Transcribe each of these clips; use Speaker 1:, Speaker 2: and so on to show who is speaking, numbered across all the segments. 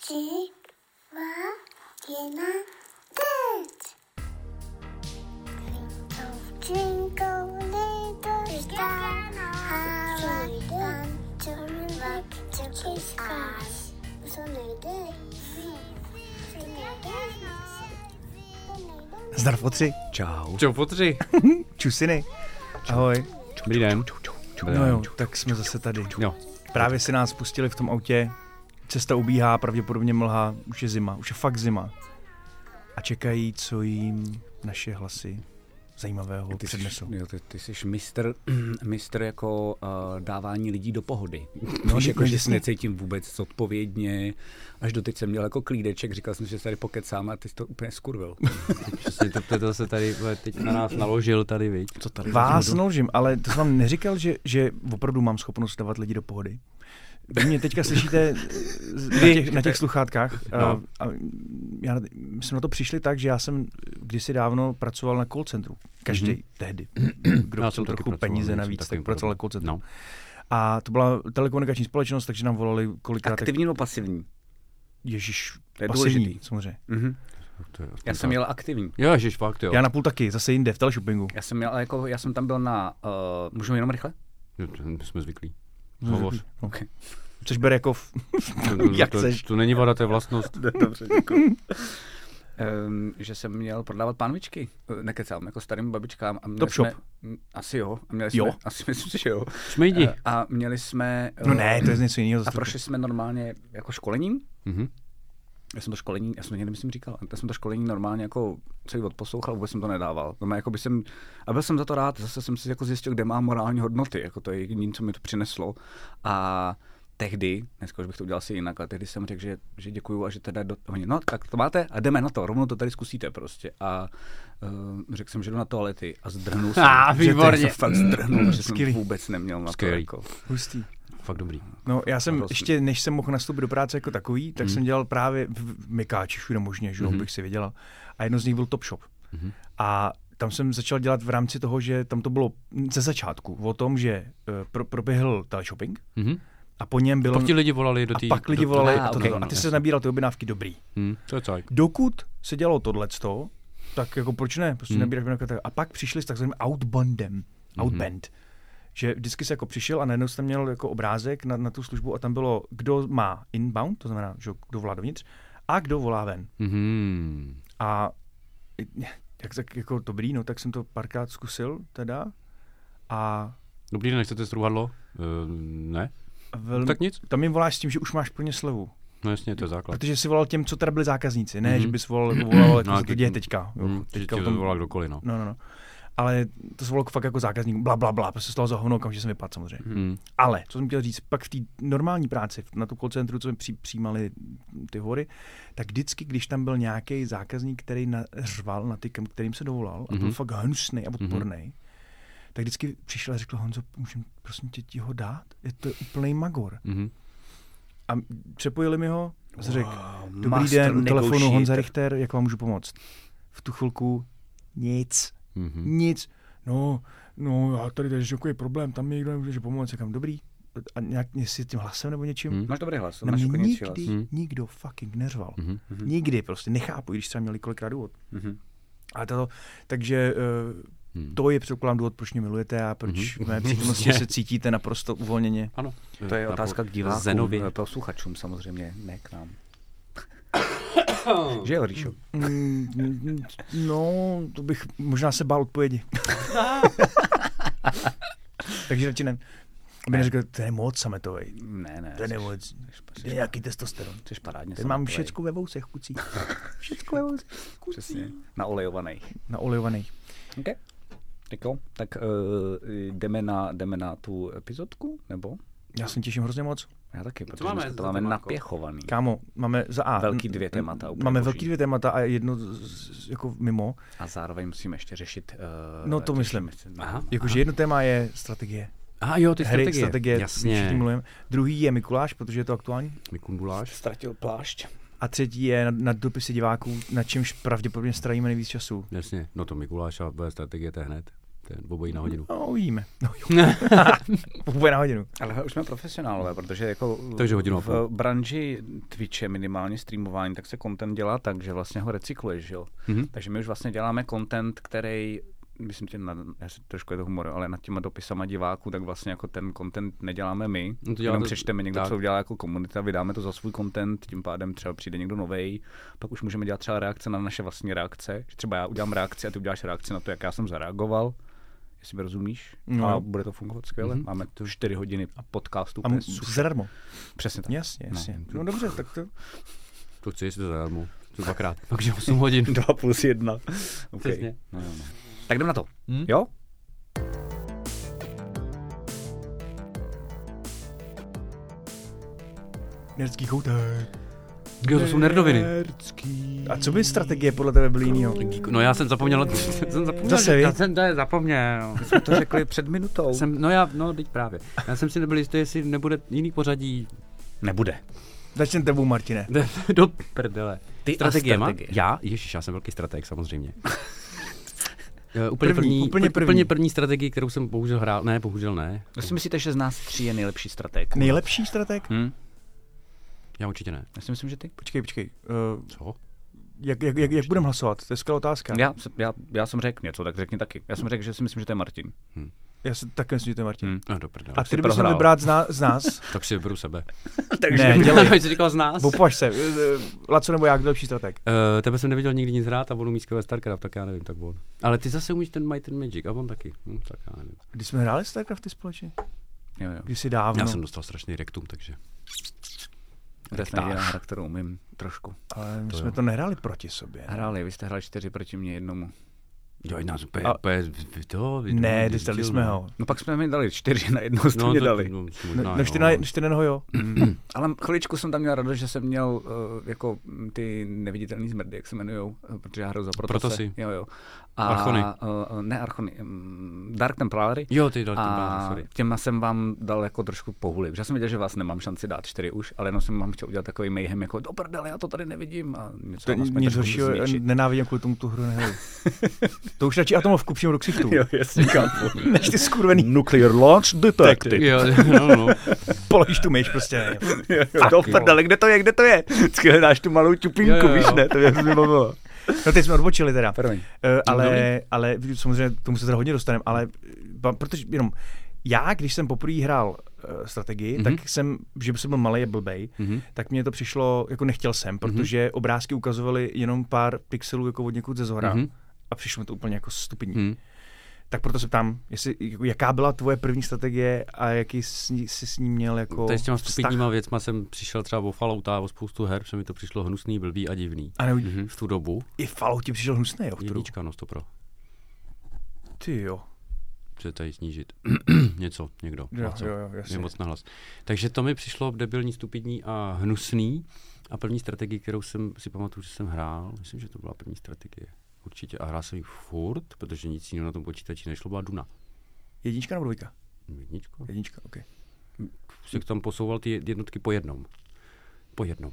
Speaker 1: Trzy, dwa, jedna, tęcz! Dziękuję, little star, how I want to rock to kiss us. Co nejde? Co nejde? Co nejde?
Speaker 2: Zdar fotři. Čau.
Speaker 3: Čau, potři.
Speaker 2: Čusiny. Ahoj.
Speaker 3: Dobrý den.
Speaker 2: No jo, tak jsme zase tady.
Speaker 3: Jo.
Speaker 2: Právě si nás pustili v tom autě. Cesta ubíhá, pravděpodobně mlhá, už je zima, už je fakt zima. A čekají, co jim naše hlasy zajímavého
Speaker 3: Ty jsi,
Speaker 2: přednesou.
Speaker 3: jo, ty, ty jsi mistr, mistr jako uh, dávání lidí do pohody.
Speaker 2: No,
Speaker 3: No, Víš, jako, že se
Speaker 2: jasně.
Speaker 3: necítím vůbec odpovědně. Až doteď jsem měl jako klídeček, říkal jsem, že se tady pokecám a ty jsi to úplně skurvil.
Speaker 4: Přesně, to, to, to se tady vole, teď na nás naložil tady, viď?
Speaker 3: Co tady?
Speaker 2: Vás naložím, ale to jsem vám neříkal, že, že opravdu mám schopnost dávat lidi do pohody. Vy mě teďka slyšíte z- na těch, na těch sluchátkách. A,
Speaker 3: No.
Speaker 2: a já, my jsme na to přišli tak, že já jsem kdysi dávno pracoval na call centru. Každý mm-hmm. tehdy. Kdo
Speaker 4: Já
Speaker 2: no,
Speaker 4: jsem taky
Speaker 2: trochu
Speaker 4: pracoval,
Speaker 2: peníze
Speaker 4: něco
Speaker 2: navíc, tak
Speaker 4: takovým
Speaker 2: pracoval na
Speaker 4: podobným.
Speaker 2: call centru.
Speaker 3: No.
Speaker 2: A to byla telekomunikační společnost, takže nám volali kolikrát.
Speaker 3: Aktivní nebo pasivní?
Speaker 2: Ježíš,
Speaker 3: To je
Speaker 2: pasivní,
Speaker 3: důležitý.
Speaker 2: samozřejmě.
Speaker 3: Mhm.
Speaker 4: To je aspoň
Speaker 3: Já jsem
Speaker 4: No tak.
Speaker 3: měl aktivní.
Speaker 4: Jo, ježiš, fakt jo.
Speaker 2: Já na půl taky, zase jinde, v teleshoppingu.
Speaker 3: Já jsem, měl, ale jako, já jsem tam byl na... Uh, můžu jenom rychle?
Speaker 4: Jo, to- My jsme zvyklí. Hovoř.
Speaker 2: No.
Speaker 3: Okay.
Speaker 2: Což bere jako v-
Speaker 4: To- to-
Speaker 2: Jak
Speaker 4: to,
Speaker 2: chceš.
Speaker 4: to, není vada, to je vlastnost.
Speaker 3: Dobře, děkuji. Um, že jsem měl prodávat pánvičky, Eh, nekecám, jako starým babičkám. A měli
Speaker 2: Top
Speaker 3: jsme,
Speaker 2: shop.
Speaker 3: M, Asi jo. A měli
Speaker 2: Jo?
Speaker 3: Jsme, asi myslím si, že jo.
Speaker 4: Šmejdi.
Speaker 3: Eh, A měli jsme... eh,
Speaker 2: No ne, to je něco jiného.
Speaker 3: A
Speaker 2: zase.
Speaker 3: prošli jsme normálně jako školením.
Speaker 4: Mhm.
Speaker 3: Já jsem to školení, já jsem to někdy myslím říkal, já jsem to školení normálně jako celý odposlouchal, vůbec jsem to nedával. No, jako by jsem, a byl jsem za to rád, zase jsem si jako zjistil, kde má morální hodnoty, jako to je jediné, co mi to přineslo. A tehdy, dneska už bych to udělal si jinak, ale tehdy jsem řekl, že, že děkuju a že teda do, oni, no tak to máte a jdeme na to, rovnou to tady zkusíte prostě. A uh, řekl jsem, že jdu na toalety a zdrhnul jsem.
Speaker 4: Ah,
Speaker 3: Že to jsem
Speaker 4: výborně.
Speaker 3: se fakt zdrhnul, že jsem
Speaker 2: Skvělý.
Speaker 3: vůbec neměl na to.
Speaker 4: Skvělý.
Speaker 3: Jako.
Speaker 2: Hustý.
Speaker 4: Fakt dobrý.
Speaker 2: No, já jsem
Speaker 3: Hrozný.
Speaker 2: ještě, než jsem mohl nastoupit do práce jako takový,
Speaker 4: Mhm.
Speaker 2: tak jsem dělal právě v- v Mykáči všude možně, že mm-hmm. bych si věděla. A jedno z nich byl Top Shop.
Speaker 4: Mhm.
Speaker 2: Mm-hmm. A tam jsem začal dělat v rámci toho, že tam to bylo ze začátku o tom, že eh, pro, proběhl teleshopping
Speaker 4: Mhm.
Speaker 2: a po něm bylo...
Speaker 4: Pak ti lidi volali do
Speaker 2: a
Speaker 4: té...
Speaker 2: pak lidi
Speaker 4: do- No,
Speaker 2: volali
Speaker 3: Ah,
Speaker 2: a, to,
Speaker 3: okay.
Speaker 2: a ty se nabíral ty objednávky dobrý.
Speaker 4: Hm, To je cajk.
Speaker 2: Dokud se dělalo tohleto, tak jako proč ne, prostě hmm. nabíráš objednávky. A pak přišli s takzvaným
Speaker 4: Mhm.
Speaker 2: outbandem, outband. Že vždycky se jako přišel a najednou jsem měl jako obrázek na, na tu službu a tam bylo, kdo má inbound, to znamená, že kdo volá dovnitř, a kdo volá ven.
Speaker 4: Mhm.
Speaker 2: A jak tak jako dobrý, no tak jsem to párkrát zkusil teda a
Speaker 4: Dobrý den, nechcete struhadlo? Eh, Ne?
Speaker 2: velmi,
Speaker 4: Tak nic.
Speaker 2: tam jim voláš s tím, že už máš plně slevu.
Speaker 4: No jasně, to je základ.
Speaker 2: Protože si volal těm, co teda byli zákazníci, ne, mm-hmm. že bys volal, jako volal, jako
Speaker 4: Mhm. No,
Speaker 2: no, to
Speaker 4: ty-
Speaker 2: děje teďka. Jo,
Speaker 4: Hm, Že
Speaker 2: teďka
Speaker 4: ti
Speaker 2: v tom-
Speaker 4: volá kdokoliv, no.
Speaker 2: No, no, no. Ale to se volalo fakt jako zákazník, bla, bla, bla, prostě stalo za hovno, okamžitě jsem vypadl samozřejmě.
Speaker 4: Mhm.
Speaker 2: Ale, co jsem chtěl říct, pak v té normální práci, na tu call centru, co mi při, přijímali ty hory, tak vždycky, když tam byl nějaký zákazník, který nařval na ty, kam- kterým se dovolal, a byl
Speaker 4: Mhm.
Speaker 2: fakt hnusný a odporný, tak vždycky přišel a řekl, Honzo, můžem prosím tě ti ho dát? Je to úplný magor.
Speaker 4: Mhm.
Speaker 2: A přepojili mi ho a řekl,
Speaker 3: Wow,
Speaker 2: dobrý
Speaker 3: master
Speaker 2: den, u telefonu Honza
Speaker 3: negotiator.
Speaker 2: Richter, jak vám můžu pomoct? V tu chvilku nic.
Speaker 4: Mhm.
Speaker 2: Nic. No, no, já tady je takový problém, tam mi někdo může pomoct, říkám, dobrý. A nějak jestli tím hlasem nebo něčím.
Speaker 4: Hmm.
Speaker 3: Máš dobrý hlas,
Speaker 2: Na
Speaker 3: máš
Speaker 2: mě
Speaker 3: No, jako něčí hlas.
Speaker 2: nikdy
Speaker 4: hlas.
Speaker 2: nikdo fucking neřval.
Speaker 4: Mhm.
Speaker 2: Nikdy prostě, nechápu, i když třeba měli kolikrát důvod.
Speaker 3: Mhm.
Speaker 2: Ale to, takže eh, to je předpokládám důvod, proč mě milujete a proč v mé přítomnosti se cítíte naprosto uvolněně.
Speaker 4: Ano.
Speaker 3: To je
Speaker 4: Na
Speaker 3: otázka
Speaker 4: po-
Speaker 3: k divákům,
Speaker 4: Zenovi.
Speaker 3: eh, posluchačům samozřejmě, ne k nám. že jo, Ríšo?
Speaker 2: Mm, mm, No, to bych možná se bál odpovědi. takže radši ne. Aby neřekl, to je moc sametovej.
Speaker 3: Ne, ne.
Speaker 2: To je
Speaker 3: jsi-
Speaker 2: moc.
Speaker 3: jsi-
Speaker 2: To je
Speaker 3: jsi-
Speaker 2: nějaký testosteron.
Speaker 3: Jsi parádně.
Speaker 2: Teď mám
Speaker 3: samotovej.
Speaker 2: všecko ve vousech kucí. Všecko ve vousech
Speaker 3: Přesně,
Speaker 2: kucí.
Speaker 3: naolejovaný.
Speaker 2: Na olejovaných.
Speaker 3: Okay. Tak jo, tak uh, jdeme, na, jdeme na tu epizodku, nebo?
Speaker 2: Já se těším hrozně moc.
Speaker 3: Já taky, protože
Speaker 4: máme
Speaker 3: dneska to
Speaker 4: za
Speaker 3: máme
Speaker 4: témátko?
Speaker 3: napěchovaný.
Speaker 2: Kámo, máme za A.
Speaker 3: Velký dvě témata, úplně
Speaker 2: Máme
Speaker 3: boží.
Speaker 2: velký dvě témata a jedno z- z, jako mimo.
Speaker 3: A zároveň musíme ještě řešit... Uh,
Speaker 2: No to myslím.
Speaker 3: Aha.
Speaker 2: Jakože jedno téma je strategie.
Speaker 4: A jo, ty
Speaker 2: Hry, strategie,
Speaker 4: strategie.
Speaker 2: všichni
Speaker 4: Jasně.
Speaker 2: mluvím. Druhý je Mikuláš, protože je to aktuální.
Speaker 4: Mikunduláš.
Speaker 3: Ztratil plášť.
Speaker 2: A třetí je nad, nad dopisy diváků, na čemž pravděpodobně strávíme nejvíc času.
Speaker 4: Jasně, no to Mikuláš a bude strategie, to je hned. To je obojí na hodinu.
Speaker 2: No, uvidíme. No, Úplně na hodinu.
Speaker 3: Ale hele, už jsme profesionálové, protože jako
Speaker 4: Takže hodinu a půl.
Speaker 3: v branži Twitche minimálně streamování, tak se content dělá tak, že vlastně ho recykluješ, jo.
Speaker 4: Mhm.
Speaker 3: Takže my už vlastně děláme content, který myslím tě, na, já si trošku je to humor, ale nad těma dopisama diváků, tak vlastně jako ten content neděláme my,
Speaker 4: No to
Speaker 3: no
Speaker 4: dělá
Speaker 3: jenom
Speaker 4: to-
Speaker 3: přečteme někdo,
Speaker 4: tak.
Speaker 3: co udělá jako komunita, vydáme to za svůj content, tím pádem třeba přijde někdo novej, pak už můžeme dělat třeba reakce na naše vlastní reakce, že třeba já udělám reakci a ty uděláš reakci na to, jak já jsem zareagoval, jestli mi rozumíš,
Speaker 2: No. Mhm.
Speaker 3: no. a bude to fungovat skvěle, mm-hmm. máme tu 4 hodiny podcastu,
Speaker 2: A
Speaker 3: to je
Speaker 2: mu,
Speaker 3: super.
Speaker 2: zadarmo.
Speaker 3: přesně tak.
Speaker 2: Jasně, jasně. No dobře, tak to...
Speaker 4: To chci, jestli to zadarmo. To dvakrát. Takže 8 hodin.
Speaker 3: 2 plus 1. Okay.
Speaker 4: Přesně.
Speaker 3: No, jo, no. Tak jdem na to,
Speaker 2: Mhm.
Speaker 4: Hm?
Speaker 3: jo?
Speaker 2: Nerdský koutek.
Speaker 4: Jo, to jsou nerdoviny.
Speaker 2: A co by strategie podle tebe byly jinýho?
Speaker 4: No já jsem zapomněl, na to, jsem zapomněl,
Speaker 2: Zase
Speaker 4: že-
Speaker 2: vy?
Speaker 4: já jsem to je zapomněl.
Speaker 3: Jsme to řekli před minutou.
Speaker 4: Jsem, no já, no teď právě. Já jsem si nebyl jistý, jestli nebude jiný pořadí.
Speaker 3: Nebude.
Speaker 2: Začněte tebou, Martine.
Speaker 4: Do prdele.
Speaker 3: Ty a
Speaker 4: Strategiema?
Speaker 3: strategie.
Speaker 4: Já? Ježíš, já jsem velký strateg samozřejmě. Eh,
Speaker 2: První,
Speaker 4: úplně, první,
Speaker 2: úplně první.
Speaker 4: úplně, první. úplně první strategii, kterou jsem bohužel hrál, ne, bohužel ne,
Speaker 3: Vy si myslíte, že z nás tří je nejlepší stratég?
Speaker 2: Nejlepší strateg?
Speaker 3: Hm?
Speaker 4: já určitě ne.
Speaker 3: Já si myslím, že ty.
Speaker 2: Počkej, počkej. Uh,
Speaker 4: Co?
Speaker 2: jak, jak, jak, jak budeme hlasovat? To je skvělá otázka.
Speaker 3: Já, se- já, já jsem řekl něco, tak řekni taky. Já jsem řekl, že si myslím, že to je Martin.
Speaker 2: Já si taky myslím, že to je Martin.
Speaker 3: Hm.
Speaker 4: No, do prdele.
Speaker 2: A
Speaker 4: A...
Speaker 2: ty,
Speaker 3: si
Speaker 2: kdyby se
Speaker 3: prohrál.
Speaker 2: vybrat z, ná, z nás,
Speaker 4: Tak si vyberu sebe.
Speaker 2: ne, dělej.
Speaker 4: jsi říkal z nás?
Speaker 2: Opaž se. Eh, Laco nebo já, kdo je lepší strateg?
Speaker 4: Uh, tebe jsem neviděl nikdy nic hrát a on umí skvěle StarCraft, tak já nevím, tak on. Ale ty zase umíš ten Might and Magic a on taky, hm, tak já nevím.
Speaker 2: Když jsme hráli StarCrafty společně?
Speaker 3: Jo, jo.
Speaker 2: Kdysi
Speaker 4: Já
Speaker 2: dávno.
Speaker 4: jsem dostal strašný rektum, takže.
Speaker 3: To je snad jediná hra, kterou umím trošku.
Speaker 2: Ale my jsme to nehráli proti sobě.
Speaker 3: Hráli, vy jste hráli čtyři proti mě jednomu.
Speaker 4: Jo, nás úplně,
Speaker 2: A-
Speaker 4: úplně, vy- vy- to, vy-
Speaker 2: Ne,
Speaker 4: vy-
Speaker 2: dostali
Speaker 4: vy-
Speaker 2: jsme ho.
Speaker 3: No pak jsme mi dali čtyři na jednou jste no, mě
Speaker 4: to-
Speaker 3: dali.
Speaker 4: No,
Speaker 2: No,
Speaker 4: možná,
Speaker 2: no,
Speaker 4: jo.
Speaker 2: čtyři čtyři ho jo.
Speaker 3: Ale chviličku jsem tam měl radost, že jsem měl uh, jako mm, ty neviditelný zmrdy, jak se jmenujou, eh, protože já hraju za protosy.
Speaker 4: Protosy.
Speaker 3: Jo, jo. A,
Speaker 4: Archony.
Speaker 3: Uh, ne Archony, um, Dark Templary.
Speaker 4: Jo, ty dal
Speaker 3: A
Speaker 4: No, sorry.
Speaker 3: těma jsem vám dal jako trošku pohuli, protože jsem věděl, že vás nemám šanci dát čtyři už, ale jenom jsem vám chtěl udělat takový mayhem, jako do prdele, já to tady nevidím a něco
Speaker 2: To je
Speaker 3: vám aspoň
Speaker 2: nic
Speaker 3: trošku
Speaker 2: horšího,
Speaker 3: zničit.
Speaker 2: nenávidím kvůli tomu tu hru nehru. to už radši atomovku přijmu do ksichtu.
Speaker 3: Jo, jasně, kámo.
Speaker 2: Než ty skurvený
Speaker 3: Nuclear Launch Detective.
Speaker 4: Jo, no, no.
Speaker 2: položíš tu myš prostě.
Speaker 3: Do prdele, kde to je, kde to je? Vždycky hledáš tu malou
Speaker 4: Jo,
Speaker 3: čupinku,
Speaker 4: jo, jo.
Speaker 3: víš ne, to je mi bavilo.
Speaker 2: No teď jsme odbočili teda.
Speaker 3: Promiň.
Speaker 2: Eh, ale, ale samozřejmě k tomu se teda hodně dostaneme, ale eh, protože jenom já, když jsem poprvé hrál eh,
Speaker 4: Mhm.
Speaker 2: strategii, mm-hmm. tak jsem, že jsem byl malý a blbej, mm-hmm. tak mě to přišlo, jako nechtěl
Speaker 4: Mhm.
Speaker 2: jsem, protože mm-hmm. obrázky ukazovaly jenom pár pixelů jako od někud ze zhora mm-hmm.
Speaker 4: Mhm.
Speaker 2: a přišlo mi to úplně jako stupidní. Mm-hmm.
Speaker 4: Hm.
Speaker 2: Tak proto se ptám, jestli, jako, jaká byla tvoje první strategie a jaký jsi, jsi s ním měl jako
Speaker 4: Tady s těma
Speaker 2: vztah?
Speaker 4: stupidníma věcma jsem přišel třeba o Fallouta a o spoustu her, protože mi to přišlo hnusný, blbý a divný.
Speaker 2: A ne, mm-hmm.
Speaker 4: Mhm. V tu dobu.
Speaker 2: i Fallout ti přišel hnusný, jo? v tu dobu.
Speaker 4: Jednička, no to pro.
Speaker 2: Ty jo.
Speaker 4: Chce tady snížit. Něco, někdo.
Speaker 2: Jo,
Speaker 4: Laco.
Speaker 2: jo, jo, jasně.
Speaker 4: Je moc nahlas. Takže to mi přišlo debilní, stupidní a hnusný. A první strategii, kterou jsem si pamatuju, že jsem hrál, myslím, že to byla první strategie. Určitě. A hrál jsem ji furt, protože nic jiného na tom počítači nešlo, byla Duna.
Speaker 2: Jednička nebo dvojka?
Speaker 4: Jednička.
Speaker 2: Jednička, ok.
Speaker 4: Jsem tam posouval ty jednotky po jednom. Po jednom.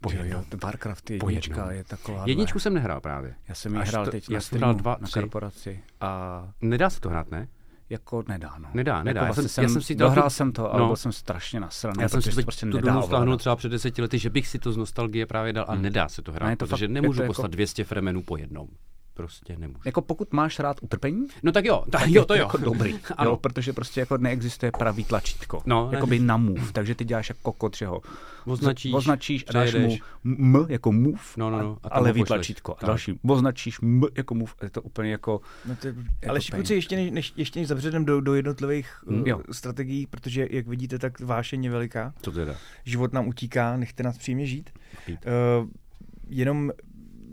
Speaker 4: Po
Speaker 3: Jo,
Speaker 4: jednom.
Speaker 3: jo, Warcraft
Speaker 4: Po
Speaker 3: jednička
Speaker 4: jednom.
Speaker 3: je taková.
Speaker 4: Jedničku jsem nehrál právě.
Speaker 3: Já jsem ji
Speaker 4: Až
Speaker 3: hrál
Speaker 4: to-
Speaker 3: teď
Speaker 4: já
Speaker 3: na
Speaker 4: jsem hrál
Speaker 3: streamu,
Speaker 4: dva,
Speaker 3: na
Speaker 4: tři.
Speaker 3: korporaci a
Speaker 4: Nedá se to hrát, ne?
Speaker 3: jako nedá, no.
Speaker 4: Nedá, nedá.
Speaker 3: Jako
Speaker 4: Já
Speaker 3: vlastně
Speaker 4: jsem-
Speaker 3: jsem,
Speaker 4: já jsem si dal
Speaker 3: dohrál
Speaker 4: tu-
Speaker 3: jsem to, ale
Speaker 4: no.
Speaker 3: byl jsem strašně nasraný,
Speaker 4: Já jsem si
Speaker 3: protože
Speaker 4: to,
Speaker 3: prostě
Speaker 4: prostě tu
Speaker 3: nedá
Speaker 4: dobu stáhnul
Speaker 3: ovládat.
Speaker 4: třeba před deseti lety, že bych si to z nostalgie právě dal a nedá se to hrát,
Speaker 3: Ne, Hmm. je to
Speaker 4: to protože
Speaker 3: fakt- je
Speaker 4: nemůžu
Speaker 3: to jako-
Speaker 4: poslat 200 fremenů po jednom. Prostě nemůžu.
Speaker 3: Jako pokud máš rád utrpení,
Speaker 4: No tak jo, tak jo,
Speaker 3: je
Speaker 4: to jo.
Speaker 3: Jako dobrý,
Speaker 4: Ano.
Speaker 3: jo, protože prostě jako neexistuje pravý tlačítko,
Speaker 4: No, ne.
Speaker 3: jakoby na move, takže ty děláš jako kokot, že ho
Speaker 4: Označíš,
Speaker 3: označíš a dáš mu
Speaker 4: přejedeš.
Speaker 3: m jako move
Speaker 4: No, no, no,
Speaker 3: a,
Speaker 4: a
Speaker 3: a
Speaker 4: tomu
Speaker 3: levý
Speaker 4: pošleš.
Speaker 3: tlačítko a
Speaker 4: Tak.
Speaker 3: další označíš m jako move a je to úplně jako,
Speaker 2: No to je, ale šikuci
Speaker 3: pain.
Speaker 2: ještě než, než, ještě než zabředem do, do jednotlivých mm.
Speaker 3: Jo.
Speaker 2: strategií, protože jak vidíte, tak vášeň je veliká.
Speaker 4: To teda.
Speaker 2: Život nám utíká, nechte nás přímě žít. Uh,
Speaker 4: Pít.
Speaker 2: jenom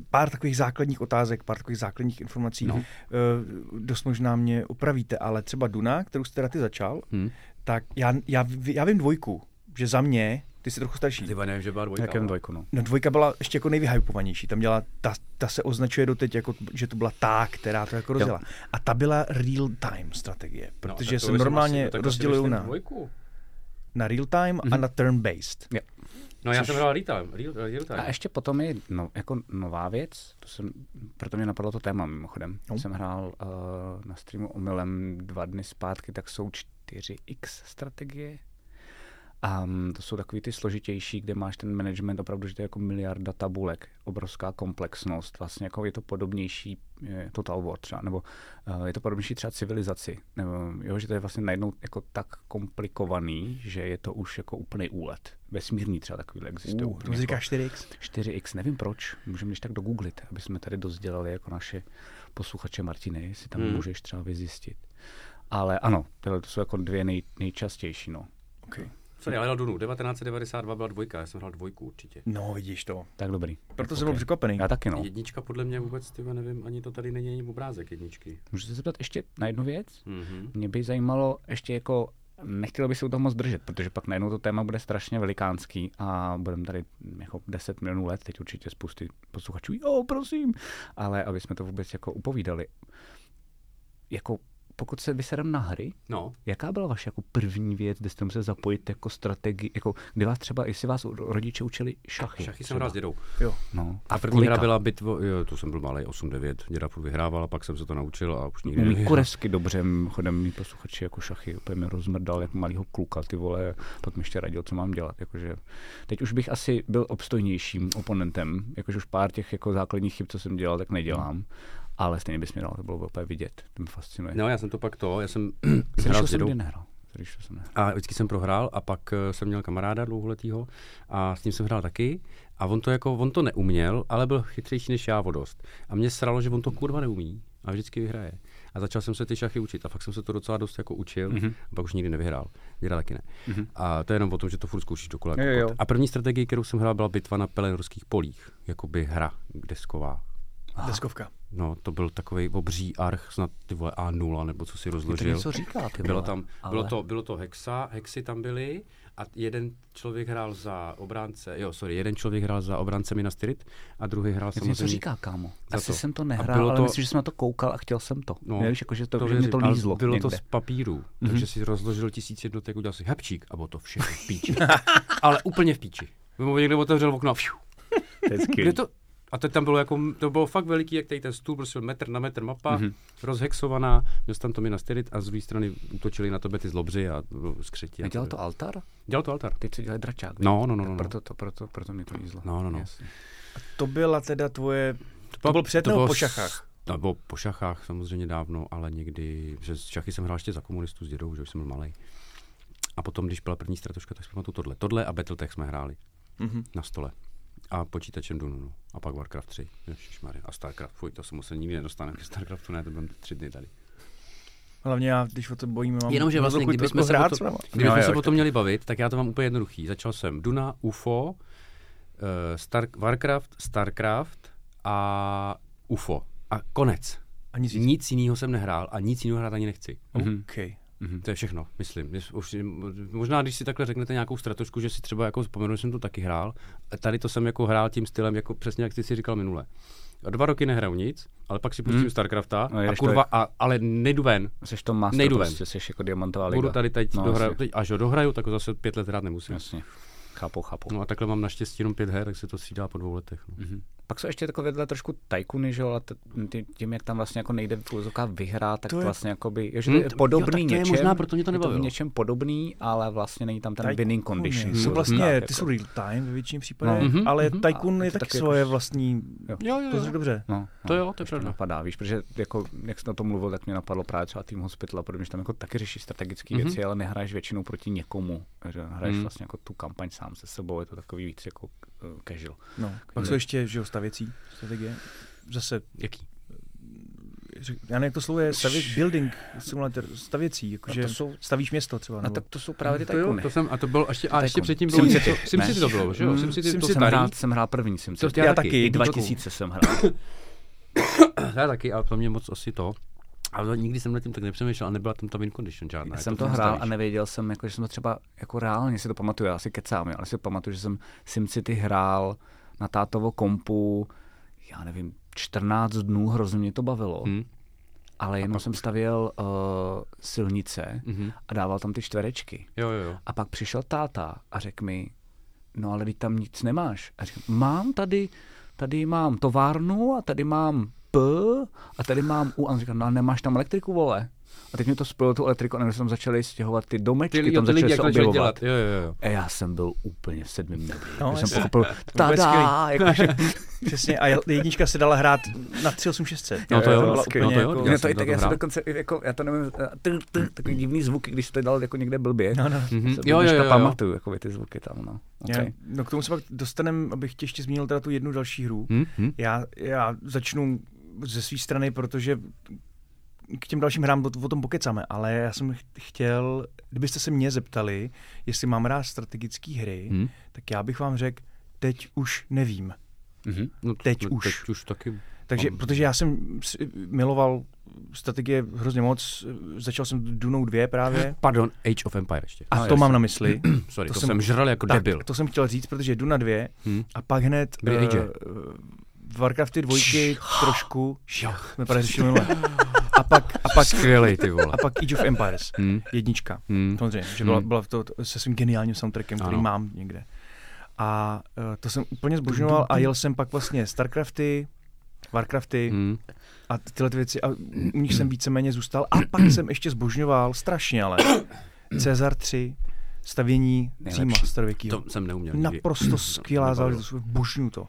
Speaker 2: pár takových základních otázek, pár takových základních informací. No.
Speaker 4: No.
Speaker 2: Uh, dost možná mě opravíte, ale třeba Duna, kterou jste teda ty začal,
Speaker 4: Hm.
Speaker 2: tak já, já, ví- já vím dvojku, že za mě, ty jsi trochu starší,
Speaker 4: Ty vole, nevím, že byla dvojka.
Speaker 3: jakém
Speaker 4: ale-
Speaker 3: dvojku, no.
Speaker 2: No dvojka byla ještě jako nejvyhypovanější. Tam dělala, ta, ta se označuje doteď, jako, že to byla ta, která to jako rozjela. A ta byla real time strategie,
Speaker 4: No,
Speaker 2: protože
Speaker 4: tak to
Speaker 2: se
Speaker 4: jsem
Speaker 2: normálně
Speaker 4: asi- no, tak asi
Speaker 2: rozdělují
Speaker 4: myslím
Speaker 2: na,
Speaker 4: dvojku.
Speaker 2: Mhm. na real time mm-hmm. a na turn based.
Speaker 3: Jo.
Speaker 4: No já
Speaker 3: Což-
Speaker 4: jsem hrál real time. Real, real time.
Speaker 3: A ještě potom je no, jako nová věc, to jsem, proto mě napadlo to téma mimochodem.
Speaker 2: No.
Speaker 3: No. Jsem hrál uh, na streamu omylem dva dny zpátky, tak jsou 4x strategie. A um, to jsou takový ty složitější, kde máš ten management opravdu, že to je jako miliarda tabulek, obrovská komplexnost. Vlastně jako je to podobnější eh, Total War třeba, nebo eh, je to podobnější třeba civilizaci. Nebo, jo, že to je vlastně najednou jako tak komplikovaný, že je to už jako úplný úlet. Vesmírný třeba takový existuje.
Speaker 2: Uh, to
Speaker 3: úplně
Speaker 2: mi
Speaker 3: jako-
Speaker 2: říká 4X.
Speaker 3: 4x, nevím proč, můžeme když tak dogooglit, aby jsme tady dozdělali jako naše posluchače Martiny, jestli tam
Speaker 4: Hmm.
Speaker 3: hmm. můžeš třeba vyzjistit. Ale ano, tyhle to jsou jako dvě nej, nejčastější, no.
Speaker 2: Okay.
Speaker 4: Sorry, ale Dunu, 1992 byla dvojka, já jsem hrál dvojku určitě.
Speaker 2: No, vidíš to.
Speaker 3: Tak dobrý.
Speaker 2: Proto
Speaker 3: Tak
Speaker 2: jsem byl
Speaker 3: ok.
Speaker 2: překvapený.
Speaker 3: Já taky, no.
Speaker 4: Jednička podle mě vůbec, tyva, nevím, ani to tady není ani obrázek jedničky.
Speaker 3: Můžu se zeptat ještě na jednu věc?
Speaker 4: Mm-hmm.
Speaker 3: Mě by zajímalo ještě jako, nechtělo by se u toho moc držet, protože pak najednou to téma bude strašně velikánský a budeme tady jako 10 milionů let, teď určitě spousty posluchačů, jo, prosím, ale aby jsme to vůbec jako upovídali. Jako pokud se vysedem na hry,
Speaker 4: No,
Speaker 3: Jaká byla vaše jako první věc, kde jste musel zapojit jako strategii, jako kdy vás třeba, jestli vás rodiče učili šachy?
Speaker 4: šachy jsem
Speaker 3: třeba.
Speaker 4: hrál s dědou.
Speaker 2: Jo.
Speaker 3: No.
Speaker 4: A první hra byla bitvo, jo, to jsem byl malý 8-9, děda furt vyhrával a pak jsem se to naučil a už nikdy
Speaker 3: Umí
Speaker 4: nevyhrál.
Speaker 3: koresky dobře, chodem mý posluchači jako šachy, úplně mě rozmrdal jako malýho kluka, ty vole, pak mi ještě radil, co mám dělat, jakože teď už bych asi byl obstojnějším oponentem, jakože už pár těch jako základních chyb, co jsem dělal, tak nedělám, ale stejně bys mě dal, to bylo úplně vidět, to mě fascinuje.
Speaker 4: No, já jsem to pak to, já jsem hrál
Speaker 3: Slyšel
Speaker 4: s
Speaker 3: jsem,
Speaker 4: dědou.
Speaker 3: kdy nehrál. Slyšel jsem nehrál.
Speaker 4: A vždycky jsem prohrál a pak eh, jsem měl kamaráda dlouholetýho a s ním jsem hrál taky. A on to jako, on to neuměl, ale byl chytřejší než já o dost. A mě sralo, že on to kurva neumí a vždycky vyhraje. A začal jsem se ty šachy učit a fakt jsem se to docela dost jako učil
Speaker 3: Mhm.
Speaker 4: mm-hmm. a pak už nikdy nevyhrál. Děda taky ne. Mm-hmm. A to je jenom o tom, že to furt zkoušíš dokola.
Speaker 3: Jo, jo.
Speaker 4: kokot. A první strategie, kterou jsem hrál, byla bitva na pelenorských polích. Jakoby hra desková.
Speaker 2: Ah. Deskovka.
Speaker 4: No, to byl takový obří arch, snad ty vole A0, nebo co si
Speaker 3: To
Speaker 4: rozložil.
Speaker 3: něco říká, ty
Speaker 4: Bylo
Speaker 3: vole,
Speaker 4: tam, bylo,
Speaker 3: ale-
Speaker 4: to, bylo to hexa, hexy tam byly a jeden člověk hrál za obránce, jo, sorry, jeden člověk hrál za obránce Minas Tirith a druhý hrál
Speaker 3: Mě to něco
Speaker 4: samozřejmě...
Speaker 3: říká, kámo.
Speaker 4: za
Speaker 3: Asi
Speaker 4: to.
Speaker 3: to. jsem to
Speaker 4: A
Speaker 3: nehrál,
Speaker 4: bylo
Speaker 3: ale
Speaker 4: to-
Speaker 3: to... myslím, že jsem na to koukal a chtěl jsem to. No, Víš, jako, že to, že mě
Speaker 4: věřím,
Speaker 3: to
Speaker 4: ale
Speaker 3: lízlo
Speaker 4: Bylo
Speaker 3: někde. Mhm.
Speaker 4: to z papíru, takže si rozložil tisíc jednotek, udělal si hapčík a bylo to všechno v píči. ale úplně v píči. V momentě, kdy otevřel okno a fiu, kde to, a to tam bylo jako, to bylo fakt veliký, jak tady ten stůl, prostě metr na metr mapa,
Speaker 3: Mhm.
Speaker 4: mm-hmm. rozhexovaná, měl jsi tam to Minas Tirith a z druhé strany útočili na tebe ty zlobři a bylo skřetí. a
Speaker 3: Nedělal to altar?
Speaker 4: Dělal to altar.
Speaker 3: Teď se dělali dračák. viď?
Speaker 4: No, no, no,
Speaker 3: Tak
Speaker 4: no. no.
Speaker 3: Proto, to, proto, proto mě to lízlo.
Speaker 4: No, no, no.
Speaker 3: Jasně.
Speaker 2: To byla teda tvoje... To
Speaker 4: Pa-
Speaker 2: byl před nebo
Speaker 4: bylo
Speaker 2: po
Speaker 4: s-
Speaker 2: šachách?
Speaker 4: To bylo po šachách samozřejmě dávno, ale někdy, že s šachy jsem hrál ještě za komunistů s dědou, že už jsem byl malý. A potom, když byla první stratoška, tak jsme tu tohle. Tohle a Battletech jsme hráli
Speaker 2: Mhm.
Speaker 4: na stole. A počítačem Dununu. A pak Warcraft 3. Ježišmarja. A Starcraft. Fuj, to se musel nikdy nedostane. Ke Starcraftu ne, to budeme tři dny tady.
Speaker 2: Hlavně já, když o to bojíme, mám
Speaker 4: Jenomže vlastně,
Speaker 2: velkou
Speaker 4: kdybychom
Speaker 2: trošku
Speaker 4: se,
Speaker 2: hrát
Speaker 4: o
Speaker 2: s náma.
Speaker 4: to, kdybychom
Speaker 2: No
Speaker 4: se
Speaker 2: jo,
Speaker 4: potom měli bavit, tak já to mám úplně jednoduchý. Začal jsem Duna, UFO, eh, Star, Warcraft, Starcraft a UFO. A konec.
Speaker 2: A nic víc.
Speaker 4: Nic jiného jsem nehrál a nic jiného hrát ani nechci. No,
Speaker 3: Mhm,
Speaker 2: OK.
Speaker 4: To je všechno, myslím. Jest- Už, možná, když si takhle řeknete nějakou stratošku, že si třeba jako vzpomenu, že jsem to taky hrál. A Tady to jsem jako hrál tím stylem, jako přesně jak jsi si říkal minule. A Dva roky nehraju nic, ale pak si pustím hmm. StarCrafta
Speaker 3: No,
Speaker 4: a
Speaker 3: jedeš to
Speaker 4: kurva,
Speaker 3: jak-
Speaker 4: a, ale nejdu ven.
Speaker 3: Jseš to master,
Speaker 4: Nejdu
Speaker 3: Nejdu
Speaker 4: ven.
Speaker 3: prostě jsi jako diamantová liga.
Speaker 4: Budu tady teď, no, dohraju,
Speaker 3: jasně.
Speaker 4: teď, až ho dohraju, tak ho zase pět let hrát nemusím.
Speaker 3: Jasně. Chápu, chápu.
Speaker 4: No a takhle mám naštěstí jenom pět her, tak se to střídá po dvou letech. No.
Speaker 3: Mhm. Pak jsou ještě takovéhle trošku tajkuny, že jo, ale t- ty- tím, jak tam vlastně jako nejde v úzovkách vyhrát, tak
Speaker 2: To je-
Speaker 3: vlastně jakoby, jo,
Speaker 4: Hm,
Speaker 3: že to je
Speaker 4: to- jo,
Speaker 3: podobný
Speaker 4: tak to je
Speaker 3: něčem.
Speaker 4: možná, proto mě to
Speaker 3: je
Speaker 4: nebavilo. No,
Speaker 3: v něčem podobný, ale vlastně není tam ten winning condition.
Speaker 2: Jsou
Speaker 3: v
Speaker 2: vlastně,
Speaker 3: uvozovkách,
Speaker 2: ty
Speaker 3: jako.
Speaker 2: jsou real time ve většině případech,
Speaker 4: Mhm,
Speaker 2: ale
Speaker 4: mhm.
Speaker 2: Tycoon
Speaker 3: A
Speaker 2: je
Speaker 3: je to
Speaker 2: taky
Speaker 3: taky
Speaker 2: svoje
Speaker 3: jako-
Speaker 2: vlastní.
Speaker 4: Jo, jo,
Speaker 2: To je dobře.
Speaker 3: No,
Speaker 4: To
Speaker 3: no,
Speaker 4: jo, to je
Speaker 3: když to
Speaker 4: pravda.
Speaker 3: napadá, víš, protože jako, jak jsi o tom mluvil, tak mě napadlo právě třeba Team Hospital, protože tam jako taky řešíš strategické mm-hmm. věci, ale nehraješ většinou proti někomu. Že hraješ
Speaker 4: Mhm.
Speaker 3: mm. vlastně jako tu kampaň sám se sebou, je to takový víc jako uh, casual.
Speaker 2: No. Pak jsou ještě, že jo, stavěcí strategie. Zase,
Speaker 4: Jaký?
Speaker 2: řek- já nevím, jak to slovo je, stavě, building simulator, stavěcí, jakože
Speaker 3: No to jsou-
Speaker 2: stavíš město třeba.
Speaker 3: A
Speaker 2: Nebo...
Speaker 3: tak to jsou právě ty
Speaker 4: To, jo,
Speaker 3: tajkuny.
Speaker 4: to jsem, a to byl, a ještě, a ještě
Speaker 3: Tycoon.
Speaker 4: předtím bylo
Speaker 3: SimCity,
Speaker 4: něco,
Speaker 3: ne?
Speaker 4: SimCity to bylo, že jo?
Speaker 3: Mhm.
Speaker 4: SimCity to
Speaker 3: SimCity jsem,
Speaker 4: starý,
Speaker 3: hrál, jsem hrál první SimCity.
Speaker 4: To já taky.
Speaker 3: I
Speaker 4: Jedničku.
Speaker 3: 2000 jsem hrál.
Speaker 4: Já taky, ale to mě moc asi to. A to nikdy jsem nad tím tak nepřemýšlel a nebyla tam ta win condition žádná.
Speaker 3: Já
Speaker 4: jak
Speaker 3: jsem to
Speaker 4: tam
Speaker 3: hrál a
Speaker 4: stavíš.
Speaker 3: nevěděl jsem, jako, že jsem to třeba jako reálně si to pamatuju, já si kecám, jo, ale si pamatuju, že jsem SimCity hrál na tátovo kompu, já nevím, 14 dnů, hrozně mě to bavilo.
Speaker 4: Hm.
Speaker 3: Hmm. Ale jenom jsem stavěl uh, Mhm. silnice mm-hmm. a dával tam ty čtverečky.
Speaker 4: Jo, jo, jo.
Speaker 3: A pak přišel táta a řekl mi, no ale teď tam nic nemáš. A říkám, mám tady, tady mám továrnu a tady mám P a tady mám U. A on říká, no a nemáš tam elektriku, vole. A teď mi to spojilo tu elektriku a najednou se tam začaly stěhovat ty domečky,
Speaker 4: jo,
Speaker 3: tam začaly se
Speaker 4: jak začali
Speaker 3: objevovat.
Speaker 4: dělat. Jo, jo, jo.
Speaker 3: A já jsem byl úplně v sedmém nebi.
Speaker 2: No,
Speaker 3: No, jsem
Speaker 2: jasně.
Speaker 3: pochopil, jako, tada, jakože,
Speaker 2: Přesně, a jednička se dala hrát na 386.
Speaker 4: No to jo,
Speaker 2: byla
Speaker 4: no
Speaker 2: úplně
Speaker 4: to jo,
Speaker 2: jako-
Speaker 4: já
Speaker 3: já
Speaker 4: jsem
Speaker 3: to i
Speaker 4: na
Speaker 3: tak,
Speaker 4: to
Speaker 3: já jsem
Speaker 4: hrál.
Speaker 3: dokonce, i jako, já to nevím, eh, tr, tr, takový divný zvuky, když to dal jako někde blbě.
Speaker 2: No, no.
Speaker 4: Mhm.
Speaker 3: Se
Speaker 4: Jo, jo, jo, jo.
Speaker 3: pamatuju, jako ty zvuky tam, no.
Speaker 2: Já-
Speaker 3: Okay.
Speaker 2: No k tomu se pak dostaneme, abych tě ještě zmínil teda tu jednu další hru.
Speaker 4: Hm, hm.
Speaker 2: Já, já začnu ze své strany, protože k těm dalším hrám o, o tom pokecáme, ale já jsem ch- chtěl, kdybyste se mě zeptali, jestli mám rád strategické hry,
Speaker 4: Hm.
Speaker 2: tak já bych vám řekl, teď už nevím.
Speaker 4: Mhm. No,
Speaker 2: Teď
Speaker 4: no,
Speaker 2: už.
Speaker 4: Teď už taky.
Speaker 2: Takže,
Speaker 4: Mám-
Speaker 2: protože já jsem s- miloval strategie hrozně moc, začal jsem Dunou 2 právě
Speaker 4: Pardon, Age of Empire ještě.
Speaker 2: a to mám na mysli.
Speaker 4: No, Sorry,
Speaker 2: to
Speaker 4: to,
Speaker 2: jsem-
Speaker 4: jsem žral jako
Speaker 2: Tak,
Speaker 4: debil.
Speaker 2: To jsem chtěl říct, protože Duna 2
Speaker 4: Hm.
Speaker 2: a pak hned
Speaker 4: Byly
Speaker 2: eh,
Speaker 4: Age.
Speaker 2: eh, Warcrafty 2 trošku, jsme právě řešili minule. A pak, a pak,
Speaker 4: Skvělej, ty vole.
Speaker 2: a pak Age of Empires,
Speaker 4: Hm.
Speaker 2: jednička.
Speaker 4: Hm.
Speaker 2: Samozřejmě, že byla,
Speaker 4: Hmm.
Speaker 2: byla to, to se svým geniálním soundtrackem, který
Speaker 4: Ano.
Speaker 2: mám někde. A eh, to jsem úplně zbožňoval a jel jsem pak vlastně Starcrafty, Warcrafty
Speaker 4: Hm.
Speaker 2: a tyhle ty věci a u nich jsem víceméně zůstal. A pak jsem ještě zbožňoval, strašně ale, Cezar 3, stavění Říma
Speaker 3: Nejlepší.
Speaker 2: starověkého.
Speaker 4: To jsem neuměl nikdy.
Speaker 2: Naprosto skvělá
Speaker 4: nebavilo.
Speaker 2: záležitost, božňu to.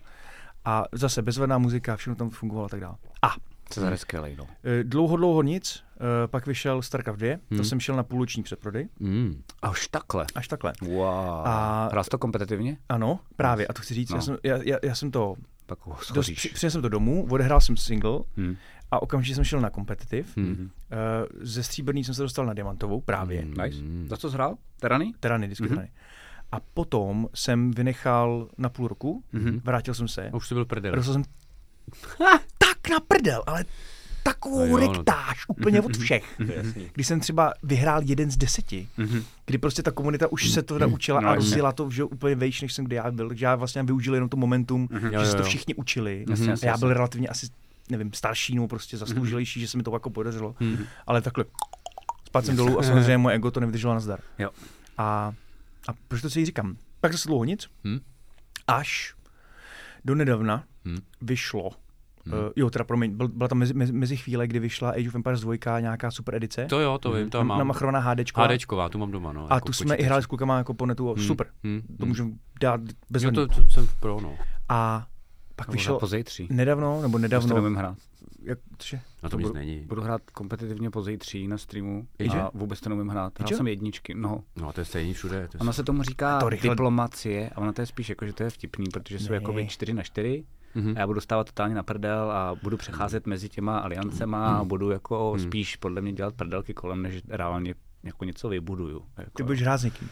Speaker 2: A zase bezvedná muzika, všechno tam fungovalo a tak dále. A
Speaker 3: Co za skvělej, no.
Speaker 2: e, dlouho, dlouho nic, e, pak vyšel StarCraft 2, to
Speaker 4: Hmm.
Speaker 2: jsem šel na půlroční přeprodej,
Speaker 4: Hm.
Speaker 3: A už takhle.
Speaker 2: až takhle.
Speaker 3: Wow.
Speaker 2: A-
Speaker 3: A... Hrál jsi to kompetitivně?
Speaker 2: Ano, právě, a to chci říct, já,
Speaker 3: No.
Speaker 2: jsem, já, já, já jsem to,
Speaker 3: Pak ho
Speaker 2: dost,
Speaker 3: schoříš.
Speaker 2: při- přinesl jsem to domů, odehrál jsem single
Speaker 3: Hm.
Speaker 2: a okamžitě jsem šel na kompetitiv.
Speaker 4: Hm.
Speaker 2: E, ze stříbrný jsem se dostal na diamantovou právě,
Speaker 4: Hmm.
Speaker 3: Nice.
Speaker 4: Mm.
Speaker 3: Za co jsi hrál? Terany?
Speaker 2: terany, disky
Speaker 3: Mhm.
Speaker 2: terany. A potom jsem vynechal na půl roku,
Speaker 3: Mhm.
Speaker 2: vrátil jsem se,
Speaker 4: A už to byl prdel.
Speaker 2: A Dostal jsem tak na prdel, ale
Speaker 4: No
Speaker 2: takovou
Speaker 4: jo, no mhm, to-
Speaker 2: rektáž úplně od všech. Když jsem třeba vyhrál jeden z deseti,
Speaker 4: Mhm.
Speaker 2: kdy prostě ta komunita už se to naučila
Speaker 3: No,
Speaker 2: a
Speaker 3: jasně.
Speaker 2: rozjela to že jo, úplně vejš, než jsem kde já byl, takže já vlastně využil jenom to momentum,
Speaker 4: Mhm. Jo,
Speaker 2: že se
Speaker 4: jo,
Speaker 2: to
Speaker 4: jo. Mhm.
Speaker 2: všichni učili.
Speaker 3: Jasně,
Speaker 2: A
Speaker 3: jasně,
Speaker 2: já byl
Speaker 3: jasně.
Speaker 2: relativně asi, nevím, starší nebo prostě zasloužilejší, že se mi to jako podařilo,
Speaker 4: Mhm.
Speaker 2: ale takhle spadl jsem dolů a samozřejmě moje ego to nevydrželo na zdar.
Speaker 3: Jo.
Speaker 2: A, a proč to si jí říkám? Pak zase dlouho nic.
Speaker 4: Hm.
Speaker 2: Až do nedávna
Speaker 4: Hm.
Speaker 2: vyšlo. Hmm. Uh, jo, teda promiň, byl, byla tam mezi, mezi, mezi chvíle, kdy vyšla Age of Empires 2, nějaká super edice.
Speaker 4: To jo, to vím, to já
Speaker 2: Mhm. na
Speaker 4: mám.
Speaker 2: Machrona HDčko.
Speaker 4: HDčková, tu mám doma, no.
Speaker 2: A
Speaker 4: jako
Speaker 2: tu jsme i
Speaker 4: počítač.
Speaker 2: hráli s klukama jako po netu. Hmm. Super,
Speaker 4: Hm.
Speaker 2: to můžu dát bez
Speaker 4: Jo,
Speaker 2: to...
Speaker 4: to, to jsem pro, no.
Speaker 2: A pak
Speaker 3: Vyšel
Speaker 2: vyšlo
Speaker 3: pozítří.
Speaker 2: nedávno, nebo
Speaker 3: Já to
Speaker 2: nedávno,
Speaker 3: nevím hrát.
Speaker 2: jak, cože?
Speaker 4: Na tom nic není.
Speaker 3: Budu hrát kompetitivně pozítří na streamu
Speaker 2: Iže?
Speaker 3: a vůbec to nevím hrát. Hrál
Speaker 2: Iže?
Speaker 3: jsem jedničky, no.
Speaker 4: No, to je stejný všude. To je
Speaker 3: Ono se tomu říká
Speaker 2: To
Speaker 3: to
Speaker 2: rychle-
Speaker 3: diplomacie a ono to je spíš jako, že to je vtipný, protože jsou
Speaker 2: Ne.
Speaker 3: jako vy čtyři na čtyři
Speaker 4: Mhm.
Speaker 3: a já budu stávat totálně na prdel a budu přecházet mezi těma aliancema a budu jako spíš podle mě dělat prdelky kolem, než reálně jako něco vybuduju.
Speaker 2: Ty
Speaker 3: Jako.
Speaker 2: budeš hrát s někým.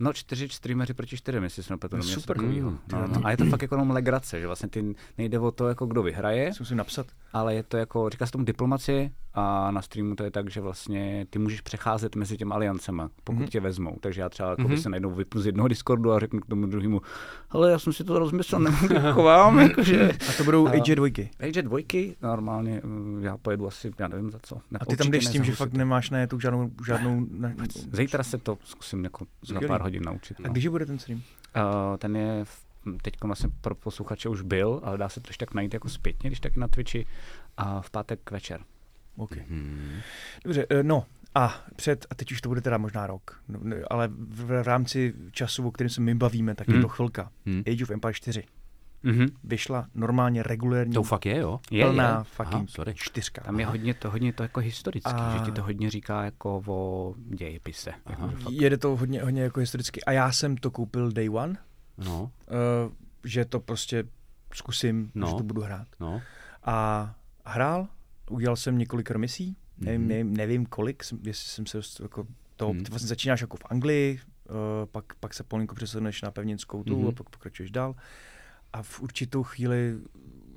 Speaker 3: No čtyři streameři proti čtyřem, jestli jsem nepletu,
Speaker 2: No
Speaker 3: no, něco
Speaker 2: super.
Speaker 3: takovýho.
Speaker 4: Mm,
Speaker 3: No, no. A je to fakt jako jenom legrace, že vlastně ty nejde o to, jako kdo vyhraje,
Speaker 2: Si musím napsat.
Speaker 3: ale je to jako, říká se tomu diplomacie a na streamu to je tak, že vlastně ty můžeš přecházet mezi těmi aliancema, pokud
Speaker 2: Mhm.
Speaker 3: mm-hmm. tě vezmou. Takže já třeba jako mm-hmm. se najednou vypnu z jednoho Discordu a řeknu k tomu druhému, hele, já jsem si to rozmyslel, nemůžu jako vám, jakože.
Speaker 2: A to budou
Speaker 3: A-
Speaker 2: Age 2.
Speaker 3: Takže dvojky, normálně mm, já pojedu asi, já nevím za co. Ne,
Speaker 2: A ty tam
Speaker 3: určitě
Speaker 2: jdeš s
Speaker 3: ne
Speaker 2: tím,
Speaker 3: za
Speaker 2: že
Speaker 3: husy.
Speaker 2: fakt nemáš na tu žádnou, žádnou na,
Speaker 3: Zítra se to zkusím jako za
Speaker 2: Skvělý.
Speaker 3: pár hodin naučit.
Speaker 2: A
Speaker 3: No.
Speaker 2: když je bude ten stream?
Speaker 3: Uh, ten je teď vlastně pro posluchače už byl, ale dá se to ještě tak najít jako zpětně, když taky na Twitchi, a v pátek večer.
Speaker 2: OK.
Speaker 4: Mhm.
Speaker 2: Dobře, eh, no a před, a teď už to bude teda možná rok, no, ne, ale v, v rámci času, o kterém se my bavíme, tak je
Speaker 3: Mhm.
Speaker 4: Hmm.
Speaker 2: to chvilka.
Speaker 4: Hmm.
Speaker 2: Age of Empire 4 Mhm.
Speaker 3: Mm-hmm.
Speaker 2: vyšla normálně regulérní
Speaker 4: To fakt je, jo?
Speaker 3: Je,
Speaker 2: plná
Speaker 3: je.
Speaker 2: fucking
Speaker 4: Aha, sorry.
Speaker 2: čtyřka.
Speaker 3: Tam je hodně to, hodně to jako historický,
Speaker 2: A-
Speaker 3: a... že ti to hodně říká jako o dějepise. Jako, že fakt-
Speaker 2: Jede to hodně, hodně jako historicky. A já jsem to koupil day one,
Speaker 4: No,
Speaker 2: uh, že to prostě zkusím, no.
Speaker 4: No.
Speaker 2: že to budu hrát.
Speaker 4: no.
Speaker 2: A hrál, udělal jsem několik misí, nevím, mm-hmm. nevím, nevím kolik, jsem, jestli jsem se dost, jako to,
Speaker 4: Mhm.
Speaker 2: mm-hmm. vlastně začínáš jako v Anglii, uh, pak, pak se polinku přesuneš na pevninskou tu mm-hmm.
Speaker 4: Mhm.
Speaker 2: a pak pokračuješ dál. A v určitou chvíli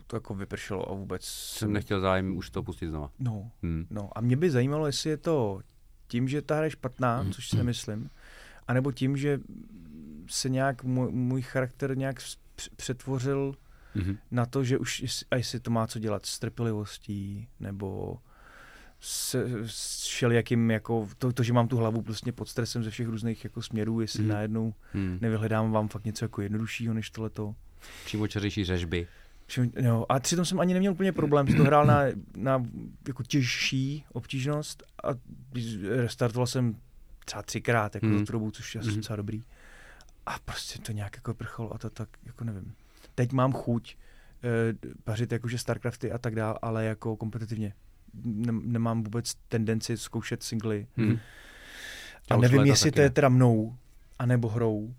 Speaker 2: to jako vypršelo a vůbec
Speaker 4: Jsem nechtěl zájem už to pustit znova.
Speaker 2: No,
Speaker 4: Hm.
Speaker 2: no a mě by zajímalo, jestli je to tím, že ta hra je špatná, což si nemyslím, anebo tím, že se nějak můj, můj charakter nějak s- př- přetvořil na to, že už, jest- a jestli to má co dělat s trpělivostí, nebo s, s všelijakým, jako to, to, že mám tu hlavu prostě pod stresem ze všech různých jako směrů, jestli
Speaker 4: Mhm.
Speaker 2: hmm. najednou
Speaker 4: Hmm.
Speaker 2: nevyhledám vám fakt něco jako jednoduššího než tohleto.
Speaker 4: Přímočařejší řežby.
Speaker 2: Všem- No, a přitom jsem ani neměl úplně problém, jsem to hrál na, na jako těžší obtížnost a restartoval jsem třeba třikrát jako
Speaker 4: Mhm.
Speaker 2: hmm. za tu dobu, což je
Speaker 4: Mhm.
Speaker 2: hmm. docela dobrý. A prostě to nějak jako prchalo a to tak, jako nevím. Teď mám chuť eh, pařit jakože Starcrafty a tak dál, ale jako kompetitivně. Nem, nemám vůbec tendenci zkoušet singly.
Speaker 4: Hmm.
Speaker 2: A nevím, jestli to je teda mnou, anebo hrou,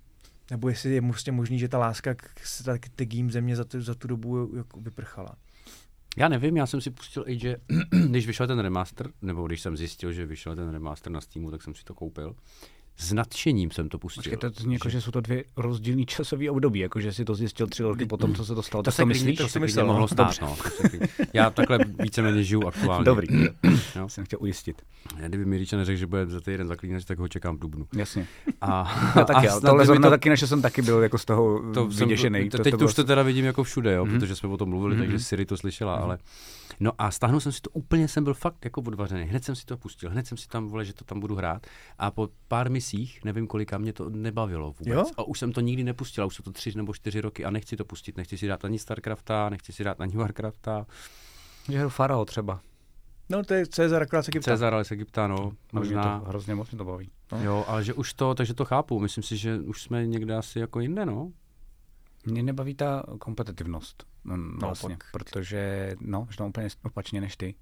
Speaker 2: nebo jestli je prostě možný, že ta láska k, k, k, k game země za tu, za tu dobu jako vyprchala.
Speaker 4: Já nevím, já jsem si pustil i, že když vyšel ten remaster, nebo když jsem zjistil, že vyšel ten remaster na Steamu, tak jsem si to koupil. S nadšením jsem to pustil.
Speaker 3: Počkej, to zní jako, že jsou to dvě rozdílný časové období, jako že si to zjistil tři roky po tom, co se to stalo.
Speaker 4: to
Speaker 3: tak
Speaker 4: se
Speaker 3: myslíš?
Speaker 4: myslíš, to
Speaker 2: si
Speaker 4: se klidně
Speaker 2: myslel, no.
Speaker 4: mohlo stát. No. Já takhle víceméně žiju aktuálně.
Speaker 3: Dobrý,
Speaker 4: Jo.
Speaker 3: jsem chtěl ujistit.
Speaker 4: Já kdyby Miriča neřekl, že bude za týden zaklínač, tak ho čekám v Dubnu.
Speaker 3: Jasně.
Speaker 4: A,
Speaker 3: No, taky,
Speaker 4: a
Speaker 3: ale
Speaker 4: snad
Speaker 3: tohle
Speaker 4: by
Speaker 3: zrovna
Speaker 4: to-
Speaker 3: taky naše jsem taky byl jako z toho to
Speaker 4: to jsem,
Speaker 3: vyděšený.
Speaker 4: to, teď to,
Speaker 3: bylo-
Speaker 4: už to teda vidím jako všude, jo,
Speaker 3: Mhm.
Speaker 4: protože jsme o tom mluvili, takže
Speaker 3: Mhm.
Speaker 4: Siri to slyšela,
Speaker 3: Mhm.
Speaker 4: ale... No a stáhnul jsem si to úplně, jsem byl fakt jako odvařený. Hned jsem si to pustil, hned jsem si tam vole, že to tam budu hrát. A po pár misích, nevím kolika, mě to nebavilo vůbec.
Speaker 2: Jo?
Speaker 4: A už jsem to nikdy nepustil, a už jsou to tři nebo čtyři roky a nechci to pustit. Nechci si dát ani StarCrafta, nechci si dát ani Warcrafta.
Speaker 3: Že hru Farao třeba.
Speaker 2: No to je Cezar, akorát se kým
Speaker 4: Cezar, ale se Egypta, no,
Speaker 3: Možná.
Speaker 4: možná.
Speaker 3: To, no. hrozně moc mě to baví.
Speaker 4: Jo, ale že už to, takže to chápu. Myslím si, že už jsme někde asi jako jinde, no.
Speaker 3: Mě nebaví ta kompetitivnost. mm,
Speaker 2: No,
Speaker 3: Vlastně,
Speaker 2: pak-
Speaker 3: protože, no, možná úplně opačně než ty.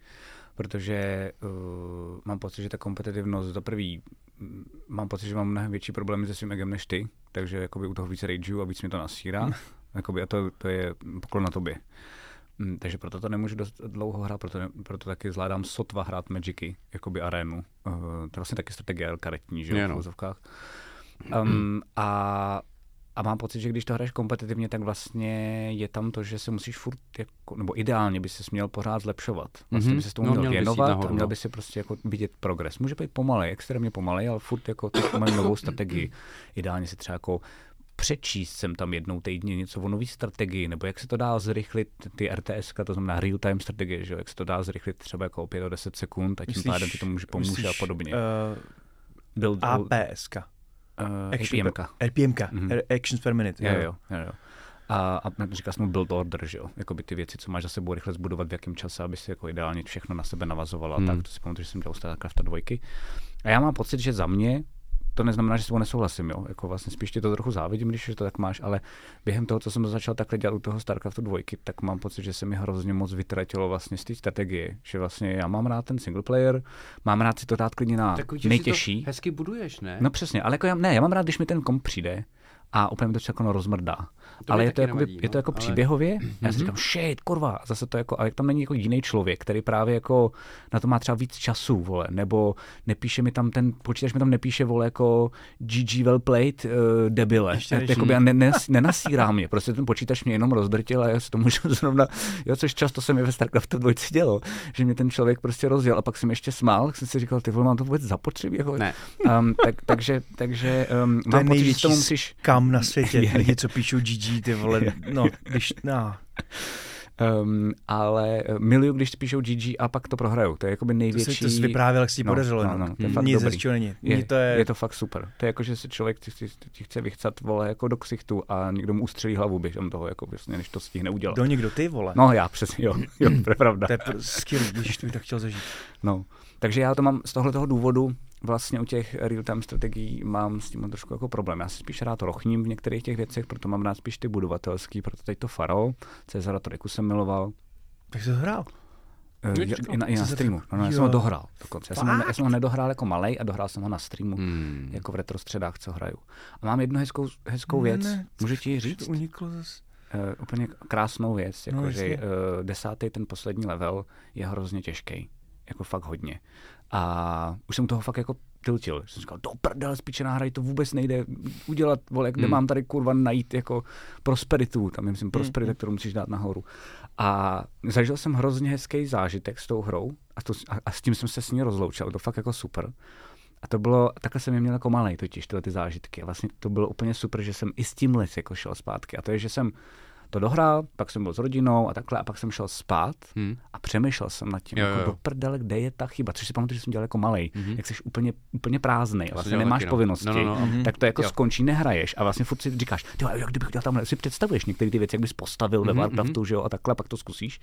Speaker 3: Protože uh, mám pocit, že ta kompetitivnost za prvý, mm, mám pocit, že mám mnohem větší problémy se svým egem než ty, takže jakoby u toho víc rageu a víc mi to nasírá. jakoby, a to, to je poklon na tobě. Mm, Takže proto to nemůžu dost dlouho hrát, proto, ne- proto taky zvládám sotva hrát Magicy, jakoby arénu. Uh, to je vlastně taky strategie karetní, že
Speaker 4: Je,
Speaker 3: jo, v
Speaker 4: no.
Speaker 3: uvozovkách. Um, a, a mám pocit, že když to hraješ kompetitivně, tak vlastně je tam to, že se musíš furt, jako, nebo ideálně by se měl pořád zlepšovat. Vlastně
Speaker 4: Mhm.
Speaker 3: by se tomu
Speaker 4: No,
Speaker 3: měl
Speaker 4: měl bys jít
Speaker 3: věnovat
Speaker 4: nahoru,
Speaker 3: a měl
Speaker 4: no.
Speaker 3: by si prostě jako vidět progres. Může být pomalej, extrémně pomalej, ale furt jako teď mají novou strategii. Ideálně si třeba jako přečíst sem tam jednou týdně něco o nový strategii, nebo jak se to dá zrychlit ty RTS, to znamená real-time strategie, že jo, jak se to dá zrychlit třeba jako o 5 o 10 sekund a tím pádem ti to může pomůže a podobně.
Speaker 4: eh,
Speaker 2: Uh,
Speaker 3: Build,
Speaker 2: APSK.
Speaker 3: uh,
Speaker 2: Action
Speaker 3: APMka.
Speaker 2: Per, RPMka.
Speaker 3: Mhm.
Speaker 2: R- Actions per minute.
Speaker 3: Jo, jo, jo. jo. A, a říkal jsem mu build order, že jo? Jakoby ty věci, co máš za sebou rychle zbudovat, v jakém čase, aby si jako ideálně všechno na sebe navazovala. Hmm.
Speaker 4: Hmm.
Speaker 3: Tak to si pamatuju, že jsem dělal StarCrafta dvojky. A já mám pocit, že za mě to neznamená, že s tebou nesouhlasím, jo. Jako vlastně spíš ti to trochu závidím, když to tak máš, ale během toho, co jsem to začal takhle dělat u toho StarCraftu dvojky, tak mám pocit, že se mi hrozně moc vytratilo vlastně z té strategie, že vlastně já mám rád ten single player, mám rád si to dát klidně na nejtěžší.
Speaker 4: to hezky buduješ, ne?
Speaker 3: No přesně, ale jako já, ne, já mám rád, když mi ten komp přijde a úplně mi to všechno jako rozmrdá.
Speaker 4: To
Speaker 3: ale
Speaker 4: mě
Speaker 3: je to,
Speaker 4: taky
Speaker 3: jakoby,
Speaker 4: nevadí,
Speaker 3: je to
Speaker 4: no,
Speaker 3: jako
Speaker 4: ale-
Speaker 3: příběhově. A
Speaker 2: Mhm.
Speaker 3: já si říkám, shit, kurva, a zase to jako, ale jak tam není jako jiný člověk, který právě jako na to má třeba víc času, vole, nebo nepíše mi tam ten, počítač mi tam nepíše, vole, jako GG well played, uh, debile.
Speaker 2: Ještě
Speaker 3: A
Speaker 2: než-
Speaker 3: jakoby, a ne, ne, nenasírá mě, prostě ten počítač mě jenom rozdrtil a já si to můžu zrovna, jo, což často se mi ve StarCraftu dvojci dělo, že mě ten člověk prostě rozjel a pak jsem ještě smál, tak jsem si říkal, ty vole, mám to vůbec zapotřebí, jako,
Speaker 4: Ne.
Speaker 3: Um, tak, takže, takže um,
Speaker 2: To je
Speaker 3: mám pocit, že
Speaker 2: největší
Speaker 3: si to musíš...
Speaker 2: kam na světě. Lidi, co píšou GG, ty vole. No, když, no,
Speaker 3: Um, ale eh, miluju, když píšou GG a pak to prohraju. To je jakoby
Speaker 2: to
Speaker 3: největší...
Speaker 2: si to jsi vyprávěl, jak si
Speaker 3: No,
Speaker 2: no, podařilo.
Speaker 3: no, no, to je
Speaker 2: no,
Speaker 3: fakt
Speaker 2: Nic
Speaker 3: dobrý.
Speaker 2: ze čeho není.
Speaker 3: je,
Speaker 2: Mně to je,
Speaker 3: je to fakt super. To je jako, že se člověk ti, ti, ti chce vychcat vole jako do ksichtu a někdo mu ustřelí hlavu během toho, jako vlastně, než to stihne udělat.
Speaker 2: do někdo ty vole.
Speaker 3: No já přesně, jo, jo, to je pravda.
Speaker 2: To je pr- skvělý, když to bych tak chtěl zažít.
Speaker 3: No. Takže já to mám z tohoto důvodu vlastně u těch real-time strategií mám s tím trošku jako problém. Já si spíš rád rochním v některých těch věcech, proto mám rád spíš ty budovatelský, proto teď to Faro, Cezara Trojku jsem miloval,
Speaker 2: Tak jsi to hrál.
Speaker 3: Eh,
Speaker 4: Jo,
Speaker 3: je-
Speaker 4: čekám,
Speaker 3: i na, i na
Speaker 2: co se-
Speaker 3: streamu. No, no, já
Speaker 2: jo.
Speaker 3: jsem ho dohrál dokonce. Já jsem, ho, ne- já jsem ho nedohrál jako malej a dohrál jsem ho na streamu,
Speaker 4: Hmm.
Speaker 3: jako v retro středách, co hraju. A mám jednu hezkou, hezkou věc,
Speaker 2: Ne, ne,
Speaker 3: můžu ti ji
Speaker 2: Že to
Speaker 3: říct?
Speaker 2: uniklo zase.
Speaker 3: Eh, úplně krásnou věc, jako
Speaker 2: No,
Speaker 3: no, že
Speaker 2: jasně.
Speaker 3: uh, desátý, ten poslední level, je hrozně těžký. Jako fakt hodně. A už jsem toho fakt jako tiltil. Jsem říkal, do prdele, spíčená hra, to vůbec nejde udělat, vole, kde
Speaker 4: Hmm.
Speaker 3: mám tady kurva najít jako prosperitu, tam je myslím
Speaker 2: Hmm.
Speaker 3: prosperita, kterou musíš dát nahoru. A zažil jsem hrozně hezký zážitek s tou hrou a, to, a, a s tím jsem se s ní rozloučil, to fakt jako super. A to bylo, takhle jsem je měl jako malej totiž, tyhle ty zážitky. A vlastně to bylo úplně super, že jsem i s tímhle jako šel zpátky. A to je, že jsem to dohrál, pak jsem byl s rodinou a takhle a pak jsem šel spát
Speaker 4: Hmm.
Speaker 3: a přemýšlel jsem nad tím,
Speaker 4: Jo,
Speaker 3: jo, jo.
Speaker 4: jo, Mhm.
Speaker 3: jako
Speaker 4: jo.
Speaker 3: do prdele, kde je ta chyba, což si pamatuju, že jsem dělal jako malý, mm-hmm. jak jsi úplně, úplně prázdnej a vlastně
Speaker 4: dělal
Speaker 3: nemáš
Speaker 4: taky, no.
Speaker 3: povinnosti,
Speaker 4: No, no, no, mhm.
Speaker 3: tak to jako
Speaker 4: Jo.
Speaker 3: jo. skončí, nehraješ a vlastně furt si říkáš, ty jo, jak kdybych dělal tamhle, si představuješ některé ty věci, jak bys postavil
Speaker 4: Mhm,
Speaker 3: ve Warcraftu, že jo, a takhle, pak to zkusíš.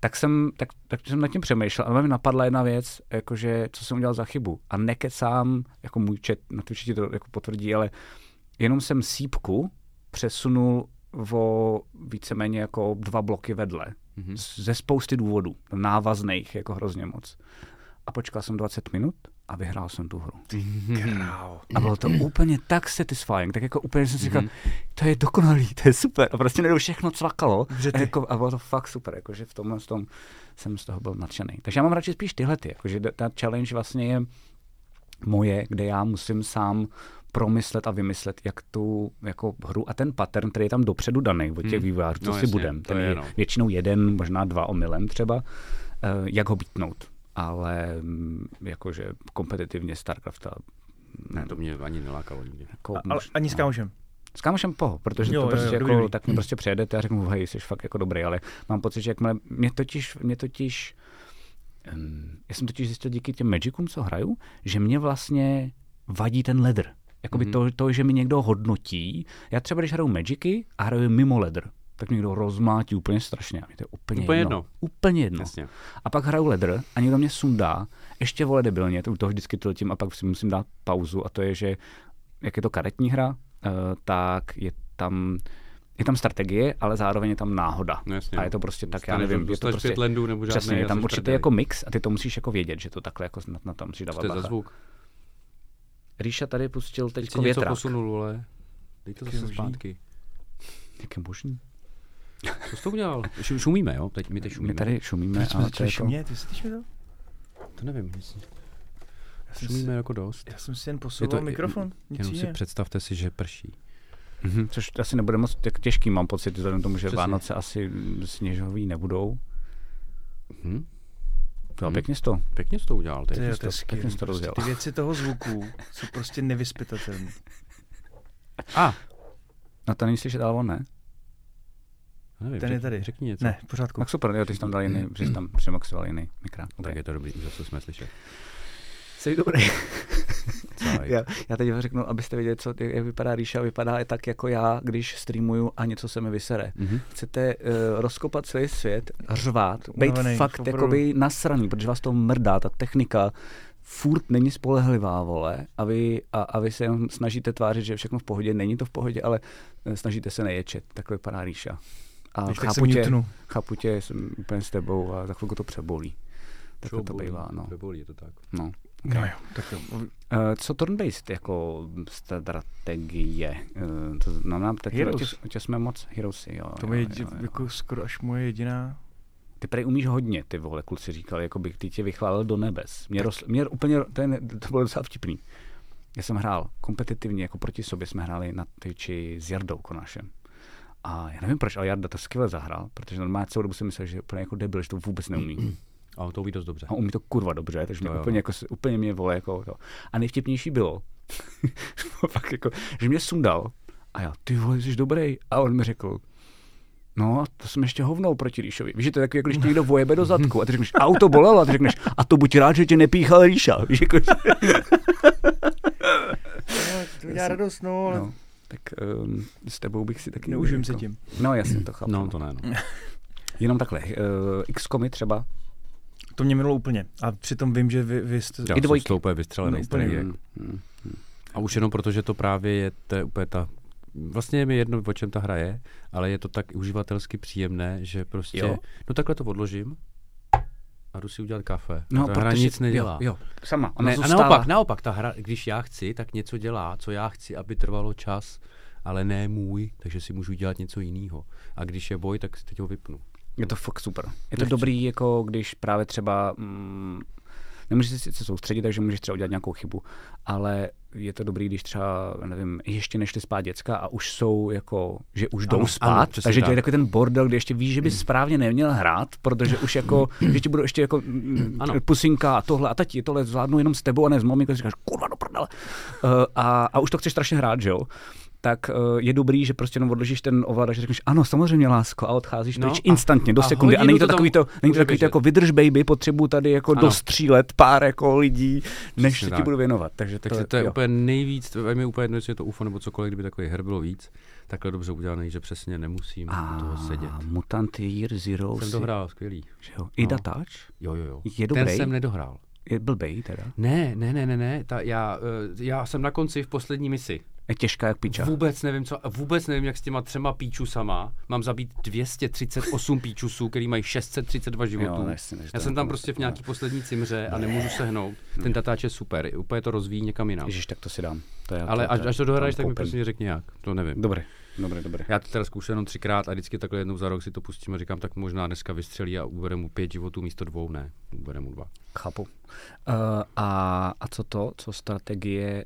Speaker 3: Tak jsem, tak, tak jsem nad tím přemýšlel a mi napadla jedna věc, jakože, co jsem udělal za chybu. A nekecám, jako můj chat na Twitchi ti to jako potvrdí, ale jenom jsem sípku přesunul o víceméně jako dva bloky vedle.
Speaker 4: Mhm.
Speaker 3: Mm-hmm. Ze spousty důvodů, návazných jako hrozně moc. A počkal jsem 20 minut a vyhrál jsem tu hru. Mhm.
Speaker 2: Král.
Speaker 3: A bylo to
Speaker 4: Mm.
Speaker 3: úplně tak satisfying, tak jako úplně jsem si
Speaker 4: Mm-hmm.
Speaker 3: říkal, to je dokonalý, to je super. A prostě najednou všechno cvakalo.
Speaker 2: Vždy.
Speaker 3: A, jako, a bylo to fakt super, jakože v tomhle tom jsem z toho byl nadšený. Takže já mám radši spíš tyhle ty, jakože ta- ta challenge vlastně je moje, kde já musím sám promyslet a vymyslet, jak tu jako hru a ten pattern, který je tam dopředu daný od těch vývojářů, co
Speaker 4: No
Speaker 3: si
Speaker 4: jasně,
Speaker 3: budem.
Speaker 4: to
Speaker 3: Ten
Speaker 4: je
Speaker 3: je
Speaker 4: no.
Speaker 3: většinou jeden, možná dva omylem třeba, eh, jak ho bitnout. Ale mm, jakože kompetitivně StarCrafta
Speaker 4: Ne, to mě ani nelákalo nikdy.
Speaker 3: jako,
Speaker 2: A, ale
Speaker 3: mož-
Speaker 2: ani s kámošem.
Speaker 3: s kámošem po, protože
Speaker 2: Jo,
Speaker 3: jo,
Speaker 2: jo,
Speaker 3: to
Speaker 2: jo,
Speaker 3: prostě
Speaker 2: dobrý,
Speaker 3: jako,
Speaker 2: dobrý.
Speaker 3: tak mi prostě přejedete a řeknu, hej, jsi fakt jako dobrý, ale mám pocit, že jakmile, mě totiž, mě totiž, um, já jsem totiž zjistil díky těm Magicům, co hraju, že mě vlastně vadí ten ledr. Jakoby
Speaker 2: Mhm.
Speaker 3: mm-hmm. to, to, že mi někdo hodnotí. Já třeba, když hraju Magicy a hraju mimo ledr, tak mě někdo rozmátí úplně strašně. A mě to je úplně,
Speaker 4: Úplně
Speaker 3: jedno.
Speaker 4: jedno.
Speaker 3: Úplně jedno.
Speaker 4: Jasně.
Speaker 3: A pak hraju ledr a někdo mě sundá, ještě vole debilně, to, to vždycky tím a pak si musím dát pauzu a to je, že jak je to karetní hra, eh, tak je tam, je tam strategie, ale zároveň je tam náhoda.
Speaker 4: No jasně,
Speaker 3: a
Speaker 4: no.
Speaker 3: je to prostě tak, já
Speaker 4: Dostaneš-
Speaker 3: nevím. Je to
Speaker 4: dostaneš
Speaker 3: prostě,
Speaker 4: pět lendů nebo žádný,
Speaker 3: Přesně,
Speaker 4: já
Speaker 3: je tam
Speaker 4: jsem
Speaker 3: určitě
Speaker 4: prdeli.
Speaker 3: jako mix a ty to musíš jako vědět, že to takhle jako na, na to musíš dávat
Speaker 4: Co to je za
Speaker 3: bacha.
Speaker 4: zvuk?
Speaker 3: Ríša tady pustil
Speaker 4: Teď
Speaker 3: teď
Speaker 4: si něco
Speaker 3: větrak.
Speaker 4: posunul, vole. Dej to zase zpátky.
Speaker 3: Jak je možný?
Speaker 4: Co jsi to udělal? Šu- Šumíme, jo? Teď my teď šumíme.
Speaker 3: My tady šumíme,
Speaker 2: Jsme
Speaker 3: ale to je
Speaker 2: začali
Speaker 3: jako...
Speaker 2: šumět, ty slyšíš to?
Speaker 4: To nevím. jestli-
Speaker 2: Já jsem si-
Speaker 4: Šumíme jako dost.
Speaker 2: Já jsem si jen posouval mikrofon, nic
Speaker 4: Jenom si
Speaker 2: jiného.
Speaker 4: představte si, že prší.
Speaker 3: Mhm, což asi nebude moc tak těžký, mám pocit, vzhledem k tomu, že
Speaker 4: Přesně.
Speaker 3: Přesně. Vánoce asi sněžový nebudou.
Speaker 4: Hm?
Speaker 3: To hmm.
Speaker 4: Mhm.
Speaker 3: pěkně jsi to.
Speaker 4: Pěkně jsi to udělal teď.
Speaker 2: Ty, jo,
Speaker 3: jsi
Speaker 2: to je
Speaker 3: to-
Speaker 2: skvělý.
Speaker 3: pěkně jsi to
Speaker 2: Prostě
Speaker 3: rozjel.
Speaker 2: Ty věci toho zvuku jsou prostě nevyspytatelné.
Speaker 4: A,
Speaker 3: Na to není slyšet, ale on ne.
Speaker 4: no nevím,
Speaker 2: Ten je
Speaker 4: řek-
Speaker 2: tady.
Speaker 4: Řekni něco.
Speaker 2: Ne, v pořádku.
Speaker 3: Tak super, jo, ty jsi tam dal jiný, že jsi tam přemaxoval jiný mikrán.
Speaker 4: Mhm. Tak je to dobrý, už zase jsme slyšeli.
Speaker 3: Jsi dobrý.
Speaker 4: Celý.
Speaker 3: Já, já teď vám řeknu, abyste věděli, co, jak vypadá Ríša, vypadá je tak jako já, když streamuju a něco se mi vysere.
Speaker 4: Mhm.
Speaker 3: Chcete uh, rozkopat celý svět, řvát, být
Speaker 2: Unavený,
Speaker 3: fakt
Speaker 2: No, opravdu.
Speaker 3: jakoby nasraný, protože vás to mrdá, ta technika furt není spolehlivá, vole, a vy, a, a vy se jenom snažíte tvářit, že je všechno v pohodě, není to v pohodě, ale eh, snažíte se neječet, takhle vypadá Ríša. A
Speaker 2: Když tak se
Speaker 3: chápu tě,
Speaker 2: mutnu.
Speaker 3: chápu tě, jsem úplně s tebou a za chvilku to přebolí. Takhle to
Speaker 4: Přebolí,
Speaker 3: bývá, no.
Speaker 4: Přebolí, je to tak.
Speaker 3: no.
Speaker 2: No jo, tak jo.
Speaker 3: Eh, Co turn-based jako strategie? Eh, To znamená, tak
Speaker 2: Heroes.
Speaker 3: tě, tě jsme moc heroesy, jo.
Speaker 2: To
Speaker 3: jo,
Speaker 2: je
Speaker 3: jo,
Speaker 2: jedi-
Speaker 3: jo.
Speaker 2: jako skoro až moje jediná...
Speaker 3: Ty prej umíš hodně, ty vole, kluci říkali, jako bych ty tě vychválil do nebes. Mě, rosl, mě úplně, to, je, ne- to bylo docela vtipný. Já jsem hrál kompetitivně, jako proti sobě jsme hráli na tyči s Jardou Konášem. A já nevím proč, ale Jarda to skvěle zahrál, protože normálně celou dobu jsem myslel, že je úplně jako debil, že to vůbec neumí.
Speaker 4: A to umí dost dobře.
Speaker 3: A umí to kurva dobře, takže
Speaker 4: To
Speaker 3: mě
Speaker 4: jo.
Speaker 3: úplně, jako, s- úplně mě vole jako to. A nejvtipnější bylo, pak jako, že mě sundal a já, ty vole, jsi dobrý. A on mi řekl, No, to jsem ještě hovnou proti Ríšovi. Víš, že to je takový, jako když tě někdo vojebe do zadku a ty řekneš, auto bolelo, a ty řekneš, a to buď rád, že tě nepíchal Ríša. Víš, jako,
Speaker 2: No, to dělá radost, no, ale
Speaker 3: no, tak um, s tebou bych si taky...
Speaker 2: neužím se
Speaker 3: jako-
Speaker 2: tím.
Speaker 3: No, jasně, to chápu.
Speaker 4: No, to ne, no.
Speaker 3: Jenom takhle, uh, X-komy třeba,
Speaker 2: To mě minulo úplně. A přitom vím, že vy, vy jste...
Speaker 4: Já
Speaker 3: I
Speaker 4: jsem
Speaker 3: dvojky.
Speaker 4: z toho úplně vystřelený.
Speaker 2: No,
Speaker 4: No,
Speaker 2: úplně.
Speaker 4: úplně. mm. A už jenom proto, že to právě je to je úplně ta Vlastně je mi jedno, o čem ta hra je, ale je to tak uživatelsky příjemné, že prostě,
Speaker 3: Jo.
Speaker 4: no takhle to odložím a jdu si udělat kafe.
Speaker 3: No,
Speaker 4: No, ta hra
Speaker 3: protože-
Speaker 4: nic nedělá.
Speaker 3: Jo, jo, sama. Ona
Speaker 4: ne, a
Speaker 3: zůstává.
Speaker 4: naopak, naopak, ta hra, když já chci, tak něco dělá, co já chci, aby trvalo čas, ale ne můj, takže si můžu dělat něco jiného. A když je boj, tak si teď ho vypnu.
Speaker 3: Je to fakt super. Je to dobrý, jako když právě třeba mm, nemůžeš si se soustředit, takže můžeš třeba udělat nějakou chybu, ale je to dobrý, když třeba, nevím, ještě nešli spát děcka a už jsou jako, že už jdou
Speaker 4: Ano,
Speaker 3: spát,
Speaker 4: ano, přesně
Speaker 3: takže
Speaker 4: tak. Mm.
Speaker 3: je takový ten bordel, kde ještě víš, že bys správně neměl hrát, protože už jako, že ti budou ještě jako mm,
Speaker 4: Ano.
Speaker 3: pusinka a tohle a tati, tohle Eh, zvládnu jenom s tebou a ne s maminkou, říkáš, kurva do prdele. Uh, a, a už to chceš strašně hrát, že jo? tak eh, je dobrý, že prostě jenom odložíš ten ovladač, řekneš ano, samozřejmě lásko a odcházíš
Speaker 4: No
Speaker 3: no, pryč
Speaker 4: a-
Speaker 3: instantně do
Speaker 4: a
Speaker 3: sekundy. A
Speaker 4: hodinu
Speaker 3: není to
Speaker 4: to tam
Speaker 3: takový to, není to
Speaker 4: bude
Speaker 3: takový to
Speaker 4: běžet.
Speaker 3: jako vydrž baby, potřebuju tady jako
Speaker 4: Ano.
Speaker 3: dostřílet pár jako lidí, než
Speaker 4: Přesně
Speaker 3: se ti
Speaker 4: tak.
Speaker 3: budu věnovat. Takže
Speaker 4: Takže to, to je úplně nejvíc, to je mi úplně jedno, jestli je to UFO nebo cokoliv, kdyby takový her bylo víc, takhle dobře udělaný, že přesně nemusím
Speaker 3: a
Speaker 4: u toho sedět.
Speaker 3: Mutant Year Zero
Speaker 4: Jsem
Speaker 3: si-
Speaker 4: dohrál, skvělý.
Speaker 3: že jo. Ida
Speaker 4: No.
Speaker 3: Touch?
Speaker 4: Jo, jo, jo.
Speaker 3: Je
Speaker 4: Ten
Speaker 3: dobrý?
Speaker 4: jsem nedohrál.
Speaker 3: Je blbej teda.
Speaker 4: Ne, ne, ne, ne, ne, ta, já, eh, já jsem na konci v poslední misi.
Speaker 3: Je těžká jak piča.
Speaker 4: Vůbec nevím, co, vůbec nevím, jak s těma třema píčusama mám zabít 238 píčusů, který mají 632 životů.
Speaker 3: Jo, jasně, že to
Speaker 4: já
Speaker 3: je
Speaker 4: jsem tam
Speaker 3: to-
Speaker 4: prostě v nějaký poslední cimře a nemůžu sehnout. Ten datáč je super, úplně to rozvíjí někam jinam.
Speaker 3: Ježíš, tak to si dám. To já,
Speaker 4: Ale až, až to dohraješ, tak mi
Speaker 3: koupím.
Speaker 4: prostě řekni jak. To nevím.
Speaker 3: Dobré, dobré, dobré.
Speaker 4: Já to teda zkoušel jenom třikrát a vždycky takhle jednou za rok si to pustím a říkám, tak možná dneska vystřelí a ubere mu pět životů místo dvou, ne, ubere mu dva.
Speaker 3: Chápu. Uh, a, a co to, co strategie,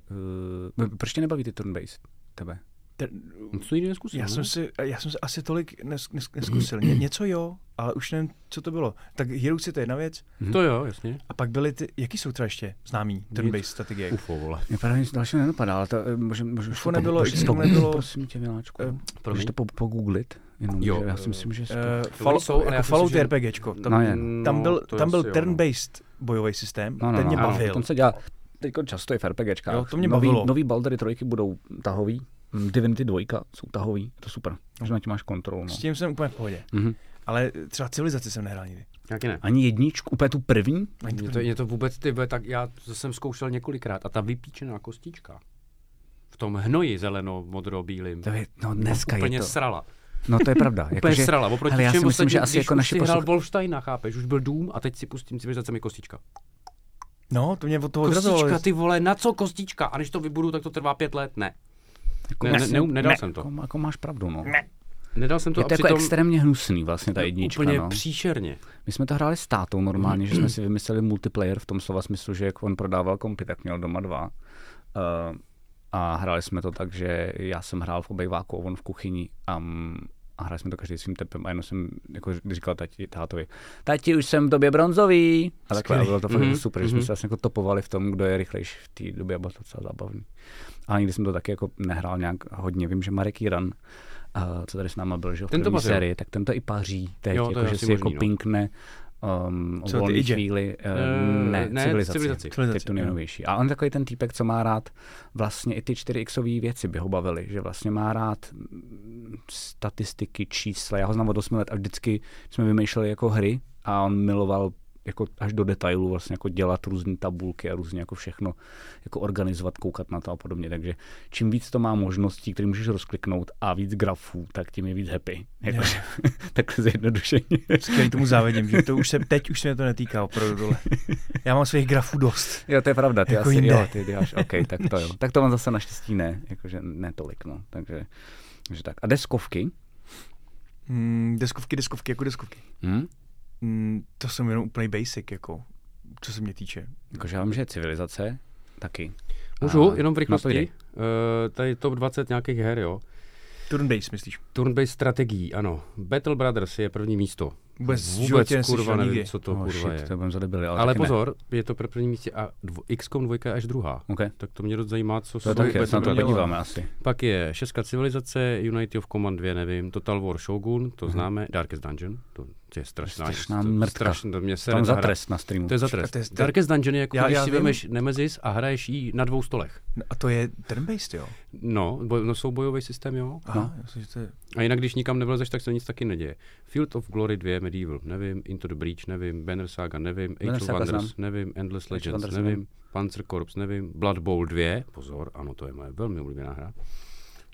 Speaker 3: uh, proč tě nebaví ty turn-based? Tebe?
Speaker 2: Ten,
Speaker 4: No, to nikdy neskusil,
Speaker 2: já,
Speaker 4: ne?
Speaker 2: jsem si, já jsem si asi tolik nes, nes, neskusil. Ně, něco jo, ale už nevím, co to bylo. Tak Heroes je to jedna věc.
Speaker 4: To jo, jasně.
Speaker 2: A pak byly ty, jaký jsou třeba ještě známý turn-based strategie?
Speaker 4: UFO, vole.
Speaker 3: Mě právě nic dalšího nenapadá, ale to eh, můžem, můžu
Speaker 2: Ufo nebylo, XCOM nebylo.
Speaker 3: Prosím tě, Miláčku.
Speaker 2: Eh,
Speaker 4: promiň?
Speaker 3: Můžeš to po, pogooglit? Jenom,
Speaker 4: Jo,
Speaker 3: jo, já
Speaker 4: eh,
Speaker 3: si myslím, že... si to...
Speaker 2: Uh, fall,
Speaker 4: jsou, ale
Speaker 2: jsou,
Speaker 4: já
Speaker 2: jako
Speaker 4: si
Speaker 2: Fallout
Speaker 4: myslím, že-
Speaker 2: je RPGčko. Tam,
Speaker 3: No
Speaker 2: no,
Speaker 3: je.
Speaker 2: tam
Speaker 4: No,
Speaker 2: byl,
Speaker 4: to
Speaker 2: tam byl
Speaker 4: asi jo, no.
Speaker 2: turn-based bojový systém,
Speaker 3: No, no,
Speaker 2: ten
Speaker 3: no,
Speaker 2: mě
Speaker 3: ano,
Speaker 2: bavil.
Speaker 3: Tam se dělá, teď často je v RPGčkách.
Speaker 2: Jo, to mě
Speaker 3: nový,
Speaker 2: bavilo.
Speaker 3: nový Baldery trojky budou tahový, mm, Divinity dvojka jsou tahový, je to super. Že na tě máš kontrolu. No.
Speaker 2: S tím jsem úplně v pohodě.
Speaker 3: Mhm.
Speaker 2: Ale třeba civilizaci jsem nehrál nikdy.
Speaker 4: Taky ne.
Speaker 3: Ani jedničku, úplně tu první?
Speaker 2: Ani
Speaker 4: Mě to, mě to vůbec, ty vole, tak já to jsem zkoušel několikrát a ta vypíčená kostička v tom hnoji zeleno, modro, bílým.
Speaker 3: To je, no dneska
Speaker 4: úplně
Speaker 3: je to.
Speaker 4: srala.
Speaker 3: No to je pravda.
Speaker 4: Úplně jako, srala, oproti
Speaker 3: ale já si
Speaker 4: všem
Speaker 3: myslím, že
Speaker 4: ostatním,
Speaker 3: asi
Speaker 4: když
Speaker 3: jako
Speaker 4: už
Speaker 3: naši
Speaker 4: si hrál
Speaker 3: posluchači.
Speaker 4: Wolfsteina, chápeš, už byl dům a teď si pustím civilizacemi kostička.
Speaker 2: No, to mě od toho
Speaker 4: Kostička,
Speaker 2: odrazovalo.
Speaker 4: ty vole, na co kostička? A než to vybudu, tak to trvá pět let. Ne,
Speaker 3: Jako,
Speaker 4: ne, ne, ne nedal jsem to.
Speaker 3: Jako, jako máš pravdu, no.
Speaker 4: Nedal jsem to
Speaker 3: Je
Speaker 4: a
Speaker 3: to jako
Speaker 4: přitom
Speaker 3: extrémně hnusný vlastně ta jednička,
Speaker 4: úplně
Speaker 3: no.
Speaker 4: příšerně.
Speaker 3: My jsme to hráli s tátou normálně, že jsme si vymysleli multiplayer v tom slova smyslu, že jak on prodával kompy, tak měl doma dva. Uh, a hráli jsme to tak, že já jsem hrál v obejváku a on v kuchyni a, m- a hráli jsme to každý svým tepem a jenom jsem jako říkal tati, tátovi, tati, už jsem v tobě bronzový. A takhle a bylo to fakt
Speaker 4: Mhm,
Speaker 3: mm-hmm. super, že jsme
Speaker 4: mhm.
Speaker 3: se vlastně jako topovali v tom, kdo je rychlejší v té době a bylo to docela zábavný. A nikdy jsem to taky jako nehrál nějak hodně. Vím, že Marek Jiran, uh, co tady s náma byl, že jo, v
Speaker 4: Ten to
Speaker 3: první
Speaker 4: pařil.
Speaker 3: sérii, tak ten to i paří teď,
Speaker 4: Jo,
Speaker 3: jo,
Speaker 4: to je
Speaker 3: jako, že
Speaker 4: asi
Speaker 3: si jako
Speaker 4: možný, no.
Speaker 3: pinkne um, o
Speaker 2: Co, ty
Speaker 3: volné
Speaker 2: idže?
Speaker 3: chvíli.
Speaker 4: Eh,
Speaker 3: Uh, ne,
Speaker 4: ne,
Speaker 3: ne,
Speaker 4: civilizaci.
Speaker 3: civilizaci. civilizaci.
Speaker 2: Civilizaci,
Speaker 3: Teď to
Speaker 2: jo.
Speaker 3: nejnovější. A on je takový ten týpek, co má rád vlastně i ty 4xové věci by ho bavily, že vlastně má rád mm, statistiky, čísla. Já ho znám od 8 let a vždycky jsme vymýšleli jako hry a on miloval jako až do detailu vlastně jako dělat různé tabulky a různě jako všechno jako organizovat, koukat na to a podobně. Takže čím víc to má možností, které můžeš rozkliknout a víc grafů, tak tím je víc happy. Jako, takhle zjednodušeně.
Speaker 2: Skvělý tomu závidím, že to už se, teď už se mě to netýká opravdu tohle. Já mám svých grafů dost.
Speaker 3: Jo, to je pravda, ty
Speaker 2: Jako
Speaker 3: asi,
Speaker 2: jinde.
Speaker 3: jo, ty děláš, OK, tak to jo. Tak to mám zase naštěstí ne, jakože ne tolik, no, takže, takže tak. A deskovky,
Speaker 2: Mm, deskovky, deskovky, jako deskovky.
Speaker 3: hm?
Speaker 2: Mm, to jsem jenom úplný basic, jako, co se mě týče.
Speaker 3: jakože já vím, že je civilizace, taky.
Speaker 4: Můžu,
Speaker 3: A
Speaker 4: jenom v
Speaker 3: na to
Speaker 4: rychlosti.
Speaker 3: jdi.
Speaker 4: Eh, tady top 20 nějakých her, jo.
Speaker 2: Turn-based, myslíš?
Speaker 4: Turn-based strategií, ano. Battle Brothers je první místo.
Speaker 2: Vůbec,
Speaker 4: Vůbec
Speaker 2: životě neslyšel
Speaker 4: kurva nevím,
Speaker 2: nikdy.
Speaker 4: co to oh,
Speaker 3: oh,
Speaker 4: kurva
Speaker 3: shit,
Speaker 4: je.
Speaker 3: to budem zadebili, ale,
Speaker 4: Ale
Speaker 3: taky
Speaker 4: pozor, je to pro první místě a dvo, XCOM 2 je až druhá.
Speaker 3: Ne. OK,
Speaker 4: Tak to mě dost zajímá, co
Speaker 3: No. to je
Speaker 4: jsou
Speaker 3: taky,
Speaker 4: vůbec
Speaker 3: se na to
Speaker 4: první.
Speaker 2: nedělal.
Speaker 3: podíváme asi.
Speaker 4: Pak je šestka civilizace, Unity of Command 2, nevím, Total War Shogun, to známe, Darkest Dungeon, to je strašná,
Speaker 3: Mhm. Strašná
Speaker 4: to-
Speaker 3: mrtka.
Speaker 4: strašně, to mě se
Speaker 3: Tam za trest na streamu.
Speaker 4: To je za
Speaker 2: Počkat,
Speaker 4: trest.
Speaker 2: to je- to-
Speaker 4: Darkest Dungeon je jako,
Speaker 2: Já-
Speaker 4: když
Speaker 2: já
Speaker 4: si
Speaker 2: vím.
Speaker 4: vemeš Nemesis a hraješ ji na dvou stolech.
Speaker 2: No a to je turn-based, jo?
Speaker 4: No, boj, no jsou bojový systém, jo.
Speaker 2: Aha, no. já myslím, že to je...
Speaker 4: A jinak, když nikam nevlezeš, tak se nic taky neděje. Field of Glory 2, Medieval, nevím, Into the Breach, nevím, Banner Saga, nevím, Age
Speaker 3: Banner
Speaker 4: of
Speaker 3: Saga
Speaker 4: Wonders,
Speaker 3: znám.
Speaker 4: nevím, Endless
Speaker 3: Age of
Speaker 4: Legends,
Speaker 3: Wonders
Speaker 4: nevím,
Speaker 3: nevím.
Speaker 4: Panzer Corps, nevím, Blood Bowl 2, pozor, ano, to je moje velmi oblíbená hra.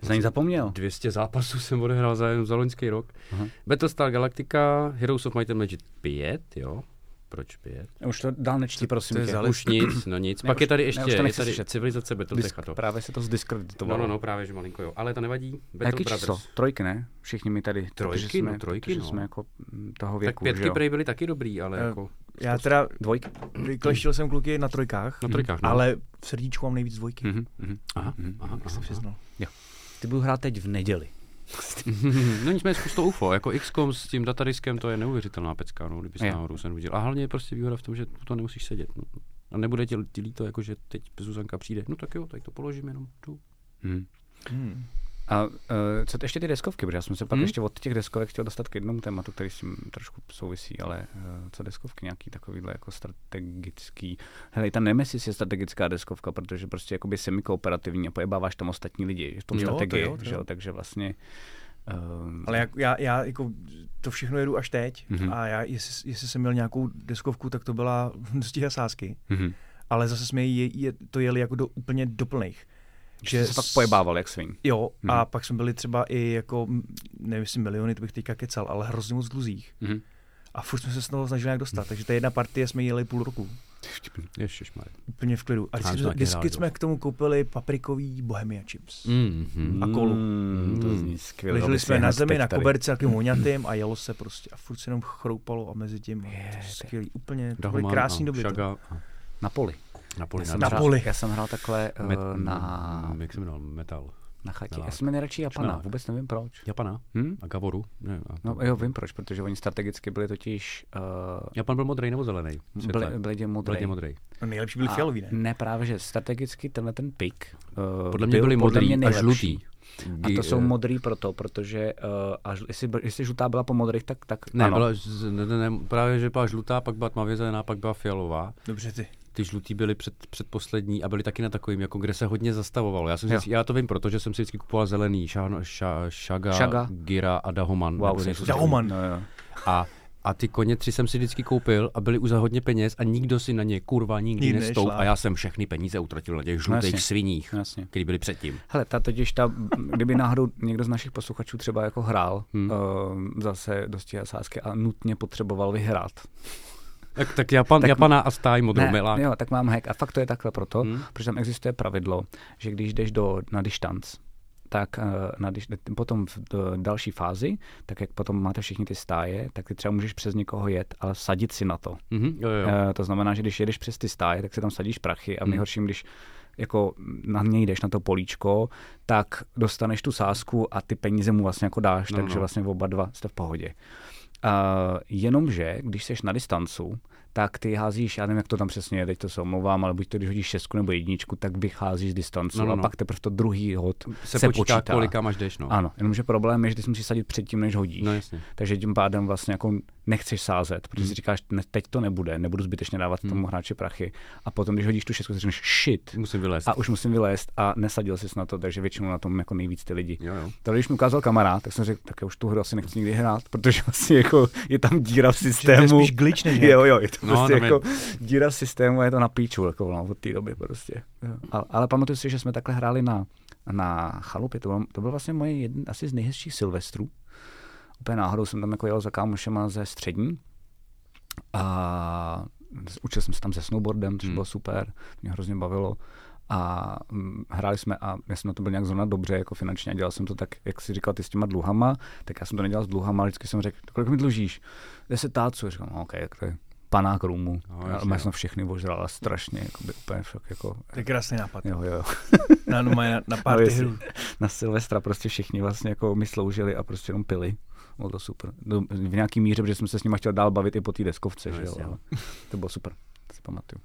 Speaker 3: Za ní zapomněl.
Speaker 4: 200 zápasů jsem odehrál za, jenom za loňský rok. Aha.
Speaker 3: Aha.
Speaker 4: Battlestar Galactica, Heroes of Might and Magic 5, jo. Proč 5?
Speaker 3: Už to dál nečti, prosím
Speaker 2: to je
Speaker 3: tě.
Speaker 2: za- Ale-
Speaker 4: Už nic, no nic.
Speaker 3: Ne,
Speaker 4: Pak
Speaker 3: už-
Speaker 4: je tady
Speaker 3: ne,
Speaker 4: ještě
Speaker 3: už to
Speaker 4: je
Speaker 3: nechci
Speaker 4: tady
Speaker 3: slyšet.
Speaker 4: civilizace Battletech a
Speaker 3: Disk,
Speaker 4: to.
Speaker 3: právě se to
Speaker 4: No,
Speaker 3: zdiskreditovalo.
Speaker 4: no, no, právě, že malinko jo. Ale ta nevadí. Battle
Speaker 3: Jaký
Speaker 4: Brothers.
Speaker 3: číslo? Trojky, ne? Všichni mi tady. protože
Speaker 4: Trojky, no,
Speaker 3: jsme-
Speaker 4: trojky,
Speaker 3: protože
Speaker 4: no.
Speaker 3: jsme jako mm, toho
Speaker 4: Tak
Speaker 3: věku, že
Speaker 4: pětky
Speaker 3: jo?
Speaker 4: prej byly taky dobrý, ale
Speaker 2: Eh,
Speaker 4: jako...
Speaker 2: Já teda
Speaker 3: Dvojky.
Speaker 2: vykleštil jsem kluky na trojkách,
Speaker 4: Na trojkách, no.
Speaker 2: ale v srdíčku mám nejvíc dvojky.
Speaker 3: Mhm, mhm.
Speaker 4: Aha, aha,
Speaker 2: Jak se
Speaker 4: aha.
Speaker 2: přiznal.
Speaker 3: Ty budu hrát teď v neděli.
Speaker 4: No nicméně zkus to UFO, jako XCOM s tím datariskem, to je neuvěřitelná pecka, no, kdyby se
Speaker 3: Je.
Speaker 4: náhodou se nudil. A hlavně je prostě výhoda v tom, že to nemusíš sedět. No. A nebude ti, ti líto, jako že teď Zuzanka přijde, no tak jo, tak to položím jenom tu.
Speaker 3: Hmm.
Speaker 2: Hmm.
Speaker 3: A uh, co to ještě ty deskovky, protože já jsem se pak
Speaker 4: Hmm?
Speaker 2: Mhm.
Speaker 3: hmm? ještě od těch deskovek chtěl dostat k jednomu tématu, který s tím trošku souvisí, ale uh, co deskovky, nějaký takovýhle jako strategický. Hele, i ta Nemesis je strategická deskovka, protože prostě jakoby semikooperativní a pojebáváš tam ostatní lidi v tom
Speaker 2: Jo, to
Speaker 3: strategii,
Speaker 2: jo, to
Speaker 3: že
Speaker 2: jo.
Speaker 3: jo, takže vlastně um,
Speaker 2: Ale jak, já, já jako to všechno jedu až teď
Speaker 3: Mhm.
Speaker 2: mm-hmm. a já, jestli, jestli jsem měl nějakou deskovku, tak to byla dostiha sásky.
Speaker 4: Mhm.
Speaker 2: Ale zase jsme je, je, to jeli jako do úplně doplných.
Speaker 3: že se pak
Speaker 2: s-
Speaker 3: pojebával Mhm. jak svým.
Speaker 2: Jo, mm-hmm. a pak jsme byli třeba i jako, m, nevím jestli miliony, to bych teďka kecal, ale hrozně moc dluzích.
Speaker 4: Mhm.
Speaker 2: A furt jsme se z toho snažili nějak dostat, takže ta jedna partie jsme jeli půl roku,
Speaker 4: Ježišmarja.
Speaker 2: úplně v klidu. A
Speaker 4: A my
Speaker 2: vždycky,
Speaker 4: jsme taky
Speaker 2: vždycky
Speaker 4: hráli
Speaker 2: jsme k tomu koupili paprikový Bohemia chips. Mm.
Speaker 4: Mhm.
Speaker 2: A kolu.
Speaker 3: Mm, to zní skvěle.
Speaker 2: Leželi
Speaker 3: abys
Speaker 2: jsme
Speaker 3: je
Speaker 2: na
Speaker 3: hned Hmm.
Speaker 2: zemi,
Speaker 3: teď
Speaker 2: na
Speaker 3: tady.
Speaker 2: koberci takovým hoňatým a jelo se prostě a furt se jenom chroupalo a mezi tím je, skvělý, úplně, to byly
Speaker 4: Dahomán
Speaker 2: krásný
Speaker 4: a
Speaker 2: doby. to.
Speaker 4: Šaga a
Speaker 3: Na poli.
Speaker 4: na poli.
Speaker 3: Já jsem
Speaker 2: Na
Speaker 3: hrál-
Speaker 2: poli.
Speaker 3: Já jsem hrál takhle eh,
Speaker 4: Met-
Speaker 3: na,
Speaker 4: Jak se jmenoval? Metal.
Speaker 3: na chatě. Já
Speaker 4: Melák.
Speaker 3: jsem měl nejradši Japana,
Speaker 4: Šmelák.
Speaker 3: vůbec nevím proč.
Speaker 4: Japana?
Speaker 3: Hm?
Speaker 4: A Gavoru? Ne, a
Speaker 3: No jo, vím proč, protože oni strategicky byli totiž
Speaker 4: Japan byl modrý nebo zelený?
Speaker 3: uh, ble, bledě modrý.
Speaker 4: Bledě modrý.
Speaker 2: No nejlepší byly fialový, ne?
Speaker 3: ne, právě, že strategicky tenhle ten pik uh,
Speaker 4: Podle mě byli modrý a
Speaker 3: nejlepší.
Speaker 4: žlutý.
Speaker 3: A
Speaker 4: Gi-
Speaker 3: to jsou
Speaker 4: eh,
Speaker 3: modrý proto, protože uh, a žl- jestli, byl- jestli žlutá byla po modrých, tak, tak
Speaker 4: Ne,
Speaker 3: ano.
Speaker 4: byla, z- ne, ne, ne, právě že byla žlutá, pak byla tmavě zelená, pak byla fialová.
Speaker 2: Dobře ty.
Speaker 4: Ty žlutý byly před, předposlední a byly taky na takovým, jako kde se hodně zastavovalo. Já, jsem si,
Speaker 3: Jo.
Speaker 4: vždycky- já to vím, protože jsem si vždycky kupoval zelený, šá, šá, šaga,
Speaker 3: Šaga.
Speaker 4: gira a dahoman.
Speaker 3: Wow,
Speaker 4: nebo
Speaker 3: jsem
Speaker 4: něco
Speaker 3: si-
Speaker 4: takového.
Speaker 2: Dauman.
Speaker 3: No, jo.
Speaker 4: A, a ty koně tři jsem si vždycky koupil a byly už za hodně peněz a nikdo si na ně kurva nikdy
Speaker 2: Nikdy
Speaker 4: nestoup
Speaker 2: nešla.
Speaker 4: a já jsem všechny peníze utratil na těch žlutých
Speaker 3: jasně.
Speaker 4: sviních,
Speaker 3: Jasně.
Speaker 4: který byly předtím.
Speaker 3: Hele, ta totiž ta, kdyby náhodou někdo z našich posluchačů třeba jako hrál hmm. uh, zase dosti sázky a nutně potřeboval vyhrát.
Speaker 4: Tak, tak, Japan, tak Japana a stáj modrou ne, milák.
Speaker 3: jo, tak mám hack. A fakt to je takhle proto, hmm. protože tam existuje pravidlo, že když jdeš do, na distanc, tak eh, na, dis- potom v d- další fázi, tak jak potom máte všichni ty stáje, tak ty třeba můžeš přes někoho jet, ale sadit si na to.
Speaker 4: Mhm, jo, jo. Hmm.
Speaker 3: Eh, To znamená, že když jedeš přes ty stáje, tak se tam sadíš prachy a v nejhorším, když jako na něj jdeš na to políčko, tak dostaneš tu sázku a ty peníze mu vlastně jako dáš, no, takže
Speaker 4: no.
Speaker 3: no. vlastně oba dva jste v pohodě. Uh, jenomže, když jsi na distancu, tak ty házíš, já nevím, jak to tam přesně je, teď to se omlouvám, ale buď to, když hodíš šestku nebo jedničku, tak vycházíš z distancu
Speaker 4: No,
Speaker 3: no,
Speaker 4: no,
Speaker 3: no,
Speaker 4: no.
Speaker 3: a pak teprve to druhý hod
Speaker 4: Se, se počítá, počítá, kolika máš jdeš, no.
Speaker 3: ano, jenomže problém je, že ty si musíš sadit předtím, než hodíš.
Speaker 4: No, jasně. Hmm.
Speaker 3: Takže tím pádem vlastně jako nechceš sázet, protože si říkáš, ne, teď to nebude, nebudu zbytečně dávat tomu hráči prachy. A potom, když hodíš tu šestku, si říkáš, shit,
Speaker 4: Musím vylézt.
Speaker 3: a už musím vylézt a nesadil jsi na to, takže většinou na tom jako nejvíc ty lidi.
Speaker 4: Jo, jo.
Speaker 3: To když mi ukázal kamarád, tak jsem řekl, tak já už tu hru asi nechci nikdy hrát, protože vlastně jako je tam díra v systému.
Speaker 2: spíš glitch, než hack.
Speaker 3: Jo, jo, je to
Speaker 4: No,
Speaker 3: no, prostě
Speaker 4: tam je-
Speaker 3: jako díra v systému a je to na píču, jako no, od té doby prostě. Jo. Ale, ale pamatuju si, že jsme takhle hráli na, na chalupě, to byl, to byl vlastně moje jeden asi z nejhezčích silvestrů. Úplně náhodou jsem tam jako jel za kámošema ze střední a z- učil jsem se tam se snowboardem,
Speaker 4: Hmm.
Speaker 3: což bylo super, to mě hrozně bavilo. A mm, hráli jsme a já jsem na to byl nějak zrovna dobře jako finančně a dělal jsem to tak, jak si říkal ty s těma dluhama, tak já jsem to nedělal s dluhama, ale vždycky jsem řekl, kolik mi dlužíš? 10 táců. Říkám, no, OK, tak to je panák rumu.
Speaker 4: No,
Speaker 3: No,
Speaker 4: jasně,
Speaker 3: já
Speaker 4: no.
Speaker 3: jsem všechny ožral a strašně, jako by úplně však, jako,
Speaker 2: To je krásný nápad.
Speaker 3: jo, jo, jo.
Speaker 2: Na, no, na, na
Speaker 3: No,
Speaker 2: party
Speaker 3: jestli-
Speaker 2: hru.
Speaker 3: Na Silvestra prostě všichni vlastně jako mi sloužili a prostě jenom pili. Bylo to super. No, v nějaký míře, protože jsem se s nimi chtěl dál bavit i po té deskovce,
Speaker 4: No,
Speaker 3: že jo.
Speaker 4: jasně, no.
Speaker 3: ale To bylo super, to si pamatuju.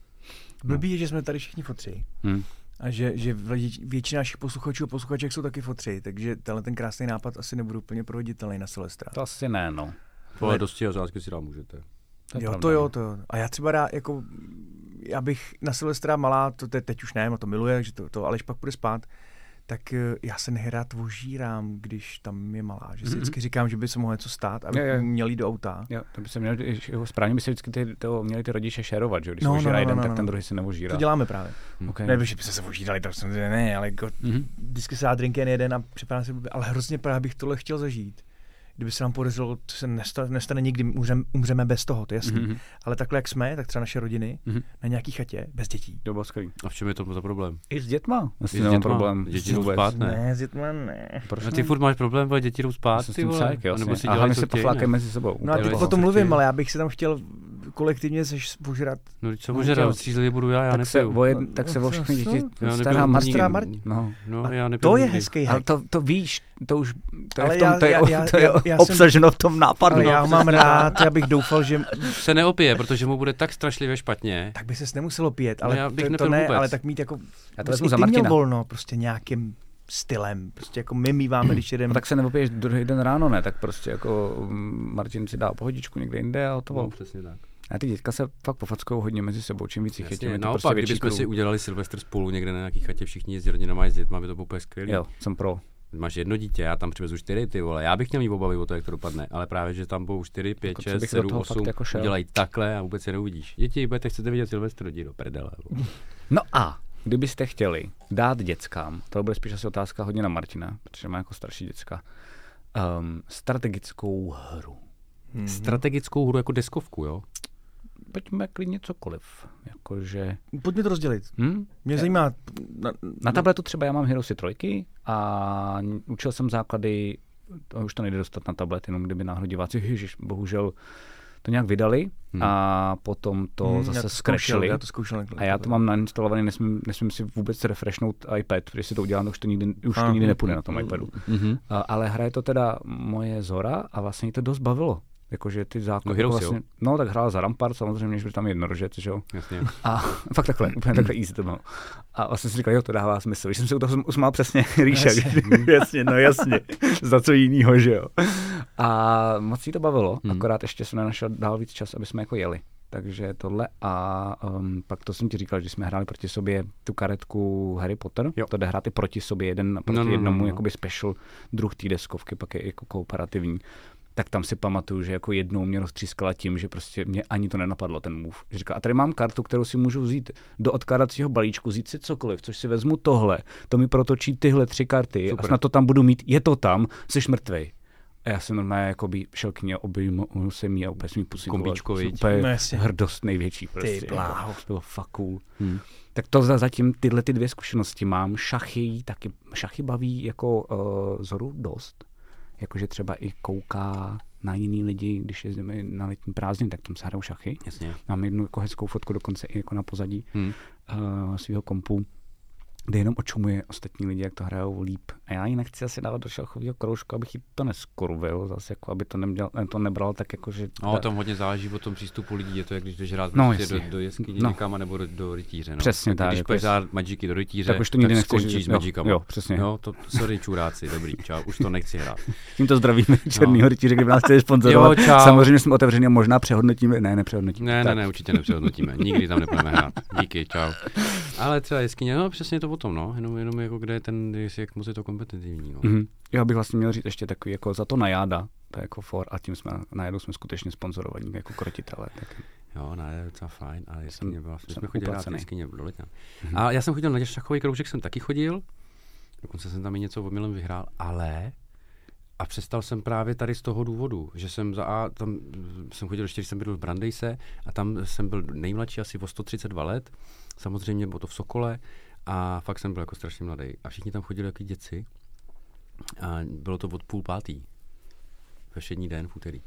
Speaker 2: Blbý je, že jsme tady všichni fotři.
Speaker 3: Hmm.
Speaker 2: A že, že vle- většina našich posluchačů a posluchaček jsou taky fotři, takže tenhle ten krásný nápad asi nebude úplně proveditelný na Silvestra.
Speaker 3: To asi ne, no.
Speaker 4: Ale dosti a zázky si dál můžete.
Speaker 3: To je
Speaker 2: jo,
Speaker 3: pravda,
Speaker 2: to jo,
Speaker 3: no.
Speaker 2: to jo. A já třeba rád, jako, já bych na Silvestra malá, to te, teď už ne, no to miluje, takže to, to Aleš pak bude spát, tak eh, já se nehrát ožírám, když tam je malá. Že si vždycky říkám, že by se mohlo něco stát, aby
Speaker 3: Jo, jo.
Speaker 2: měl jít do auta.
Speaker 3: Jo, to by se měl, jo, správně by se vždycky ty, to měli ty rodiče šerovat, že jo? Když
Speaker 2: No,
Speaker 3: no,
Speaker 2: no,
Speaker 3: se ožírá
Speaker 2: no,
Speaker 3: no, jeden,
Speaker 2: no,
Speaker 3: no,
Speaker 2: no.
Speaker 3: tak ten druhý se neožírá.
Speaker 2: To děláme právě.
Speaker 3: Okay.
Speaker 2: Ne, že by se se ožírali, tak jsem ne, ale jako,
Speaker 4: Mhm.
Speaker 2: vždycky se dá drinken jeden a připadá se, blbě, ale hrozně právě bych tohle chtěl zažít. Kdyby se nám podařilo, to se nestane, nestane nikdy, umřem, umřeme bez toho, to je jasný. Mm-hmm. Ale takhle, jak jsme, tak třeba naše rodiny, mm-hmm. na nějaký chatě, bez dětí.
Speaker 3: To bylo skvělý.
Speaker 4: A v čem je to za problém?
Speaker 3: I s dětma. Vlastně
Speaker 4: I s
Speaker 3: nemám
Speaker 4: dětma.
Speaker 3: problém.
Speaker 4: Děti jdou spát, ne?
Speaker 2: Ne, s dětma ne.
Speaker 3: Proč
Speaker 4: No, ty furt máš problém, vole, děti jdou
Speaker 3: Já
Speaker 4: spát,
Speaker 3: jsem s
Speaker 4: ty
Speaker 3: tím
Speaker 4: vole.
Speaker 3: psák, jo.
Speaker 4: Anebo si
Speaker 3: A
Speaker 4: dělají,
Speaker 3: hlavně
Speaker 4: co
Speaker 3: se
Speaker 4: chtějí,
Speaker 3: poflákají
Speaker 4: ne?
Speaker 3: mezi sebou.
Speaker 2: No a
Speaker 4: Dělej,
Speaker 2: teď
Speaker 4: co
Speaker 2: o tom
Speaker 4: chtějí.
Speaker 2: mluvím, ale já bych se tam chtěl kolektivně seš požrat.
Speaker 4: No, co může rád, střízlivě budu já, já
Speaker 3: tak se,
Speaker 4: nepiju.
Speaker 3: o jed, tak se o všechny děti
Speaker 4: Já
Speaker 3: stará
Speaker 4: nepiju
Speaker 3: matka.
Speaker 4: nikdy.
Speaker 3: No.
Speaker 4: No, já nepiju
Speaker 2: To je
Speaker 4: nikdy.
Speaker 2: hezký
Speaker 3: Ale
Speaker 2: hack.
Speaker 3: to, to víš, to už to
Speaker 2: Ale
Speaker 3: je, v tom,
Speaker 2: já-
Speaker 3: to je,
Speaker 2: já-
Speaker 3: o-
Speaker 2: já-
Speaker 3: to je
Speaker 2: já- já jsem-
Speaker 3: obsaženo v tom nápadu. no.
Speaker 2: Ale já ho mám rád, já bych doufal, že
Speaker 4: Se neopije, protože mu bude tak strašlivě špatně.
Speaker 2: tak by se nemuselo pět,
Speaker 4: No,
Speaker 2: ale
Speaker 4: já bych
Speaker 2: to, to
Speaker 4: nepil
Speaker 2: ne,
Speaker 4: vůbec.
Speaker 2: ale tak mít jako,
Speaker 3: Já
Speaker 2: bys
Speaker 3: to vezmu
Speaker 2: i
Speaker 3: za
Speaker 2: ty měl
Speaker 3: Martina.
Speaker 2: volno prostě nějakým stylem. Prostě jako my míváme, když jedeme.
Speaker 3: No, tak se neopiješ druhý den ráno, ne? Tak prostě jako mm, Martin si dá pohodičku někde jinde a
Speaker 4: No,
Speaker 3: hotovo.
Speaker 4: přesně tak.
Speaker 3: A ty dětka se fakt pofackují hodně mezi sebou, čím víc jich je, tím
Speaker 4: Jasně,
Speaker 3: je to
Speaker 4: naopak,
Speaker 3: prostě větší
Speaker 4: kdybychom
Speaker 3: kruh.
Speaker 4: si udělali Silvestr spolu někde na nějaký chatě, všichni s rodinama i s dětma, by to bylo úplně skvělé.
Speaker 3: Jo, jsem pro.
Speaker 4: Máš jedno dítě, já tam přivezu čtyři, ty vole. Já bych měl mít obavy o to, jak to dopadne, ale právě, že tam budou čtyři, pět,
Speaker 3: Jako co
Speaker 4: šest,
Speaker 3: bych do
Speaker 4: sedm,
Speaker 3: toho
Speaker 4: osm,
Speaker 3: fakt jako šel?
Speaker 4: udělají takhle a vůbec je neuvidíš. Děti, budete chcete vidět Silvestr, jdi do prdele. vole.
Speaker 3: No a kdybyste chtěli dát dětskám, to bude spíš asi otázka hodně na Martina, protože má jako starší děcka, um, strategickou hru. Mhm.
Speaker 4: Strategickou hru jako deskovku, jo?
Speaker 3: Pojďme klidně cokoliv. Jakože,
Speaker 2: Pojďme to rozdělit.
Speaker 3: hm?
Speaker 2: Mě zajímá, na,
Speaker 3: Na tabletu třeba já mám Heroesy trojky a učil jsem základy, to už to nejde dostat na tablet, jenom kdyby náhodou diváci, ježiš, bohužel to nějak vydali a potom to
Speaker 2: Hm, Hmm. já
Speaker 3: zase
Speaker 2: to zkoušel,
Speaker 3: skrešili.
Speaker 2: já to zkoušel na
Speaker 3: a já to mám nainstalovaný, nesmím, nesmím si vůbec refreshnout iPad, protože si to udělám, už to nikdy, už to
Speaker 2: Aha. Mhm.
Speaker 3: nikdy nepůjde na tom iPadu. Mm-hmm. A, ale hraje to teda moje Zora a vlastně jí to dost bavilo. Jakože ty
Speaker 4: No,
Speaker 3: základy.
Speaker 4: Heroes, jo.
Speaker 3: vlastně, no, tak hrála za Rampart samozřejmě, že byl tam jednorožec, že jo.
Speaker 4: Jasně.
Speaker 3: A fakt takhle, úplně takhle easy to bylo. A vlastně jsem si říkal, jo, to dává smysl. Když jsem se u toho usmál přesně Ríša, jasně. jasně, no jasně, za co jinýho, že jo. A moc jí to bavilo, hmm. akorát ještě jsem nenašel dál víc čas, aby jsme jako jeli. Takže tohle a um, pak to jsem ti říkal, že jsme hráli proti sobě tu karetku Harry Potter, jo. to jde hrát i proti sobě, jeden proti
Speaker 4: No, no, no,
Speaker 3: jednomu, jako
Speaker 4: no.
Speaker 3: jakoby special druh té deskovky, pak je jako kooperativní tak tam si pamatuju, že jako jednou mě roztřískala tím, že prostě mě ani to nenapadlo ten move. Že Říká, a tady mám kartu, kterou si můžu vzít do odkládacího balíčku, vzít si cokoliv, což si vezmu tohle, to mi protočí tyhle tři karty Super. a
Speaker 4: Super.
Speaker 3: snad to tam budu mít, je to tam, jsi mrtvej. A já jsem normálně jako by šel k ní, objmul jsem jí a úplně jsem jí pusy
Speaker 4: Kombíčko,
Speaker 3: vole,
Speaker 4: viď?
Speaker 3: úplně
Speaker 2: No jasně.
Speaker 3: hrdost největší. Prostě,
Speaker 2: bláho.
Speaker 3: Jako, to bylo fakt cool. Hmm. Tak to za, zatím tyhle ty dvě zkušenosti mám. Šachy taky, šachy baví jako uh, Zoru dost. Jakože třeba i kouká na jiný lidi, když jezdíme na letní prázdniny, tak tam se hrajou šachy.
Speaker 4: Jasně.
Speaker 3: Mám jednu jako hezkou fotku dokonce i jako na pozadí hmm. uh, svého kompu, kde jenom očumuje ostatní lidi, jak to hrajou líp. A já ji nechci asi dávat do šachového kroužku, abych ji to neskurvil, zase jako, aby to, neměl, to nebral tak jako, že...
Speaker 4: No, tam hodně záleží o tom přístupu lidí. Je to, jak když jdeš hrát
Speaker 3: No,
Speaker 4: prostě do,
Speaker 3: jasně.
Speaker 4: do jeskyně
Speaker 3: No.
Speaker 4: no. někam, nebo do, do rytíře. No.
Speaker 3: Přesně tak,
Speaker 4: Když
Speaker 3: jako
Speaker 4: půjdeš
Speaker 3: jest-
Speaker 4: hrát Magicy do rytíře,
Speaker 3: Tak už to nikdy nechceš
Speaker 4: skončíš
Speaker 3: říct,
Speaker 4: s
Speaker 3: no.
Speaker 4: Magicama.
Speaker 3: Jo, přesně.
Speaker 4: Jo, to, sorry, čuráci, dobrý, čau, už to nechci hrát.
Speaker 3: Tímto zdravíme Černýho no. rytíře, kdyby nás chtěli sponzorovat.
Speaker 4: Jo, čau.
Speaker 3: Samozřejmě jsme otevřený a možná přehodnotíme. Ne, nepřehodnotíme.
Speaker 4: Ne,
Speaker 3: tak.
Speaker 4: ne, ne, určitě nepřehodnotíme. Nikdy tam nebudeme hrát. Díky, čau. Ale třeba jeskyně, no přesně je to o tom, no. Jenom, jenom jako kde je ten, jestli jak moc je to kompetitivní, no.
Speaker 3: Mhm. Já bych vlastně měl říct ještě takový, jako za to najáda, to je jako for a tím jsme, najednou jsme skutečně sponzorovaní jako krotitele. Tak.
Speaker 4: Jo, ne, je docela fajn, ale jeskyně byla, my
Speaker 3: jsem
Speaker 4: jsme Mhm. chodili rád
Speaker 3: uplacený.
Speaker 4: jeskyně do letňa. A já jsem chodil na šachový kroužek, jsem taky chodil, dokonce jsem tam i něco omylem vyhrál, ale a přestal jsem právě tady z toho důvodu, že jsem za A, tam mm, jsem chodil ještě, když jsem byl v Brandejse a tam jsem byl nejmladší asi o 132 let, samozřejmě bylo to v Sokole a fakt jsem byl jako strašně mladý. A všichni tam chodili jako děci a bylo to od půl pátý ve všední den v úterý.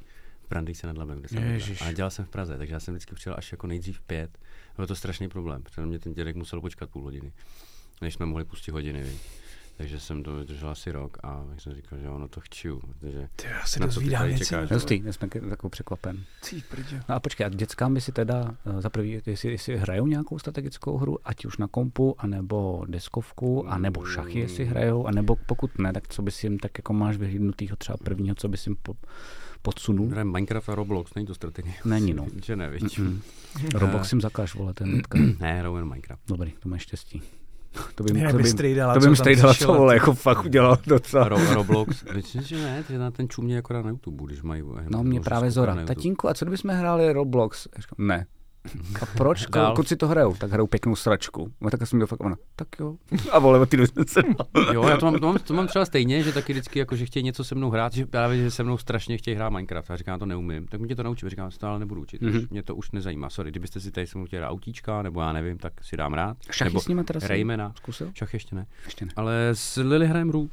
Speaker 4: V Brandýse nad Labem, kde jsem bydlel.
Speaker 2: Ježiš.
Speaker 4: A dělal jsem v Praze, takže já jsem vždycky přijel až jako nejdřív v pět. Byl to strašný problém, protože na mě ten dědek musel počkat půl hodiny, než jsme mohli pustit hodiny. Viď? Takže jsem to vydržel asi rok a jak jsem říkal, že ono to chču. Takže
Speaker 2: Ty, já se
Speaker 4: na co ty
Speaker 2: dozvídám
Speaker 4: tady
Speaker 2: něco.
Speaker 4: čekáš, vole?
Speaker 3: Hustý, já jsem taky takový překvapen.
Speaker 2: Ty prdě.
Speaker 3: No a počkej, a dětskám by si teda eh, za prvý, jestli, jestli hrajou nějakou strategickou hru, ať už na kompu, anebo deskovku, anebo šachy, jestli
Speaker 4: Mm.
Speaker 3: hrajou, anebo pokud ne, tak co bys jim tak jako máš vyhlídnutýho třeba prvního, co bys jim po, podsunul?
Speaker 4: Hrajem Minecraft a Roblox, není to strategie.
Speaker 3: Není, no.
Speaker 4: Že ne, viď? eh.
Speaker 3: Roblox jim zakáž, vole, ten dětka.
Speaker 4: Ne, hraju jen Minecraft.
Speaker 3: Dobrý, to má štěstí. To by,
Speaker 2: Ne,
Speaker 3: to
Speaker 2: by
Speaker 3: by,
Speaker 2: strejdala,
Speaker 3: to by
Speaker 2: co
Speaker 3: mi
Speaker 2: tam
Speaker 3: strejdala, co
Speaker 2: přišel a
Speaker 3: vole,
Speaker 2: ty-
Speaker 3: jako fakt udělal docela.
Speaker 4: Ro- Roblox, myslím, že ne, že na ten čumě akorát na YouTube, když mají.
Speaker 3: No mě právě Zora. Tatínku, a co kdybychom hráli Roblox? Já Říkám, ne. A proč? Ko-
Speaker 4: Dál.
Speaker 3: Kluci to hrajou, tak hrajou pěknou sračku. No tak já jsem měl fakt ona, tak jo. A vole, o ty jsem se bál.
Speaker 4: Jo, já to mám, to, mám, to mám třeba stejně, že taky vždycky, jako, že chtějí něco se mnou hrát, že právě, že se mnou strašně chtějí hrát Minecraft. Já říkám, já to neumím, tak mě to naučím, říkám, já to ale nebudu učit,
Speaker 3: Mhm.
Speaker 4: mm-hmm. mě to už nezajímá. Sorry, kdybyste si tady se mnou chtěli hrát autíčka, nebo já nevím, tak si dám rád.
Speaker 3: Šachy
Speaker 4: nebo
Speaker 3: s nima teda jsi
Speaker 4: Raymana.
Speaker 3: zkusil?
Speaker 4: Šach ještě ne.
Speaker 3: Ještě ne.
Speaker 4: Ale s Lily hrajem Root.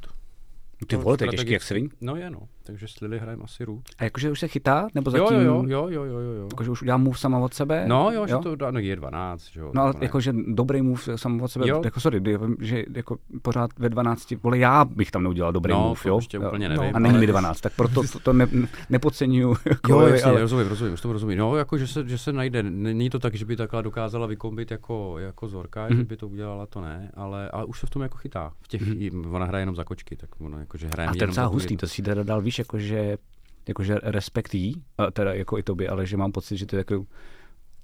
Speaker 3: Ty vole, to je těžký jak svin.
Speaker 4: No je, no. takže s Lily hrajem asi Root.
Speaker 3: A jakože už se chytá? Nebo
Speaker 4: Jo,
Speaker 3: zatím?
Speaker 4: jo, jo, jo, jo, jo, jo.
Speaker 3: Jakože už udělá move sama od sebe?
Speaker 4: No jo, že to dá, no je 12, že jo.
Speaker 3: No ale
Speaker 4: to ne.
Speaker 3: jakože dobrý move sam od sebe,
Speaker 4: Jo.
Speaker 3: jako sorry, já vím, že jako pořád ve 12, vole já bych tam neudělal dobrý
Speaker 4: No,
Speaker 3: move,
Speaker 4: to
Speaker 3: jo.
Speaker 4: ještě úplně
Speaker 3: Jo.
Speaker 4: nevím,
Speaker 3: a není
Speaker 4: ale-
Speaker 3: mi 12, tak proto to, to ne, nepodceňuju. jako,
Speaker 4: Jo,
Speaker 3: ale-
Speaker 4: jasně,
Speaker 3: ale-
Speaker 4: rozumím, rozumím, už to rozumím. No, jako, že se, že se najde. Není to tak, že by takhle dokázala vykombit jako, jako Zorka,
Speaker 3: Mhm.
Speaker 4: mm-hmm. že by to udělala, to ne, ale, ale už se v tom jako chytá. V těch, mm-hmm. Ona hraje jenom za kočky, tak ona jako, že hraje
Speaker 3: A to je
Speaker 4: jenom
Speaker 3: docela
Speaker 4: za tu
Speaker 3: hustý,
Speaker 4: jednu.
Speaker 3: to si teda dal, víš, jakože, jakože respekt jí, a teda jako i tobě, ale že mám pocit, že to je jako,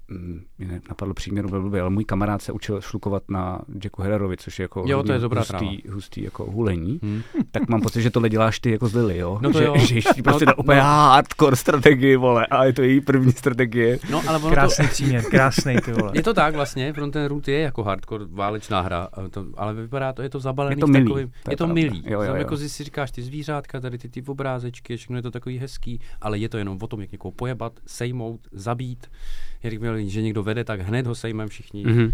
Speaker 3: mm, mě ne- napadlo příměru, byl blbý, ale můj kamarád se učil šlukovat na Jacku Herrerovi, což je jako
Speaker 4: Jo, to
Speaker 3: hodně
Speaker 4: je dobrá
Speaker 3: hustý,
Speaker 4: tráva. Hmm.
Speaker 3: hustý, jako hulení, tak mám pocit, že tohle děláš ty jako z Lily, jo?
Speaker 4: No to
Speaker 3: že,
Speaker 4: jo.
Speaker 3: že ještě
Speaker 4: No,
Speaker 3: prostě no, úplně
Speaker 4: no.
Speaker 3: hardcore strategii, vole, a je to její první strategie.
Speaker 4: No, ale ono to,
Speaker 2: Krásný příměr, krásný ty vole.
Speaker 4: Je to tak vlastně, pro ten Root je jako hardcore válečná hra, ale to, ale vypadá to, je to zabalený
Speaker 3: Je to
Speaker 4: v
Speaker 3: milý,
Speaker 4: takovým,
Speaker 3: to je
Speaker 4: je to
Speaker 3: pravda.
Speaker 4: milý.
Speaker 3: Jo, jo,
Speaker 4: Tam
Speaker 3: jo.
Speaker 4: Jako si, si říkáš ty zvířátka, tady ty, ty obrázečky, všechno je to takový hezký, ale je to jenom o tom, jak někoho pojebat, sejmout, zabít. Jak měl, že někdo vede, tak hned ho sejmem všichni. Mm-hmm.
Speaker 3: Mhm.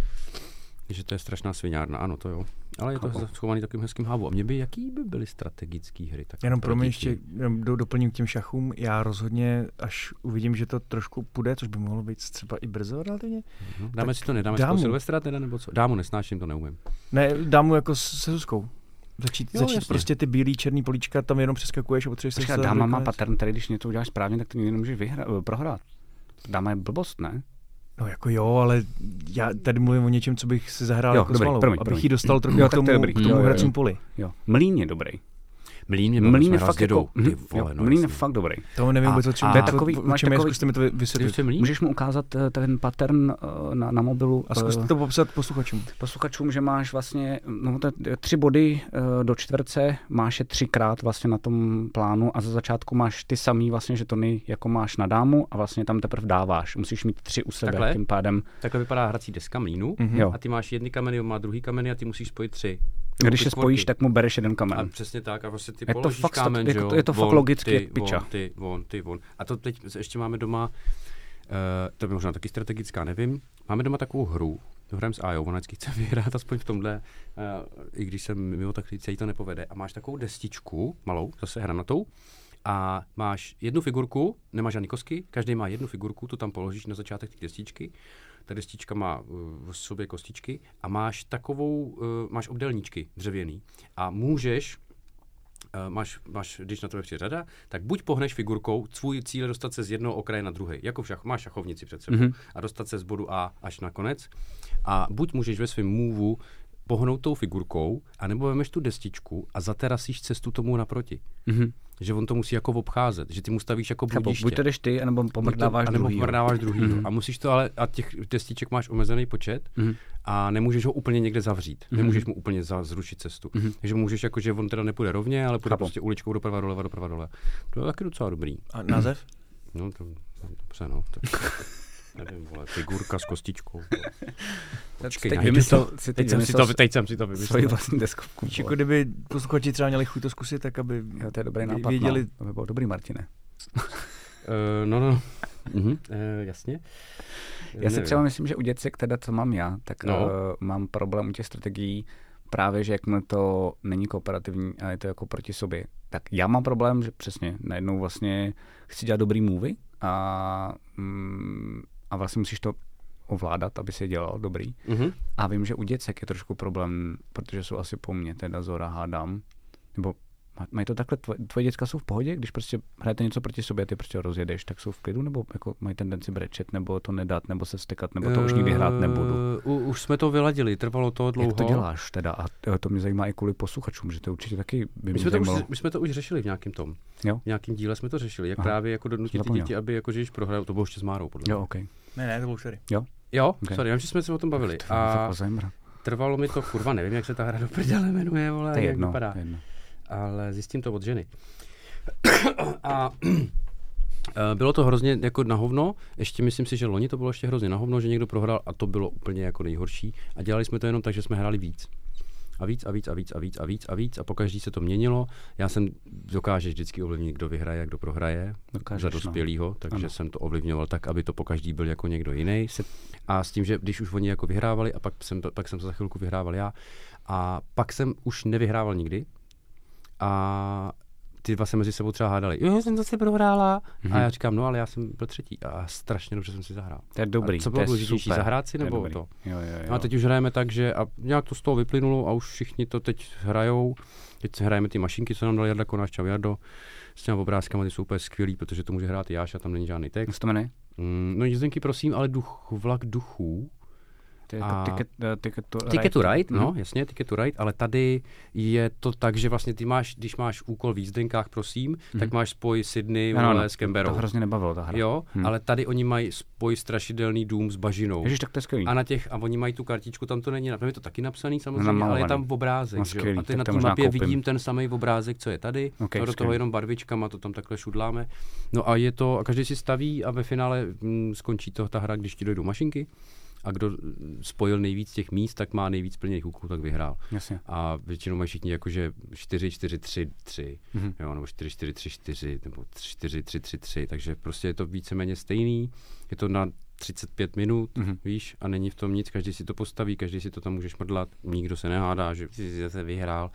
Speaker 4: Že to je strašná sviňárna, ano, to jo. Ale je to
Speaker 3: Chápu.
Speaker 4: schovaný takovým hezkým hávu. A mě by, jaký by byly strategické hry? Tak
Speaker 2: Jenom pro mě
Speaker 4: strategický.
Speaker 2: ještě jenom do, doplním k těm šachům. Já rozhodně, až uvidím, že to trošku půjde, což by mohlo být třeba i brzo relativně.
Speaker 4: No, dáme si to, nedáme si
Speaker 2: dám
Speaker 4: to
Speaker 2: mu.
Speaker 4: Silvestra teda, nebo co? Dámu nesnáším, to neumím.
Speaker 2: Ne, dám mu jako s- se Zuzkou. Začít, jo,
Speaker 4: Jo,
Speaker 2: začít
Speaker 4: jasně.
Speaker 2: prostě ty bílý, černý políčka, tam jenom přeskakuješ a potřebuješ se
Speaker 3: Počkej,
Speaker 2: dostat
Speaker 3: dáma
Speaker 2: do
Speaker 3: má
Speaker 2: konec.
Speaker 3: pattern, tady když něco uděláš správně, tak to nikdy nemůžeš vyhra, eh, prohrát. Dáma je blbost, ne?
Speaker 2: No jako jo, ale já tady mluvím o něčem, co bych si zahrál
Speaker 3: Jo,
Speaker 2: jako
Speaker 3: dobrý,
Speaker 2: s malou,
Speaker 3: promiň,
Speaker 2: abych
Speaker 3: promiň.
Speaker 2: ji dostal trochu
Speaker 3: Jo,
Speaker 2: k
Speaker 3: tak to je
Speaker 2: tomu,
Speaker 3: dobrý.
Speaker 2: k tomu
Speaker 3: Jo, jo, jo.
Speaker 2: hracím poli.
Speaker 3: Jo. Mlín je dobrý.
Speaker 4: Mlín je,
Speaker 3: Mlín
Speaker 4: jsme
Speaker 3: je fakt jako,
Speaker 4: rozjedou, ty
Speaker 3: mhm,
Speaker 4: vole,
Speaker 3: jo,
Speaker 4: no,
Speaker 3: Mlín je
Speaker 4: jasně.
Speaker 3: fakt dobrý.
Speaker 2: To nevím
Speaker 4: A-
Speaker 2: vůbec, o čem,
Speaker 4: a-
Speaker 2: to,
Speaker 3: takový-
Speaker 2: o
Speaker 3: máš
Speaker 2: čem je,
Speaker 3: takový-
Speaker 2: zkuste mi to vy-
Speaker 4: Ty už
Speaker 2: vysvětlit.
Speaker 4: jsi mlín?
Speaker 3: Můžeš mu ukázat eh, ten pattern eh, na, na mobilu
Speaker 2: A zkuste
Speaker 3: eh,
Speaker 2: to popsat posluchačům.
Speaker 3: posluchačům, že máš vlastně no, to je tři body eh, do čtverce, máš je třikrát vlastně na tom plánu a za začátku máš ty samý vlastně žetony, jako máš na dámu a vlastně tam teprve dáváš. Musíš mít tři u sebe,
Speaker 4: Takhle?
Speaker 3: tím pádem.
Speaker 4: Takhle vypadá hrací deska mlínu
Speaker 2: Mhm.
Speaker 3: Jo.
Speaker 4: a ty máš jedny kameny, on má druhý kameny a ty musíš spojit tři.
Speaker 3: Když
Speaker 4: Ty
Speaker 3: se
Speaker 4: kvorky.
Speaker 3: spojíš, tak mu bereš jeden
Speaker 4: A
Speaker 3: kamen.
Speaker 4: přesně tak, a prostě ty
Speaker 3: to
Speaker 4: položíš
Speaker 3: fakt sta-
Speaker 4: kámen,
Speaker 3: jako
Speaker 4: že jo,
Speaker 3: to- je to fakt
Speaker 4: von,
Speaker 3: logicky
Speaker 4: ty,
Speaker 3: jak piča.
Speaker 4: Von, ty, von, ty, von. A to teď ještě máme doma, uh, to je možná taky strategická, nevím, máme doma takovou hru, to hrajeme s Ajo, ona vždycky chce vyhrát, aspoň v tomhle, uh, i když jsem mimo, tak se jí to nepovede. A máš takovou destičku, malou, zase hranatou, a máš jednu figurku, nemáš žádný kostky, každý má jednu figurku, tu tam položíš na začátek té destičky, ta destička má uh, v sobě kostičky a máš takovou, uh, máš obdelníčky dřevěný a můžeš Eh, máš, máš, když na tebe přijde řada, tak buď pohneš figurkou, svůj cíl je dostat se z jednoho okraje na druhý, jako v šach, máš šachovnici před sebou,
Speaker 3: Mhm.
Speaker 4: mm-hmm. a dostat se z bodu A až na konec. A buď můžeš ve svém můvu pohnout tou figurkou, anebo vemeš tu destičku a zaterasíš cestu tomu naproti. Mm-hmm. Že on to musí jako obcházet, že ty mu stavíš jako
Speaker 3: Nebo
Speaker 4: bludiště.
Speaker 3: Mhm. buď to jdeš ty, anebo pomrdáváš
Speaker 4: A nebo
Speaker 3: druhýho. Mhm.
Speaker 4: mrdáváš druhý. Mm. A musíš to ale, a těch destiček máš omezený počet mm. a nemůžeš ho úplně někde zavřít. Mm.
Speaker 3: Mhm.
Speaker 4: Nemůžeš mu úplně za, zrušit cestu. Mm. Takže můžeš jako, že on teda nepůjde rovně, ale půjde
Speaker 3: Chápu.
Speaker 4: prostě uličkou doprava, doleva, doprava, dole. To je taky docela dobrý.
Speaker 2: A název?
Speaker 4: No, to, no, dobře, no. Tak, nevím, vole, figurka s kostičkou. vole. Počkej, najdu
Speaker 3: vymyslel-
Speaker 4: to.
Speaker 3: si teď
Speaker 4: teď, jsem si
Speaker 3: vymyslel
Speaker 4: to, teď jsem si to
Speaker 3: Svoji
Speaker 4: vymyslel.
Speaker 3: vlastní deskovku.
Speaker 2: Víš, jako
Speaker 3: vole.
Speaker 2: kdyby posluchači třeba měli chuť to zkusit, tak aby
Speaker 3: Jo, to je dobrý
Speaker 2: vě-
Speaker 3: nápad.
Speaker 2: věděli,
Speaker 3: No. To by bylo dobrý, Martine.
Speaker 4: Eh, no, no. Mhm, eh, jasně.
Speaker 3: Já si
Speaker 4: Nevím.
Speaker 3: třeba myslím, že u děcek, teda co mám já, tak no.
Speaker 4: No.
Speaker 3: uh, mám problém u těch strategií právě, že jakmile to není kooperativní a je to jako proti sobě, tak já mám problém, že přesně najednou vlastně chci dělat dobrý movie a, mm, a vlastně musíš to ovládat, aby si je dělal dobrý.
Speaker 4: Mhm.
Speaker 3: A vím, že u děcek je trošku problém, protože jsou asi po mně, teda Zora hádám. Nebo ma- mají to takhle, tvoje, tvoje děcka jsou v pohodě, když prostě hrajete něco proti sobě, ty prostě rozjedeš, tak jsou v klidu, nebo jako mají tendenci brečet, nebo to nedat, nebo se stekat, nebo to už nikdy hrát nebudu.
Speaker 4: Eh, U, už jsme to vyladili, trvalo to dlouho.
Speaker 3: Jak to děláš teda? A t- to mě zajímá i kvůli posluchačům, že to určitě taky by
Speaker 4: My
Speaker 3: mě
Speaker 4: jsme, to už,
Speaker 3: zajímalo.
Speaker 4: my jsme to už řešili v nějakém tom.
Speaker 3: Jo?
Speaker 4: V nějakém díle jsme to řešili, jak
Speaker 3: Aha.
Speaker 4: Aha. právě jako donutit ty
Speaker 3: Zapomněl.
Speaker 4: děti, aby jako, že když prohrajou, to bylo ještě s Márou, podle mě.
Speaker 3: Jo, OK.
Speaker 2: ne, ne, to bylo už tady.
Speaker 4: jo
Speaker 3: Ok.
Speaker 4: okay. sorry, já vím, že jsme se o tom bavili.
Speaker 3: To a...
Speaker 4: A
Speaker 3: taková zajmra.
Speaker 4: trvalo mi to, kurva, nevím, jak se ta hra do prdele jmenuje, vole,
Speaker 3: To je
Speaker 4: jak
Speaker 3: jedno,
Speaker 4: vypadá.
Speaker 3: to je jedno.
Speaker 4: ale zjistím to od ženy. a eh, bylo to hrozně jako na hovno, ještě myslím si, že loni to bylo ještě hrozně na hovno, že někdo prohrál a to bylo úplně jako nejhorší a dělali jsme to jenom tak, že jsme hráli víc. A víc a víc a víc a víc a víc a víc a pokaždý se to měnilo. Já jsem dokážeš vždycky ovlivnit, kdo vyhraje a kdo prohraje
Speaker 3: Dokážeš,
Speaker 4: za
Speaker 3: no.
Speaker 4: dospělýho, takže
Speaker 3: Ano.
Speaker 4: jsem to ovlivňoval tak, aby to pokaždý byl jako někdo jiný. Se- A s tím, že když už oni jako vyhrávali a pak jsem, to, pak jsem to za chvilku vyhrával já a pak jsem už nevyhrával nikdy, a ty dva se mezi sebou třeba hádali. Jo, já jsem zase prohrála. Mm-hmm.
Speaker 3: Mhm.
Speaker 4: A já říkám, no ale já jsem byl třetí. A strašně dobře jsem si zahrál.
Speaker 3: To je dobrý,
Speaker 4: A co
Speaker 3: to
Speaker 4: bylo
Speaker 3: je
Speaker 4: důležitější,
Speaker 3: super,
Speaker 4: zahrát si
Speaker 3: to je
Speaker 4: nebo
Speaker 3: dobrý.
Speaker 4: to?
Speaker 3: Jo, jo, jo.
Speaker 4: A teď už hrajeme tak, že a nějak to z toho vyplynulo a už všichni to teď hrajou. Teď si hrajeme ty mašinky, co nám dal Jarda Konáš, čau Jardo. S těma obrázkama ty jsou úplně skvělý, protože to může hrát i Jáša, tam není žádný
Speaker 3: Jak
Speaker 4: text.
Speaker 3: se to jmenuje?
Speaker 4: Mm, no jízdenky prosím, ale duch, vlak duchů.
Speaker 3: To je jako
Speaker 4: A-
Speaker 3: ticket, eh, ticket to
Speaker 4: Ticket to ride,
Speaker 3: Mhm.
Speaker 4: no, jasně, ticket to ride, ale tady je to tak, že vlastně ty máš, když máš úkol v jízdenkách, prosím, mm-hmm. tak máš spoj Sydney
Speaker 3: Mhm. Ano,
Speaker 4: no,
Speaker 3: ano.
Speaker 4: no, s Canberrou.
Speaker 3: To hrozně nebavilo ta hra.
Speaker 4: Jo, hmm. ale tady oni mají spoj strašidelný dům s bažinou.
Speaker 3: Ježiš, tak to je skvělý.
Speaker 4: A na těch, a oni mají tu kartičku, tam to není, tam je to taky napsaný samozřejmě,
Speaker 3: No, Namalovaný.
Speaker 4: ale je tam obrázek.
Speaker 3: No,
Speaker 4: že jo?
Speaker 3: skvělý,
Speaker 4: a
Speaker 3: tak
Speaker 4: teď na
Speaker 3: to
Speaker 4: té
Speaker 3: možná
Speaker 4: mapě
Speaker 3: koupím.
Speaker 4: vidím ten samý obrázek, co je tady,
Speaker 3: Ok,
Speaker 4: okay, no do toho
Speaker 3: skvělý.
Speaker 4: jenom barvičkama, to tam takhle šudláme. No a je to, a každý si staví a ve finále mm, skončí to ta hra, když ti dojdou mašinky. A kdo mm, spojil nejvíc těch míst, tak má nejvíc plněných úkolů, tak vyhrál.
Speaker 3: Jasně.
Speaker 4: A většinou mají všichni jakože 4, 4, 3, 3,
Speaker 3: Mhm.
Speaker 4: mm-hmm. jo, nebo 4, 4, 3, 4, nebo 4, 3, 3, 3, takže prostě je to víceméně stejný, je to na 35 minut,
Speaker 3: Mhm.
Speaker 4: mm-hmm. víš, a není v tom nic, každý si to postaví, každý si to tam může šmrdlat, nikdo se nehádá, že jsi si zase vyhrál.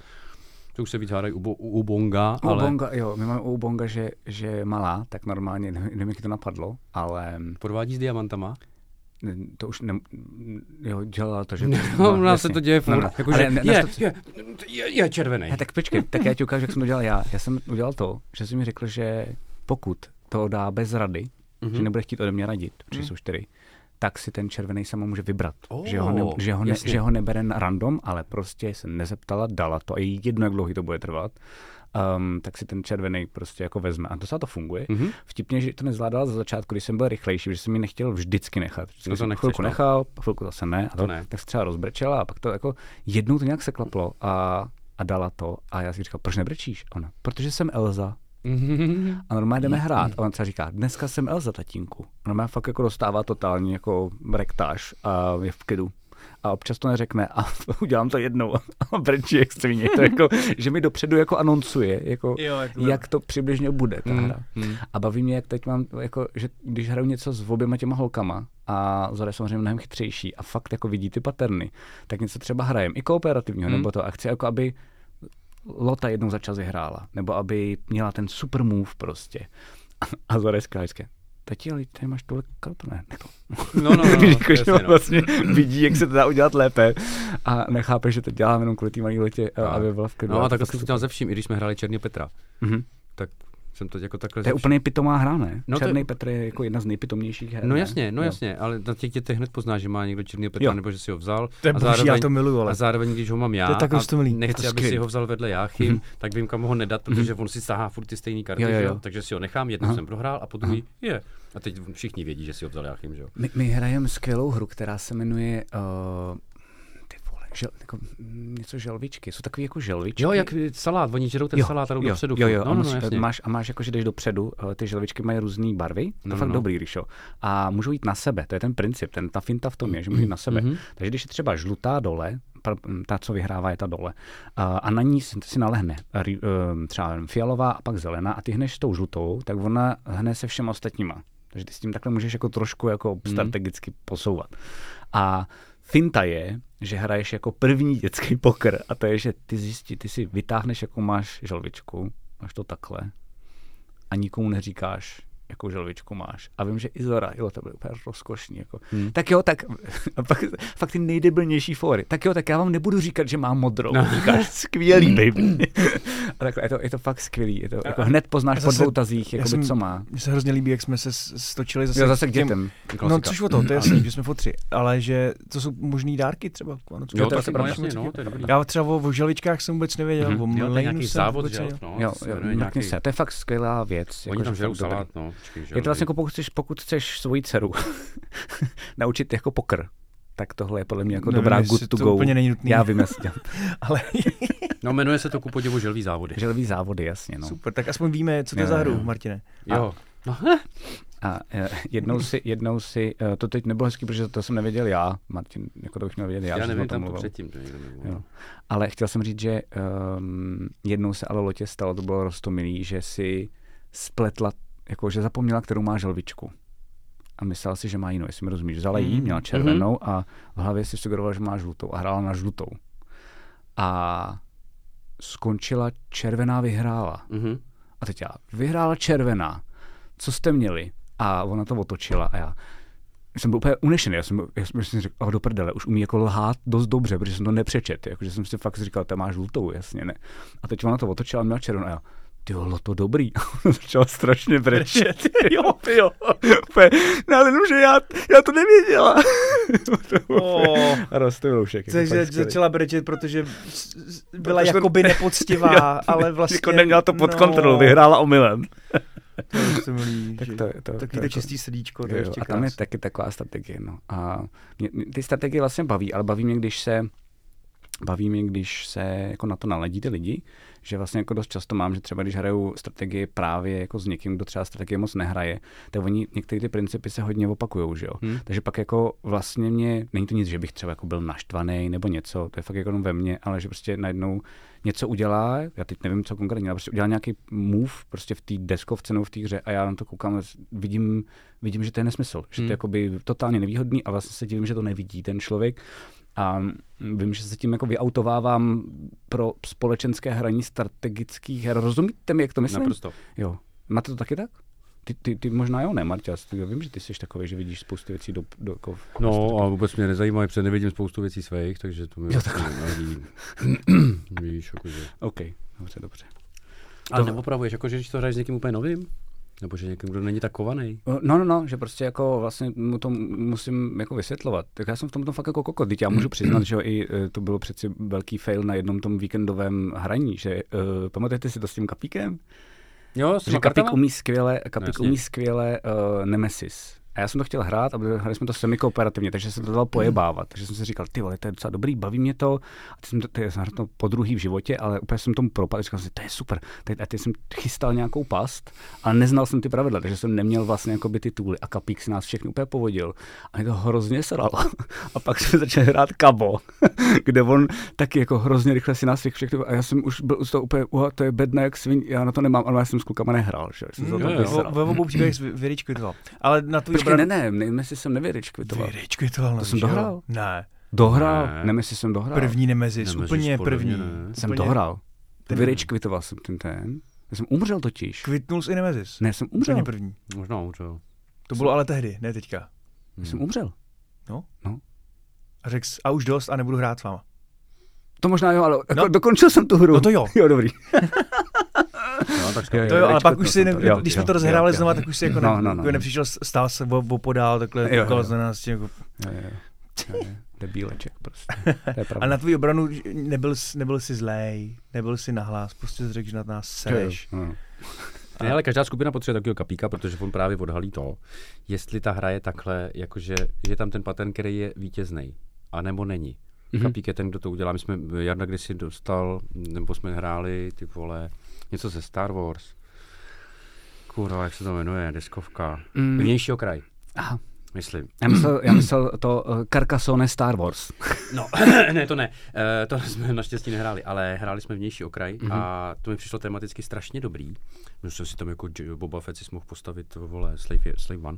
Speaker 4: To už se víc hádají u, bo, u, u Bonga,
Speaker 3: U
Speaker 4: ale
Speaker 3: Bonga, jo, my máme u Bonga, že, že je malá, tak normálně, nevím, nevím, jak jí to napadlo, ale
Speaker 4: podvádí s diamantama.
Speaker 3: mm, to už ne, jo, dělala to, že...
Speaker 4: No, u nás se
Speaker 3: jasně.
Speaker 4: to děje
Speaker 3: No,
Speaker 4: furt.
Speaker 3: no,
Speaker 4: Jakože
Speaker 3: ale ne-
Speaker 4: je,
Speaker 3: nasto-
Speaker 4: je, je, je červený.
Speaker 3: He, tak počkej, tak já ti ukážu, jak jsem to dělal já. Já jsem udělal to, že jsi mi řekl, že pokud to dá bez rady, mm-hmm. že
Speaker 4: Mhm.
Speaker 3: nebude chtít ode mě radit, protože mm. jsou čtyři, tak si ten červený sama může vybrat.
Speaker 4: Oh,
Speaker 3: že, ho ne, že, ho ne,
Speaker 4: jasně.
Speaker 3: že ho nebere na random, ale prostě se nezeptala, dala to a je jí jedno, jak dlouhý to bude trvat. Um, tak si ten červený prostě jako vezme. A docela to funguje.
Speaker 4: Mhm.
Speaker 3: Mm-hmm. Vtipně, že to nezvládala za začátku, když jsem byl rychlejší, že jsem ji nechtěl vždycky nechat. Vždycky
Speaker 4: No to
Speaker 3: jsem
Speaker 4: nechceš,
Speaker 3: chvilku
Speaker 4: no.
Speaker 3: nechal, chvilku zase ne, a to,
Speaker 4: To
Speaker 3: ne.
Speaker 4: ne.
Speaker 3: tak se třeba rozbrečela a pak to jako jednou to nějak se klaplo a, a dala to a já si říkal, proč nebrečíš? A Ona, protože jsem Elza. A normálně jdeme hrát. A on třeba říká, dneska jsem Elza, tatínku. A normálně fakt jako dostává totální jako rektáž a je v klidu. A občas to neřekne a udělám to jednou a brečí extrémně. To jako, že mi dopředu jako anoncuje, jako,
Speaker 2: Jo, jak to- Hmm,
Speaker 3: jak to přibližně bude ta hra. A baví mě, jak teď mám, jako, že když hraju něco s oběma těma holkama, a Zora je samozřejmě mnohem chytřejší a fakt jako vidí ty paterny, tak něco třeba hrajem i kooperativního,
Speaker 4: Hmm.
Speaker 3: nebo to a chci jako, aby Lota jednou za čas hrála, nebo aby měla ten super move prostě. A Zora je skvělá vždycky, Tati, ale tady máš tolik kartu, ne? To.
Speaker 4: No, no, no, no,
Speaker 3: jako, že
Speaker 4: jasně,
Speaker 3: on
Speaker 4: no.
Speaker 3: vlastně vidí, jak se to dá udělat lépe a nechápe, že to dělám jenom kvůli té malé letě, aby byla v klidu. prostě
Speaker 4: No a takhle jsem to dělal ze vším, i když jsme hráli Černý Petra.
Speaker 3: Mhm.
Speaker 4: Tak jsem to jako takhle
Speaker 3: To je
Speaker 4: ze vším-
Speaker 3: úplně pitomá hra, ne? No
Speaker 4: No to-
Speaker 3: Černý Petr je jako jedna z nejpitomnějších her.
Speaker 4: No
Speaker 3: ne?
Speaker 4: jasně, no
Speaker 3: Jo.
Speaker 4: jasně, ale na těch dětech hned pozná, že má někdo černý Petra,
Speaker 3: Jo.
Speaker 4: nebo že si ho vzal.
Speaker 2: To je boží, já to miluju, ale-
Speaker 4: A zároveň, když ho mám já,
Speaker 2: To je tak roztomilý.
Speaker 4: a nechci,
Speaker 3: To je
Speaker 4: aby
Speaker 3: skvělý.
Speaker 4: si ho vzal vedle Jáchym, tak vím, kam ho nedat, protože on si sahá furt ty stejné karty,
Speaker 3: Jo, jo,
Speaker 4: že
Speaker 3: jo.
Speaker 4: takže si ho nechám, jednou jsem prohrál a po druhý je. A teď všichni vědí, že si ho vzal Jáchym, že jo.
Speaker 3: My, my hrajeme skvělou hru, která se jmenuje uh, ty vole, žel, jako, mm, něco želvičky. Jsou takový jako želvičky.
Speaker 4: Jo, jak salát, oni žerou ten
Speaker 3: Jo,
Speaker 4: salát a jdou
Speaker 3: jo,
Speaker 4: dopředu.
Speaker 3: Jo, jo,
Speaker 4: no,
Speaker 3: a,
Speaker 4: no, no,
Speaker 3: musí,
Speaker 4: jasně.
Speaker 3: máš, a máš jako, že jdeš dopředu, eh, ty želvičky mají různé barvy, to je
Speaker 4: no,
Speaker 3: fakt
Speaker 4: no.
Speaker 3: dobrý, Ríšo. A můžou jít na sebe, to je ten princip, ten, ta finta v tom je, že můžou jít na sebe. Takže když je třeba žlutá dole, pr- ta, co vyhrává, je ta dole, a, a na ní si, si nalehne rý- ehm, třeba nevím, fialová a pak zelená a ty hneš tou žlutou, tak ona hne se všem ostatníma. Takže ty s tím takhle můžeš jako trošku jako strategicky posouvat. A finta je, že hraješ jako první dětský pokr a to je, že ty zjistí, ty si vytáhneš, jako máš želvičku, máš to takhle a nikomu neříkáš, jakou želvičku máš. A vím, že Izora, jo, to bylo úplně rozkošný. Jako. Hmm. Tak jo, tak a pak, fakt ty nejdebilnější fóry. Tak jo, tak já vám nebudu říkat, že mám modrou. No. Říkáš, skvělý, baby. a takhle, je to, je to fakt skvělý. Je to, jako, hned
Speaker 2: A
Speaker 3: poznáš po
Speaker 2: zase-
Speaker 3: dvou tazích,
Speaker 2: já
Speaker 3: jakoby,
Speaker 2: jsem-
Speaker 3: co má.
Speaker 2: Mně se hrozně líbí, jak jsme se s- stočili zase,
Speaker 3: Jo, zase k
Speaker 2: těm-
Speaker 3: dětem. Mm-hmm.
Speaker 2: No,
Speaker 4: Klasika.
Speaker 2: což o to, to je jasný, že jsme fotři, ale že to jsou možný dárky třeba k Vánocům.
Speaker 4: Jo,
Speaker 2: To je
Speaker 4: to
Speaker 2: taky
Speaker 4: se právě
Speaker 2: možný
Speaker 4: jasně,
Speaker 2: moc
Speaker 4: no,
Speaker 2: taky.
Speaker 4: to je dobrý.
Speaker 2: Já třeba o, o želičkách jsem vůbec nevěděl,
Speaker 3: Mhm.
Speaker 2: o
Speaker 4: Jo, to je
Speaker 2: mlejnu
Speaker 4: nějaký
Speaker 2: jsem
Speaker 4: závod,
Speaker 2: vůbec
Speaker 4: že jo,
Speaker 2: nevěděl.
Speaker 4: no,
Speaker 3: Jo,
Speaker 4: se
Speaker 3: jo,
Speaker 4: jmenuje
Speaker 3: mrkni
Speaker 4: nějaký-
Speaker 3: se. To je fakt skvělá věc.
Speaker 4: Oni
Speaker 3: jako,
Speaker 4: tam
Speaker 3: že
Speaker 4: žerou
Speaker 3: fakt dobrý.
Speaker 4: salát, no, počkej, že
Speaker 3: Je to
Speaker 4: jo,
Speaker 3: vlastně jako pokud chceš, pokud chceš svoji dceru naučit jako pokr, tak tohle je podle mě jako
Speaker 2: Nevím,
Speaker 3: dobrá
Speaker 2: No, jestli
Speaker 3: good to
Speaker 2: to
Speaker 3: go.
Speaker 2: úplně není nutný.
Speaker 3: Já vím, já si dělám.
Speaker 2: Ale
Speaker 4: No, jmenuje se to ku podivu želví závody.
Speaker 3: Želví závody, jasně. No.
Speaker 2: super, tak aspoň víme, co to je
Speaker 3: Jo,
Speaker 2: za
Speaker 3: jo,
Speaker 2: hru,
Speaker 3: jo.
Speaker 2: Martine.
Speaker 4: Jo. No,
Speaker 3: A eh, jednou si, jednou si, eh, to teď nebylo hezký, protože to jsem nevěděl já, Martin, jako to bych měl vědět já, že
Speaker 4: já
Speaker 3: jsem o
Speaker 4: nevím,
Speaker 3: tom
Speaker 4: tam to
Speaker 3: mluvil.
Speaker 4: předtím. to někdo mluvil.
Speaker 3: Jo. Ale chtěl jsem říct, že um, jednou se ale Lotě stalo, to bylo roztomilý, že si spletla, jako že zapomněla, kterou má želvičku. A myslela si, že má jinou, jestli mi rozumíš. Vzala jí,
Speaker 4: Mm-hmm.
Speaker 3: měla červenou a v hlavě si sugerovala, že má žlutou a hrála na žlutou. A skončila červená vyhrála.
Speaker 4: Mhm.
Speaker 3: A teď já, vyhrála červená, co jste měli? A ona to otočila a já jsem byl úplně unešený, já jsem, byl- já jsem, já jsem si řekl, oh, do prdele, už umí jako lhát dost dobře, protože jsem to nepřečet, jakože jsem si fakt říkal, ta má žlutou, jasně ne. A teď ona to otočila a měla červenou a já, ty jo, to dobrý. Začala strašně brečet. jo, jo. Úplně, no ale že já, já to nevěděla.
Speaker 4: No.
Speaker 2: Oh.
Speaker 3: a roste vloušek. jako
Speaker 2: Takže
Speaker 3: fakt skvělý.
Speaker 2: začala brečet, protože s- s- byla
Speaker 3: Protože-
Speaker 2: jakoby nepoctivá, ale vlastně...
Speaker 3: Jako neměla to pod
Speaker 2: no,
Speaker 3: kontrolou, vyhrála omylem.
Speaker 2: To je prostě milý,
Speaker 3: Tak
Speaker 2: že-
Speaker 3: to je- to- to
Speaker 2: Taky
Speaker 3: je
Speaker 2: to
Speaker 3: jako-
Speaker 2: čistý srdíčko, to
Speaker 3: Jo,
Speaker 2: je
Speaker 3: jo,
Speaker 2: ještě
Speaker 3: a tam je
Speaker 2: krásný.
Speaker 3: taky taková strategie. No. A mě, mě ty strategie vlastně baví, ale baví mě, když se baví mě, když se jako na to naladí ty lidi, že vlastně jako dost často mám, že třeba když hraju strategii právě jako s někým, kdo třeba strategie moc nehraje, tak oni některé ty principy se hodně opakujou, že jo.
Speaker 4: Hmm.
Speaker 3: Hmm. Takže pak jako vlastně mě, není to nic, že bych třeba jako byl naštvaný nebo něco, to je fakt jako jenom ve mně, ale že prostě najednou něco udělá, já teď nevím, co konkrétně, ale prostě udělá nějaký move prostě v té deskovce nebo v té hře a já na to koukám, a vidím, vidím, že to je nesmysl, že to
Speaker 4: Hmm.
Speaker 3: je jakoby totálně nevýhodný a vlastně se divím, že to nevidí ten člověk a vím, že se tím jako vyautovávám pro společenské hraní strategických her. Rozumíte mi, jak to myslím?
Speaker 4: Naprosto.
Speaker 3: Jo. Máte to taky tak? Ty, ty, ty možná jo, ne, Marťa, já vím, že ty jsi takový, že vidíš spoustu věcí do, do jako,
Speaker 4: No a vůbec mě nezajímá, protože nevidím spoustu věcí svých, takže to mi
Speaker 3: Jo,
Speaker 4: takhle. nevadí. Víš, jakože.
Speaker 3: OK, dobře, dobře.
Speaker 4: Ale neopravuješ, jakože když to hraješ s někým úplně novým? Nebo že někým, kdo není tak kovaný?
Speaker 3: No, no, no, že prostě jako vlastně mu to musím jako vysvětlovat. Tak já jsem v tom fakt jako kokot. Teď já můžu přiznat, že jo, i eh, to bylo přeci velký fail na jednom tom víkendovém hraní, že uh, pamatujete si to s tím kapíkem?
Speaker 4: Jo, s
Speaker 3: Že
Speaker 4: těma
Speaker 3: kapík
Speaker 4: kartama?
Speaker 3: umí skvěle,
Speaker 4: No,
Speaker 3: kapík
Speaker 4: jasně.
Speaker 3: umí skvěle uh, Nemesis. A já jsem to chtěl hrát a hráli jsme to semikooperativně, takže jsem to dal pojebávat. Takže jsem si říkal, ty vole, to je docela dobrý, baví mě to. A teď jsem to, teď jsem hrál to po druhý v životě, ale úplně jsem tomu propadl. Říkal jsem si, to je super. Teď, a teď jsem chystal nějakou past, ale neznal jsem ty pravidla, takže jsem neměl vlastně jakoby ty tůly. A kapík si nás všechny úplně povodil. A mě to hrozně sralo. A pak jsme začali hrát kabo, kde on taky jako hrozně rychle si nás všech- všechny. A já jsem už byl z toho úplně, uha, to je bedna jak svin, já na to nemám, ale já jsem s klukama nehrál. Že? Jsem
Speaker 2: Mm,
Speaker 3: se
Speaker 4: Jo,
Speaker 3: to
Speaker 4: jo.
Speaker 2: Ve
Speaker 3: vysral.
Speaker 2: ve obou příběhech jsi vy- vyryčkvitoval. Ale na tvůj
Speaker 3: Počkej, ne, ne, Nemesis jsem nevyryčkvitoval.
Speaker 2: Vyryčkvitoval,
Speaker 3: To jsem
Speaker 2: že jo?
Speaker 3: dohrál.
Speaker 2: Ne,
Speaker 3: Dohrál,
Speaker 4: Ne.
Speaker 3: ne. Nemesis jsem dohrál.
Speaker 2: první Nemezis,
Speaker 4: Nemezis,
Speaker 2: úplně
Speaker 4: podle mě
Speaker 2: první.
Speaker 4: ne.
Speaker 3: jsem
Speaker 2: úplně-
Speaker 3: dohrál.
Speaker 2: Ten-
Speaker 3: Vyryčkvitoval jsem ten ten. Já jsem umřel totiž.
Speaker 2: Kvitnul jsi i Nemezis.
Speaker 3: Ne, jsem umřel.
Speaker 2: Úplně první.
Speaker 4: Možná umřel.
Speaker 2: To bylo ale tehdy, ne teďka.
Speaker 3: Já Jsem umřel.
Speaker 2: A řekl jsi, a už dost a nebudu hrát s váma.
Speaker 3: To možná jo, ale jako
Speaker 2: No.
Speaker 3: dokončil jsem tu hru.
Speaker 2: No to jo. No,
Speaker 3: Jo, dobrý.
Speaker 4: Jo, tak skvělý.
Speaker 2: To jo, ale pak už si, ne,
Speaker 3: to- jo,
Speaker 2: když
Speaker 3: jo,
Speaker 2: jsme to
Speaker 3: jo,
Speaker 2: rozhrávali
Speaker 3: jo.
Speaker 2: znova, tak už si jako
Speaker 3: No,
Speaker 2: ne,
Speaker 3: no, no.
Speaker 2: jako nepřišel, stál se o- opodál, takhle
Speaker 3: Jo, jo,
Speaker 2: koukal
Speaker 3: jo.
Speaker 2: na nás. Jako.
Speaker 3: Jo, jo, jo, jo. Debíleček prostě. To je
Speaker 2: A
Speaker 3: pravda.
Speaker 2: na tvůj obranu že nebyl, jsi- nebyl jsi zlej, nebyl jsi nahlás, prostě jsi řekl, že na nás sereš.
Speaker 3: Jo, jo.
Speaker 4: Ne, ale každá skupina potřebuje takového kapíka, protože on právě odhalí to, jestli ta hra je takhle, jakože že je tam ten patent, který je vítězný, a nebo není.
Speaker 3: Mhm.
Speaker 4: Mm-hmm. Kapík je ten, kdo to udělá. My jsme, Jarda kdysi dostal, nebo jsme hráli ty vole, něco ze Star Wars. Kurva, jak se to jmenuje, deskovka. Mm.
Speaker 3: Mm.
Speaker 4: Vnějšího kraj,
Speaker 3: Aha.
Speaker 4: myslím.
Speaker 3: Já myslel, já myslel to uh, Carcassonne Star Wars.
Speaker 4: No, ne, to ne. E, to jsme naštěstí nehráli, ale hráli jsme vnější okraj mm-hmm.
Speaker 3: Mhm.
Speaker 4: a to mi přišlo tematicky strašně dobrý. Měl jsem si tam jako J- Boba Fett si mohl postavit, vole, Slave, Slave One.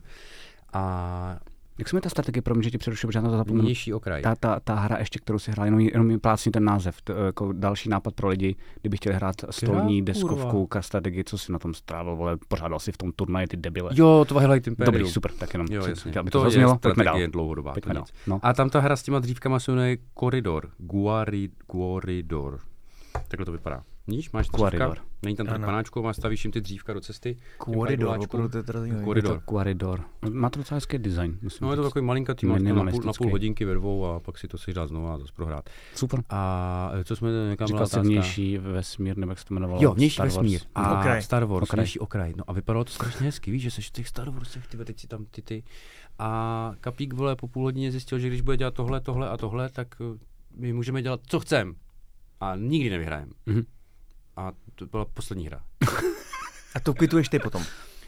Speaker 4: A
Speaker 3: Jak jsme ta strategie, promiň, že ti přeruším, protože já na to zapomenu.
Speaker 4: vnější okraj.
Speaker 3: Mhm. Ta, ta, ta hra ještě, kterou si hrál, jenom, jenom mi plácní ten název. To, eh, jako další nápad pro lidi, kdyby chtěli hrát stolní
Speaker 4: Která kurva?
Speaker 3: deskovku, ka strategii, co si na tom strávil, vole, pořádal si v tom turnaji ty debile.
Speaker 4: Jo, Twilight Imperium.
Speaker 3: Dobrý, super, tak jenom
Speaker 4: Jo,
Speaker 3: jsem
Speaker 4: jasně.
Speaker 3: chtěl, aby
Speaker 4: to
Speaker 3: to zaznělo,
Speaker 4: je
Speaker 3: pojďme dál.
Speaker 4: strategie dlouhodobá.
Speaker 3: Pojďme
Speaker 4: to
Speaker 3: dál,
Speaker 4: nic.
Speaker 3: no.
Speaker 4: A tam ta hra s těma dřívkama se jmenuje Koridor. Guari, Guaridor. Takhle to vypadá. Víš, máš dřívka,
Speaker 3: Guaridor.
Speaker 4: není tam tak
Speaker 2: Ano.
Speaker 4: panáčku, má stavíš jim ty dřívka do cesty.
Speaker 2: Koridor,
Speaker 4: Paduláčku.
Speaker 2: opravdu to je teda zajímavé.
Speaker 3: Je to
Speaker 4: Koridor.
Speaker 3: Quaridor. Má to docela hezký design. Musím
Speaker 4: No je to
Speaker 3: říct.
Speaker 4: takový malinkatý, máš to na půl, na
Speaker 3: Minimalistický.
Speaker 4: půl hodinky ve dvou a pak si to si dá znovu a zase prohrát.
Speaker 3: Super.
Speaker 4: A eh, co jsme, nějaká byla
Speaker 3: Říkal jsi
Speaker 4: otázka?
Speaker 3: vnější vesmír, nebo jak se to jmenovalo?
Speaker 4: Jo, vnější
Speaker 3: Star Wars.
Speaker 4: vesmír. A
Speaker 2: Okraj.
Speaker 4: Star Wars,
Speaker 3: Okraj.
Speaker 4: vnější okraj. No a vypadalo to strašně hezky, víš, že seš v těch Star Warsech, ty teď si tam ty ty. A Kapík, vole, po půl hodině zjistil, že když bude dělat tohle, tohle a tohle, tak eh, my můžeme dělat, co chcem. A nikdy nevyhrajeme.
Speaker 3: Mhm.
Speaker 4: A to byla poslední hra.
Speaker 2: A to kvituješ ty potom.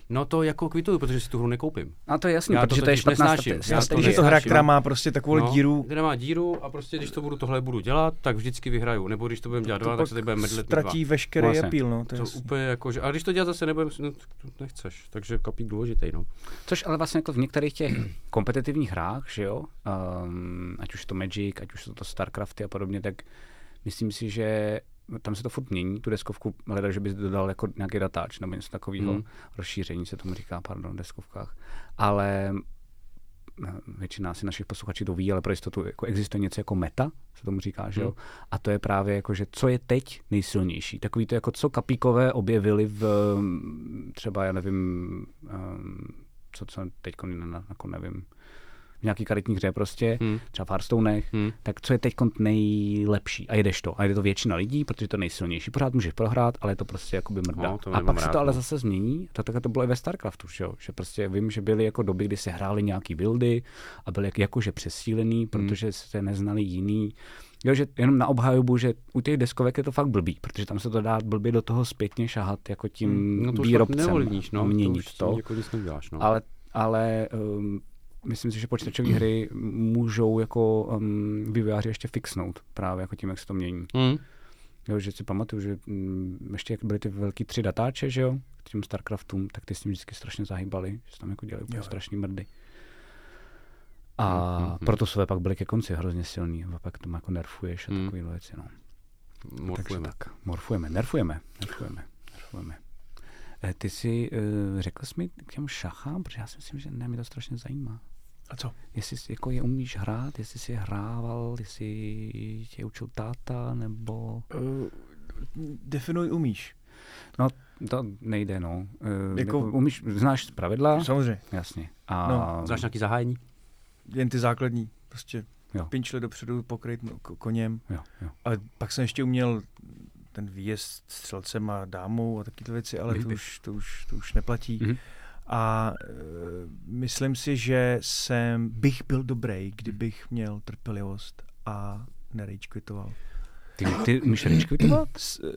Speaker 4: No to jako kvituju, protože si tu hru nekoupím.
Speaker 3: A to je jasný,
Speaker 4: Já to
Speaker 3: protože to je
Speaker 4: totiž
Speaker 3: špatná
Speaker 4: nesnáším.
Speaker 3: strate-
Speaker 4: Já
Speaker 2: Já
Speaker 4: to
Speaker 2: že je to hra,
Speaker 4: nesnáším.
Speaker 2: která má prostě takovou
Speaker 4: no,
Speaker 2: díru,
Speaker 4: Kde nemá díru a prostě, když to budu tohle budu dělat, tak vždycky vyhraju. Nebo když to budeme dělat
Speaker 2: to
Speaker 4: dva, tak
Speaker 2: pak
Speaker 4: se tady budeme mrdlet my dva.
Speaker 2: ztratí veškerý
Speaker 3: No, jasně.
Speaker 2: appeal, no. To je
Speaker 4: To
Speaker 2: jasný.
Speaker 4: úplně jako, že, a když to dělat zase nebudem, no, tak to nechceš, takže kapík důležitý, no.
Speaker 3: Což ale vlastně jako v některých těch kompetitivních hrách, že jo, Ehm, um, ať už je to Magic, ať už jsou to Starcrafty a podobně, tak myslím si, že tam se to furt mění, tu deskovku, hleda, že bys dodal jako nějaký datáč nebo něco takového,
Speaker 4: Mhm.
Speaker 3: rozšíření se tomu říká, pardon, v deskovkách. Ale m, většina asi našich posluchačů to ví, ale pro jistotu jako existuje něco jako meta, se tomu říká, že jo?
Speaker 4: Hmm.
Speaker 3: A to je právě jako, že co je teď nejsilnější. Takový to jako, co kapíkové objevili v mm, třeba, já nevím, um, co, co teď jako nevím, v nějaký karetní hře prostě,
Speaker 4: Hmm.
Speaker 3: třeba v Hearthstonech,
Speaker 4: Hmm.
Speaker 3: tak co je teď nejlepší a jedeš to. A jede to většina lidí, protože je to nejsilnější. Pořád můžeš prohrát, ale je to prostě jako by mrdá.
Speaker 4: No, to
Speaker 3: a
Speaker 4: nemám
Speaker 3: pak se
Speaker 4: rád,
Speaker 3: to ale
Speaker 4: no.
Speaker 3: zase změní. To takhle to bylo i ve StarCraftu, že, jo? že prostě vím, že byly jako doby, kdy se hrály nějaký buildy a byly jak, jakože
Speaker 4: Hmm.
Speaker 3: přesílený, protože se neznali jiný. Jo, že jenom na obhajobu, že u těch deskovek je to fakt blbý, protože tam se to dá blbě do toho zpětně šahat jako tím
Speaker 4: No to už fakt
Speaker 3: výrobcem.
Speaker 4: neovlivníš,
Speaker 3: a
Speaker 4: no, to
Speaker 3: měnit
Speaker 4: už
Speaker 3: to.
Speaker 4: jako nic neuděláš, no.
Speaker 3: Ale, ale um, myslím si, že počítačové hry můžou jako um, vývojáři ještě fixnout právě jako tím, jak se to mění.
Speaker 4: Hmm.
Speaker 3: Jo, že si pamatuju, že mm, ještě jak byly ty velký tři datáče, že jo, k těm StarCraftům, tak ty s tím vždycky strašně zahýbali, že se tam jako dělali úplně
Speaker 2: Jo.
Speaker 3: strašný mrdy. A mm-hmm. proto své pak byly ke konci hrozně silný, a pak tam jako nerfuješ a
Speaker 4: Mm.
Speaker 3: mm. takovýhle věci, no.
Speaker 4: Morfujeme.
Speaker 3: Takže tak, morfujeme, nerfujeme, nerfujeme, nerfujeme. Eh, Ty jsi eh, řekl jsi mi k těm šachám, protože já si myslím, že ne, mě to strašně zajímá.
Speaker 2: A co?
Speaker 3: Jestli jsi, jako je umíš hrát, jestli jsi je hrával, jestli tě učil táta, nebo...
Speaker 2: Uh, definuj umíš.
Speaker 3: No, to nejde, no. Eh,
Speaker 2: Jako-
Speaker 3: Jako... Umíš, znáš pravidla?
Speaker 2: Samozřejmě.
Speaker 3: Jasně. A...
Speaker 2: No,
Speaker 4: Znáš nějaký zahájení?
Speaker 2: Jen ty základní. Prostě
Speaker 3: Jo.
Speaker 2: pinčili dopředu, pokryt no, ko- koněm.
Speaker 3: Jo, jo.
Speaker 2: A pak jsem ještě uměl ten výjezd střelcem a dámou a taky věci, ale
Speaker 3: Bych,
Speaker 2: to
Speaker 3: bych.
Speaker 2: už, to, už, to už neplatí.
Speaker 3: Mhm.
Speaker 2: A e, myslím si, že jsem, bych byl dobrý, kdybych měl trpělivost a nerejčkvitoval.
Speaker 3: Ty, ty umíš ryčkvitovat?
Speaker 2: S, e,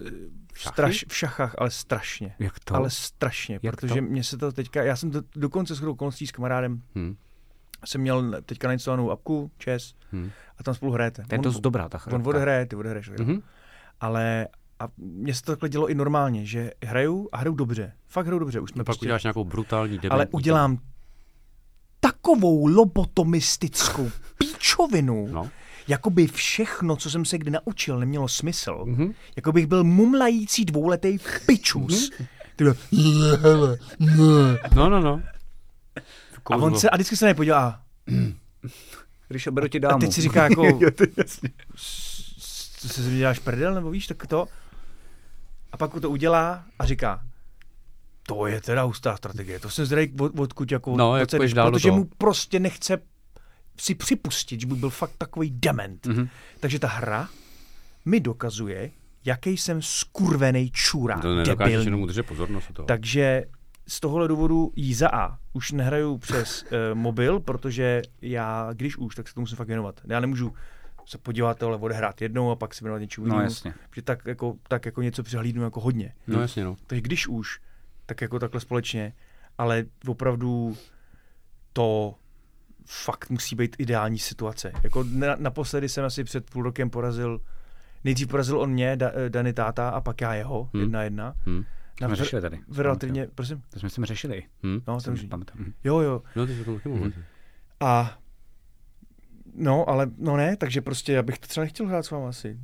Speaker 2: straš, v šachách, ale strašně.
Speaker 3: Jak to?
Speaker 2: To? Ale strašně,
Speaker 3: Jak
Speaker 2: Jak protože
Speaker 3: to?
Speaker 2: to? mě se to teďka, já jsem do, dokonce shodou okolností s kamarádem,
Speaker 4: Hmm.
Speaker 2: jsem měl teďka nainstalovanou apku, ČES,
Speaker 4: Hmm.
Speaker 2: a tam spolu hrajete.
Speaker 3: To je
Speaker 2: On-
Speaker 3: dost dobrá ta
Speaker 2: On
Speaker 3: chratka.
Speaker 2: odehraje, ty odehraješ. Mm-hmm.
Speaker 4: Mhm.
Speaker 2: Ale a mně se to takhle dělo i normálně, že hraju a hraju dobře. Fakt hraju dobře. Už jsme prostě-
Speaker 4: A No, pak uděláš nějakou brutální dementní.
Speaker 2: ale udělám takovou lobotomistickou píčovinu, no.
Speaker 4: No.
Speaker 2: jako by všechno, co jsem se kdy naučil, nemělo smysl.
Speaker 4: Mhm.
Speaker 2: Mm-hmm. Jako bych byl mumlající dvouletý pičus. Mm-hmm.
Speaker 4: No, no, no.
Speaker 2: A on se, a vždycky se nepodívá.
Speaker 3: Když oberu ti
Speaker 2: A
Speaker 3: dámu.
Speaker 2: teď si říká jako,
Speaker 3: to je jasně.
Speaker 2: co se mi děláš prdel, nebo víš, tak to. A pak to udělá a říká, to je teda hustá strategie, to jsem zdrej od, odkud jako,
Speaker 4: No,
Speaker 2: odkud
Speaker 4: jak
Speaker 2: se
Speaker 4: půjdeš
Speaker 2: jdeš,
Speaker 4: dál do
Speaker 2: protože
Speaker 4: toho.
Speaker 2: mu prostě nechce si připustit, že by byl fakt takový dement.
Speaker 4: Mhm.
Speaker 2: Mm-hmm. Takže ta hra mi dokazuje, jaký jsem skurvený čůra,
Speaker 4: To
Speaker 2: debilní.
Speaker 4: nedokážeš jenom udržet pozornost od toho.
Speaker 2: Takže z tohohle důvodu jí za A. Už nehraju přes uh, mobil, protože já, když už, tak se tomu musím fakt věnovat. Já nemůžu se podívat, ale odehrát jednou a pak si věnovat něčemu
Speaker 3: No
Speaker 2: jinému.
Speaker 3: jasně.
Speaker 2: Že tak jako, tak jako něco přehlídnu jako hodně.
Speaker 4: No jasně, no.
Speaker 2: Takže když už, tak jako takhle společně, ale opravdu to fakt musí být ideální situace. Jako na, naposledy jsem asi před půl rokem porazil, nejdřív porazil on mě, da, eh, Dany táta, a pak já jeho,
Speaker 4: Hmm.
Speaker 2: jedna jedna.
Speaker 4: Hmm.
Speaker 2: Na,
Speaker 3: Hm. jsme
Speaker 2: v,
Speaker 3: řešili tady.
Speaker 2: v relativně, prosím,
Speaker 3: To jsme s tím řešili.
Speaker 4: Hmm.
Speaker 2: no,
Speaker 3: Jsem
Speaker 2: to už,
Speaker 3: pamatuju.
Speaker 2: jo, jo,
Speaker 4: No, ty jsi o tom taky
Speaker 3: Hmm.
Speaker 4: mluvil.
Speaker 2: a No, ale no ne, takže prostě já bych to třeba nechtěl hrát s váma asi.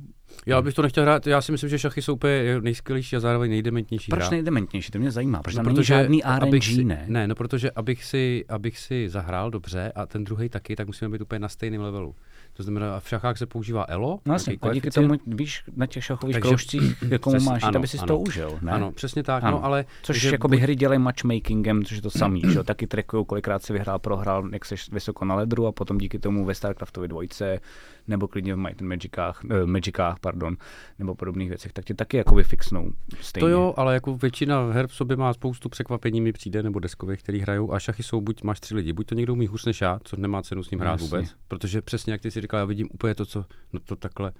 Speaker 4: Já bych to nechtěl hrát, já si myslím, že šachy jsou úplně nejskvělejší a zároveň nejdementnější
Speaker 3: Proč
Speaker 4: hra.
Speaker 3: nejdementnější? To mě zajímá. Protože tam není žádný
Speaker 4: abych
Speaker 3: RNG,
Speaker 4: si,
Speaker 3: ne?
Speaker 4: Ne, no protože abych si, abych si zahrál dobře a ten druhý taky, tak musíme být úplně na stejném levelu. To znamená, v šachách se používá elo.
Speaker 3: No jasně,
Speaker 4: nějaký
Speaker 3: a díky
Speaker 4: koeficient.
Speaker 3: tomu víš na těch šachových
Speaker 4: jako Takže-
Speaker 3: Takže, kroužcích, jakou
Speaker 4: Přesně,
Speaker 3: máš,
Speaker 4: ano,
Speaker 3: aby si
Speaker 4: ano.
Speaker 3: to užil. Ne?
Speaker 4: Ano, přesně tak,
Speaker 3: Ano.
Speaker 4: no ale...
Speaker 3: Což
Speaker 4: že
Speaker 3: jakoby hry dělají matchmakingem, což je to samý, že jo? Taky trackují, kolikrát si vyhrál, prohrál, jak seš vysoko na ledru a potom díky tomu ve StarCraftově dvojce, nebo klidně v Might and Magicách, eh, Magicách, pardon, nebo podobných věcech, tak tě taky jakoby fixnou stejně.
Speaker 4: To jo, ale jako většina her v sobě má spoustu překvapení, mi přijde, nebo deskových, který hrajou. A šachy jsou buď máš tři lidi, buď to někdo umí hůř než já, co nemá cenu s ním hrát
Speaker 3: Jasně.
Speaker 4: vůbec. Protože přesně jak ty si říkal, já vidím úplně to, co, no to takhle.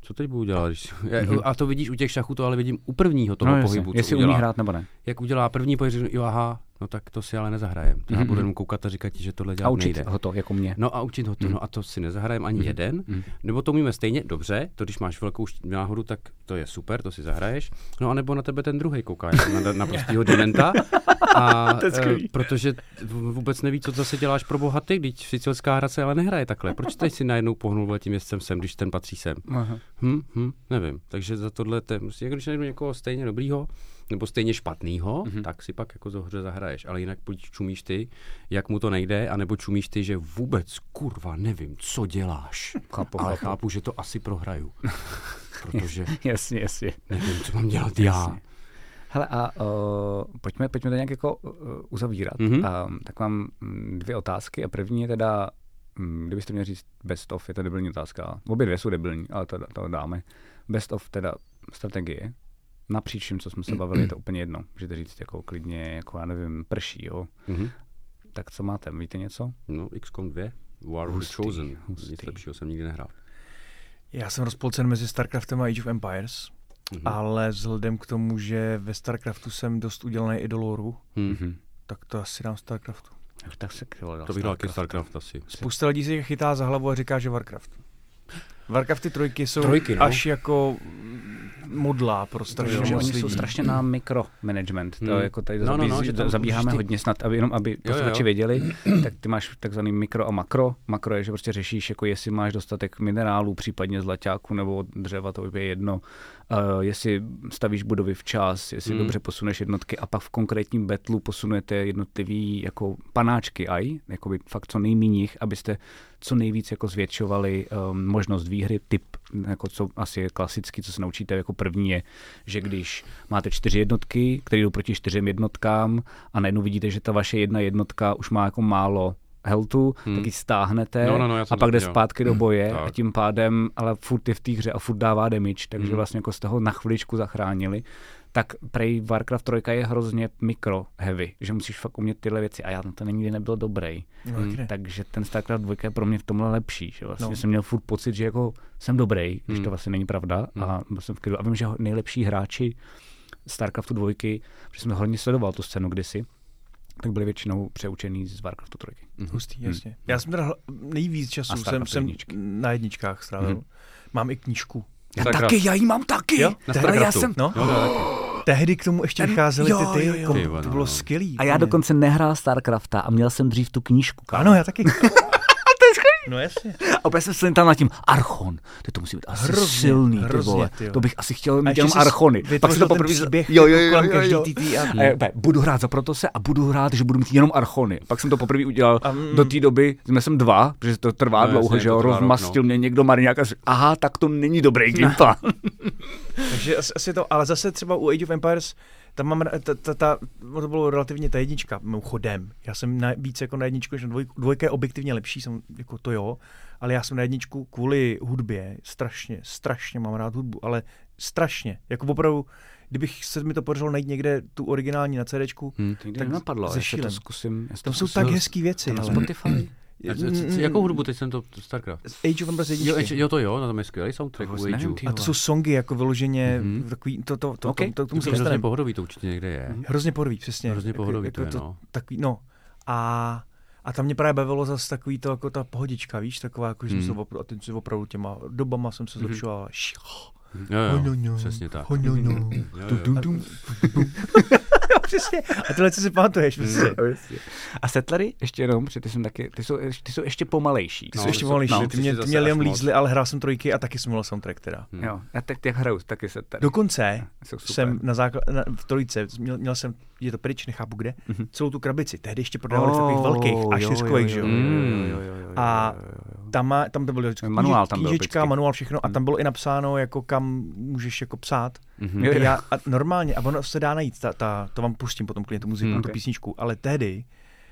Speaker 4: Co teď budu dělat? Když, já, a to vidíš u těch šachů, to ale vidím u prvního toho
Speaker 3: Mhm. no, jasně,
Speaker 4: pohybu. co
Speaker 3: jestli umí
Speaker 4: udělá.
Speaker 3: hrát nebo ne.
Speaker 4: Jak udělá první pohyb, řeknu, jo, aha, No tak to si ale nezahrajem. Já mm-hmm. budu jenom koukat a říkat ti, že tohle dělat
Speaker 3: Mhm, A učit
Speaker 4: nejde.
Speaker 3: ho to, jako mě.
Speaker 4: No a učit ho to,
Speaker 2: Mm.
Speaker 4: no a to si nezahrajem ani jeden. Nebo to umíme stejně, dobře, to když máš velkou št- náhodu, tak to je super, to si zahraješ. No a nebo na tebe ten druhý kouká jako na, na prostýho dementa. A,
Speaker 2: To je skvělý.
Speaker 4: eh, protože v- vůbec neví, co zase děláš pro boha ty, když sicilská hra se ale nehraje takhle. Proč teď si najednou pohnul vole tím jezdcem sem, když ten patří sem?
Speaker 2: No,
Speaker 3: Aha.
Speaker 4: Hm, hm, nevím. Takže za tohle, to je, prostě, jako když najdu někoho stejně dobrýho, nebo stejně špatného,
Speaker 3: Mhm.
Speaker 4: mm-hmm. tak si pak jako zohře zahraješ. Ale jinak buď čumíš ty, jak mu to nejde, anebo čumíš ty, že vůbec kurva nevím, co děláš.
Speaker 3: Chápu,
Speaker 4: ale
Speaker 3: chápu.
Speaker 4: chápu, že to asi prohraju. Protože
Speaker 3: Jasně, jasně.
Speaker 4: nevím, co mám dělat já.
Speaker 3: Jasně. Hele, a uh, pojďme, pojďme to nějak jako uh, uzavírat.
Speaker 4: Mhm.
Speaker 3: Mm-hmm. Um, tak mám mm, dvě otázky a první je teda, mm, kdybyste měl říct best of, je to debilní otázka. Obě dvě jsou debilní, ale to, to dáme. Best of teda strategie. Napříč vším, co jsme se bavili, je to úplně jedno. Můžete říct jako klidně, jako já nevím, prší, jo.
Speaker 4: Mhm.
Speaker 3: Tak co máte, víte něco?
Speaker 4: No, XCOM 2, War of the
Speaker 3: Hustý,
Speaker 4: Chosen. Nic
Speaker 3: hustý.
Speaker 4: lepšího jsem nikdy nehrál.
Speaker 2: Já jsem rozpolcen mezi StarCraftem a Age of Empires,
Speaker 3: Mhm.
Speaker 2: mm-hmm. ale vzhledem k tomu, že ve StarCraftu jsem dost udělaný i do loru,
Speaker 4: Mhm.
Speaker 2: tak to asi dám StarCraftu.
Speaker 3: Tak se krilo,
Speaker 4: To bych dal ke Starcraft asi.
Speaker 2: Spousta lidí si chytá za hlavu a říká, že Warcraft. Warcrafty trojky jsou
Speaker 4: Trojky, no.
Speaker 2: až jako mm, modlá pro strašně
Speaker 3: Protože
Speaker 2: moc
Speaker 3: oni
Speaker 2: lidí.
Speaker 3: jsou strašně na mikromanagement. To
Speaker 4: Hmm.
Speaker 3: jako tady no, zabí, no, no,
Speaker 4: že tam
Speaker 3: zabíháme
Speaker 4: můžeš ty-
Speaker 3: hodně snad, aby, jenom aby
Speaker 4: jo.
Speaker 3: posluchači věděli, tak ty máš takzvaný mikro a makro. Makro je, že prostě řešíš, jako jestli máš dostatek minerálů, případně zlaťáků nebo dřeva, to je jedno. Uh, jestli stavíš budovy včas, jestli
Speaker 4: Hmm.
Speaker 3: dobře posuneš jednotky a pak v konkrétním betlu posunete jednotlivý jako panáčky aj, jako by fakt co nejméně jich, abyste co nejvíc jako zvětšovali um, možnost výhry, typ, jako co asi je klasický, co se naučíte jako první je, že když máte čtyři jednotky, které jdou proti čtyřem jednotkám a najednou vidíte, že ta vaše jedna jednotka už má jako málo heltu, hmm. tak ji stáhnete
Speaker 4: No, no, no, já
Speaker 3: a
Speaker 4: jsem
Speaker 3: pak
Speaker 4: to
Speaker 3: jde
Speaker 4: viděl.
Speaker 3: zpátky do boje
Speaker 4: Tak.
Speaker 3: a tím pádem, ale furt je v té hře a furt dává damage,
Speaker 4: Hmm.
Speaker 3: takže vlastně jako z toho na chviličku zachránili. Tak prej Warcraft 3 je hrozně mikro heavy, že musíš fakt umět tyhle věci a já na to nikdy nebyl dobrý.
Speaker 2: No,
Speaker 4: Hmm.
Speaker 2: taky ne.
Speaker 3: Takže ten StarCraft 2 je pro mě v tomhle lepší, že vlastně
Speaker 2: No.
Speaker 3: no. jsem měl furt pocit, že jako jsem dobrý, když
Speaker 4: Hmm.
Speaker 3: to vlastně není pravda a byl jsem v klidu. A vím, že ho- nejlepší hráči StarCraftu 2, protože jsem to hodně sledoval tu scénu kdysi, tak byli většinou přeučený z Warcraftu 3.
Speaker 4: Hmm.
Speaker 2: Hustý, jasně. Já jsem teda hl- nejvíc
Speaker 3: Mhm. A
Speaker 2: času jsem,
Speaker 3: Starcraft
Speaker 2: jsem
Speaker 3: jedničky. Mhm.
Speaker 2: na jedničkách strávil. Mám i knížku.
Speaker 3: Já
Speaker 4: Starcraft.
Speaker 3: taky, já ji mám taky.
Speaker 2: Jo,
Speaker 4: Na
Speaker 2: Ale
Speaker 4: Starcraftu.
Speaker 3: já jsem-
Speaker 2: No,
Speaker 4: no, tak.
Speaker 2: tehdy k tomu ještě vycházely
Speaker 3: jo,
Speaker 2: ty ty,
Speaker 3: jo, jo.
Speaker 2: kom-
Speaker 4: Ty vole,
Speaker 2: to
Speaker 4: no,
Speaker 2: bylo
Speaker 4: no.
Speaker 2: skvělý.
Speaker 3: A já
Speaker 2: úplně.
Speaker 3: dokonce nehrál StarCrafta a měl jsem dřív tu knížku. kámo.
Speaker 2: Ano, já taky. to je No jasně.
Speaker 3: A opět jsem se tam nad tím Archon. Ty to musí být asi
Speaker 2: Hrozně,
Speaker 3: silný, ty
Speaker 2: hrozně,
Speaker 3: vole.
Speaker 2: ty jo.
Speaker 3: to bych asi chtěl
Speaker 2: A
Speaker 3: mít
Speaker 2: ještě
Speaker 3: jenom
Speaker 2: jsi
Speaker 3: Archony. Pak se
Speaker 2: vytvořil
Speaker 3: to
Speaker 2: ten
Speaker 3: poprvé...
Speaker 2: příběh
Speaker 3: jo, jo,
Speaker 2: jako
Speaker 3: jo,
Speaker 2: kolem
Speaker 3: jo,
Speaker 2: každý
Speaker 3: jo.
Speaker 2: TT a-
Speaker 3: A, je, opět, budu hrát za Protose a budu hrát, že budu mít jenom Archony. Pak jsem to poprvé udělal
Speaker 2: mm.
Speaker 3: do té doby, jsme jsem dva, protože to trvá
Speaker 4: No,
Speaker 3: dlouho,
Speaker 4: jasně,
Speaker 3: že
Speaker 4: to
Speaker 3: jo,
Speaker 4: trvá rok,
Speaker 3: rozmastil
Speaker 4: no.
Speaker 3: mě někdo marňák a řekl, aha, tak to není dobrý
Speaker 2: No.
Speaker 3: gameplan.
Speaker 2: Takže asi, asi to, ale zase třeba u Age of Empires, tam mám, ra- ta, ta, ta, no to bylo relativně ta jednička, mimochodem. Já jsem na, víc jako na jedničku, než na dvojku. Dvojka je objektivně lepší, jsem, jako to jo, ale já jsem na jedničku kvůli hudbě, strašně, strašně mám rád hudbu, ale strašně, jako opravdu, kdybych se mi to podařilo najít někde tu originální na CDčku,
Speaker 4: Hm.
Speaker 3: Tak napadlo, já se
Speaker 2: zešílen.
Speaker 3: to zkusím. já se to
Speaker 2: tam jsou
Speaker 3: zkusím
Speaker 2: tak hezký věci. no.
Speaker 3: na
Speaker 2: ale-
Speaker 3: Spotify. Mm,
Speaker 4: A co- co- co- Jakou hudbu teď jsem to Starcraft?
Speaker 2: Age of Empires
Speaker 4: Jo,
Speaker 2: jedničky.
Speaker 4: jo, to jo, na tom je skvělý soundtrack.
Speaker 3: To
Speaker 4: u
Speaker 3: vůbec nevím,
Speaker 4: Ageu.
Speaker 3: ty
Speaker 2: A to jsou songy jako vyloženě
Speaker 4: Mhm.
Speaker 2: takový, to, to, to,
Speaker 3: Okay.
Speaker 2: to, Mhm. to, k tomu se
Speaker 4: Musím hrozně
Speaker 2: dostaneme.
Speaker 4: pohodový to určitě někde je.
Speaker 2: Hrozně pohodový, přesně. Jako-
Speaker 4: Hrozně pohodový to je, no.
Speaker 2: Takový, no. A, a tam mě právě bavilo zase takový to, jako ta pohodička, víš, taková, jako,
Speaker 4: Mhm.
Speaker 2: že jsem se opra- a ten si opravdu těma dobama jsem se zlepšoval. Š-
Speaker 4: Jo,
Speaker 2: ho, no,
Speaker 4: jo,
Speaker 2: no,
Speaker 4: přesně tak.
Speaker 2: ho, no, no.
Speaker 4: Jo, jo.
Speaker 2: Přesně. A tyhle si pamatuješ,
Speaker 4: Mhm.
Speaker 2: přesně.
Speaker 3: A setlery ještě jenom, protože ty, jsem taky, ty, jsou, ty jsou ještě pomalejší.
Speaker 2: Ty
Speaker 4: No,
Speaker 2: jsou ještě
Speaker 4: to jsou-
Speaker 2: malý,
Speaker 4: no,
Speaker 2: no, ty
Speaker 4: ty
Speaker 2: mě,
Speaker 4: jsi
Speaker 2: ty
Speaker 4: zase
Speaker 2: mě
Speaker 4: až
Speaker 2: jenom
Speaker 4: moc.
Speaker 2: lízli, ale hrál jsem trojky a taky jsem měl soundtrack teda.
Speaker 3: Jo, já tak jak hraju, taky setlery.
Speaker 2: Dokonce
Speaker 3: Jsou super.
Speaker 2: jsem na zákl- na, v trojce, měl, měl jsem, je to pryč, nechápu kde,
Speaker 3: Mhm.
Speaker 2: celou tu krabici. Tehdy ještě prodávali v
Speaker 3: Oh,
Speaker 2: takových velkých a čtyřkových, že jo. A tam, má, tam to bylo vždycky
Speaker 3: Manuál
Speaker 2: kníže-
Speaker 3: tam byl
Speaker 2: knížička,
Speaker 3: vždycky. Mhm.
Speaker 2: manuál, všechno a tam bylo i napsáno, jako kam můžeš jako psát.
Speaker 3: Jo,
Speaker 2: Mm-hmm.
Speaker 3: jo.
Speaker 2: Já, a normálně, a ono se dá najít, ta, ta, to vám pustím potom klidně tu muziku, mm, tu
Speaker 3: Mhm. Ok.
Speaker 2: písničku, ale tehdy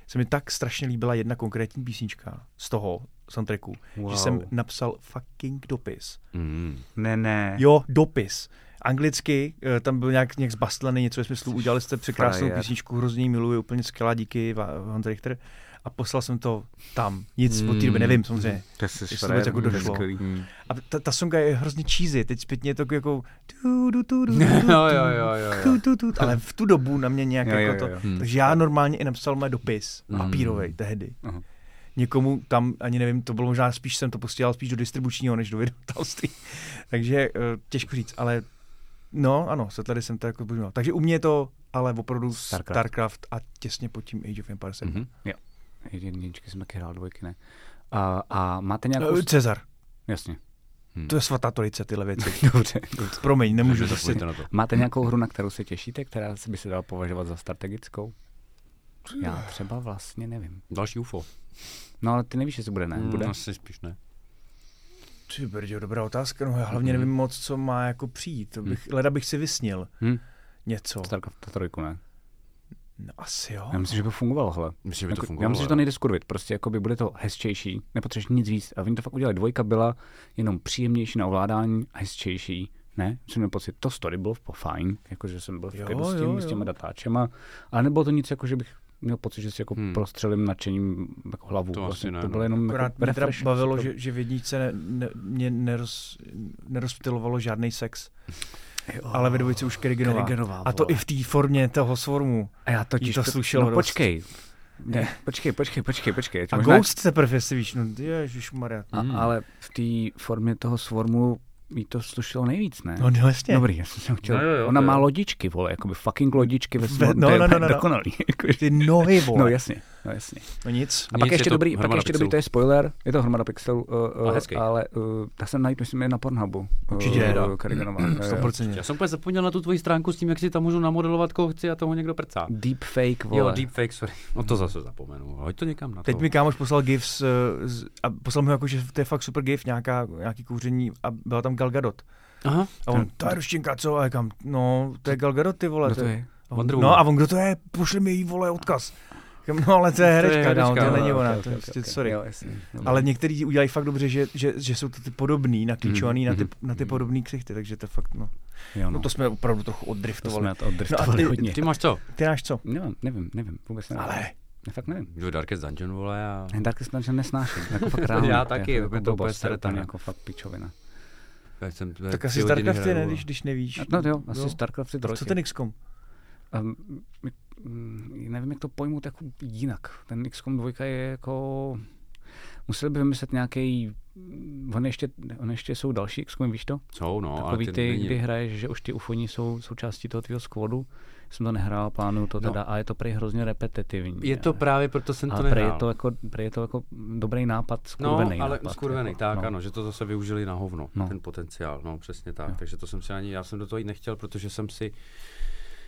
Speaker 2: se mi tak strašně líbila jedna konkrétní písnička z toho soundtracku, wow. že
Speaker 3: Wow.
Speaker 2: jsem napsal fucking dopis.
Speaker 4: Mm.
Speaker 3: Ne, ne.
Speaker 2: Jo, dopis. Anglicky eh, tam byl nějak, nějak zbastlený něco ve smyslu, udělali jste překrásnou
Speaker 3: frajer.
Speaker 2: písničku, hrozně ji miluji, úplně skvělá, díky Va- Honza Richter. A poslal jsem to tam. Nic od té doby nevím, samozřejmě.
Speaker 3: Hmm. To je si
Speaker 2: Jestli to vůbec jako došlo. A ta, ta songa je hrozně cheesy, teď zpětně je to jako tu, tu, tu, tu, tu,
Speaker 4: Jo, jo, jo, jo, jo.
Speaker 2: tu, tu, tu, tu, ale v tu dobu na mě nějak
Speaker 3: Jo, jo,
Speaker 2: jako
Speaker 3: jo, jo.
Speaker 2: to. Takže já normálně i napsal mé dopis, papírovej tehdy.
Speaker 3: Aha.
Speaker 2: Někomu tam, ani nevím, to bylo možná spíš, jsem to posílal spíš do distribučního, než do vydavatelství. Takže eh, těžko říct, ale no ano, se tady jsem to jako bojoval. Takže u mě je to ale opravdu
Speaker 3: Starcraft.
Speaker 2: Starcraft, Starcraft a těsně pod tím Age of Empires. Mm-hmm.
Speaker 3: Jedničky jsem taky hrál, dvojky ne. A, a máte nějakou...
Speaker 2: Cezar,
Speaker 3: Jasně.
Speaker 2: to je svatá trojice tyhle věci.
Speaker 3: Dobře. dobře.
Speaker 2: Promiň, nemůžu zase.
Speaker 4: na to.
Speaker 3: Máte nějakou hru, na kterou se těšíte, která se by se dala považovat za strategickou? Já třeba vlastně nevím.
Speaker 4: Další UFO.
Speaker 3: No ale ty nevíš, jestli bude ne. Bude?
Speaker 4: Hmm, asi spíš ne.
Speaker 2: Ty brďo, dobrá otázka. No, já hlavně
Speaker 3: Mhm.
Speaker 2: nevím moc, co má jako přijít. To Bych, Leda bych si vysnil
Speaker 3: Hm?
Speaker 2: něco.
Speaker 3: Starcraft trojku, ne?
Speaker 2: No, asi jo.
Speaker 3: Já myslím, že by fungovalo, hele.
Speaker 4: Myslím, že by to
Speaker 3: Jako-
Speaker 4: fungovalo,
Speaker 3: Já myslím, že to
Speaker 4: jo.
Speaker 3: nejde skurvit. Prostě jako by bude to hezčejší, nepotřebuješ nic víc. A oni to fakt udělali. Dvojka byla jenom příjemnější na ovládání, hezčejší. Ne, jsem měl pocit, to story bylo po fajn, jakože jsem byl v
Speaker 2: Jo,
Speaker 3: klidu s, tím,
Speaker 2: jo,
Speaker 3: s
Speaker 2: jo.
Speaker 3: těma datáčema, ale nebylo to nic, jako že bych měl pocit, že si jako hmm. prostřelím nadšením jako hlavu.
Speaker 4: To asi
Speaker 3: Vlastně
Speaker 4: ne,
Speaker 3: to
Speaker 4: no.
Speaker 3: bylo jenom
Speaker 2: Akorát
Speaker 3: jako
Speaker 2: mě teda
Speaker 3: refresh,
Speaker 2: bavilo,
Speaker 3: to-
Speaker 2: že, že v jedničce ne, ne, mě neroz, nerozptilovalo žádný sex. ale ve dvojici už Kerriganová.
Speaker 3: Kerriganová,
Speaker 2: A to
Speaker 3: vole.
Speaker 2: i v té formě toho svormu.
Speaker 3: A já totiž
Speaker 2: to slušelo
Speaker 3: no,
Speaker 2: dost.
Speaker 3: počkej. Ne, počkej, počkej, počkej, počkej. já ti
Speaker 2: A
Speaker 3: možná-
Speaker 2: Ghost teprve, jestli víš, no ježišmarja.
Speaker 3: A,
Speaker 4: Hmm.
Speaker 3: ale v té formě toho svormu mi to slušelo nejvíc, ne?
Speaker 2: No, no jasně.
Speaker 3: Dobrý, já jsem chtěl.
Speaker 4: No
Speaker 3: No,
Speaker 4: jo, jo,
Speaker 3: Ona
Speaker 4: jo.
Speaker 3: má lodičky, vole, jakoby fucking lodičky ve svém,
Speaker 2: no,
Speaker 3: to je
Speaker 2: no,
Speaker 3: úplně
Speaker 2: no, no, no.
Speaker 3: dokonalý. jakože.
Speaker 2: Ty nohy, vole.
Speaker 3: No jasně, no jasně.
Speaker 2: No nic.
Speaker 3: A
Speaker 4: Nic,
Speaker 3: pak
Speaker 4: je
Speaker 3: ještě
Speaker 4: to
Speaker 3: dobrý, pak
Speaker 4: hromada
Speaker 3: ještě dobrý,
Speaker 4: pixelů.
Speaker 3: to je spoiler, je to hromada pixelů, uh,
Speaker 4: A
Speaker 3: uh,
Speaker 4: hezký.
Speaker 3: ale uh, tak jsem najít, myslím, je na Pornhubu.
Speaker 2: Určitě je,
Speaker 3: uh,
Speaker 2: no.
Speaker 3: Kariganová. jo, jo.
Speaker 2: 100%.
Speaker 4: Já jsem úplně zapomněl na tu tvoji stránku s tím, jak si tam můžu namodelovat, koho chci a toho někdo prcá.
Speaker 3: Deepfake, vole.
Speaker 4: Jo, deepfake, sorry. No to zase zapomenu. Hoď to někam na to.
Speaker 2: Teď mi kámoš poslal GIFs eh, z- a poslal mi ho jako, že to je fakt super GIF, nějaká, nějaký kouření a byla tam Gal Gadot.
Speaker 4: Aha.
Speaker 2: A on, to je ruštinka, co? A já říkám, no, to je Gal Gadot, ty vole.
Speaker 3: Kdo to je?
Speaker 2: A on,
Speaker 4: Wonder Woman.
Speaker 2: no a on, kdo to je? Pošli mi jí, vole, odkaz. Říkám, No ale to je herečka,
Speaker 4: herečka,
Speaker 2: no, to
Speaker 4: no,
Speaker 2: není
Speaker 3: ok,
Speaker 2: ona,
Speaker 3: ok,
Speaker 2: to je
Speaker 3: ok,
Speaker 2: prostě,
Speaker 3: ok.
Speaker 2: sorry.
Speaker 3: Jo, no. jasně. Dobrý.
Speaker 2: Ale některý udělají fakt dobře, že, že, že jsou to ty podobný, naklíčovaný
Speaker 3: Mhm,
Speaker 2: na ty, na ty podobný ksichty, takže to fakt, no.
Speaker 3: Jo,
Speaker 2: No to jsme opravdu trochu
Speaker 3: to
Speaker 2: oddriftovali.
Speaker 3: jsme to oddriftovali
Speaker 2: No a
Speaker 3: hodně.
Speaker 4: Ty máš co?
Speaker 2: Ty náš co?
Speaker 3: Nevím, nevím, nevím, vůbec nevím.
Speaker 2: Ale.
Speaker 3: Ne, fakt nevím.
Speaker 4: Jo, Darkest Dungeon, vole, a...
Speaker 3: Dark Expansion nesnáším, jako fakt reálně.
Speaker 4: Já taky, jako je to úplně
Speaker 3: blbost, je
Speaker 4: sretaně.
Speaker 3: jako fakt pičovina.
Speaker 4: Tak, jsem,
Speaker 2: Tak asi Starcraft je, ne, když, když nevíš.
Speaker 3: No jo, asi Starcraft si
Speaker 2: Co ten XCOM?
Speaker 3: Um, mm, nevím, jak to pojmout jako jinak. Ten XCOM 2 je jako... Museli by vymyslet nějaký... On ještě, on ještě jsou další XCOM, víš to?
Speaker 4: Jsou, no, ale
Speaker 3: Takový
Speaker 4: ty,
Speaker 3: ty,
Speaker 4: není-
Speaker 3: kdy hraješ, že už ty ufoni jsou součástí toho tvého skvodu. Jsem to nehrál, plánuju to
Speaker 4: No.
Speaker 3: teda. A je to prej hrozně repetitivní.
Speaker 4: Je to
Speaker 3: Ale-
Speaker 4: právě proto jsem to
Speaker 3: ale prej
Speaker 4: nehrál.
Speaker 3: je to, jako, prej je to jako dobrý nápad,
Speaker 4: No,
Speaker 3: skurvený
Speaker 4: ale
Speaker 3: nápad,
Speaker 4: skurvený,
Speaker 3: jako,
Speaker 4: tak
Speaker 3: no.
Speaker 4: ano, že to zase využili na hovno,
Speaker 3: No.
Speaker 4: ten potenciál, no přesně tak. Takže to jsem si ani, já jsem do toho jít nechtěl, protože jsem si,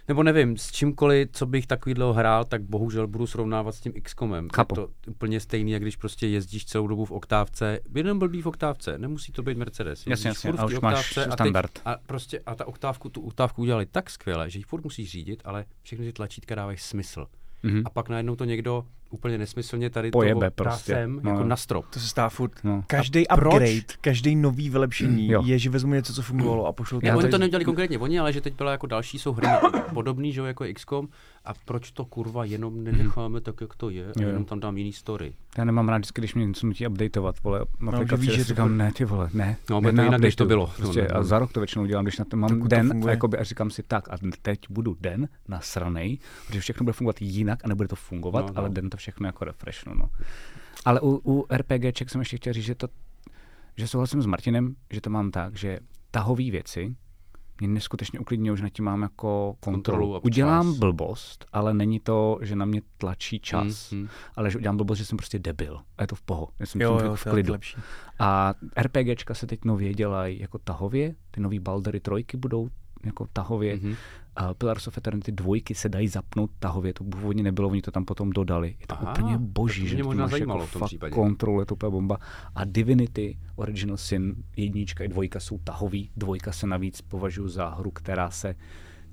Speaker 4: nebo nevím, s čímkoliv, co bych takový dlouho hrál, tak bohužel budu srovnávat s tím XCOMem.
Speaker 3: Chápu.
Speaker 4: Je to úplně stejný, jak když prostě jezdíš celou dobu v oktávce, jeden blbý v oktávce, nemusí to být Mercedes. jezdíš
Speaker 3: Jasně, jasně,
Speaker 4: furt v
Speaker 3: a
Speaker 4: té
Speaker 3: už máš
Speaker 4: oktávce a, teď,
Speaker 3: standard.
Speaker 4: a, prostě, a ta oktávku, tu oktávku udělali tak skvěle, že ji furt musíš řídit, ale všechny ty tlačítka dávají smysl. Mm-hmm. A pak najednou to někdo úplně nesmyslně tady
Speaker 3: Mhm. Pojebe
Speaker 4: toho dá
Speaker 3: prostě,
Speaker 4: sem,
Speaker 3: no.
Speaker 4: jako na strop.
Speaker 2: To se stává furt.
Speaker 3: No.
Speaker 2: Každý upgrade, každý nový vylepšení
Speaker 3: Jo.
Speaker 2: je, že vezmu něco, co fungovalo a pošlou
Speaker 4: Já
Speaker 2: na
Speaker 4: oni to
Speaker 2: tady-
Speaker 4: neudělali konkrétně oni, ale že teď byla jako další jsou hry podobný, že jo, jako je XCOM a proč to kurva jenom nenecháme tak, jak to je a
Speaker 3: jo.
Speaker 4: jenom tam dám jiný story.
Speaker 3: Já nemám rád vždycky, když mě něco nutí updateovat, vole, no,
Speaker 2: že
Speaker 3: aplikaci,
Speaker 2: víš,
Speaker 3: víš,
Speaker 2: že
Speaker 3: že
Speaker 2: to
Speaker 3: říkám,
Speaker 2: bude-
Speaker 3: ne, ty vole, ne.
Speaker 4: No,
Speaker 3: ne,
Speaker 4: bude to jinak, než to bylo.
Speaker 3: neupdateuju. Prostě,
Speaker 4: No, nebo-
Speaker 3: a za rok to většinou dělám, když na to
Speaker 2: Tak
Speaker 3: mám
Speaker 2: to
Speaker 3: den a,
Speaker 2: funguje.
Speaker 3: jakoby, a říkám si tak, a teď budu den nasranej, protože všechno bude fungovat jinak a nebude to fungovat,
Speaker 4: No, no.
Speaker 3: no, no. ale den to všechno jako refreshnu, no. Ale u, u RPGček jsem ještě chtěl říct, že to, že souhlasím s Martinem, že to mám tak, že tahové věci mě neskutečně uklidňují, že na tím mám jako kontrolu.
Speaker 4: Kontrolu a
Speaker 3: kontrolu Udělám
Speaker 4: čas.
Speaker 3: blbost, ale není to, že na mě tlačí čas,
Speaker 4: Mm, mm.
Speaker 3: mm, mm. ale že udělám blbost, že jsem prostě debil. A je to v poho. Já jsem,
Speaker 2: Mhm. Jo,
Speaker 3: jsem
Speaker 2: jo,
Speaker 3: v
Speaker 2: to je
Speaker 3: klidu.
Speaker 2: lepší.
Speaker 3: A RPGčka se teď nově dělají jako tahově, ty nový Baldery trojky budou jako tahově.
Speaker 4: Mhm.
Speaker 3: Mm-hmm. A Pillars of Eternity dvojky se dají zapnout tahově, to původně nebylo, oni to tam potom dodali. Je to
Speaker 4: Aha,
Speaker 3: Aha, úplně
Speaker 4: tak
Speaker 3: boží,
Speaker 4: to
Speaker 3: že
Speaker 4: mě
Speaker 3: to
Speaker 4: možná
Speaker 3: máš
Speaker 4: zajímalo
Speaker 3: jako
Speaker 4: v tom
Speaker 3: fakt
Speaker 4: případě.
Speaker 3: kontrol, je to úplně bomba. A Divinity, Original Sin, jednička i dvojka jsou tahový, dvojka se navíc považuji za hru, která se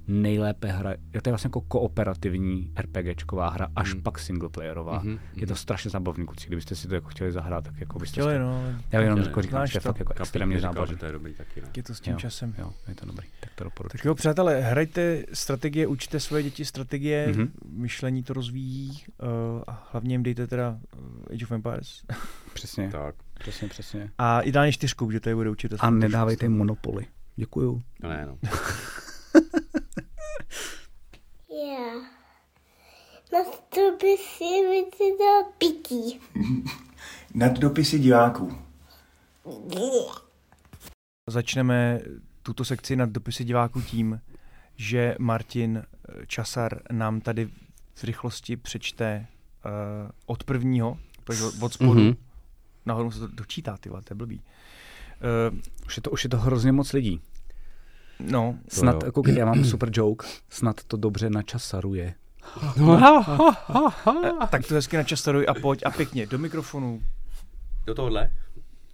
Speaker 3: nejlépe hra, je to je vlastně jako kooperativní RPGčková hra, až
Speaker 4: Mhm.
Speaker 3: mm. pak singleplayerová. Mm-hmm. Je to strašně zábavný kluci, kdybyste si to jako chtěli zahrát, tak jako byste
Speaker 2: Chtěli,
Speaker 3: si to-
Speaker 2: no, ale
Speaker 3: Já jenom
Speaker 4: Chtěli.
Speaker 3: jako říkám,
Speaker 2: Znáš
Speaker 3: že je
Speaker 2: to.
Speaker 3: fakt jako extrémně
Speaker 4: Kapitán říkal,
Speaker 3: zábavný.
Speaker 4: že to je dobrý taky, ne?
Speaker 2: je to s tím
Speaker 3: Jo,
Speaker 2: časem.
Speaker 3: jo, je to dobrý, tak to doporučuji.
Speaker 2: Tak jo, přátelé, hrajte strategie, učte svoje děti strategie,
Speaker 3: Mhm.
Speaker 2: mm-hmm. myšlení to rozvíjí uh, a hlavně jim dejte teda eh, Age of Empires.
Speaker 3: Přesně,
Speaker 4: Tak.
Speaker 3: přesně, přesně.
Speaker 2: A ideálně čtyřku, že to je bude učit.
Speaker 3: A
Speaker 2: aspoň trošku.
Speaker 3: nedávejte jim monopoly. Děkuju.
Speaker 4: No, ne, no.
Speaker 1: Já. Na stropě si vycítil pití.
Speaker 2: Nad dopisy diváků. Začneme tuto sekci nad dopisy diváků tím, že Martin eh, Časar nám tady v rychlosti přečte uh, od prvního, takže od- od spodu, mm-hmm.
Speaker 4: Mhm.
Speaker 2: nahoru se to dočítá, ty vole, to je blbý. Uh,
Speaker 3: Už je, to, už je to hrozně moc lidí.
Speaker 2: no,
Speaker 3: Snad,
Speaker 4: jo.
Speaker 3: jako když já mám super joke, snad to dobře načasaruje. Ah.
Speaker 2: eh, tak to hezky načastaruj a pojď a pěkně do mikrofonu.
Speaker 4: Do tohohle?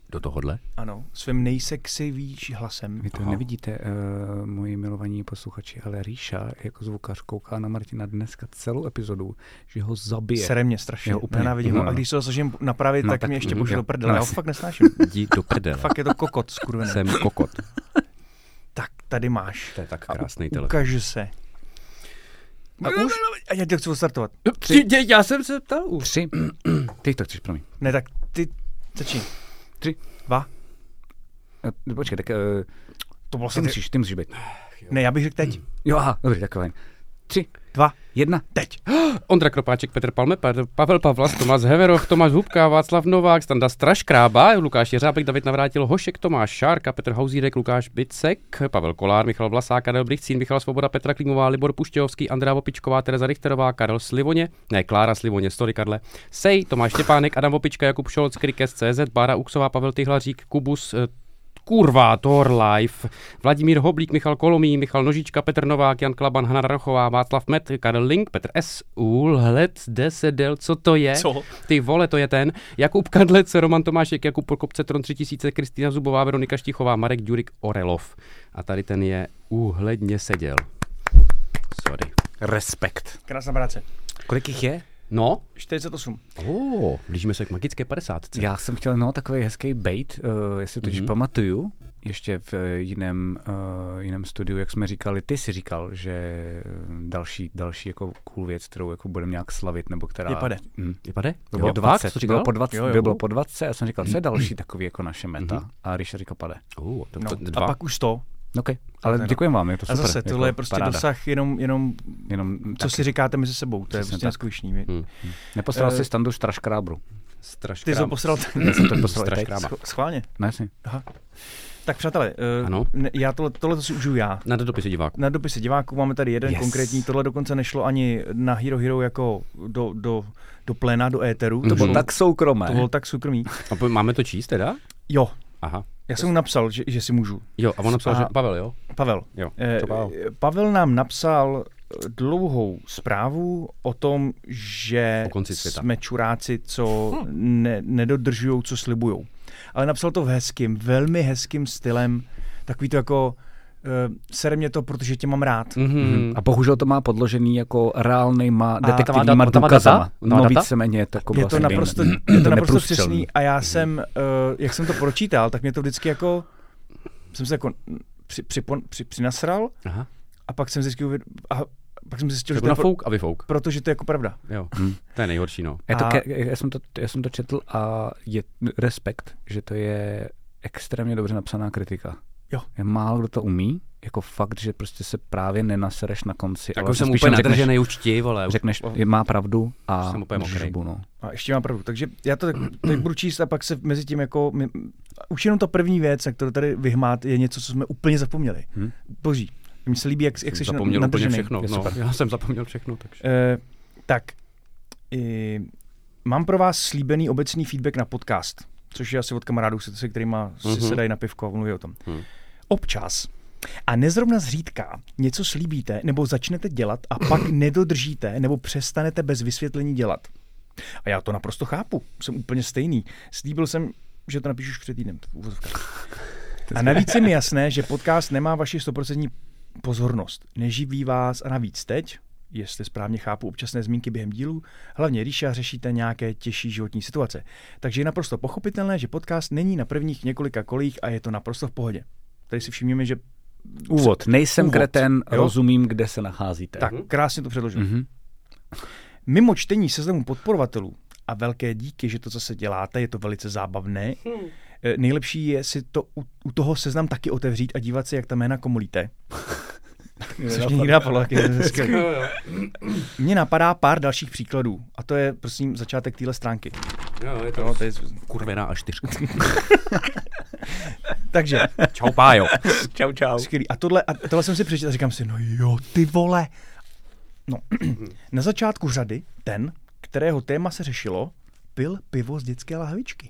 Speaker 4: Do tohohle?
Speaker 2: Ano, svým nejsexivější hlasem.
Speaker 3: Vy to Aha. nevidíte, uh, moji milovaní posluchači, ale Ríša jako zvukař kouká na Martina dneska celou epizodu, že ho zabije.
Speaker 2: Sere mě strašně,
Speaker 3: Jo,
Speaker 2: jo,
Speaker 3: úplně.
Speaker 2: úplně, nenávidím ho.
Speaker 3: No,
Speaker 2: A
Speaker 3: no.
Speaker 2: když se ho snažím napravit,
Speaker 3: No,
Speaker 2: no, tak,
Speaker 3: tak-
Speaker 2: tak mě ještě
Speaker 3: mhm,
Speaker 2: bože
Speaker 3: jo.
Speaker 2: do prdele,
Speaker 3: No,
Speaker 2: já ho
Speaker 3: jasně.
Speaker 2: fakt nesnáším.
Speaker 4: Jdi do prdele.
Speaker 2: Fakt je to kokot, skurvený.
Speaker 4: Jsem kokot.
Speaker 2: Tak, tady máš.
Speaker 4: To je tak krásný telefon.
Speaker 2: Ukaž se. A už? A já tě chci odstartovat.
Speaker 4: Tři, dě- já jsem se ptal už.
Speaker 3: Tři. Ty to chceš, promiň.
Speaker 2: Ne, tak ty začni.
Speaker 3: Tři.
Speaker 2: Dva.
Speaker 3: Eh, Počkej, tak uh,
Speaker 2: To bylo
Speaker 3: ty,
Speaker 2: snad...
Speaker 3: musíš, Hmm. ty musíš být.
Speaker 2: Ne, já bych řekl teď.
Speaker 3: Jo, aha, dobrý, tak fajn. Tři,
Speaker 2: Dva.
Speaker 3: jedna.
Speaker 2: Teď.
Speaker 4: Ondra Kropáček, Petr Palme, Pa- Pavel Pavlas, Tomáš Heveroch, Tomáš Hubka, Václav Novák, Standa Straškrába, Lukáš Jeřábek, David Navrátil, Hošek, Tomáš Šárka, Petr Hauzírek, Lukáš Bicek, Pavel Kolár, Michal Vlasák, Karel Brichcín, Michal Svoboda, Petra Klimová, Libor Puštěhovský, Andrá Vopičková, Tereza Richterová, Karel Slivoně, ne, Klára Slivoně, sorry Karle, Sej, Tomáš Štěpánek, Adam Vopička, Jakub Šolc, Krikes, CZ, Bára Uksová, Pavel Tyhlařík, Kubus, eh, Kurva, Thor Life, Vladimír Hoblík, Michal Kolomý, Michal Nožička, Petr Novák, Jan Klaban, Hanna Rachová, Václav Met, Karel Link, Petr S. Úl, Hled, Desedel, co to je?
Speaker 2: Co?
Speaker 4: Ty vole, to je ten. Jakub Kadlec, Roman Tomášek, Jakub Prokopce, Tron 3000, Kristýna Zubová, Veronika Štichová, Marek Ďurik, Orelov. A tady ten je úhledně seděl. Sorry.
Speaker 3: Respekt.
Speaker 2: Krásná práce.
Speaker 3: Kolik jich je?
Speaker 4: No,
Speaker 2: 48.
Speaker 4: oh, blížíme se k magické 50.
Speaker 3: Já jsem chtěl, no, takový hezký bait, uh, jestli to mm-hmm. pamatuju, ještě v eh, jiném, uh, jiném studiu, jak jsme říkali, ty si říkal, že eh, další, další jako cool věc, kterou jako budeme nějak slavit, nebo která...
Speaker 2: Vypade.
Speaker 3: Mm.
Speaker 4: Vypadá?
Speaker 3: To bylo, no? 20, to bylo po 20,
Speaker 2: Jo, jo.
Speaker 3: bylo po 20, já jsem říkal, co je další takový jako naše meta, mm-hmm. a Ríša říkal, pade.
Speaker 4: Oh, to,
Speaker 2: No,
Speaker 4: to,
Speaker 2: a
Speaker 4: dva.
Speaker 2: pak už to.
Speaker 3: OK, ale děkujeme vám, je to
Speaker 2: A
Speaker 3: super. jako
Speaker 2: zase, tohle je prostě
Speaker 3: paráda.
Speaker 2: dosah jenom, jenom
Speaker 3: Jenom,
Speaker 2: co si říkáte mezi sebou. To je
Speaker 3: Přesně
Speaker 2: prostě
Speaker 3: tak. Hmm.
Speaker 2: neskutečný. vy-
Speaker 4: Hm.
Speaker 3: Neposral
Speaker 2: Eh,
Speaker 3: jsi standu straškrábru.
Speaker 4: Straškrám.
Speaker 2: Ty jsi ho posral
Speaker 3: Já jsem to poslal i teď.
Speaker 4: Straškrába.
Speaker 2: scho- schválně.
Speaker 3: No jasně.
Speaker 2: Tak přátelé, eh,
Speaker 4: Ano.
Speaker 2: ne- já tohle, tohle to si užiju já.
Speaker 4: Na dopisy diváků.
Speaker 2: Na dopisy diváků máme tady jeden
Speaker 3: Yes.
Speaker 2: yes. konkrétní, tohle dokonce nešlo ani na Hero Hero jako do, do, do pléna, do éteru.
Speaker 3: Mhm.
Speaker 4: To bylo
Speaker 2: šlo-
Speaker 3: Tak soukromé.
Speaker 2: to bylo tak soukromý.
Speaker 4: A po- máme to číst teda?
Speaker 2: Jo,
Speaker 4: Aha.
Speaker 2: já jsem mu napsal, že, že si můžu.
Speaker 4: Jo, a on napsal,
Speaker 2: A-
Speaker 4: že Pavel, jo?
Speaker 2: Pavel.
Speaker 4: Jo,
Speaker 2: Eh,
Speaker 4: co Pavel?
Speaker 2: eh, Pavel nám napsal eh, dlouhou zprávu o tom, že
Speaker 4: O konci světa.
Speaker 2: jsme čuráci, co ne, nedodržují, co slibujou. Ale napsal to v hezkým, velmi hezkým stylem, takový to jako uh, sere mě to, protože tě mám rád.
Speaker 4: Mhm.
Speaker 3: A bohužel to má podložený jako reálnejma
Speaker 4: tam
Speaker 3: detektivníma
Speaker 4: má data?
Speaker 3: důkazama.
Speaker 4: Tam má
Speaker 3: No
Speaker 4: data?
Speaker 3: víceméně je to jako
Speaker 2: Je to
Speaker 3: vlastně
Speaker 2: naprosto,
Speaker 3: ne-
Speaker 2: je to naprosto
Speaker 3: neprůstřelný.
Speaker 2: přesný a
Speaker 4: Mhm.
Speaker 2: já jsem, uh, jak jsem to pročítal, tak mě to vždycky jako, jsem se jako při, připon, při, přinasral
Speaker 4: Aha.
Speaker 2: a pak jsem zjistil, uvěd- a pak jsem zjistil, že
Speaker 4: Jako
Speaker 2: to je, pro,
Speaker 4: nafouk a vyfouk.
Speaker 2: protože to je jako pravda.
Speaker 4: Jo. To je nejhorší, no.
Speaker 3: Je to,
Speaker 2: A-
Speaker 3: ke- já, jsem to, já jsem to četl a je respekt, že to je extrémně dobře napsaná kritika.
Speaker 2: Jo.
Speaker 3: Je málo kdo to umí, jako fakt, že prostě se právě nenasereš na konci.
Speaker 4: Tak
Speaker 3: ale
Speaker 4: už jsem
Speaker 3: spíš
Speaker 4: úplně
Speaker 3: jen řekneš,
Speaker 4: nadržený už ti, vole. už-
Speaker 3: řekneš, je má pravdu a
Speaker 4: Už jsem úplně
Speaker 3: držíš
Speaker 4: mokrý.
Speaker 3: hubu, no.
Speaker 2: A ještě má pravdu. Takže já to tak, tak budu číst a pak se mezi tím jako... My, už jenom ta první věc, jak to tady vyhmát, je něco, co jsme úplně zapomněli.
Speaker 3: Hm.
Speaker 2: Hmm? Boží. Mně se líbí, jak, jak jsi
Speaker 4: Zapomněl úplně
Speaker 2: nadržený.
Speaker 4: všechno.
Speaker 3: Je
Speaker 4: No,
Speaker 3: super.
Speaker 4: já jsem zapomněl všechno, takže.
Speaker 2: Eh, tak, i, mám pro vás slíbený obecný feedback na podcast, což je asi od kamarádů, se, se kterými si
Speaker 4: Mhm.
Speaker 2: sedají na pivko a mluví o tom.
Speaker 4: Mhm.
Speaker 2: Občas a nezrovna zřídka něco slíbíte nebo začnete dělat a pak nedodržíte nebo přestanete bez vysvětlení dělat. A já to naprosto chápu, jsem úplně stejný. Slíbil jsem, že to napíšu už před týdnem. v uvozovkách. A navíc je mi jasné, že podcast nemá vaši 100% pozornost, neživí vás a navíc teď, jestli správně chápu občasné zmínky během dílu, hlavně Ríša řešíte nějaké těžší životní situace. Takže je naprosto pochopitelné, že podcast není na prvních několika kolích a je to naprosto v pohodě. Tady si všimněme, že
Speaker 3: Úvod. Nejsem
Speaker 2: Úvod,
Speaker 3: Úvod. kreten,
Speaker 2: jo?
Speaker 3: jo? rozumím, kde se nacházíte.
Speaker 2: tak krásně to předložil.
Speaker 3: Mhm.
Speaker 2: Mimo čtení seznamu podporovatelů a velké díky, že to, co se děláte, je to velice zábavné. Eh, Nejlepší je si to u, u toho seznam taky otevřít a dívat se, jak ta jména komolíte. Což mě nikdy napadlo, jak je to hezké.
Speaker 4: jo.
Speaker 2: Mně napadá pár dalších příkladů a to je, prosím, začátek téhle stránky.
Speaker 4: Jo, je
Speaker 2: No,
Speaker 4: to
Speaker 2: to je,
Speaker 4: kurvená a čtyřka.
Speaker 2: takže,
Speaker 4: Čau, pájo.
Speaker 3: Čau, čau.
Speaker 2: skvělý. A tohle, a tohle jsem si přečetl a říkám si, no jo, ty vole. No, na začátku řady ten, kterého téma se řešilo, pil pivo z dětské lahvičky.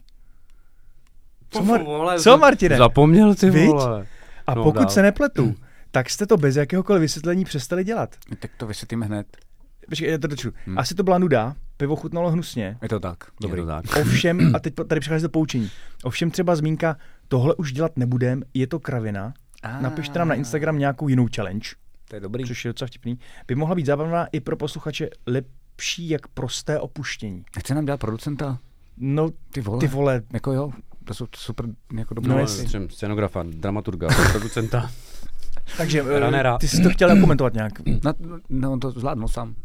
Speaker 2: Co, Mar- co Martine?
Speaker 4: Zapomněl ty
Speaker 2: Viď?
Speaker 4: vole.
Speaker 2: A
Speaker 4: No,
Speaker 2: pokud
Speaker 4: dál.
Speaker 2: se nepletu, tak jste to bez jakéhokoliv vysvětlení přestali dělat.
Speaker 3: Tak to vysvětlíme hned.
Speaker 2: Počkej, já to dočtu.
Speaker 4: Hmm.
Speaker 2: Asi to byla nuda, pivo chutnalo hnusně.
Speaker 3: Je to tak. Dobrý.
Speaker 4: Je to tak.
Speaker 2: Ovšem, a teď po- tady přichází to poučení. Ovšem třeba zmínka, tohle už dělat nebudem, je to kravina.
Speaker 3: A.
Speaker 2: Napište nám na Instagram nějakou jinou challenge,
Speaker 3: To je dobrý.
Speaker 2: což je docela vtipný. By mohla být zábavná i pro posluchače lepší jak prosté opuštění.
Speaker 3: Nechce nám dělat producenta?
Speaker 2: No,
Speaker 3: Ty vole.
Speaker 2: ty vole,
Speaker 3: Jako jo, to jsou super jako dobré
Speaker 2: No,
Speaker 4: No,
Speaker 2: jasně.
Speaker 4: jsem scenografa, dramaturga, producenta.
Speaker 2: takže eh,
Speaker 4: Ranera.
Speaker 2: ty jsi to chtěl komentovat nějak.
Speaker 3: No, no, on to zvládnu sám.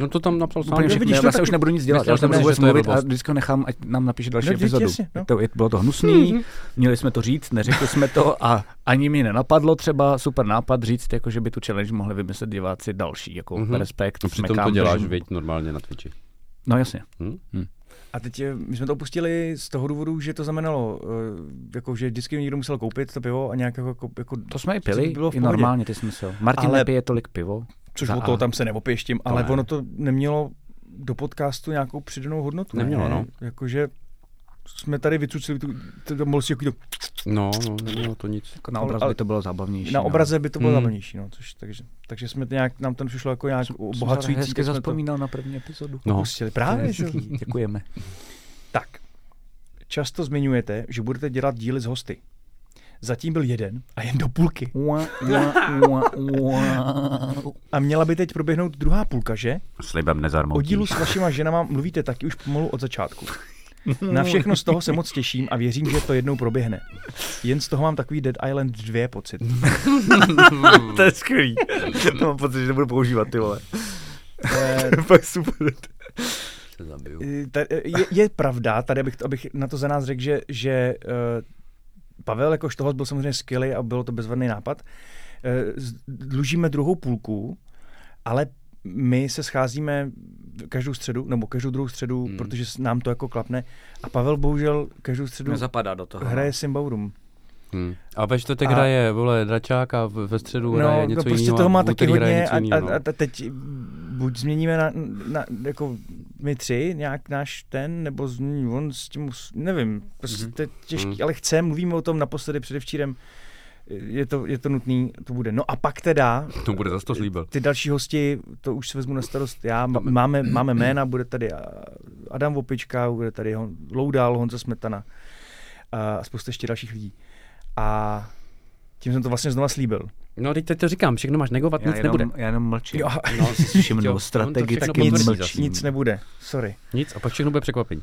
Speaker 4: No to tam napsal sám. že-
Speaker 3: Úplně všechno.
Speaker 2: vidíš,
Speaker 3: Já
Speaker 2: to
Speaker 3: vlastně
Speaker 2: taky-
Speaker 3: už nebudu nic dělat.
Speaker 4: Myslel
Speaker 3: Já už
Speaker 4: jsem,
Speaker 3: nebudu
Speaker 4: že
Speaker 3: vůbec
Speaker 4: to je
Speaker 3: mluvit a
Speaker 4: blbost.
Speaker 3: vždycky ho nechám, ať nám napíše další
Speaker 2: No, vždyť
Speaker 3: epizodu.
Speaker 2: jasně, no. Mhm.
Speaker 3: To, je- bylo to hnusný, měli jsme to říct, neřekli jsme to a ani mi nenapadlo třeba super nápad říct, jako, že by tu challenge mohli vymyslet diváci další. Jako respekt,
Speaker 4: No, přitom to
Speaker 3: smekám,
Speaker 4: děláš,
Speaker 3: držím.
Speaker 4: viď, normálně na Twitchi.
Speaker 3: No jasně.
Speaker 4: Hm?
Speaker 2: A teď eh, my jsme to opustili z toho důvodu, že to znamenalo, eh, jako, že vždycky někdo musel koupit to pivo a nějak jako, jako, jako
Speaker 3: To jsme i
Speaker 2: by
Speaker 3: pili,
Speaker 2: bylo v
Speaker 3: i
Speaker 2: pohodě.
Speaker 3: normálně ty smysl. Martin
Speaker 2: Ale-
Speaker 3: Ale... nepije tolik pivo.
Speaker 2: Což
Speaker 3: Za
Speaker 2: o toho
Speaker 3: A.
Speaker 2: tam se neopěštím, ale
Speaker 3: ne.
Speaker 2: ono to nemělo do podcastu nějakou přidanou hodnotu. ne?
Speaker 4: Nemělo, no.
Speaker 2: Jakože jsme tady vycucili tu, to, jako to, bylo si takový to,
Speaker 4: No, no, nemělo to nic.
Speaker 3: Jako na
Speaker 2: Ale-
Speaker 3: obraz
Speaker 2: ale-
Speaker 3: by to bylo zábavnější.
Speaker 2: na
Speaker 3: no.
Speaker 2: obraze by to bylo
Speaker 4: Hmm.
Speaker 2: zábavnější, no, což, takže, takže jsme to nějak, nám to přišlo jako nějak
Speaker 3: Jsem se
Speaker 2: obohacující,
Speaker 3: Hezky
Speaker 2: tak jsme to
Speaker 3: zaspomínal na první epizodu.
Speaker 4: No.
Speaker 2: pustili. Právě, že?
Speaker 3: Hezký, Děkujeme.
Speaker 2: Tak, často zmiňujete, že budete dělat díly s hosty. Zatím byl jeden a jen do půlky.
Speaker 3: Ua, ua, ua, ua.
Speaker 2: A měla by teď proběhnout druhá půlka, že?
Speaker 4: Slibem
Speaker 2: O
Speaker 4: nezarmoutíš.
Speaker 2: dílu s vašima ženama mluvíte taky už pomalu od začátku. Na všechno z toho se moc těším a věřím, že to jednou proběhne. Jen z toho mám takový Dead Island 2 pocit.
Speaker 3: To je skvělý. To mám pocit, že to budu používat, ty vole.
Speaker 2: Eh,
Speaker 3: To je fakt super.
Speaker 4: Se zabiju.
Speaker 2: eh, ta- eh, Je, je pravda, tady abych, to- abych na to za nás řekl, že, že eh, Pavel jako toho byl samozřejmě skvělý a byl to bezvadný nápad. Eh, z- Dlužíme druhou půlku, ale my se scházíme každou středu, nebo každou druhou středu,
Speaker 4: Hmm.
Speaker 2: protože s- nám to jako klapne. A Pavel bohužel každou středu
Speaker 3: Nezapadá do toho.
Speaker 2: hraje Symbaurum.
Speaker 4: Hm. A ve čtvrtek
Speaker 2: A-
Speaker 4: hraje, vole, dračák a v- ve středu hraje něco
Speaker 2: no prostě
Speaker 4: jinýho,
Speaker 2: toho
Speaker 4: a
Speaker 2: má
Speaker 4: v
Speaker 2: taky
Speaker 4: úterý hraje
Speaker 2: hodně
Speaker 4: něco
Speaker 2: a,
Speaker 4: jinýho, no.
Speaker 2: a, a te- teď buď změníme na, na, jako my tři nějak náš ten, nebo změní on s tím, us- nevím, prostě
Speaker 4: Mhm.
Speaker 2: to je těžký,
Speaker 4: Mhm.
Speaker 2: ale chce, mluvíme o tom naposledy předevčírem, je to, je to nutný, to bude. No a pak teda,
Speaker 4: To bude zase to slíbil.
Speaker 2: ty další hosti, to už se vezmu na starost já, M- máme, máme jména, bude tady a, Adam Vopička, bude tady Hon, Loudal, Honza Smetana a, a spousta ještě dalších lidí. A tím jsem to vlastně znova slíbil.
Speaker 4: No, teď teď to říkám, všechno máš negovat,
Speaker 3: Já
Speaker 4: nic
Speaker 3: jenom,
Speaker 4: nebude.
Speaker 3: já jenom mlčím.
Speaker 2: Jo.
Speaker 4: No,
Speaker 3: Si
Speaker 4: Jo, on
Speaker 3: všimnul
Speaker 4: to
Speaker 3: strategicky
Speaker 4: všechno potvrdí
Speaker 3: nic
Speaker 4: zase.
Speaker 3: mlčím.
Speaker 2: Nic nebude, sorry.
Speaker 4: Nic a pak všechno bude překvapení.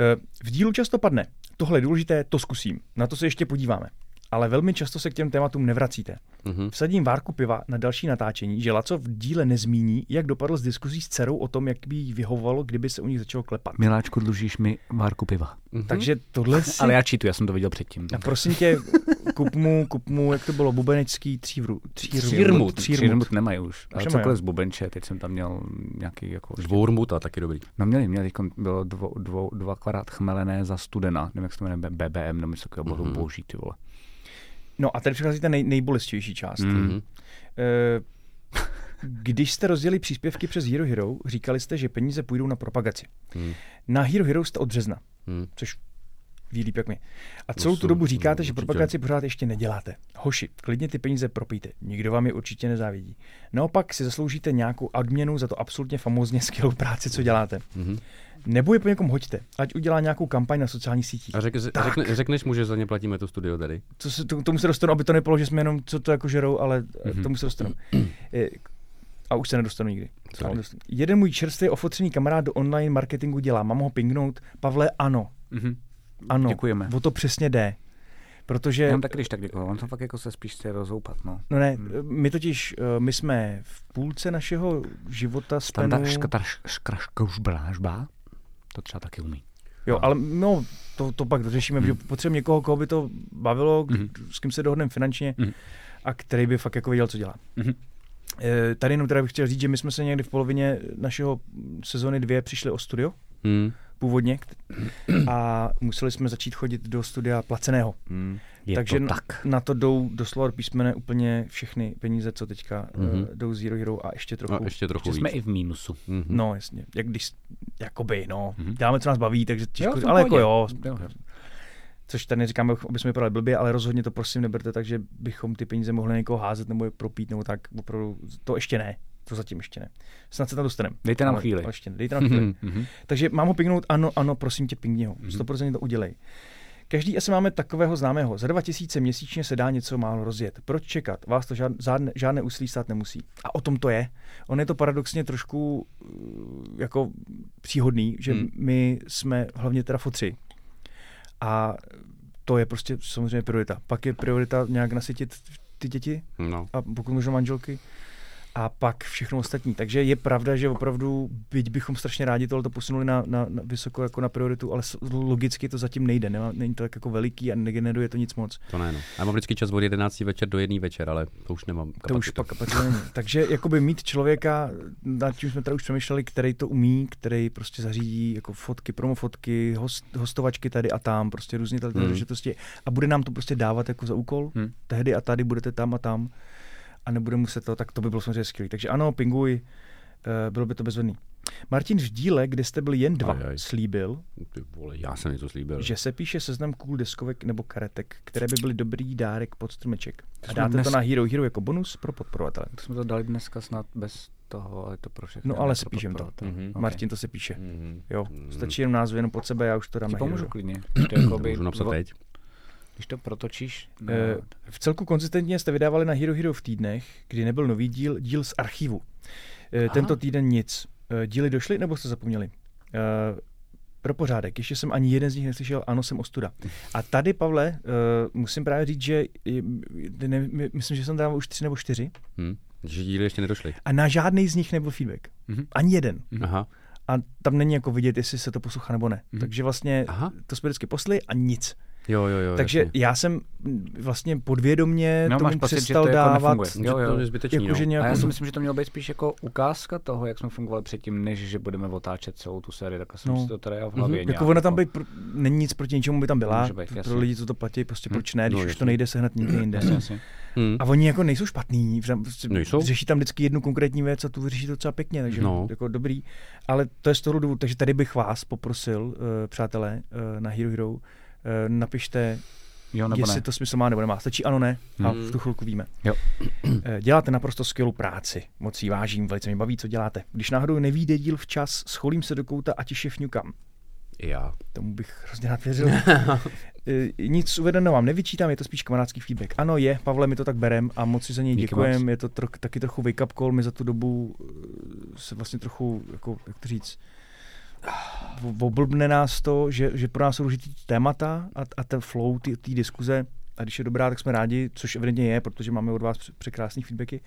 Speaker 2: Eh, V dílu často padne. Tohle je důležité, to zkusím. Na to se ještě podíváme. Ale velmi často se k těm tématům nevracíte.
Speaker 4: Mhm.
Speaker 2: Vsadím várku piva na další natáčení, že Laco v díle nezmíní, jak dopadl s diskuzí s dcerou o tom, jak by jí vyhovovalo, kdyby se u nich začalo klepat.
Speaker 3: Miláčku, dlužíš mi várku piva.
Speaker 2: Takže tohle si...
Speaker 3: Ale já čítu, já jsem to viděl předtím.
Speaker 2: A prosím tě, kup mu, kup mu, jak to bylo, bubenecký třívru. Třírmut.
Speaker 4: Třírmut.
Speaker 2: Třírmut.
Speaker 3: Třírmut nemají už. Ale
Speaker 2: nemají.
Speaker 3: cokoliv z bubenče, teď jsem tam měl nějaký jako...
Speaker 4: Dvourmuta, taky dobrý.
Speaker 3: No měli, měli, kon- bylo dvo, dvo, dvakrát chmelené za studena, nevím, jak se to jmenuje, B- BBM, nebo něco takového, bylo to boží, ty vole.
Speaker 2: No a tady přichází ta nej, nejbolestivější část.
Speaker 4: Mhm.
Speaker 2: Eh, Když jste rozdělili příspěvky přes Hero Hero, říkali jste, že peníze půjdou na propagaci.
Speaker 4: Mhm.
Speaker 2: Na Hero Hero jste od března,
Speaker 4: Mhm.
Speaker 2: což ví líp jak my. A celou tu
Speaker 4: jsou-
Speaker 2: dobu
Speaker 4: no,
Speaker 2: říkáte, že
Speaker 4: určitě.
Speaker 2: propagaci pořád ještě neděláte. Hoši, klidně ty peníze propijte, nikdo vám je určitě nezávidí. Naopak si zasloužíte nějakou odměnu za to absolutně famózně skvělou práci, co děláte.
Speaker 4: Hmm.
Speaker 2: Mm-hmm. Nebo je po někom hoďte, ať udělá nějakou kampaň na sociálních sítích.
Speaker 4: A řek,
Speaker 2: Tak.
Speaker 4: řekne, řekneš mu, že za ně platíme to studio tady.
Speaker 2: Co se, to- tomu se dostanu, aby to nebylo, že jsme jenom, co to jako žerou, ale
Speaker 3: Mhm.
Speaker 2: mm-hmm. tomu se dostanu. Eh, A už se nedostanu nikdy.
Speaker 4: Sorry.
Speaker 2: Nedostanu. Jeden můj čerstvě ofotřený kamarád do online marketingu dělá. Mám ho pingnout? Pavle, ano.
Speaker 3: Mm-hmm.
Speaker 2: Ano.
Speaker 3: Děkujeme.
Speaker 2: O to přesně jde. Protože...
Speaker 3: Já tak když tak děkuji, on to fakt jako se spíš chce rozhoupat, no.
Speaker 2: No ne, my totiž, eh, my jsme v půlce našeho života
Speaker 3: Tam ta
Speaker 2: spenu...
Speaker 3: škatar, škraška už brážba, to třeba taky umí.
Speaker 2: Jo, ale no, to, to pak dořešíme, protože potřebujeme někoho, koho by to bavilo, k- s kým se dohodneme finančně a který by fakt jako věděl, co dělá. Eh, Tady jenom teda bych chtěl říct, že my jsme se někdy v polovině našeho sezóny dvě přišli o studio,
Speaker 4: Hmm.
Speaker 2: původně, kt- a museli jsme začít chodit do studia placeného.
Speaker 4: Hmm.
Speaker 3: Je
Speaker 2: Takže
Speaker 3: to
Speaker 2: na-
Speaker 3: tak.
Speaker 2: na to jdou doslova do písmene úplně všechny peníze, co teďka mm-hmm.
Speaker 4: Mhm.
Speaker 2: jdou Zero Hero a ještě trochu.
Speaker 4: A ještě trochu
Speaker 3: Že
Speaker 4: víc.
Speaker 3: jsme i v mínusu.
Speaker 4: Mhm.
Speaker 2: No, jasně. Jak když, jakoby, no, mm-hmm. děláme, co nás baví, takže těžko,
Speaker 3: jsem
Speaker 2: jo,
Speaker 3: v
Speaker 2: ale jako
Speaker 3: pohodě.
Speaker 2: jo,
Speaker 3: Jo, jo.
Speaker 2: což tady neříkám, aby jsme vypadali blbě, ale rozhodně to prosím neberte tak, že bychom ty peníze mohli na někoho házet nebo je propít, nebo tak, opravdu to ještě ne, to zatím ještě ne. Snad se tam dostaneme.
Speaker 3: Dejte nám
Speaker 2: Ale-
Speaker 3: chvíli.
Speaker 2: ale Ještě ne. Dejte nám chvíli.
Speaker 3: Mhm.
Speaker 2: Takže mám ho pingnout, ano, ano, prosím tě, pingni ho, 100% to udělej. Každý asi máme takového známého. Za 2000 měsíčně se dá něco málo rozjet. Proč čekat? Vás to žád, žádné, žádné úsilí stát nemusí. A o tom to je. On je to paradoxně trošku uh, jako příhodný, že
Speaker 3: Mhm.
Speaker 4: Hmm.
Speaker 2: my jsme hlavně teda fotři. A to je prostě samozřejmě priorita. Pak je priorita nějak nasytit ty děti,
Speaker 4: No.
Speaker 2: a pokud možno manželky a pak všechno ostatní. Takže je pravda, že opravdu, byť bychom strašně rádi tohle posunuli na, na, na vysoko jako na prioritu, ale s- logicky to zatím nejde, nemá, není to tak jako veliký a negeneruje to nic moc.
Speaker 4: To ne, no. Já mám vždycky čas od 11 večer do 1 večer, ale to už nemám kapacitu.
Speaker 2: To už pak kapacitu není. Takže jakoby mít člověka, nad čím jsme tady už přemýšleli, který to umí, který prostě zařídí jako fotky, promofotky, host, hostovačky tady a tam, prostě různě tady ty
Speaker 4: Hmm.
Speaker 2: záležitosti a bude nám to prostě dávat jako za úkol,
Speaker 3: Hmm.
Speaker 2: tehdy a tady budete tam a tam a nebude muset to, tak to by bylo samozřejmě skvělé. Takže ano, pinguj, eh, bylo by to bezvedný. Martin v díle, kde jste byli jen dva,
Speaker 4: Ajaj.
Speaker 2: slíbil,
Speaker 4: Ty vole, já jsem něco slíbil.
Speaker 2: že se píše seznam cool deskovek nebo karetek, které by byly dobrý dárek pod strmeček. A
Speaker 3: jsme
Speaker 2: dáte to
Speaker 3: dnes-
Speaker 2: na Hero Hero jako bonus pro podporovatele.
Speaker 3: Tak jsme to dali dneska snad bez toho, ale je to pro všechny.
Speaker 2: No, ale
Speaker 3: ne,
Speaker 2: si
Speaker 3: pro
Speaker 2: píšem to.
Speaker 3: podporovatele.
Speaker 4: Mhm.
Speaker 3: no. Ok.
Speaker 2: Martin, to se píše.
Speaker 4: Mhm.
Speaker 2: Jo, stačí jenom názvy, jenom pod sebe, já už to dám
Speaker 3: Ti
Speaker 2: na
Speaker 3: pomůžu
Speaker 2: Hero.
Speaker 3: klidně.
Speaker 4: To
Speaker 3: Jakoby,
Speaker 4: můžu napsat
Speaker 3: vo-
Speaker 4: teď.
Speaker 3: Když to protočíš, no,
Speaker 2: Eh, V celku konzistentně jste vydávali na Hero Hero v týdnech, kdy nebyl nový díl, díl z archivu. Eh, Tento týden nic. Eh, Díly došly nebo jste zapomněli? Eh, Pro pořádek, ještě jsem ani jeden z nich neslyšel, ano, jsem ostuda. A tady, Pavle, eh, musím právě říct, že eh, ne, my- myslím, že jsem dával už tři nebo čtyři
Speaker 4: Hm. Že díly ještě nedošly.
Speaker 2: a na žádný z nich nebyl feedback.
Speaker 3: Mhm.
Speaker 2: Ani jeden.
Speaker 4: Aha.
Speaker 2: A tam není jako vidět, jestli se to poslouchá nebo ne.
Speaker 3: Mhm.
Speaker 2: Takže vlastně
Speaker 4: Aha.
Speaker 2: to jsme vždycky posli a nic.
Speaker 4: Jo, jo, jo.
Speaker 2: Takže
Speaker 4: jasně.
Speaker 2: já jsem mm, vlastně podvědomě
Speaker 3: No,
Speaker 2: tomu
Speaker 3: máš pocit, že
Speaker 2: přestal
Speaker 3: to jako
Speaker 2: dávat. Jako,
Speaker 3: nefunguje.
Speaker 4: Že
Speaker 3: Jo, jo.
Speaker 4: to je zbytečný,
Speaker 2: Jakože
Speaker 4: no.
Speaker 3: A já
Speaker 2: nějak...
Speaker 3: si myslím, že to mělo být spíš jako ukázka toho, jak jsme fungovali předtím, než že budeme otáčet celou tu sérii, tak jsem
Speaker 2: No.
Speaker 3: si to tady já v hlavě nějak
Speaker 2: Jako ona tam být, pr- není nic proti ničemu by tam byla.
Speaker 3: Může být,
Speaker 2: pro
Speaker 3: jasně.
Speaker 2: lidi, co to platí, prostě proč ne, když
Speaker 4: No,
Speaker 2: už to
Speaker 4: jasně.
Speaker 2: nejde sehnat nikde jinde.
Speaker 3: Jasně.
Speaker 4: Hm.
Speaker 2: A oni jako nejsou špatný, vřem- prostě
Speaker 4: Nejsou.
Speaker 2: řeší tam vždycky jednu konkrétní věc a tu vyřeší to docela pěkně, takže
Speaker 4: No.
Speaker 2: jako dobrý. Ale to je z toho důvodu, takže tady bych vás poprosil, uh, přátelé, uh, na Hero Hero, uh, napište,
Speaker 3: Jo, nebo
Speaker 2: jestli
Speaker 3: ne?
Speaker 2: to smysl má nebo nemá. Stačí ano, ne a
Speaker 4: Hmm.
Speaker 2: v tu chvilku víme.
Speaker 3: Jo.
Speaker 2: Eh, Děláte naprosto skvělou práci, moc si vážím, velice mě baví, co děláte. Když náhodou nevíde díl včas, scholím se do kouta a tiše fňukám.
Speaker 4: I já.
Speaker 2: Tomu bych hrozně rád věřil. Eh, Nic uvedeno vám nevyčítám, je to spíš kamarádský feedback. Ano, je, Pavle, my to tak berem a moc si za něj
Speaker 3: Díky
Speaker 2: děkujem. Je to tro- taky trochu wake up call, my za tu dobu eh, se vlastně trochu, jako, jak to říct, v- oblbne nás to, že, že pro nás jsou důležitý témata a, a ten flow ty- té diskuze. A když je dobrá, tak jsme rádi, což evidentně je, protože máme od vás pře- překrásný feedbacky.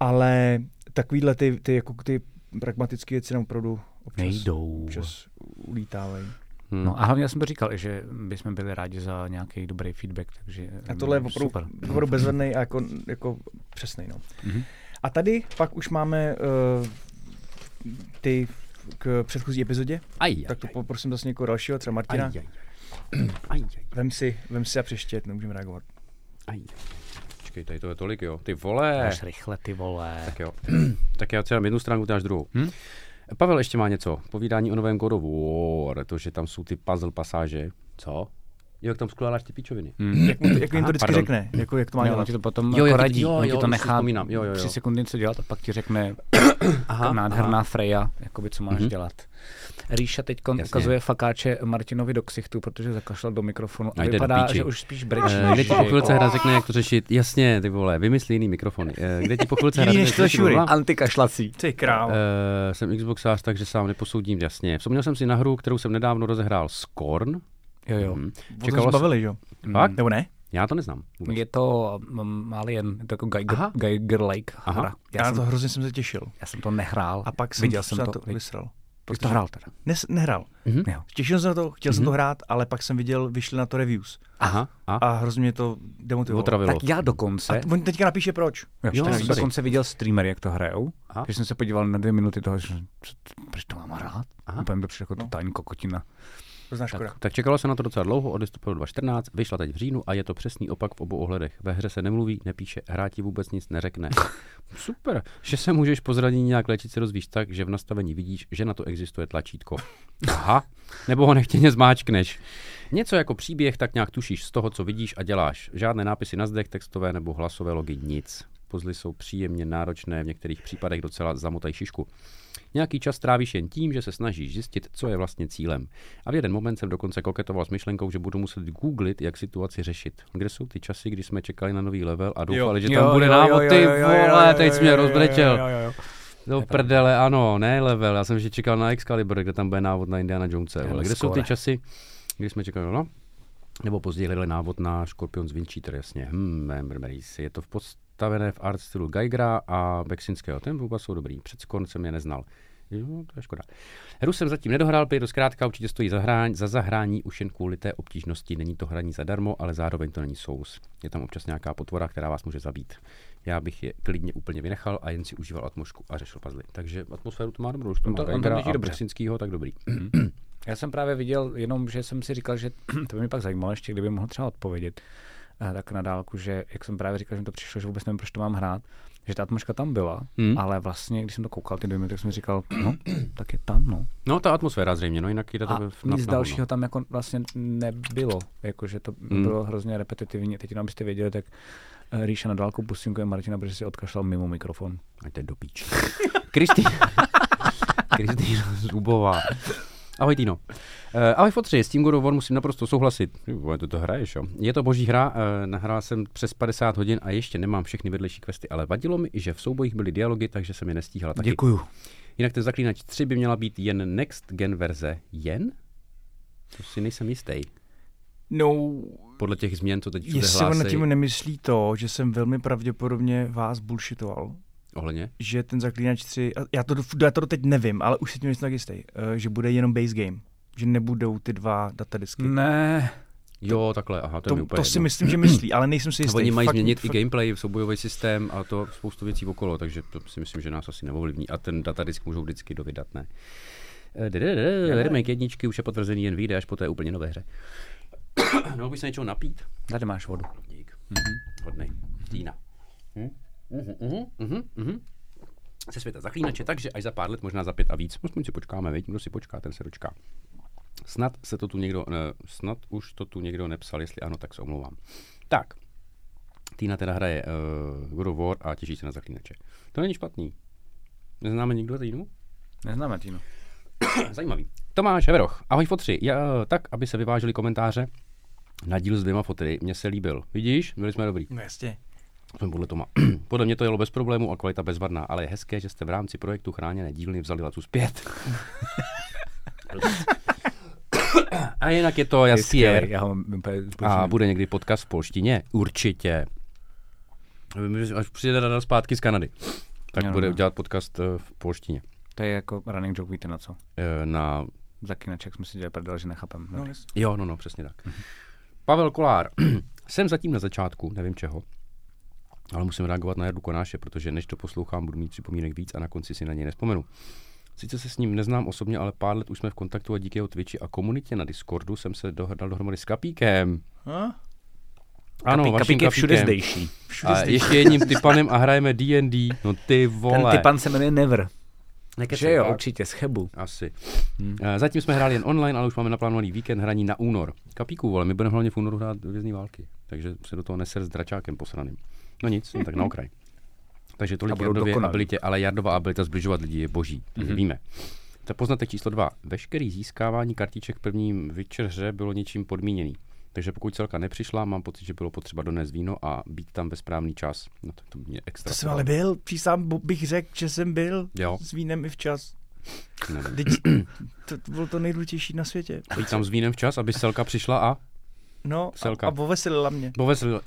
Speaker 2: Ale takovýhle ty, ty, jako ty pragmatické věci nám opravdu občas,
Speaker 3: Nejdou.
Speaker 2: občas ulítávají.
Speaker 4: Hm.
Speaker 3: No a hlavně já jsem to říkal, i že bychom byli rádi za nějaký dobrý feedback, takže
Speaker 2: A tohle je
Speaker 3: mm,
Speaker 2: opravdu,
Speaker 3: super.
Speaker 2: opravdu bezvedný a jako, jako přesný. No.
Speaker 3: Mhm.
Speaker 2: A tady pak už máme uh, ty k předchozí epizodě,
Speaker 4: Aj,
Speaker 2: tak to poprosím zase někoho dalšího, třeba
Speaker 4: aj,
Speaker 2: Martina.
Speaker 4: aj, aj, aj, aj,
Speaker 2: Vem si, vem si a přeštět, nemůžeme reagovat.
Speaker 4: aj. Počkej, tady to je tolik, jo. Ty vole.
Speaker 3: Máš rychle, ty vole.
Speaker 4: Tak jo. tak já třeba mám jednu stránku, ty máš druhou. Hm? Pavel ještě má něco. Povídání o novém God of War, to, že tam jsou ty puzzle pasáže.
Speaker 5: Co? Jo, jak tam skládáš ty píčoviny.
Speaker 2: Jak, mu to, jak jim to
Speaker 5: Aha,
Speaker 2: vždycky
Speaker 5: pardon.
Speaker 2: řekne, jako jak to má
Speaker 3: Ne, on
Speaker 2: dělat.
Speaker 3: ti to potom
Speaker 5: Jo,
Speaker 3: jo,
Speaker 5: jo,
Speaker 3: jako
Speaker 5: to-
Speaker 3: radí,
Speaker 5: jo,
Speaker 3: on ti
Speaker 5: jo,
Speaker 3: to
Speaker 5: už si
Speaker 3: nechá
Speaker 5: vzpomínám. Jo, jo, jo.
Speaker 3: tři sekundy něco dělat a pak ti řekne jako
Speaker 5: Aha, Mhm.
Speaker 3: nádherná Freja, jakoby co máš dělat. Ríša teď ukazuje fakáče Martinovi do ksichtu, protože zakašlal do mikrofonu a,
Speaker 5: A jde do
Speaker 3: vypadá,
Speaker 5: píči.
Speaker 3: že už spíš brečí.
Speaker 5: Eh,
Speaker 3: než
Speaker 5: Kde ti
Speaker 3: že
Speaker 5: po
Speaker 3: jako-
Speaker 5: chvilce hra řekne, jak to řešit? Jasně, ty vole, vymyslí jiný mikrofony. Eh, Kde ti po chvilce hra
Speaker 2: Jiný než
Speaker 5: řekne, jak
Speaker 2: to Šury.
Speaker 5: to
Speaker 3: Antikašlací.
Speaker 2: Ty král.
Speaker 5: Uh, jsem Xboxář, takže sám neposoudím, jasně. Vzpomněl jsem si na hru, kterou jsem nedávno rozehrál, Scorn.
Speaker 3: Jo,
Speaker 2: O
Speaker 3: jo.
Speaker 5: Hm.
Speaker 2: tom se Hm.
Speaker 5: Čekalo se,
Speaker 2: bavili, že jo?
Speaker 5: Fakt?
Speaker 2: Nebo ne?
Speaker 5: já to neznám. Vůbec.
Speaker 3: Je to um, Alien, je to jako Geiger,
Speaker 5: Aha.
Speaker 3: Geiger Lake
Speaker 5: Aha.
Speaker 3: hra.
Speaker 2: Já,
Speaker 3: Já, jsem,
Speaker 2: to hrozně jsem se těšil.
Speaker 3: já jsem to nehrál.
Speaker 2: A pak jsem,
Speaker 3: viděl jsem
Speaker 2: se
Speaker 3: to.
Speaker 2: na to vysral.
Speaker 3: Ty jsi to hrál teda.
Speaker 2: Nes, nehrál.
Speaker 5: Mhm.
Speaker 3: Jo.
Speaker 2: Těšil jsem se na to, chtěl jsem to hrát, ale pak jsem viděl, vyšly na to reviews.
Speaker 5: Aha, a,
Speaker 2: A hrozně mě to demotivovalo.
Speaker 5: otravilo.
Speaker 3: Tak já dokonce,
Speaker 2: On teďka napíše proč.
Speaker 3: jo, já
Speaker 5: sorry.
Speaker 3: jsem dokonce viděl streamer, jak to hrajou,
Speaker 5: Aha.
Speaker 3: že jsem se podíval na dvě minuty toho, že co- proč to mám hrát?
Speaker 5: Aha.
Speaker 3: Úplně to přijde jako totální kokotina.
Speaker 2: Hrozná škoda.
Speaker 5: Tak čekalo se na to docela dlouho, od listopadu 2014, vyšla teď v říjnu a je to přesný opak v obou ohledech. Ve hře se nemluví, nepíše, hráč ti vůbec nic neřekne. Super, že se můžeš po zranění nějak léčit, se dozvíš tak, že v nastavení vidíš, že na to existuje tlačítko. Aha, nebo ho nechtěně zmáčkneš. Něco jako příběh tak nějak tušíš z toho, co vidíš a děláš. Žádné nápisy na zdech, textové nebo hlasové logy, nic. Puzzle jsou příjemně náročné, v některých případech docela zamotají šišku. Nějaký čas trávíš jen tím, že se snažíš zjistit, co je vlastně cílem. A v jeden moment jsem dokonce koketoval s myšlenkou, že budu muset googlit, jak situaci řešit. Kde jsou ty časy, kdy jsme čekali na nový level a doufali, že tam bude návod, ty vole, teď jsi mě rozbrečel. Do prdele, ano, ne level, já jsem že čekal na Excalibur, kde tam bude návod na Indiana Jonese.
Speaker 3: Hele,
Speaker 5: Vole. Kde jsou ty
Speaker 3: skore.
Speaker 5: časy, kdy jsme čekali, no? Nebo později hledali návod na Scorpion z Wincheater, jasně. Hmm, Memories. Je to v postavené v art stylu Geigera a Bexinského. Ten oba jsou dobrý. Před Scorn jsem je neznal. Jo, to je škoda. Hru jsem zatím nedohrál, protože to zkrátka určitě stojí za, hrání, za zahrání už jen kvůli té obtížnosti. Není to hraní zadarmo, ale zároveň to není sous. Je tam občas nějaká potvora, která vás může zabít. Já bych je klidně úplně vynechal a jen si užíval atmosféru a řešil puzzle. Takže atmosféru to má dobrou, už to
Speaker 3: On
Speaker 5: má
Speaker 3: No to- on to
Speaker 5: Geigera
Speaker 3: drží
Speaker 5: a
Speaker 3: dobře.
Speaker 5: Březinskýho, tak dobrý.
Speaker 3: Já jsem právě viděl, jenom že jsem si říkal, že to by mě pak zajímalo ještě, kdyby mohl třeba odpovědět eh, tak na dálku, že jak jsem právě říkal, že mi to přišlo, že vůbec nevím, proč to mám hrát, že ta atmosféra tam byla,
Speaker 5: Hmm.
Speaker 3: ale vlastně, když jsem to koukal ty dvě minuty, tak jsem říkal, no, tak je tam, no.
Speaker 5: No, ta atmosféra zřejmě, no jinak jde to
Speaker 3: A
Speaker 5: v- na-
Speaker 3: nic
Speaker 5: na- no. na-
Speaker 3: dalšího tam jako vlastně nebylo, jakože to bylo hrozně repetitivní. Teď jenom byste věděli, tak eh, Ríša na dálku pusinkuje Martina, protože si odkašlal mimo mikrofon.
Speaker 5: Ať jde do píči. Kristýna. Kristýna Zubová. Ahoj Týno. Uh, ahoj fotři, s tím God of War musím naprosto souhlasit. Ty vole, to to hraješ, jo. Je to boží hra, uh, nahrál jsem přes 50 hodin a ještě nemám všechny vedlejší questy, ale vadilo mi, že v soubojích byly dialogy, takže jsem je nestíhala taky.
Speaker 3: Děkuju.
Speaker 5: Jinak ten Zaklínač 3 by měla být jen next gen verze. Jen? To si nejsem jistý.
Speaker 2: No,
Speaker 5: Podle těch změn, co teď všude
Speaker 2: jestli on nad
Speaker 5: hlásej.
Speaker 2: tím nemyslí to, že jsem velmi pravděpodobně vás bullshitoval,
Speaker 5: Ohledně?
Speaker 2: že ten Zaklínač 3, a já to, do- já to teď nevím, ale už si tím nejsem tak jistý, eh, že bude jenom base game, že nebudou ty dva datadisky.
Speaker 3: Ne,
Speaker 5: Jo, takhle, aha, Hmm, to, je mi
Speaker 2: to,
Speaker 5: úplně
Speaker 2: to si
Speaker 5: jedno.
Speaker 2: myslím, že myslí, ale nejsem si jistý.
Speaker 5: Oni mají
Speaker 2: Fakt-
Speaker 5: změnit i
Speaker 2: fakt-
Speaker 5: gameplay, soubojový systém a to spoustu věcí okolo, takže to si myslím, že nás asi neovlivní. A ten datadisk můžou vždycky dovydat, ne? Eh, de- de- de- Remake jedničky už je potvrzený, jen vyjde až po té úplně nové hře. No, bych se něčeho napít.
Speaker 3: tady máš vodu.
Speaker 5: Dík. Hodnej. Týna. Mhm. Se mhm, světa zaklínače, takže až za pár let, možná za pět a víc. Aspoň si počkáme, veď? Kdo si počká, ten se dočká. Snad se to tu někdo, ne, snad už to tu někdo nepsal, jestli ano, tak se omlouvám. Tak, Týna teda hraje uh, God of War a těší se na zaklínače. To není špatný. Neznáme nikdo Týnu?
Speaker 3: Neznáme, Tino.
Speaker 5: Zajímavý. Tomáš Heveroch, ahoj fotři. Já, eh, tak, aby se vyvážely komentáře na díl s dvěma fotry, mně se líbil. Vidíš, byli jsme dobrý.
Speaker 2: No jasně.
Speaker 5: Aspoň podle Toma. podle mě to jelo bez problému a kvalita bezvadná, ale je hezké, že jste v rámci projektu chráněné dílny vzali Lacu zpět. a jinak je to jasný.
Speaker 3: Já ho mám úplně
Speaker 5: A
Speaker 3: zbožňuju.
Speaker 5: bude někdy podcast v polštině? Určitě. Až přijede Dana zpátky z Kanady, tak
Speaker 3: Ano,
Speaker 5: bude
Speaker 3: ano.
Speaker 5: dělat podcast eh, v polštině.
Speaker 3: To je jako running joke, víte na co?
Speaker 5: Eh, Na
Speaker 3: Za kinaček jsme si dělali prdel, že nechápem.
Speaker 2: No,
Speaker 3: No.
Speaker 2: jasně.
Speaker 5: Jo, no, no, přesně tak. Pavel Kolár. Jsem zatím na začátku, nevím čeho, ale musím reagovat na Jardu Konáše, protože než to poslouchám, budu mít připomínek víc a na konci si na něj nespomenu. Sice se s ním neznám osobně, ale pár let už jsme v kontaktu a díky jeho Twitchi a komunitě na Discordu jsem se dohrdal dohromady s Kapíkem.
Speaker 2: A?
Speaker 5: Ano,
Speaker 3: Kapík,
Speaker 5: vaším
Speaker 3: kapík je všude
Speaker 5: Kapíkem.
Speaker 3: zdejší.
Speaker 5: A ještě jedním typanem a hrajeme D&D. No ty vole.
Speaker 3: Ten typan se jmenuje Never.
Speaker 5: Nekecej,
Speaker 3: Že jo,
Speaker 5: tak?
Speaker 3: určitě, z Chebu.
Speaker 5: Asi. Hmm. Zatím jsme hráli jen online, ale už máme naplánovaný víkend hraní na únor. Kapíku, vole, my budeme hlavně v únoru hrát vězní války, takže se do toho neser s dračákem posraným. No nic, jen tak na okraj. Takže
Speaker 3: A
Speaker 5: tolik
Speaker 3: budou
Speaker 5: Jardově
Speaker 3: dokonalí.
Speaker 5: abilitě, ale Jardová abilita zbližovat lidi je boží, mm-hmm. víme. Tak poznatek číslo dva. Veškerý získávání kartiček v prvním večeře bylo něčím podmíněný. Takže pokud celka nepřišla, mám pocit, že bylo potřeba donést víno a být tam ve správný čas. No tak to by mě extra.
Speaker 2: To jsem ale byl, přísám bu- bych řekl, že jsem byl
Speaker 5: Jo.
Speaker 2: s vínem i včas.
Speaker 5: Nevím.
Speaker 2: Teď, to, to bylo to nejdůležitější na světě.
Speaker 5: Být tam s vínem včas, aby celka přišla a
Speaker 2: No a,
Speaker 5: Selka.
Speaker 2: a poveselila mě.
Speaker 5: Poveslil.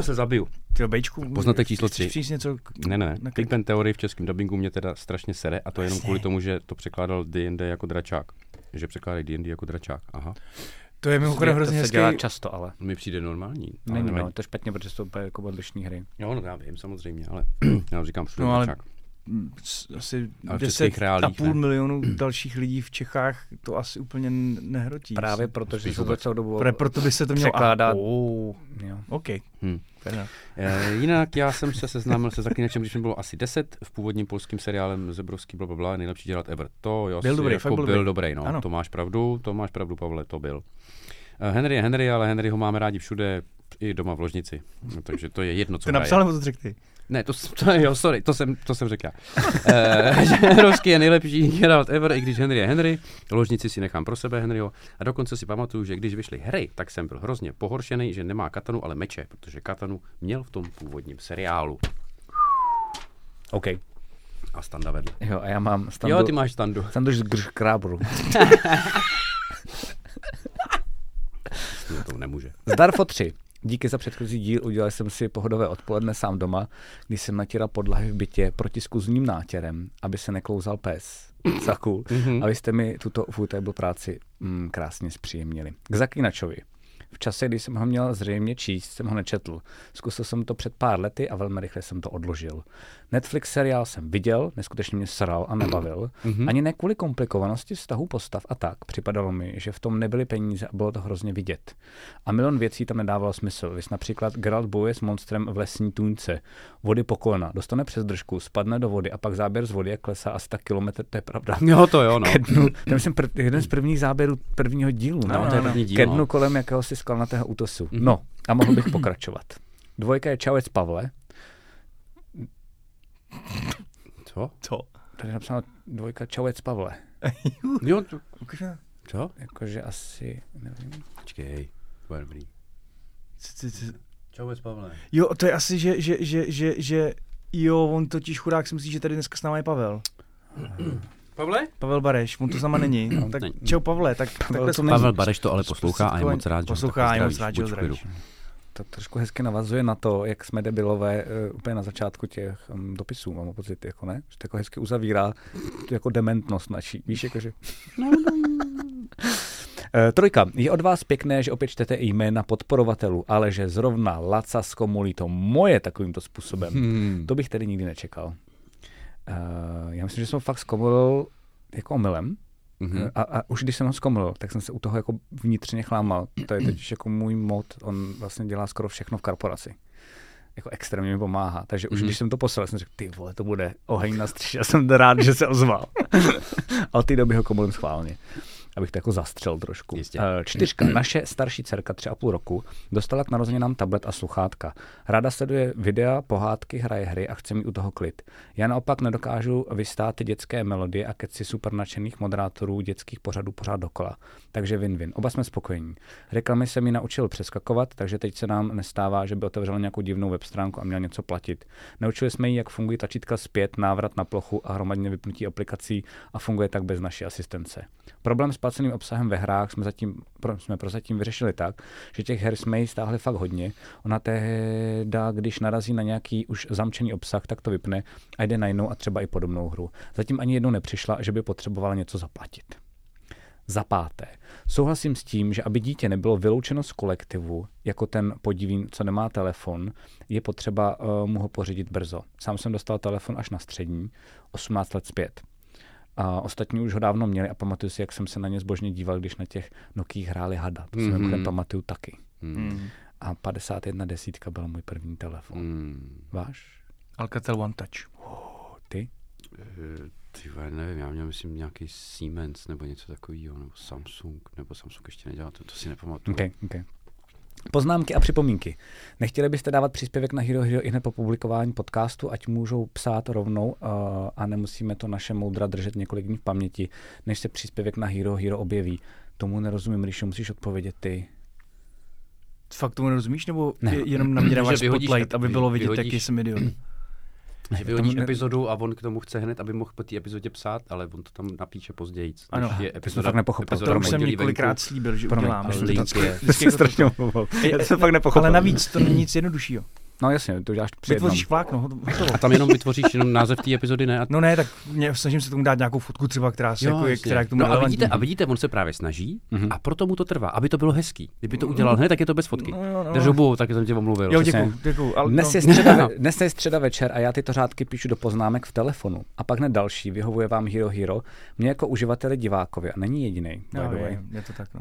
Speaker 5: se zabiju.
Speaker 2: Ty jo, bejčku,
Speaker 5: Poznatek číslo
Speaker 2: chceš
Speaker 5: tři.
Speaker 2: přinést něco k-
Speaker 5: Ne, ne,
Speaker 2: na
Speaker 5: ne.
Speaker 2: klik?
Speaker 5: Big Bang Theory v českém dubbingu mě teda strašně sere a to jenom
Speaker 2: Jasně.
Speaker 5: kvůli tomu, že to překládal D&D jako dračák. Že překládají D&D jako dračák. Aha.
Speaker 2: To je mimochodem hrozně
Speaker 3: to se
Speaker 2: hezký.
Speaker 3: dělá často, ale.
Speaker 5: To mi přijde normální. ale
Speaker 3: Není,
Speaker 5: nevadí.
Speaker 3: no, to je špatně, protože jsou úplně jako odlišné hry.
Speaker 5: Jo, no já vím samozřejmě, ale já říkám všude
Speaker 2: No, ale-
Speaker 5: dračák.
Speaker 2: m, s- asi
Speaker 5: Ale v českých
Speaker 2: 10 a
Speaker 5: reálích
Speaker 2: půl
Speaker 5: ne.
Speaker 2: milionu dalších lidí v Čechách to asi úplně n- nehrotí.
Speaker 3: Právě proto, že
Speaker 5: spíš
Speaker 3: se to
Speaker 5: vůbec.
Speaker 3: celou dobu...
Speaker 2: Pro, proto by se to mělo...
Speaker 3: Překládá-
Speaker 2: A, oh,
Speaker 3: Jo.
Speaker 2: OK.
Speaker 5: Hm.
Speaker 2: Teda.
Speaker 5: Eh, jinak já jsem se seznámil se zaklínačem, když mi bylo asi 10, v původním polským seriálem Zebrovský bla, bla, bla nejlepší dělat ever. To jo,
Speaker 2: Byl
Speaker 5: asi
Speaker 2: dobrý,
Speaker 5: jako
Speaker 2: fakt byl dobrý.
Speaker 5: byl, dobrý, no,
Speaker 2: Ano.
Speaker 5: to máš pravdu, to máš pravdu, Pavle, to byl. Eh, Henry je Henry, ale Henry ho máme rádi všude, i doma v ložnici, no, takže to je jedno, co
Speaker 2: Ty
Speaker 5: hraje.
Speaker 2: napsal nebo to řekl ty?
Speaker 5: Ne, to, s- to, jo, sorry, to jsem, to jsem řekl já. Eh, že Henrovský je nejlepší Geralt ever, i když Henry je Henry. Ložnici si nechám pro sebe Henryho. A dokonce si pamatuju, že když vyšly hry, tak jsem byl hrozně pohoršený, že nemá katanu, ale meče, protože katanu měl v tom původním seriálu.
Speaker 3: OK.
Speaker 5: A standa vedle.
Speaker 3: Jo, a já mám standu...
Speaker 5: Jo, ty máš standu.
Speaker 3: Standu z Grš Krábru.
Speaker 5: No, to nemůže.
Speaker 3: Zdarfo 3. Díky za předchozí díl, udělal jsem si pohodové odpoledne sám doma, když jsem natíral podlahy v bytě proti skuzním nátěrem, aby se neklouzal pes. Saku.
Speaker 5: Mhm.
Speaker 3: A vy jste mi tuto footable práci mm, krásně zpříjemnili. K Zaklínačovi. V čase, kdy jsem ho měl zřejmě číst, jsem ho nečetl. Zkusil jsem to před pár lety a velmi rychle jsem to odložil. Netflix seriál jsem viděl, neskutečně mě sral a nebavil.
Speaker 5: Mhm.
Speaker 3: Ani ne kvůli komplikovanosti vztahu postav a tak. Připadalo mi, že v tom nebyly peníze a bylo to hrozně vidět. A milion věcí tam nedávalo smysl. Vys například Geralt bojuje s monstrem v lesní tůňce. Vody po kolena, dostane přes držku, spadne do vody a pak záběr z vody jak klesá asi tak kilometr, to je pravda.
Speaker 5: Jo, to jo, no.
Speaker 3: Ke dnu, to je, myslím pr- jeden z prvních záběrů prvního dílu, no,
Speaker 5: Ano, to je první díl,
Speaker 3: ke
Speaker 5: no. Mhm.
Speaker 3: dnu kolem jakéhosi skalnatého útosu. No, a mohl bych pokračovat. Dvojka je Čauec Pavle,
Speaker 5: Co?
Speaker 2: Co?
Speaker 3: tady je napsáno dvojka Čauec Pavle,
Speaker 5: Jo, to, co?
Speaker 3: jakože asi, nevím.
Speaker 5: Počkej, to je dobrý.
Speaker 2: C- c- c-
Speaker 5: Čau, Pavle.
Speaker 2: Jo, to je asi, že, že, že, že, že jo, on totiž chudák si myslí, že tady dneska s námi je Pavel.
Speaker 5: Pavle?
Speaker 2: Pavel Bareš, on to sama není. Tak
Speaker 5: není.
Speaker 2: čau Pavle, tak takhle to není.
Speaker 5: Pavel Bareš to ale poslouchá a je
Speaker 2: to-
Speaker 5: moc rád, že ho
Speaker 2: poslouchá
Speaker 5: takhle
Speaker 2: a je moc rád,
Speaker 5: zdravíš.
Speaker 2: že ho
Speaker 5: Buď v klidu.
Speaker 3: To trošku hezky navazuje na to, jak jsme debilové eh, úplně na začátku těch um, dopisů, mám pocit, jako ne? Že to jako hezky uzavírá tu jako dementnost naší. Víš, jakože... Eh, Trojka. Je od vás pěkné, že opět čtete i jména podporovatelů, ale že zrovna Laca skomulí to moje takovýmto způsobem.
Speaker 5: Hmm.
Speaker 3: To bych tedy nikdy nečekal. Uh, já myslím, že jsem ho fakt zkomolil jako omylem. Mm-hmm. A, a už když jsem ho zkomolil, tak jsem se u toho jako vnitřně chlámal. To je totiž jako můj mod, on vlastně dělá skoro všechno v korporaci. Jako extrémně mi pomáhá. Takže už mm-hmm. když jsem to poslal, jsem řekl, ty vole, to bude oheň na střeše. Já jsem rád, že se ozval. a od té doby ho komolím schválně abych to jako zastřel trošku.
Speaker 5: Jistě.
Speaker 3: Eh, Čtyřka. Naše starší dcerka, tři a půl roku, dostala k narozeninám tablet a sluchátka. Ráda sleduje videa, pohádky, hraje hry a chce mít u toho klid. Já naopak nedokážu vystát ty dětské melodie a keci super nadšených moderátorů dětských pořadů pořád dokola. Takže win-win. Oba jsme spokojení. Reklamy se mi naučil přeskakovat, takže teď se nám nestává, že by otevřel nějakou divnou web stránku a měl něco platit. Naučili jsme ji, jak fungují tlačítka zpět, návrat na plochu a hromadně vypnutí aplikací a funguje tak bez naší asistence. Problém s placeným obsahem ve hrách jsme, zatím, pro, jsme prozatím vyřešili tak, že těch her jsme jí stáhli fakt hodně. Ona tehda, když narazí na nějaký už zamčený obsah, tak to vypne a jde na jinou a třeba i podobnou hru. Zatím ani jednou nepřišla, že by potřebovala něco zaplatit. Za páté, souhlasím s tím, že aby dítě nebylo vyloučeno z kolektivu, jako ten podivín, co nemá telefon, je potřeba uh, mu ho pořídit brzo. Sám jsem dostal telefon až na střední, 18 let zpět. A ostatní už ho dávno měli a pamatuju si, jak jsem se na ně zbožně díval, když na těch Nokích hráli hada. To si
Speaker 5: Mhm.
Speaker 3: mm-hmm. pamatuju taky.
Speaker 2: Mm.
Speaker 3: A 51 desítka byl můj první telefon.
Speaker 5: Hmm.
Speaker 3: Váš?
Speaker 2: Alcatel One Touch.
Speaker 3: Ty?
Speaker 4: Eh, Ty vole, nevím, já měl myslím nějaký Siemens nebo něco takového, nebo Samsung, nebo Samsung ještě nedělal, to, to si nepamatuju.
Speaker 3: Okay, okay. Poznámky a připomínky. Nechtěli byste dávat příspěvek na Hero Hero i hned po publikování podcastu, ať můžou psát rovnou uh, a nemusíme to naše moudra držet několik dní v paměti, než se příspěvek na Hero Hero objeví. Tomu nerozumím, když musíš odpovědět ty.
Speaker 2: Fakt tomu nerozumíš, nebo
Speaker 3: Ne.
Speaker 2: je- jenom na mě dáváš
Speaker 4: Že vyhodíš
Speaker 2: spotlight,
Speaker 4: ep-
Speaker 2: aby bylo vidět,
Speaker 4: vyhodíš-
Speaker 2: jaký jsem idiot.
Speaker 4: Že vyhodíš
Speaker 3: tomu ne-
Speaker 4: epizodu a on k tomu chce hned, aby mohl po té epizodě psát, ale on to tam napíše později. než
Speaker 2: Ano,
Speaker 4: je
Speaker 3: to jsem fakt nepochopil,
Speaker 4: epizoda
Speaker 2: To
Speaker 3: Promiň.
Speaker 2: už jsem
Speaker 4: pondělí
Speaker 2: několikrát
Speaker 4: venku.
Speaker 2: slíbil, že
Speaker 3: Promiň,
Speaker 2: udělám.
Speaker 4: ale
Speaker 2: že to
Speaker 4: lidi-
Speaker 2: vždycky-
Speaker 4: Já
Speaker 2: vždycky jako to-
Speaker 3: omlouval. Já jsem fakt nepochopil.
Speaker 2: Ale navíc to není nic jednoduššího.
Speaker 3: No jasně, to děláš při jednom.
Speaker 2: Vytvoříš vlákno, hotovo.
Speaker 4: A tam jenom vytvoříš jenom název té epizody, ne? A
Speaker 2: No ne, tak mě, snažím se tomu dát nějakou fotku třeba, která, se, jako je,
Speaker 4: jasně.
Speaker 2: která je k tomu Mhm.
Speaker 4: no a
Speaker 2: relevantní.
Speaker 4: vidíte, a vidíte, on se právě snaží mm-hmm. a proto mu to trvá, aby to bylo hezký. Kdyby to udělal hned, tak je to bez fotky.
Speaker 2: No, jo, no.
Speaker 4: Držobu, tak jsem tě omluvil.
Speaker 2: Jo,
Speaker 4: Přesně.
Speaker 2: děkuju, děkuju. Ale,
Speaker 3: Dnes
Speaker 2: no,
Speaker 3: je, středa, dnes je středa večer a já tyto řádky píšu do poznámek v telefonu. A pak hned další, vyhovuje vám Hero Hero. Mě jako uživateli divákovi, a není jediný, by
Speaker 2: no,
Speaker 3: the way.
Speaker 2: je, je, to tak, no.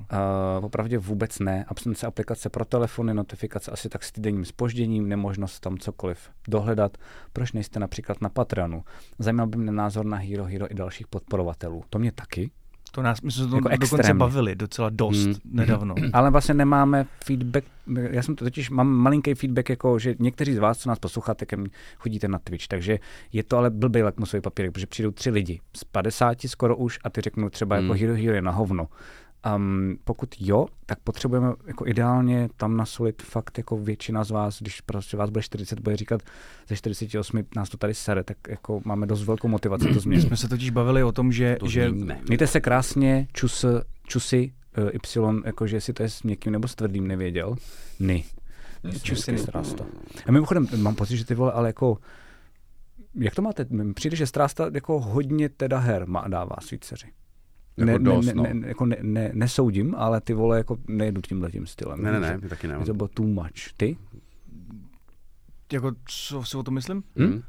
Speaker 3: Uh, opravdě vůbec ne. Absence aplikace pro telefony, notifikace asi tak s týdenním spožděním, nemožnost tam cokoliv dohledat. Proč nejste například na Patreonu? Zajímal by mě názor na Hero Hero i dalších podporovatelů. To mě taky.
Speaker 2: To nás, my jsme se to
Speaker 3: Jako
Speaker 2: jako dokonce
Speaker 3: extrémně.
Speaker 2: bavili docela dost
Speaker 4: Mm.
Speaker 2: nedávno.
Speaker 3: Ale vlastně nemáme feedback, já jsem to totiž, mám malinký feedback, jako že někteří z vás, co nás posloucháte, ke mně chodíte na Twitch, takže je to ale blbý lakmusový papírek, protože přijdou tři lidi z 50 skoro už a ty řeknou třeba jako Hero Hero je na hovno. Um, pokud jo, tak potřebujeme jako ideálně tam nasolit fakt jako většina z vás, když prostě vás bude 40, bude říkat ze 48 nás to tady sere, tak jako máme dost velkou motivaci to změnit.
Speaker 2: Jsme se totiž bavili o tom, že,
Speaker 4: To
Speaker 2: že
Speaker 4: změníme.
Speaker 3: Mějte se krásně, čus, čusy, eh, y, jakože jestli to je s měkkým nebo s tvrdým, nevěděl. Ny. Čusy,
Speaker 2: Čusy.
Speaker 3: strásta. A mimochodem, mám pocit, že ty vole, ale jako, jak to máte? M- Přijde, že strásta jako hodně teda her má, dává svý dceři.
Speaker 4: Jako dost,
Speaker 3: ne,
Speaker 4: no.
Speaker 3: ne, ne, jako ne, ne, nesoudím, ale ty vole jako nejedu tímhle tím stylem.
Speaker 4: Ne, ne, ne,
Speaker 3: Že-
Speaker 4: my taky ne. no.
Speaker 3: že To bylo too much. Ty?
Speaker 2: jako, co si o tom myslím?
Speaker 4: Hm?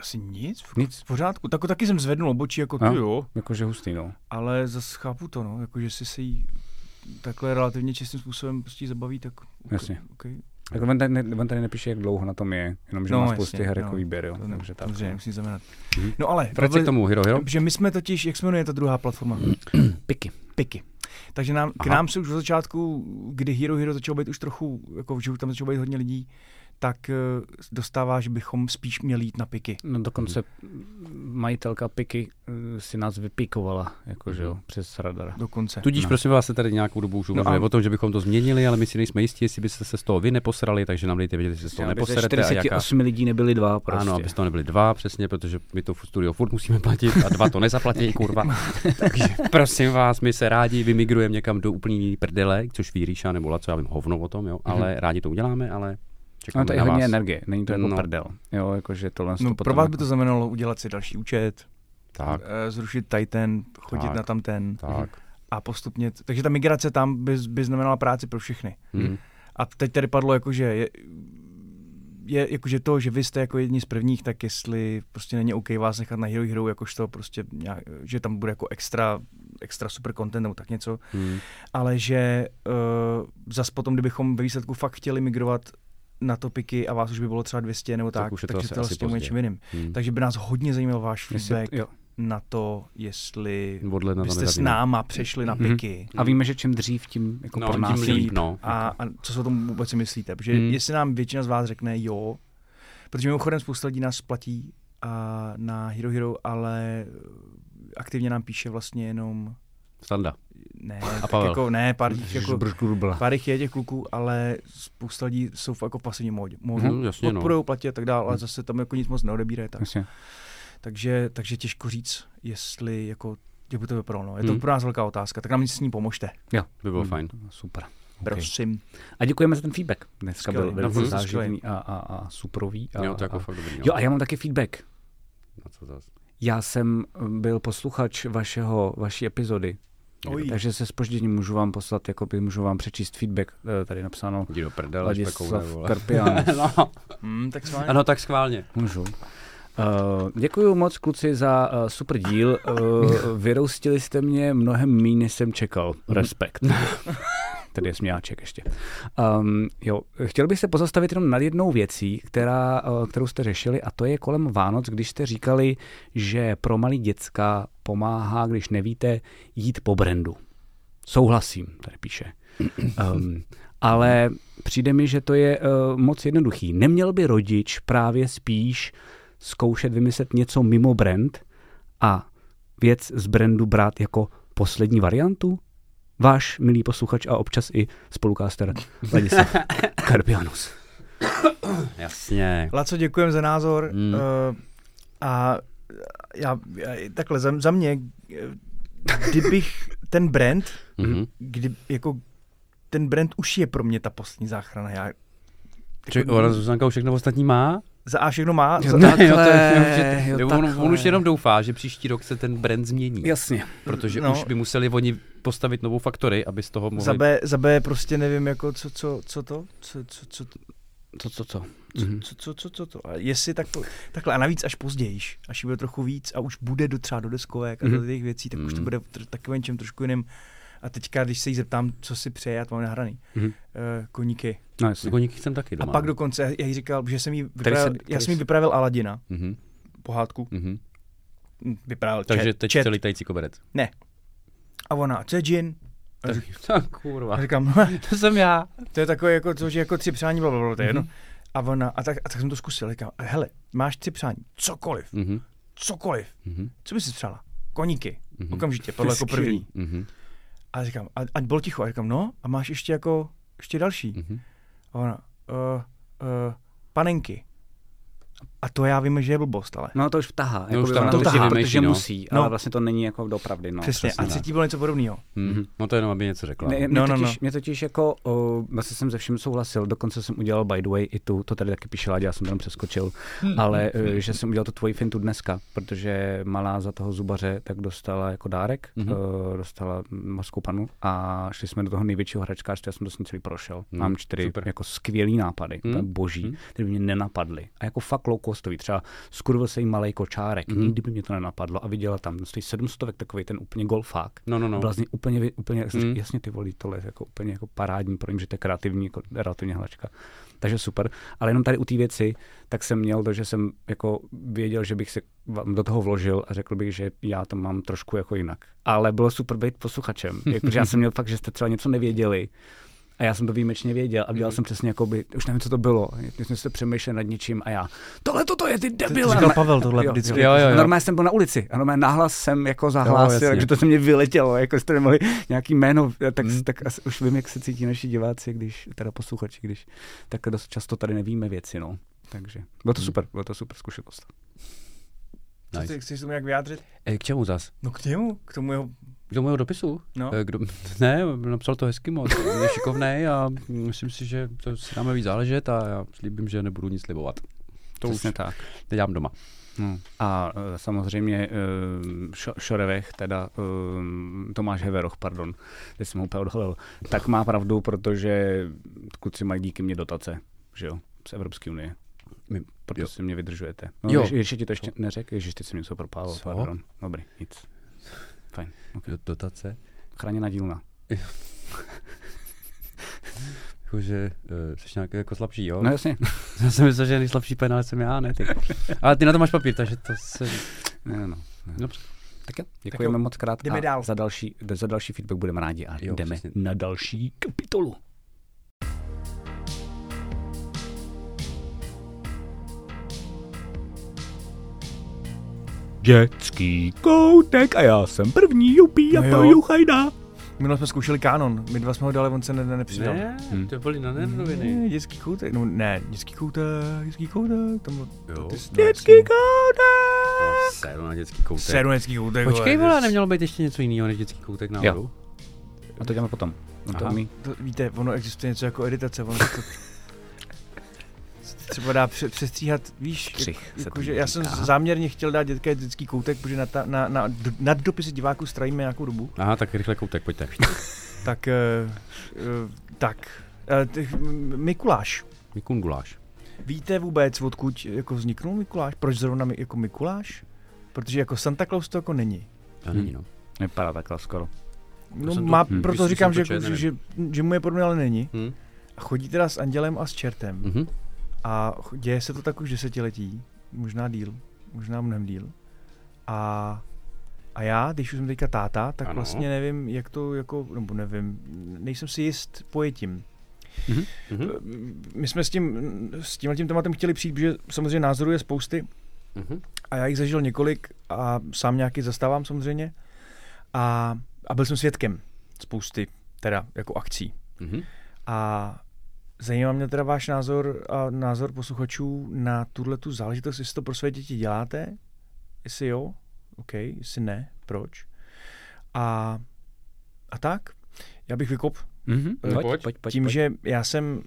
Speaker 2: Asi nic, v,
Speaker 3: Nic.
Speaker 2: v pořádku. Tak, taky jsem zvednul obočí, jako ty
Speaker 3: A?
Speaker 2: jo,
Speaker 3: Jakože hustý, no.
Speaker 2: ale zase chápu to, no, jako, že si se jí takhle relativně čistým způsobem prostě jí zabaví, tak okay,
Speaker 3: Jasně.
Speaker 2: Okay.
Speaker 3: Tak on tady, ne- on tady nepíše, jak dlouho na tom je, jenomže
Speaker 2: No,
Speaker 3: má
Speaker 2: jasně,
Speaker 3: spousty her jako
Speaker 2: no.
Speaker 3: výběr, jo.
Speaker 2: To ne,
Speaker 3: Takže tak.
Speaker 2: samozřejmě,
Speaker 3: no.
Speaker 2: musím znamenat. No ale,
Speaker 4: Vrať se k tomu, Hiro, Hiro.
Speaker 2: že my jsme totiž, jak se jmenuje ta druhá platforma?
Speaker 3: Mhm. Piky.
Speaker 2: Piky. Takže nám, k
Speaker 4: Aha.
Speaker 2: nám se už od začátku, kdy Hero Hero začalo být už trochu, jako že už tam začalo být hodně lidí, tak eh, dostává, že bychom spíš měli jít na piky.
Speaker 3: No dokonce majitelka Piky eh, si nás vypikovala, jakože
Speaker 4: Mhm.
Speaker 3: jo, přes radar.
Speaker 2: Dokonce.
Speaker 4: Tudíž,
Speaker 3: No.
Speaker 4: no. prosím vás, se tady nějakou dobu už uvažuje
Speaker 3: a-
Speaker 4: o tom, že bychom to změnili, ale my si nejsme jistí, jestli byste se z toho vy neposrali, takže nám dejte vědět, jestli se z toho
Speaker 3: ze
Speaker 4: neposerete. A jaká...
Speaker 3: 48 lidí nebyli dva prostě.
Speaker 4: Ano, aby z toho nebyli dva, přesně, protože my to studio furt musíme platit a dva to nezaplatí, kurva. takže prosím vás, my se rádi vymigrujeme někam do úplně jiný prdele, což ví Ríša nebo Laco, já vím hovno o tom, jo, ale rádi to uděláme, ale čekáme
Speaker 3: Mhm. No to je
Speaker 4: na
Speaker 3: hodně
Speaker 4: vás.
Speaker 3: energie, není to jako
Speaker 4: No.
Speaker 3: prdel. Jo, jakože tohle
Speaker 2: No,
Speaker 3: to
Speaker 2: pro
Speaker 3: potom
Speaker 2: vás
Speaker 3: jako-
Speaker 2: by to znamenalo udělat si další účet,
Speaker 4: Tak,
Speaker 2: eh, zrušit Titan, chodit
Speaker 4: Tak.
Speaker 2: na tam ten
Speaker 4: tak.
Speaker 2: a postupně. t- Takže ta migrace tam by, by znamenala práci pro všechny.
Speaker 3: Hmm.
Speaker 4: Mm.
Speaker 2: A teď tady padlo, jakože je, je jakože to, že vy jste jako jedni z prvních, tak jestli prostě není OK vás nechat na Hero Hero, jakožto prostě nějak, že tam bude jako extra, extra super content nebo tak něco,
Speaker 4: Mm.
Speaker 3: Hmm.
Speaker 2: ale že uh, zas potom, kdybychom ve výsledku fakt chtěli migrovat na topiky a vás už by bylo třeba 200 nebo
Speaker 4: Tak
Speaker 2: tak,
Speaker 4: už je to
Speaker 2: takže
Speaker 4: asi-
Speaker 2: to
Speaker 4: asi
Speaker 2: s tím
Speaker 4: pozdě.
Speaker 2: něčím jiným.
Speaker 4: Mm.
Speaker 2: Takže by nás hodně zajímal váš
Speaker 3: Jestli-
Speaker 2: feedback
Speaker 3: jo.
Speaker 2: na to, jestli
Speaker 4: Od ledna to
Speaker 2: byste s
Speaker 4: nedaří, no.
Speaker 2: náma přešli na piky.
Speaker 3: A víme, že čím dřív, tím jako
Speaker 4: Mhm. No,
Speaker 3: pro
Speaker 4: tím
Speaker 3: nás
Speaker 4: líp,
Speaker 3: líp.
Speaker 4: no.
Speaker 2: A, a co si o tom vůbec si myslíte? Protože
Speaker 4: Hmm.
Speaker 2: hmm. jestli nám většina z vás řekne jo, protože mimochodem spousta lidí nás platí a na Hero Hero, ale eh, aktivně nám píše vlastně jenom
Speaker 4: Standa.
Speaker 2: ne, a tak
Speaker 4: Pavel.
Speaker 2: jako, ne, pár, jich jako,
Speaker 3: Brkudubla.
Speaker 2: pár jich je těch kluků, ale spousta lidí jsou v- jako v pasivní módě.
Speaker 4: Mhm, jasně, no.
Speaker 2: Podporují, platí a tak dále, ale zase tam jako nic moc neodebírají. Tak.
Speaker 3: Jasně.
Speaker 2: Takže, takže těžko říct, jestli jako jak by to vypadalo. No. Je to
Speaker 4: Hmm.
Speaker 2: pro nás velká otázka, tak nám s ní pomožte.
Speaker 3: Jo. Mm,
Speaker 4: By bylo fajn.
Speaker 3: Super. Okay.
Speaker 2: Prosím.
Speaker 3: A děkujeme za ten feedback. Dneska
Speaker 2: Skvělý.
Speaker 3: byl velice
Speaker 4: Mhm.
Speaker 3: záživný a, a, a superový. A,
Speaker 4: Jo, to je
Speaker 3: a,
Speaker 4: jako fakt dobrý. no.
Speaker 3: jo, a já mám taky feedback.
Speaker 4: Na co zas?
Speaker 3: Já jsem eh, byl posluchač vašeho, vaší epizody,
Speaker 2: Oj.
Speaker 3: takže se spožděním můžu vám poslat, jako by můžu vám přečíst feedback, eh, tady napsáno
Speaker 4: Jdi do prdele, špekoune,
Speaker 3: Ladislav
Speaker 4: vole.
Speaker 3: Perpian.
Speaker 4: No,
Speaker 2: Hmm, tak s vámi.
Speaker 4: ano, tak schválně.
Speaker 3: Můžu. Uh, děkuji moc, kluci, za uh, super díl. Uh, vyroustili jste mě mnohem méně, než jsem čekal. Respekt. Tady je směláček ještě. Um, jo, chtěl bych se pozastavit jenom nad jednou věcí, která, eh, kterou jste řešili, a to je kolem Vánoc, když jste říkali, že pro malý děcka pomáhá, když nevíte, jít po brandu. Souhlasím, tady píše. Um, ale přijde mi, že to je uh, moc jednoduchý. Neměl by rodič právě spíš zkoušet vymyslet něco mimo brand a věc z brandu brát jako poslední variantu? Váš milý posluchač a občas i spolukáster Ladislav Karpianus.
Speaker 4: Jasně.
Speaker 2: Laco, děkujem za názor. Mm.
Speaker 4: Mm.
Speaker 2: Uh, a já, já takhle, za, za mě, eh, kdybych ten brand,
Speaker 4: Mhm.
Speaker 2: kdy, jako ten brand už je pro mě ta poslední záchrana. Já,
Speaker 4: Čili ona Zuzanka už všechno ostatní má?
Speaker 2: za A všechno má, za,
Speaker 4: Ne, jo, to je,
Speaker 3: takhle,
Speaker 4: že-
Speaker 3: jo,
Speaker 4: jo, on,
Speaker 3: takhle.
Speaker 4: on už jenom doufá, že příští rok se ten brand změní.
Speaker 3: Jasně.
Speaker 4: Protože
Speaker 2: No.
Speaker 4: už by museli oni postavit novou faktory, aby z toho mohli...
Speaker 2: za, B, za B prostě nevím, jako co, co, co to, co, co, co,
Speaker 3: Co, co, co?
Speaker 2: co,
Speaker 4: Mhm.
Speaker 2: co, co, co, co to. A jestli tak to, takhle, a navíc až pozdějiš, až jí bude trochu víc a už bude do, třeba do deskovek a do těch věcí, tak už to
Speaker 4: Mhm.
Speaker 2: bude tr- takovým čem trošku jiným. A teďka, když se jí zeptám, co si přeje, já to mám nahraný,
Speaker 3: Mhm.
Speaker 2: Eh, koníky.
Speaker 3: No, jasně.
Speaker 4: Koníky jsem taky
Speaker 2: A
Speaker 4: doma.
Speaker 2: pak dokonce, já jí říkal, že jsem jí vypravil,
Speaker 4: se-
Speaker 2: já
Speaker 4: který
Speaker 2: jsem jí
Speaker 4: se-
Speaker 2: vypravil Aladina,
Speaker 4: Mhm,
Speaker 2: pohádku,
Speaker 4: mhm.
Speaker 2: Hm, vypravil
Speaker 4: Takže
Speaker 2: čet,
Speaker 4: teď
Speaker 2: čet.
Speaker 4: jste lítající koberec.
Speaker 2: Ne. A ona, co je gin? A řík-
Speaker 4: Tak kurva,
Speaker 2: A říkám, "No, "Hle,
Speaker 4: Jako to jsem já.
Speaker 2: to je takové, jako, to, že jako tři přání, blablabla, to je jedno. A ona, a tak, a tak jsem to zkusil, říkám, hele, máš tři přání, cokoliv,
Speaker 4: Mhm,
Speaker 2: cokoliv,
Speaker 4: mhm,
Speaker 2: co by si přála? Koníky.
Speaker 4: Mhm.
Speaker 2: Okamžitě, tohle jako
Speaker 3: Skvělý.
Speaker 2: první.
Speaker 4: mhm,
Speaker 2: A říkám, a, ať bylo ticho. A říkám, no, a máš ještě jako, ještě další.
Speaker 4: mhm.
Speaker 2: A ona, uh, uh, panenky. A to já vím, že je blbost, ale.
Speaker 3: No to už tahá,
Speaker 4: No,
Speaker 3: jako
Speaker 4: už
Speaker 3: by
Speaker 4: tam
Speaker 3: ona
Speaker 2: to
Speaker 3: to
Speaker 2: tahá.
Speaker 3: tahá, protože
Speaker 4: Vymýšlí, no.
Speaker 3: musí,
Speaker 2: No.
Speaker 3: ale vlastně to není jako dopravdy. No,
Speaker 2: Přesně. A
Speaker 4: přesně tak.
Speaker 2: třetí bylo něco podobného.
Speaker 4: Mhm. No to jenom, aby něco řekla.
Speaker 3: Ne, mě,
Speaker 2: No,
Speaker 3: no,
Speaker 2: no,
Speaker 3: totiž,
Speaker 2: no.
Speaker 3: mě totiž jako, o, vlastně jsem ze vším souhlasil, dokonce jsem udělal by the way i tu, to tady taky píše Láďa, já jsem tam přeskočil, ale
Speaker 4: Hmm.
Speaker 3: eh, že jsem udělal tu tvoji fintu dneska, protože malá za toho zubaře tak dostala jako dárek,
Speaker 4: Mhm.
Speaker 3: mm-hmm. dostala mořskou panu a šli jsme do toho největšího hračkářství, já jsem to s ní celý prošel.
Speaker 4: Mm,
Speaker 3: Mám čtyři
Speaker 4: super.
Speaker 3: jako skvělý nápady,
Speaker 4: Mm,
Speaker 3: mm boží, které by mě nenapadly. A jako fakt low costový, třeba skurvil se jí malej kočárek,
Speaker 4: Hmm.
Speaker 3: mm nikdy by mě to nenapadlo a viděla tam, stojí sedmstovek takový ten úplně golfák.
Speaker 4: No, no, no.
Speaker 3: Vlastně úplně, vy- úplně
Speaker 4: Mm.
Speaker 3: mm. jasně ty volí, tohle je jako úplně jako parádní pro ně, že to je kreativní, jako relativně hlačka. Takže super. Ale jenom tady u té věci, tak jsem měl to, že jsem jako věděl, že bych se vám do toho vložil a řekl bych, že já to mám trošku jako jinak. Ale bylo super být posluchačem, jako, že já jsem měl fakt, že jste třeba něco nevěděli, a já jsem to výjimečně věděl a dělal jsem přesně jako by, už nevím, co to bylo. Já jsem se přemýšlel nad něčím a já, tohle toto je, ty debil.
Speaker 2: říkal Pavel tohle
Speaker 3: jo,
Speaker 2: vždycky.
Speaker 4: Jo, jo, jo.
Speaker 3: Normálně jsem byl na ulici a normálně nahlas jsem jako zahlásil,
Speaker 4: jasně.
Speaker 3: takže to se mě vyletělo, jako jste nemohli nějaký jméno, tak, hmm. tak asi už vím, jak se cítí naši diváci, když, teda posluchači, když tak dost často tady nevíme věci, no. Takže bylo to super, bylo to super zkušenost.
Speaker 2: Co
Speaker 4: Nice.
Speaker 2: ty chceš tomu jak vyjádřit?
Speaker 4: Eh, K čemu zas?
Speaker 2: No k němu, k tomu jeho,
Speaker 4: K tomu jeho dopisu?
Speaker 2: no.
Speaker 4: Eh, Kdo, ne, napsal to hezky moc, je šikovnej a myslím si, že to si dáme víc záležet a já slíbím, že nebudu nic slibovat. To
Speaker 3: Přesně
Speaker 4: už
Speaker 3: tak.
Speaker 4: nedělám doma.
Speaker 3: No. A eh, samozřejmě eh, šo, Šorevech, teda eh, Tomáš Heveroch, pardon, teď jsem ho úplně odhalil, tak má pravdu, protože kluci mají díky mě dotace, že jo, z Evropské unie.
Speaker 4: My-
Speaker 3: proto
Speaker 4: jo.
Speaker 3: si mě vydržujete. No,
Speaker 4: Jo.
Speaker 3: jo. Ještě ti to ještě neřekl, že ty jsi mě něco propálil,
Speaker 4: Co?
Speaker 3: pardon. Dobrý, nic. Fajn.
Speaker 4: Do- Dotace?
Speaker 3: Chráněná dílna.
Speaker 4: Jakože eh, jsi nějaký jako slabší, jo?
Speaker 3: No jasně.
Speaker 4: Já jsem myslel, že nejslabší penál jsem já, ne ty. Ale ty na to máš papír, takže to se...
Speaker 3: Ne, ne, no.
Speaker 4: Dobře.
Speaker 3: Tak jo, děkujeme
Speaker 2: jo,
Speaker 3: moc krát.
Speaker 2: jdeme
Speaker 3: a
Speaker 2: dál.
Speaker 3: Za další, za další feedback budeme rádi a
Speaker 4: Jo,
Speaker 3: jo, jdeme
Speaker 4: přesně.
Speaker 3: na další kapitolu. Dětský koutek a já jsem první, jupí,
Speaker 2: No
Speaker 3: a to
Speaker 2: jo.
Speaker 3: Juchajda.
Speaker 2: Minule jsme zkoušeli kanon, my dva jsme ho dali, on se ne, ne, nepřidal.
Speaker 4: Ne, to byly na nervoviny.
Speaker 2: Ne, dětský koutek, no ne, dětský koutek, dětský koutek, tam byl
Speaker 4: Jo.
Speaker 2: dětský koutek.
Speaker 4: No, Seru na dětský koutek.
Speaker 2: Seru dětský koutek.
Speaker 4: Počkej,
Speaker 2: vole,
Speaker 4: vole,
Speaker 2: to-
Speaker 4: nemělo být ještě něco jiného než dětský koutek náhodou?
Speaker 3: A to děláme potom. No to
Speaker 4: Aha.
Speaker 3: umí.
Speaker 2: To, víte, ono existuje něco jako editace, ono se to se to třeba dá pře- přestříhat, víš,
Speaker 3: Střih se
Speaker 2: jakože
Speaker 3: tomu
Speaker 2: já jsem
Speaker 3: říká.
Speaker 2: záměrně chtěl dát dětka dětský koutek, protože na, ta, na, na, d- nad dopisy diváků strajíme nějakou dobu.
Speaker 4: Aha, tak rychle koutek, pojďte.
Speaker 2: Tak, eh, eh, tak, eh, t- m- Mikuláš.
Speaker 4: Mikun guláš.
Speaker 2: Víte vůbec, odkud jako vzniknul Mikuláš? Proč zrovna mi- jako Mikuláš? Protože jako Santa Claus to jako není.
Speaker 4: To není, no.
Speaker 3: Vypadá takhle skoro.
Speaker 2: No,
Speaker 4: jsem to-
Speaker 2: má,
Speaker 4: Hm.
Speaker 2: proto
Speaker 4: Myslím,
Speaker 2: říkám,
Speaker 4: jsem
Speaker 2: že,
Speaker 4: to
Speaker 2: že,
Speaker 4: četl,
Speaker 2: že, že mu je podobně, ale není.
Speaker 4: Hm?
Speaker 2: A chodí teda s andělem a s čertem.
Speaker 4: Mhm.
Speaker 2: A ch- děje se to tak už desetiletí, možná díl, možná mnohem díl. A, a já, když už jsem teďka táta, tak
Speaker 4: Ano.
Speaker 2: ano. vlastně nevím, jak to jako, nebo nevím, nejsem si jist pojetím. Ehm,
Speaker 4: Mhm. Mhm.
Speaker 2: My jsme s tím, s tímhle tím tématem chtěli přijít, protože samozřejmě názorů je spousty
Speaker 4: Mhm.
Speaker 2: a já jich zažil několik a sám nějaký zastávám samozřejmě. A, a byl jsem svědkem spousty teda jako akcí.
Speaker 4: Mhm.
Speaker 2: A zajímá mě teda váš názor a názor posluchačů na tuhle tu záležitost, jestli to pro své děti děláte, jestli jo, OK, jestli ne, proč. A, a tak, já bych vykop
Speaker 3: Mhm.
Speaker 2: Eh,
Speaker 3: Pojď,
Speaker 4: pojď.
Speaker 3: pojď, pojď,
Speaker 2: tím,
Speaker 3: pojď.
Speaker 2: že já jsem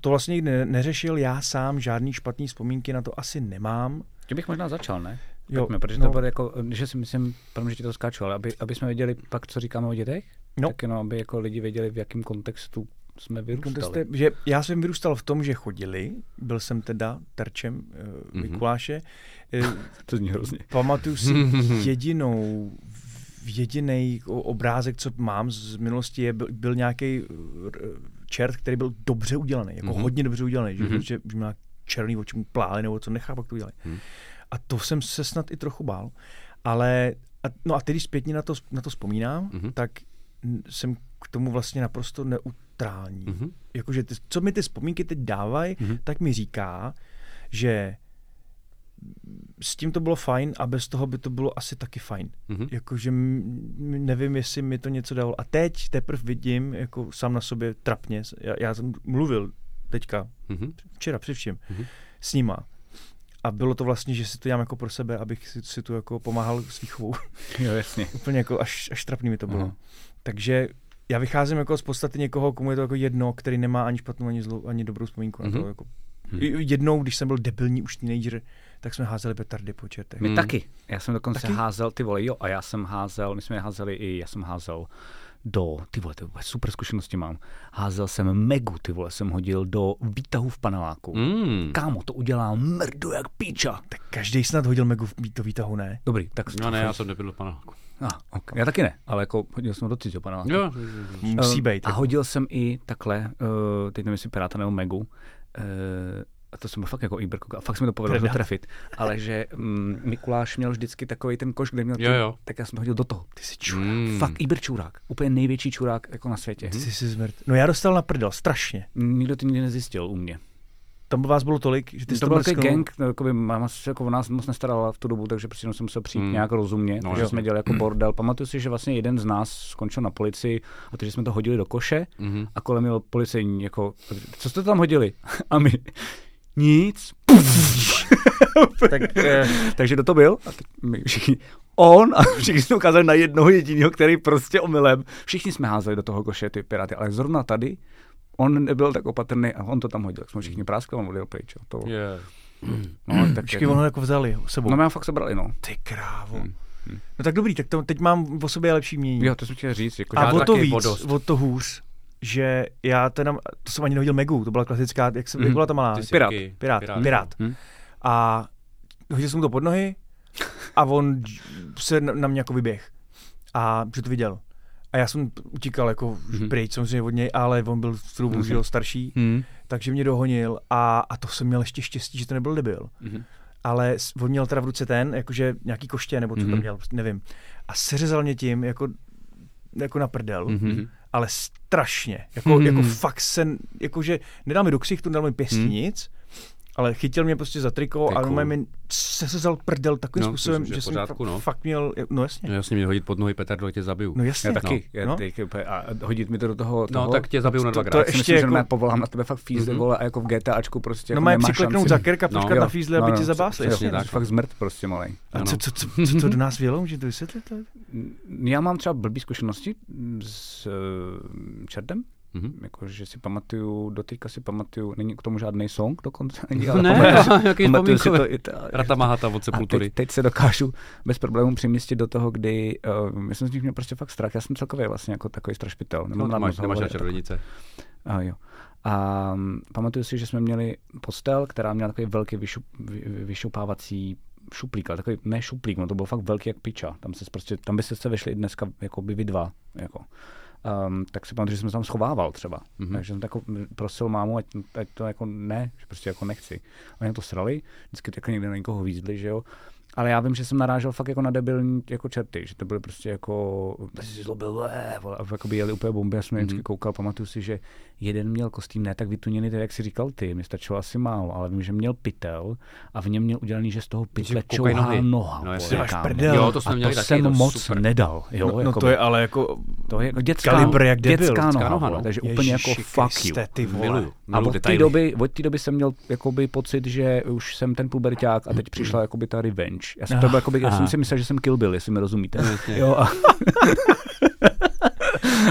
Speaker 2: to vlastně nikdy ne- neřešil, já sám žádný špatný vzpomínky na to asi nemám.
Speaker 3: Tím bych možná začal, ne?
Speaker 2: Jo,
Speaker 3: Pojďme, protože
Speaker 2: no.
Speaker 3: to bude jako, že si myslím, pardon, že ti to skáču, ale aby, aby jsme věděli pak, co říkáme o dětech,
Speaker 2: No.
Speaker 3: tak jenom, aby jako lidi věděli, v jakém kontextu jsme vyrůstali.
Speaker 2: Konteste, že já jsem vyrůstal v tom, že chodili, byl jsem teda terčem uh,
Speaker 4: Mhm.
Speaker 2: Mikuláše, eh,
Speaker 3: To zní hrozně.
Speaker 2: Pamatuju si jedinou, jediný obrázek, co mám z minulosti, je, byl, byl nějaký čert, který byl dobře udělaný, jako
Speaker 4: Mhm.
Speaker 2: mm-hmm. hodně dobře udělaný, že,
Speaker 4: Mhm.
Speaker 2: mm-hmm. že, že měl černý oči, mu plály nebo co nechá, pak to udělali.
Speaker 4: Mhm.
Speaker 2: Mm. A to jsem se snad i trochu bál, ale a, no a tedy zpětně na to, na to vzpomínám,
Speaker 4: Mhm.
Speaker 2: mm-hmm. tak n- jsem k tomu vlastně naprosto neutrální. Mm-hmm.
Speaker 4: Mhm.
Speaker 2: Jakože ty, co mi ty vzpomínky teď dávají,
Speaker 4: Mhm.
Speaker 2: mm-hmm. tak mi říká, že s tím to bylo fajn a bez toho by to bylo asi taky fajn.
Speaker 4: Mhm.
Speaker 2: Jakože m- m- nevím, jestli mi to něco dalo. A teď teprve vidím, jako sám na sobě trapně, s- já, já jsem mluvil teďka,
Speaker 4: Mhm.
Speaker 2: včera, především,
Speaker 4: Mhm.
Speaker 2: mm-hmm. s nima. A bylo to vlastně, že si to dělám jako pro sebe, abych si, si tu jako pomáhal s výchovou.
Speaker 3: Jo, jasně.
Speaker 2: Úplně jako až, až trapný mi to bylo.
Speaker 4: Aha.
Speaker 2: Takže já vycházím jako z podstaty někoho, komu je to jako jedno, který nemá ani špatnou, ani zlou, ani dobrou vzpomínku. Mm-hmm.
Speaker 4: Mhm.
Speaker 2: Na to, jako.
Speaker 4: Mhm.
Speaker 2: I- Jednou, když jsem byl debilní už teenager, tak jsme házeli petardy po čertech.
Speaker 3: My
Speaker 4: Mm.
Speaker 3: hmm. taky. Já jsem dokonce
Speaker 2: Taky?
Speaker 3: taky? házel, ty vole, jo, a já jsem házel, my jsme je házeli i, já jsem házel do, ty vole, to vůbec super zkušenosti mám. Házel jsem megu, ty vole, jsem hodil do výtahu v paneláku. Hmm.
Speaker 4: Mm.
Speaker 3: Kámo, to udělá mrdu jak píča.
Speaker 2: Tak každý snad hodil megu v být- do výtahu, ne?
Speaker 3: Dobrý, tak
Speaker 4: No ne, já jsem nebyl pana.
Speaker 3: ah, okay. Já taky ne, ale jako hodil jsem ho do cizího paneláku.
Speaker 4: Jo.
Speaker 2: Musí
Speaker 3: Ehm,
Speaker 2: být.
Speaker 3: A
Speaker 2: Jako.
Speaker 3: hodil jsem i takhle, uh, teď nevím, jestli Piráta nebo Megu, uh, a to jsem byl fakt jako Iberko, a fakt jsem to povedlo
Speaker 2: Predátor.
Speaker 3: trefit, ale že um, Mikuláš měl vždycky takový ten koš, kde měl,
Speaker 4: Jo, jo.
Speaker 3: tak já jsem to hodil do toho.
Speaker 2: Ty jsi čurák.
Speaker 4: Mm.
Speaker 3: Fakt Iber čurák, úplně největší čurák jako na světě.
Speaker 2: Hmm. Ty jsi zmrt. No já dostal na prdel, strašně.
Speaker 3: Nikdo to nikdy nezjistil u mě.
Speaker 2: Tam vás bylo tolik, že ty jsi
Speaker 3: to byl takový
Speaker 2: mrsknul.
Speaker 3: gang, no, jakoby máma se jako o nás moc nestarala v tu dobu, takže prostě jenom jsem musel přijít
Speaker 2: Hmm.
Speaker 4: Mm.
Speaker 3: mm. nějak rozumně,
Speaker 4: No,
Speaker 3: no, takže
Speaker 4: jo.
Speaker 3: jsme dělali jako bordel. Pamatuju si, že vlastně jeden z nás skončil na policii a to, že jsme to hodili do koše
Speaker 4: Mhm.
Speaker 3: a kolem měl policejní, jako, co jste tam hodili? A my, nic.
Speaker 2: Tak, eh,
Speaker 3: takže do to byl a teď my všichni, on a všichni jsme ukázali na jednoho jediného, který prostě omylem. Všichni jsme házeli do toho koše ty piráty, ale zrovna tady on nebyl tak opatrný a on to tam hodil. Tak Jsme všichni práskli, on odjel pryč. jo. To,
Speaker 4: Je.
Speaker 3: no, tak
Speaker 2: počkej, ono ho jako vzali s sebou.
Speaker 3: No, mě ho fakt sebrali, no.
Speaker 2: Ty krávo. No tak dobrý, tak to, teď mám o sobě lepší mění.
Speaker 3: Jo, to jsem chtěl říct. Jako,
Speaker 2: A
Speaker 4: Já
Speaker 2: o to
Speaker 4: taky
Speaker 2: víc,
Speaker 4: vodost.
Speaker 2: o to hůř, že já teda, to jsem ani nehodil Megu, to byla klasická, jak, jsem,
Speaker 3: Mhm.
Speaker 2: jak byla ta malá?
Speaker 4: Ty jsi
Speaker 3: Pirát.
Speaker 4: jaký?
Speaker 2: Pirát, pirát. pirát.
Speaker 3: Hm.
Speaker 2: A hodil jsem mu to pod nohy a on dž- se na, na mě jako vyběh. A že to viděl. A já jsem utíkal jako
Speaker 4: Mhm.
Speaker 2: mm-hmm. pryč samozřejmě od něj, ale on byl v tu dobu že jo, starší,
Speaker 4: Mhm.
Speaker 2: takže mě dohonil a, a to jsem měl ještě štěstí, že to nebyl debil.
Speaker 4: Mhm.
Speaker 2: Ale s- on měl teda v ruce ten, jakože nějaký koště, nebo co
Speaker 4: Mhm.
Speaker 2: tam měl, prostě nevím. A seřezal mě tím, jako, jako na prdel
Speaker 4: Mhm.
Speaker 2: ale strašně. Jako, jako fakt se, jakože nedal mi do ksichtu, nedal mi pěstí
Speaker 4: Hmm.
Speaker 2: nic, ale chytil mě prostě za triko
Speaker 4: To je
Speaker 2: a
Speaker 4: cool.
Speaker 2: normálně mi se sezal prdel takovým
Speaker 4: No,
Speaker 2: způsobem,
Speaker 4: myslím,
Speaker 2: že
Speaker 4: že v
Speaker 2: jsem
Speaker 4: pořádku,
Speaker 2: fa-
Speaker 4: no.
Speaker 2: fakt měl, no jasně,
Speaker 4: No jasně, mě hodit pod nohy petardu, já tě zabiju.
Speaker 2: no jasně.
Speaker 3: Já taky.
Speaker 2: No.
Speaker 3: Já
Speaker 2: No.
Speaker 3: teď, a hodit mi to do toho.
Speaker 4: No,
Speaker 3: toho
Speaker 4: tak tě zabiju na
Speaker 2: To- to
Speaker 4: dvakrát.
Speaker 2: je-
Speaker 3: si
Speaker 2: ještě
Speaker 3: myslím, jako... že
Speaker 2: jako-
Speaker 3: mě povolám na tebe fakt fízde,
Speaker 4: Mhm.
Speaker 3: vole, a jako v GTAčku prostě
Speaker 2: No
Speaker 3: jako
Speaker 2: má
Speaker 3: nemá
Speaker 2: přikleknout
Speaker 3: šanci.
Speaker 2: za kerka,
Speaker 4: No,
Speaker 2: počkat
Speaker 4: jo,
Speaker 2: na fízle, aby tě zabásli.
Speaker 4: přesně
Speaker 2: Jasně.
Speaker 4: tak.
Speaker 3: tak. Fakt zmrt prostě malej.
Speaker 2: A
Speaker 4: Ano.
Speaker 2: co, co, co, co, to do nás vělo, můžete vysvětlit? To?
Speaker 3: Já mám třeba blbý zkušenosti s uh, Čerdem,
Speaker 4: Mhm.
Speaker 3: jako, že si pamatuju, doteďka si pamatuju, není k tomu žádný song dokonce,
Speaker 4: Ne,
Speaker 3: ani, pamatuju,
Speaker 4: jaký
Speaker 3: pamatuju si to
Speaker 4: vzpomínkové.
Speaker 3: i ta,
Speaker 4: Rata mahata od
Speaker 3: A
Speaker 4: sepultury.
Speaker 3: teď, teď se dokážu bez problémů přemístit do toho, kdy uh, já jsem z nich měl prostě fakt strach. Já jsem celkově vlastně jako takový strašpitel.
Speaker 4: No,
Speaker 3: Nemám
Speaker 4: ty
Speaker 3: rád
Speaker 4: máš,
Speaker 3: moc
Speaker 4: ty máš
Speaker 3: hovory
Speaker 4: na
Speaker 3: a tak.
Speaker 4: červenice.
Speaker 3: A jo. A mm, um, pamatuju si, že jsme měli postel, která měla takový velký vyšup, vy, vy- vyšupávací šuplík, ale takový ne šuplík, no to bylo fakt velký jak piča. Tam, se prostě, tam by se se vešli i dneska jako by vy dva. Jako. Um, tak si pamatuju, že jsem se tam schovával třeba. Mm-hmm. Takže jsem tak jako prosil mámu, ať, ať, to jako ne, že prostě jako nechci. Oni na to srali, vždycky tak někde na někoho vízli, že jo. Ale já vím, že jsem narážel fakt jako na debilní jako čerty, že to byly prostě jako jsi zlobil,
Speaker 2: eh,
Speaker 3: le, vole, a jakoby jeli úplně bomby, já jsem mm-hmm.
Speaker 2: Mhm.
Speaker 3: vždycky koukal, pamatuju si, že jeden měl kostým ne tak vytuněný, tak jak si říkal ty, mě stačilo asi málo, ale vím, že měl pytel a v něm měl udělaný, že z toho pytle
Speaker 4: koukají
Speaker 3: čouhá
Speaker 4: nohy.
Speaker 3: noha.
Speaker 4: No
Speaker 3: vole,
Speaker 4: jasně.
Speaker 2: Máš
Speaker 3: kámo.
Speaker 2: prdel.
Speaker 4: Jo, to jsme
Speaker 3: a
Speaker 4: měli
Speaker 3: to
Speaker 4: taky,
Speaker 3: jsem
Speaker 4: to
Speaker 3: moc
Speaker 4: super.
Speaker 3: nedal. Jo,
Speaker 2: no, no
Speaker 3: jakoby.
Speaker 2: to je ale jako
Speaker 3: To je jako dětská,
Speaker 2: Kalibr jak debil.
Speaker 3: dětská
Speaker 2: Dětská
Speaker 3: noha,
Speaker 4: noha,
Speaker 3: vole,
Speaker 4: no.
Speaker 3: takže úplně jako fuck you.
Speaker 2: Ty vole.
Speaker 4: Miluju.
Speaker 3: A
Speaker 4: Miluju
Speaker 3: od té,
Speaker 4: detaily.
Speaker 3: doby, od té doby jsem měl jakoby, pocit, že už jsem ten puberták
Speaker 4: Mm-hmm.
Speaker 3: a teď přišla jakoby, ta revenge. Já jsem, to byl, jakoby, já jsem si myslel, že jsem Kill Bill, jestli mi rozumíte.
Speaker 4: No,
Speaker 3: Jo, a...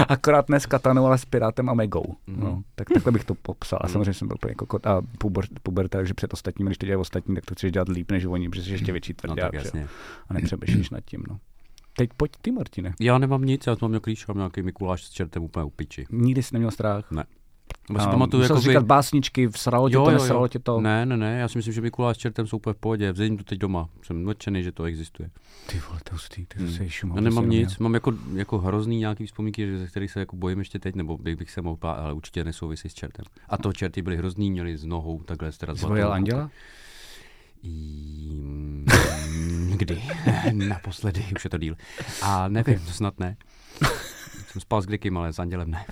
Speaker 3: Akorát ne s katanou, ale s Pirátem a Megou.
Speaker 4: Mhm.
Speaker 3: No, tak takhle bych to popsal. A samozřejmě jsem byl úplně jako kot a puber, puberta, takže před ostatními, když to dělají ostatní, tak to chceš dělat líp než oni, protože jsi ještě větší
Speaker 4: No
Speaker 3: tvrdák.
Speaker 4: tak
Speaker 3: že jo.
Speaker 4: jasně.
Speaker 3: a nepřebešíš nad tím. No. Teď pojď ty, Martine.
Speaker 4: Já nemám nic, já jsem měl klíč a nějaký Mikuláš s čertem úplně u piči.
Speaker 3: Nikdy jsi neměl strach.
Speaker 4: Ne. Nebo si
Speaker 3: A
Speaker 4: pamatuju,
Speaker 3: musel
Speaker 4: jako
Speaker 3: jsi říkat básničky, vsralo tě to, nesralo tě to.
Speaker 4: Ne, ne, ne, já si myslím, že Mikuláš s čertem jsou úplně v pohodě. Vzedím to teď doma. Jsem nadšený, že to existuje.
Speaker 3: Ty vole, to hustý, ty jsi šumal.
Speaker 4: Hmm. Já nemám nic, mám jako, jako hrozný nějaký vzpomínky, že- ze kterých se jako bojím ještě teď, nebo bych, bych se mohl pát, ale určitě nesouvisí s čertem. A to čerty byly hrozný, měli s nohou takhle teda zlatou
Speaker 3: Zvojil
Speaker 4: ruku.
Speaker 3: anděla?
Speaker 4: Jím, kdy? Naposledy, už je to díl. A nevím, okay. snad ne. Jsem spal s Glykym, ale s Andělem ne.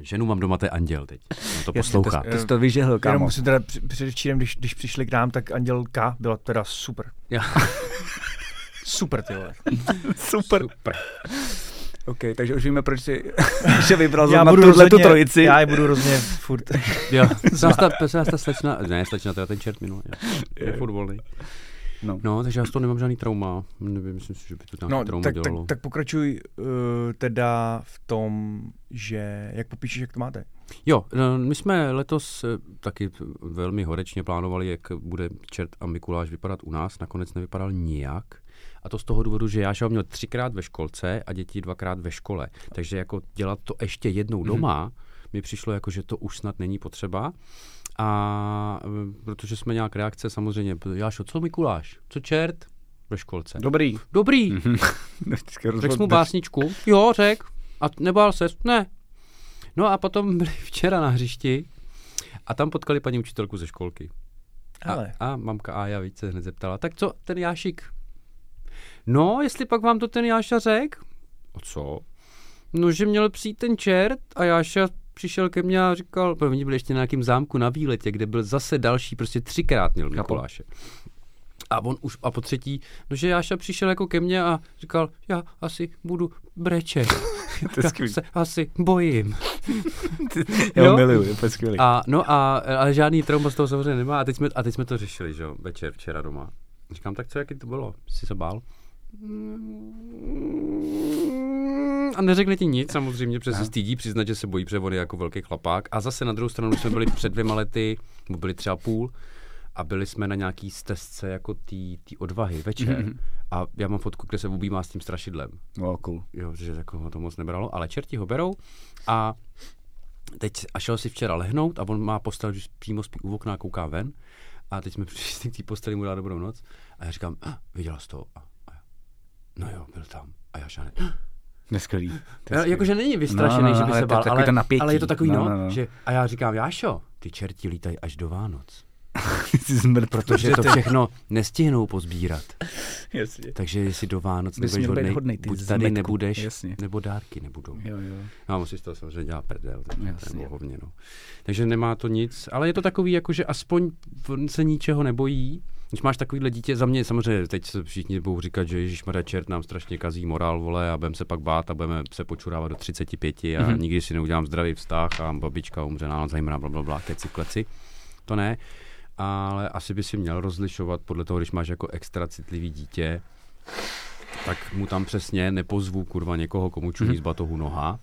Speaker 4: Ženu mám doma, to je Anděl teď. On to poslouchá.
Speaker 3: Ty jsi to vyžehl,
Speaker 2: Jenom
Speaker 3: kámo.
Speaker 2: musím teda při- předevčírem, když, když přišli k nám, tak Andělka byla teda super.
Speaker 4: Já,
Speaker 2: Super ty vole.
Speaker 3: Super.
Speaker 4: super.
Speaker 3: OK, takže už víme, proč si že vybral
Speaker 2: Já
Speaker 3: na
Speaker 2: budu
Speaker 3: tuhle tu
Speaker 2: rozhodně-
Speaker 3: trojici.
Speaker 2: Já je budu rozhodně furt.
Speaker 4: Jo, nás ta, nás ta slečna, ne, slečna, teda ten čert minul. Je, je fotbalný.
Speaker 3: No.
Speaker 4: No. no, takže já z toho nemám žádný trauma. No, Nevím, myslím si, že by to nějaký
Speaker 2: No,
Speaker 4: trauma
Speaker 2: tak, tak,
Speaker 4: dělalo.
Speaker 2: tak pokračuj uh, teda v tom, že jak popíšeš, jak to máte.
Speaker 4: Jo, no, my jsme letos eh, taky t- velmi horečně plánovali, jak bude Čert a Mikuláš vypadat u nás. Nakonec nevypadal nijak. A to z toho důvodu, že Jáša ho měl třikrát ve školce a děti dvakrát ve škole. Takže jako dělat to ještě jednou doma, mi přišlo jako, že to už snad není potřeba. A eh, protože jsme nějak reakce samozřejmě, Jášo, co Mikuláš, co Čert ve školce.
Speaker 3: Dobrý. No,
Speaker 4: Dobrý, Řekl jsi mu básničku? Jo, řek. A t- nebál ses? Ne. No a potom byli včera na hřišti a tam potkali paní učitelku ze školky. A,
Speaker 2: Ale.
Speaker 4: a mamka Aja víc se hned zeptala, tak co ten Jášik? No, jestli pak vám to ten Jáša řek? O co? No, že měl přijít ten čert a Jáša přišel ke mně a říkal, protože oni byli ještě na nějakém zámku na výletě, kde byl zase další, prostě třikrát měl Mikuláše. A on už, a po třetí, no že Jáša přišel jako ke mně a říkal, já asi budu brečet.
Speaker 3: To je
Speaker 4: já
Speaker 3: skvělý.
Speaker 4: se asi bojím.
Speaker 3: Já ho
Speaker 4: Jo.
Speaker 3: miluju, je úplně skvělý.
Speaker 4: A, no a, ale žádný trauma z toho samozřejmě nemá. A teď jsme, a teď jsme to řešili, že jo, večer, včera doma. Říkám, tak co, jaký to bylo? Jsi se bál? A neřekne ti nic, samozřejmě, protože se stydí přiznat, že se bojí, protože on je jako velký chlapák. A zase na druhou stranu, když jsme byli před dvěma lety, nebo byli třeba půl, a byli jsme na nějaký stezce jako tý, tý odvahy večer. A já mám fotku, kde se objímá s tím strašidlem
Speaker 3: No, cool.
Speaker 4: jo, že jako ho to moc nebralo, ale čerti ho berou a teď a šel si včera lehnout a on má postel, že přímo spí u okna a kouká ven a teď jsme přišli k té posteli, mu dá dobrou noc a já říkám, ah, viděla jsi to? A, a já, no jo, byl tam. A já šáne.
Speaker 3: Neskvělý.
Speaker 4: Jakože není vystrašený,
Speaker 3: No, no,
Speaker 4: že by se
Speaker 3: ale to je
Speaker 4: bál,
Speaker 3: takový
Speaker 4: ale,
Speaker 3: to napětí.
Speaker 4: ale je to takový,
Speaker 3: No,
Speaker 4: no,
Speaker 3: no, no.
Speaker 4: Že, a já říkám, Jášo, ty čerti lítají až do Vánoc.
Speaker 3: Jsi zmrt,
Speaker 4: Protože to všechno nestihnou pozbírat.
Speaker 3: Jasně.
Speaker 4: Takže jestli do Vánoc
Speaker 3: Bys
Speaker 4: nebudeš
Speaker 3: měl být
Speaker 4: hodnej,
Speaker 3: hodnej, ty
Speaker 4: buď tady
Speaker 3: zmetku.
Speaker 4: nebudeš,
Speaker 3: Jasně.
Speaker 4: nebo dárky nebudou.
Speaker 3: Jo, jo.
Speaker 4: No a musíš to samozřejmě dělat prdel, to je
Speaker 3: Jasně.
Speaker 4: ten bohovně, no. Takže nemá to nic, ale je to takový, jako že aspoň on se ničeho nebojí. Když máš takovýhle dítě, za mě samozřejmě teď se všichni budou říkat, že Ježíš čert nám strašně kazí morál, vole, a budeme se pak bát a budeme se počurávat do 35 a mm-hmm. nikdy si neudělám zdravý vztah a babička umře na Alzheimera, bla, bla, bla, keci, kleci. To ne, ale asi by si měl rozlišovat podle toho, když máš jako extra citlivý dítě, tak mu tam přesně nepozvu kurva někoho, komu
Speaker 3: Mhm.
Speaker 4: čuní z batohu noha.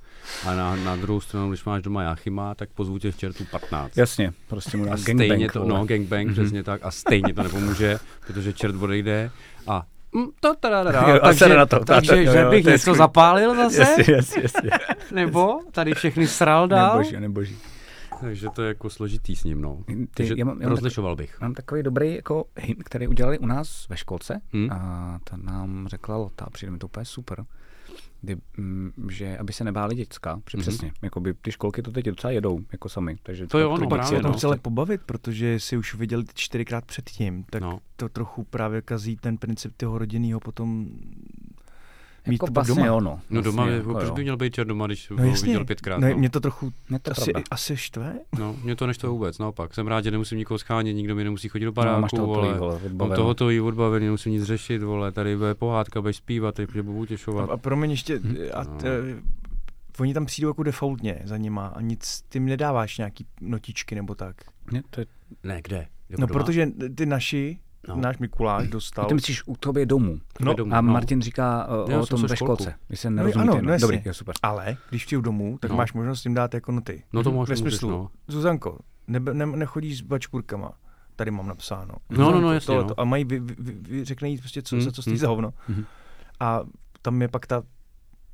Speaker 4: A na, na druhou stranu, když máš doma Jachima, tak pozvu tě v čertu 15.
Speaker 3: Jasně, prostě mu dá
Speaker 4: A
Speaker 3: gangbang. Mhm.
Speaker 4: stejně to,
Speaker 3: vole.
Speaker 4: no, gangbang, přesně tak, a stejně to nepomůže, protože čert odejde a mm, to teda, teda,
Speaker 3: Jo, a
Speaker 4: takže,
Speaker 3: sere na to,
Speaker 4: takže
Speaker 3: jo, jo,
Speaker 4: že
Speaker 3: to je
Speaker 4: bych něco
Speaker 3: skvělý.
Speaker 4: zapálil zase,
Speaker 3: Jasně, jasně, jasně.
Speaker 4: nebo tady všechny sral dál,
Speaker 3: Neboží, neboží.
Speaker 4: Takže to je jako složitý s ním, no.
Speaker 3: Ty-
Speaker 4: Takže
Speaker 3: já mám- já mám
Speaker 4: rozlišoval bych.
Speaker 3: Mám takový dobrý jako hymn, který udělali u nás ve školce
Speaker 4: Hmm.
Speaker 3: hmm. a ta nám řekla Lota, přijde mi to úplně super, kdy, mm, že aby se nebáli děcka, protože přesně, jako by ty školky to teď docela jedou, jako sami, takže
Speaker 4: Hmm. To jo, no,
Speaker 3: tak
Speaker 2: Pak se
Speaker 4: právě,
Speaker 2: o tom
Speaker 4: no.
Speaker 2: chceli pobavit, protože si už viděli čtyřikrát předtím, tak
Speaker 4: No.
Speaker 2: to trochu právě kazí ten princip toho rodinného potom mít
Speaker 3: jako
Speaker 2: to pak
Speaker 3: vlastně
Speaker 2: doma.
Speaker 3: jo, no.
Speaker 4: No
Speaker 3: Vlastně
Speaker 4: doma, je,
Speaker 3: jako
Speaker 4: proč
Speaker 3: jo.
Speaker 4: by měl být čert doma, když
Speaker 2: No
Speaker 4: ho
Speaker 2: jasně,
Speaker 4: viděl pětkrát?
Speaker 2: no,
Speaker 4: No,
Speaker 2: mě to trochu
Speaker 3: Ne, to prostě-
Speaker 2: asi,
Speaker 3: je pravda.
Speaker 2: asi štve.
Speaker 4: no, mě to neštve vůbec, naopak. Jsem rád, že nemusím nikoho schánět, nikdo mi nemusí chodit do
Speaker 3: No, máš
Speaker 4: baráku,
Speaker 3: to
Speaker 4: vole.
Speaker 3: hotový, vole,
Speaker 4: Mám
Speaker 3: odbavený.
Speaker 4: tohoto jí odbavený, nemusím nic řešit, vole, tady bude pohádka, budeš zpívat, teď mě budu utěšovat.
Speaker 2: A, a promiň ještě, a
Speaker 4: No.
Speaker 2: t, oni tam přijdou jako defaultně za nima a nic, ty jim nedáváš nějaký notičky nebo tak.
Speaker 3: Ne, to je,
Speaker 4: Ne, kde? Jdeme
Speaker 2: No
Speaker 4: doma.
Speaker 2: protože ty naši,
Speaker 4: No.
Speaker 2: no. náš Mikuláš dostal.
Speaker 3: ty myslíš u tobě domů.
Speaker 4: Tebe
Speaker 2: no,
Speaker 4: domů,
Speaker 3: A
Speaker 4: no.
Speaker 3: Martin říká uh,
Speaker 4: Já
Speaker 3: o
Speaker 4: jsem
Speaker 3: tom
Speaker 4: se
Speaker 3: ve
Speaker 4: školkou.
Speaker 3: školce. Vy se
Speaker 2: No,
Speaker 3: nerozumíte.
Speaker 2: ano, no jasně.
Speaker 3: Dobrý, jo, super.
Speaker 2: Ale když přijdu domů, tak
Speaker 4: No.
Speaker 2: no. máš možnost jim dát jako noty.
Speaker 4: No to máš
Speaker 2: Ve
Speaker 4: můžeš,
Speaker 2: smyslu,
Speaker 4: no.
Speaker 2: Zuzanko, nebe, ne, nechodíš s bačkůrkama. Tady mám napsáno.
Speaker 4: No, no, no,
Speaker 2: Zuzanko,
Speaker 4: jasně, no.
Speaker 2: A mají, vy, vy, vy, vy řekne jí prostě, co,
Speaker 4: Mm,
Speaker 2: se co stojí
Speaker 4: mm.
Speaker 2: za hovno.
Speaker 4: Mhm.
Speaker 2: A tam je pak ta,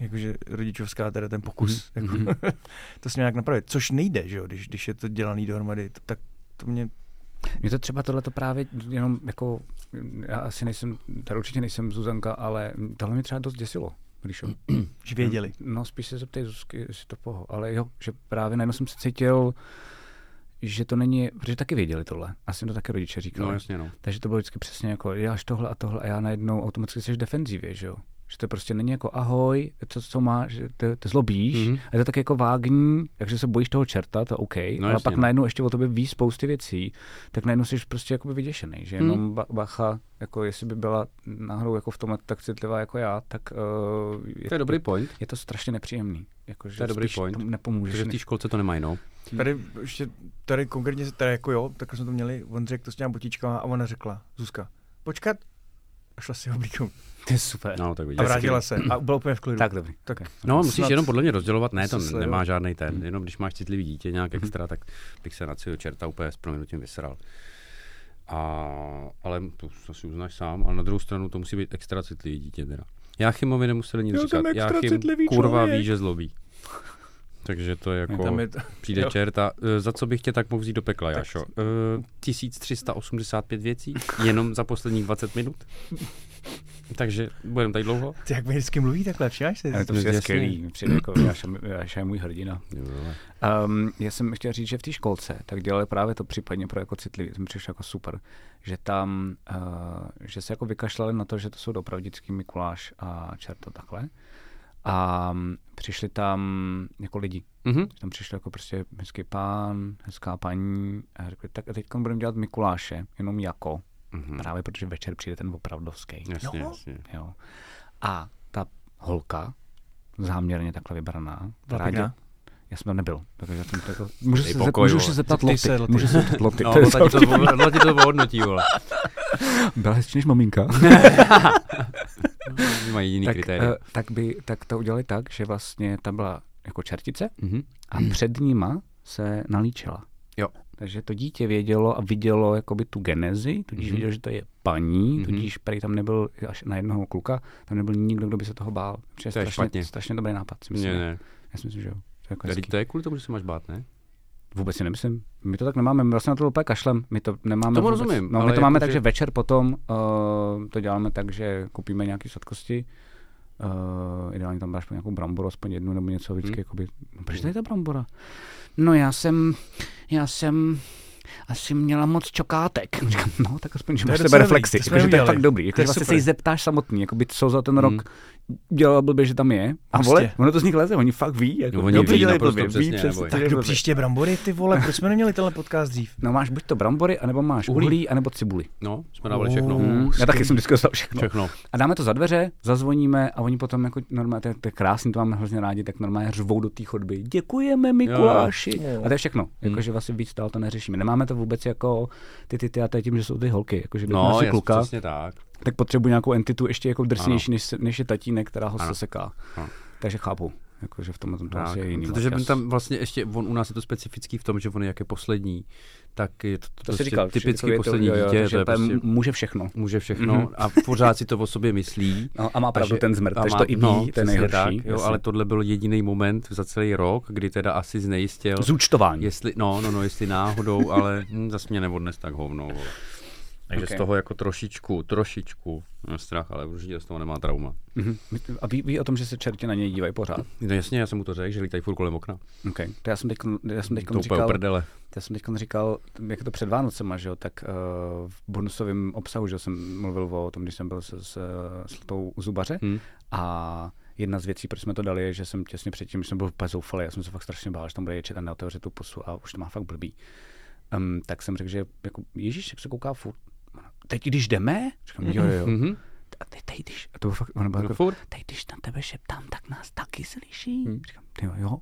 Speaker 2: jakože rodičovská, teda ten pokus.
Speaker 4: Mhm,
Speaker 2: Jako, to se nějak napravit. Což nejde, že jo, když, když je to dělaný dohromady. To, tak to mě...
Speaker 3: Mě to třeba tohle to právě jenom jako, já asi nejsem, tady určitě nejsem Zuzanka, ale tohle mě třeba dost děsilo. Když jo.
Speaker 2: Že věděli.
Speaker 3: No spíš se zeptej Zuzky, jestli to poho. Ale jo, že právě najednou jsem se cítil, že to není, protože taky věděli tohle. Asi jim to taky rodiče říkali.
Speaker 4: No jasně, no.
Speaker 3: Takže to bylo vždycky přesně jako, děláš tohle a tohle a já najednou automaticky jsi v defenzivě, že jo? Že to prostě není jako ahoj, co, co máš, že te, te zlobíš,
Speaker 4: Mhm.
Speaker 3: mm-hmm. a je to tak jako vágní, takže se bojíš toho čerta, to OK, no, ale
Speaker 4: jasně,
Speaker 3: pak
Speaker 4: no.
Speaker 3: najednou ještě o tobě ví spousty věcí, tak najednou jsi prostě jakoby vyděšený, že jenom
Speaker 4: Mhm.
Speaker 3: mm. bacha, jako jestli by byla náhodou jako v tomhle tak citlivá jako já, tak uh, je,
Speaker 4: To je dobrý point.
Speaker 3: je to strašně nepříjemný. Jako, že
Speaker 4: To je dobrý
Speaker 3: spíš
Speaker 4: point.
Speaker 3: tomu Nepomůžeš.
Speaker 4: Protože v té
Speaker 3: než-
Speaker 4: školce to nemají, no.
Speaker 2: Tady ještě, tady konkrétně, tady jako jo, tak jsme to měli, on řekl to s těma botičkama a ona řekla, Zuzka, počkat, a šla si oblíknout.
Speaker 3: To je super.
Speaker 4: No, tak vidíš.
Speaker 2: A vrátila se a byla úplně v klidu.
Speaker 3: Tak dobrý.
Speaker 2: tak
Speaker 4: No, musíš
Speaker 2: Snad
Speaker 4: jenom podle mě rozdělovat, ne,
Speaker 2: se Mhm.
Speaker 4: to
Speaker 2: sleduju.
Speaker 4: nemá žádný ten, jenom když máš citlivý dítě nějak extra, tak bych se na cího čerta úplně s proměnutím vysral. A, ale to asi uznáš sám, ale na druhou stranu to musí být extra citlivý dítě teda. Jáchymovi nemuseli nic
Speaker 2: Já jsem
Speaker 4: říkat,
Speaker 2: extra
Speaker 4: Jáchym
Speaker 2: citlivý
Speaker 4: kurva
Speaker 2: člověk.
Speaker 4: ví, že zlobí. Takže to je jako,
Speaker 2: Tam je to,
Speaker 4: přijde
Speaker 2: jo.
Speaker 4: čert a eh, za co bych tě tak mohl vzít do pekla, Jašo? Eh, 1385 věcí, jenom za posledních 20 minut. Takže budeme tady dlouho.
Speaker 2: ty jak mi vždycky mluví takhle, všimáš si?
Speaker 3: Ale
Speaker 4: To
Speaker 3: to
Speaker 4: je
Speaker 3: přijde
Speaker 4: jasný.
Speaker 3: skvělý. mi Přijde jako, Jáša, Jáša je můj hrdina. Um, já jsem chtěl říct, že v té školce tak dělali právě to případně pro jako citlivý, to mi přišlo jako super, že tam, uh, že se jako vykašlali na to, že to jsou opravdický Mikuláš a čerta takhle. A mm, přišli tam jako lidi.
Speaker 4: Mhm.
Speaker 3: Tam přišel jako prostě hezký pán, hezká paní a řekli, tak a teď budeme dělat Mikuláše, jenom jako,
Speaker 4: Mhm.
Speaker 3: právě protože večer přijde ten opravdovský.
Speaker 4: Jasně,
Speaker 2: No.
Speaker 4: jasně.
Speaker 3: Jo. A ta holka, záměrně takhle vybraná, která
Speaker 2: pěkná?
Speaker 3: dě- já jsem tam nebyl, takže já jsem to jako... Můžu,
Speaker 4: Dej
Speaker 3: se,
Speaker 4: pokoj,
Speaker 3: pokoj, můžu
Speaker 4: vole.
Speaker 3: se zeptat
Speaker 2: Zeptej
Speaker 3: Loty.
Speaker 2: se, Loty.
Speaker 3: Můžu se zeptat Loty.
Speaker 4: No,
Speaker 3: to je
Speaker 4: Lola ti
Speaker 3: za-
Speaker 4: to, Lola ti to ohodnotí, vole.
Speaker 3: Byla hezčí než maminka.
Speaker 4: Oni mají jiný
Speaker 3: tak,
Speaker 2: e,
Speaker 4: kritéria.
Speaker 3: eh, tak, by, tak to udělali tak, že vlastně tam byla jako čertice
Speaker 4: Mhm.
Speaker 3: a před nima se nalíčila.
Speaker 4: Jo.
Speaker 3: Takže to dítě vědělo a vidělo jakoby tu genezi, tudíž
Speaker 4: Mhm.
Speaker 3: vidělo, že to je paní,
Speaker 4: Mhm.
Speaker 3: tudíž prý tam nebyl až na jednoho kluka, tam nebyl nikdo, kdo by se toho bál. Protože
Speaker 4: To je špatně.
Speaker 3: strašně, strašně dobrý nápad. Si myslím,
Speaker 4: Ne, ne.
Speaker 3: Já si myslím, že jo. To je jako
Speaker 4: Tady
Speaker 3: hezký.
Speaker 4: to je kvůli tomu, že se máš bát, ne?
Speaker 3: Vůbec si nemyslím. My to tak nemáme, my vlastně na to úplně kašlem. My to nemáme.
Speaker 4: Tomu
Speaker 3: vůbec.
Speaker 4: rozumím,
Speaker 3: No,
Speaker 4: ale
Speaker 3: my to
Speaker 4: jako
Speaker 3: máme
Speaker 4: že-
Speaker 3: tak, že večer potom uh, to děláme tak, že koupíme nějaké sladkosti. Uh, ideálně tam dáš nějakou bramboru, aspoň jednu nebo něco vždycky.
Speaker 4: Hmm.
Speaker 3: Hmm. Jakoby, no, proč tady ta brambora? No já jsem, já jsem asi měla moc čokátek. Říkám, no tak aspoň, že
Speaker 2: To je
Speaker 3: máš
Speaker 2: docela
Speaker 3: sebe
Speaker 2: dobrý,
Speaker 3: reflexy.
Speaker 2: to jsme
Speaker 3: Jako, že to je
Speaker 2: udělali.
Speaker 3: fakt dobrý. Jako,
Speaker 2: To je
Speaker 3: že vlastně se
Speaker 2: super.
Speaker 3: jí zeptáš samotný, jakoby, co za ten
Speaker 4: Mhm.
Speaker 3: rok dělal blbě, že tam je. A
Speaker 2: Prostě.
Speaker 3: vole, ono to z nich leze, oni fakt ví. Jako,
Speaker 4: No, oni
Speaker 3: dobře
Speaker 4: ví
Speaker 3: dělají
Speaker 4: naprosto
Speaker 3: blbě,
Speaker 4: přesně,
Speaker 3: ví přesně,
Speaker 4: neboj.
Speaker 3: co
Speaker 2: Tak
Speaker 3: dělají
Speaker 2: do
Speaker 3: blbě.
Speaker 2: příště brambory, ty vole, proč jsme neměli tenhle podcast dřív?
Speaker 3: No máš buď to brambory, anebo máš
Speaker 4: Uhlí.
Speaker 3: uhlí, anebo cibuli.
Speaker 4: No, jsme dávali všechno.
Speaker 2: Mm.
Speaker 3: Hmm. Já taky jsem vždycky dostal všechno.
Speaker 4: Všechno.
Speaker 3: A dáme to za dveře, zazvoníme a oni potom jako normálně, to je, to je krásný, to máme hrozně rádi, tak normálně řvou do té chodby. Děkujeme Mikuláši.
Speaker 2: Jo, jo.
Speaker 3: A to je všechno.
Speaker 4: Hmm.
Speaker 3: Jakože vlastně víc dál to neřešíme. Nemáme to vůbec jako ty ty ty a to je tím, že jsou ty holky. Jakože když
Speaker 4: No,
Speaker 3: máš
Speaker 4: jasně,
Speaker 3: kluka,
Speaker 4: přesně tak.
Speaker 3: tak potřebuji nějakou entitu ještě jako drsnější, než, se- než je tatínek, která ho
Speaker 4: Ano.
Speaker 3: seseká.
Speaker 4: Ano.
Speaker 3: Takže chápu. Jakože v tomhle tom to
Speaker 4: Tak,
Speaker 3: asi je jiný.
Speaker 4: protože
Speaker 3: Markas.
Speaker 4: on tam vlastně ještě, on u nás je to specifický v tom, že on je jak je poslední, tak je to, to,
Speaker 3: to
Speaker 4: prostě
Speaker 3: si říkal,
Speaker 4: typicky
Speaker 3: Štěpkovi je to-
Speaker 4: poslední
Speaker 3: jo, jo,
Speaker 4: dítě, to
Speaker 3: takže
Speaker 4: je
Speaker 3: tam
Speaker 4: prostě,
Speaker 3: může všechno.
Speaker 4: může všechno mm-hmm. a pořád si to o sobě myslí.
Speaker 3: No, a má pravdu ten zmrt,
Speaker 4: a
Speaker 3: takže
Speaker 4: má-
Speaker 3: to i ví,
Speaker 4: no,
Speaker 3: to je
Speaker 4: přesně
Speaker 3: nejhorší,
Speaker 4: Tak, jo,
Speaker 3: jasně.
Speaker 4: ale tohle byl jediný moment za celý rok, kdy teda asi znejistil,
Speaker 3: Zúčtování.
Speaker 4: jestli, no, no, no, jestli náhodou, ale hm, zas mě neodnes tak hovno. Vole. Takže okay. z
Speaker 3: Ok.
Speaker 4: toho jako trošičku, trošičku no, strach, ale určitě z toho nemá trauma.
Speaker 3: Mhm. A ví, ví, o tom, že se čerti na něj dívají pořád.
Speaker 4: No jasně, já jsem mu to řekl, že lítají furt kolem okna.
Speaker 3: Okay. To já jsem teď, já jsem teď
Speaker 4: To úplně
Speaker 3: říkal,
Speaker 4: uprdele.
Speaker 3: To Já jsem teď říkal, jak je to před Vánocema, že jo, tak uh, v bonusovém obsahu, že jo, jsem mluvil o tom, když jsem byl s, s, s tou u zubaře
Speaker 4: Hmm.
Speaker 3: a jedna z věcí, proč jsme to dali, je, že jsem těsně předtím, když jsem byl úplně zoufalý, já jsem se fakt strašně bál, že tam bude ječet a neotevře tu pusu a už to má fakt blbý. Um, tak jsem řekl, že jako, Ježíš, jak se kouká furt. Ona, Teď, když jdeme? Říkám, jo, jo, jo.
Speaker 4: Mhm.
Speaker 3: A teď, teď, když, a to bylo fakt, ona byla
Speaker 4: No
Speaker 3: jako,
Speaker 4: furt.
Speaker 3: teď, když na tebe šeptám, tak nás taky slyší. Hmm. Říkám, ty jo, jo.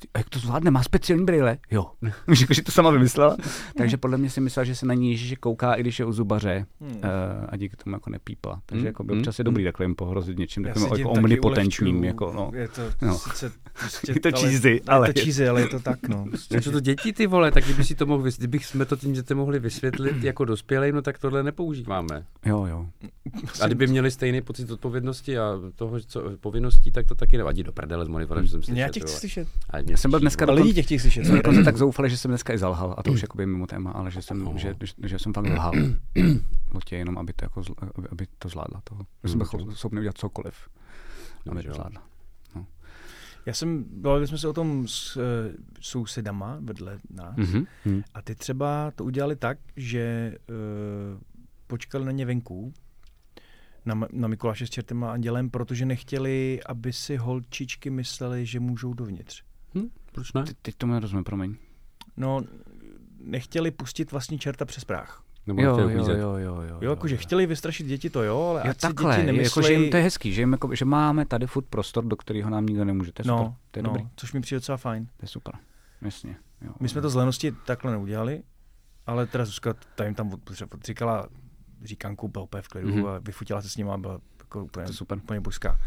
Speaker 3: Ty- A jak to zvládne? Má speciální brýle? Jo. Víš, jako, že to sama vymyslela. Takže podle mě si myslela, že se na ní Ježíše kouká, i když je u zubaře hmm. a díky tomu jako nepípla. Takže
Speaker 4: Hmm.
Speaker 3: jako by občas je dobrý takhle jim pohrozit něčím
Speaker 2: Já
Speaker 3: takovým
Speaker 2: si tím
Speaker 3: jako
Speaker 2: taky
Speaker 3: omnipotentním.
Speaker 2: ulehčuju.
Speaker 3: Jako, no.
Speaker 2: Je to
Speaker 3: No.
Speaker 2: no. sice... Prostě,
Speaker 3: Je to cheesy, ale
Speaker 2: Je
Speaker 3: je-
Speaker 2: to cheesy, ale je to tak, no. Prostě,
Speaker 4: Takže to děti ty vole, tak kdyby si to mohl, vys- kdybych jsme to tím dětem mohli vysvětlit jako dospělým, no tak tohle nepoužíváme.
Speaker 3: Jo, jo.
Speaker 4: A kdyby měli stejný pocit odpovědnosti a toho, co povinností, tak to taky nevadí do prdele s monitorem, že jsem
Speaker 2: že-
Speaker 4: slyšel.
Speaker 2: Já tě
Speaker 4: ty
Speaker 2: chci
Speaker 4: vole.
Speaker 2: slyšet.
Speaker 4: Ale mě
Speaker 3: Jsem byl
Speaker 4: slyší,
Speaker 3: dneska
Speaker 4: vole.
Speaker 2: Ale lidi tě chci slyšet.
Speaker 4: Mm-hmm.
Speaker 3: Jsem dokonce tak zoufalý, že jsem dneska i zalhal a to už jakoby mimo téma, ale že
Speaker 4: No.
Speaker 3: jsem, že, že, že jsem fakt lhal.
Speaker 4: Mm-hmm.
Speaker 3: Lotě jenom, aby to, jako, zl- aby, aby to zvládla toho. Že jsem byl cho- schopný udělat cokoliv, aby
Speaker 4: No, že
Speaker 3: to
Speaker 4: jo.
Speaker 3: zvládla.
Speaker 2: Já jsem, bavili jsme se o tom s uh, sousedama vedle nás.
Speaker 3: Mm-hmm.
Speaker 2: A ty třeba to udělali tak, že uh, počkali na ně venku, na, M- na Mikuláše s čertem a andělem, protože nechtěli, aby si holčičky mysleli, že můžou dovnitř.
Speaker 4: Hm, proč ne?
Speaker 3: Teď, teď tomu nerozumím, promiň.
Speaker 2: No, nechtěli pustit vlastně čerta přes práh.
Speaker 4: Nebo
Speaker 3: Jo,
Speaker 4: nechtěl
Speaker 3: jo, jo,
Speaker 4: uklízet?
Speaker 3: jo, jo, No jo,
Speaker 2: Jo, jakože chtěli vystrašit děti, to jo, ale
Speaker 3: Jo,
Speaker 2: ať si
Speaker 3: takhle,
Speaker 2: děti
Speaker 3: nemyslej... jako, že
Speaker 2: nemyslej...
Speaker 3: jim to je hezký, že, jim jako, že máme tady furt prostor, do kterého nám nikdo nemůže. To je super,
Speaker 2: no,
Speaker 3: to je
Speaker 2: no,
Speaker 3: dobrý, No,
Speaker 2: což mi přijde docela fajn.
Speaker 3: to je super. Jasně. Jo.
Speaker 2: My jsme to z lenosti takhle neudělali, ale teda Zuzka ta jim tam od- odříkala říkanku, byla úplně v klidu
Speaker 3: Mhm.
Speaker 2: mm-hmm. a vyfutila se s nima a byla jako úplně,
Speaker 3: To je super.
Speaker 2: úplně božská.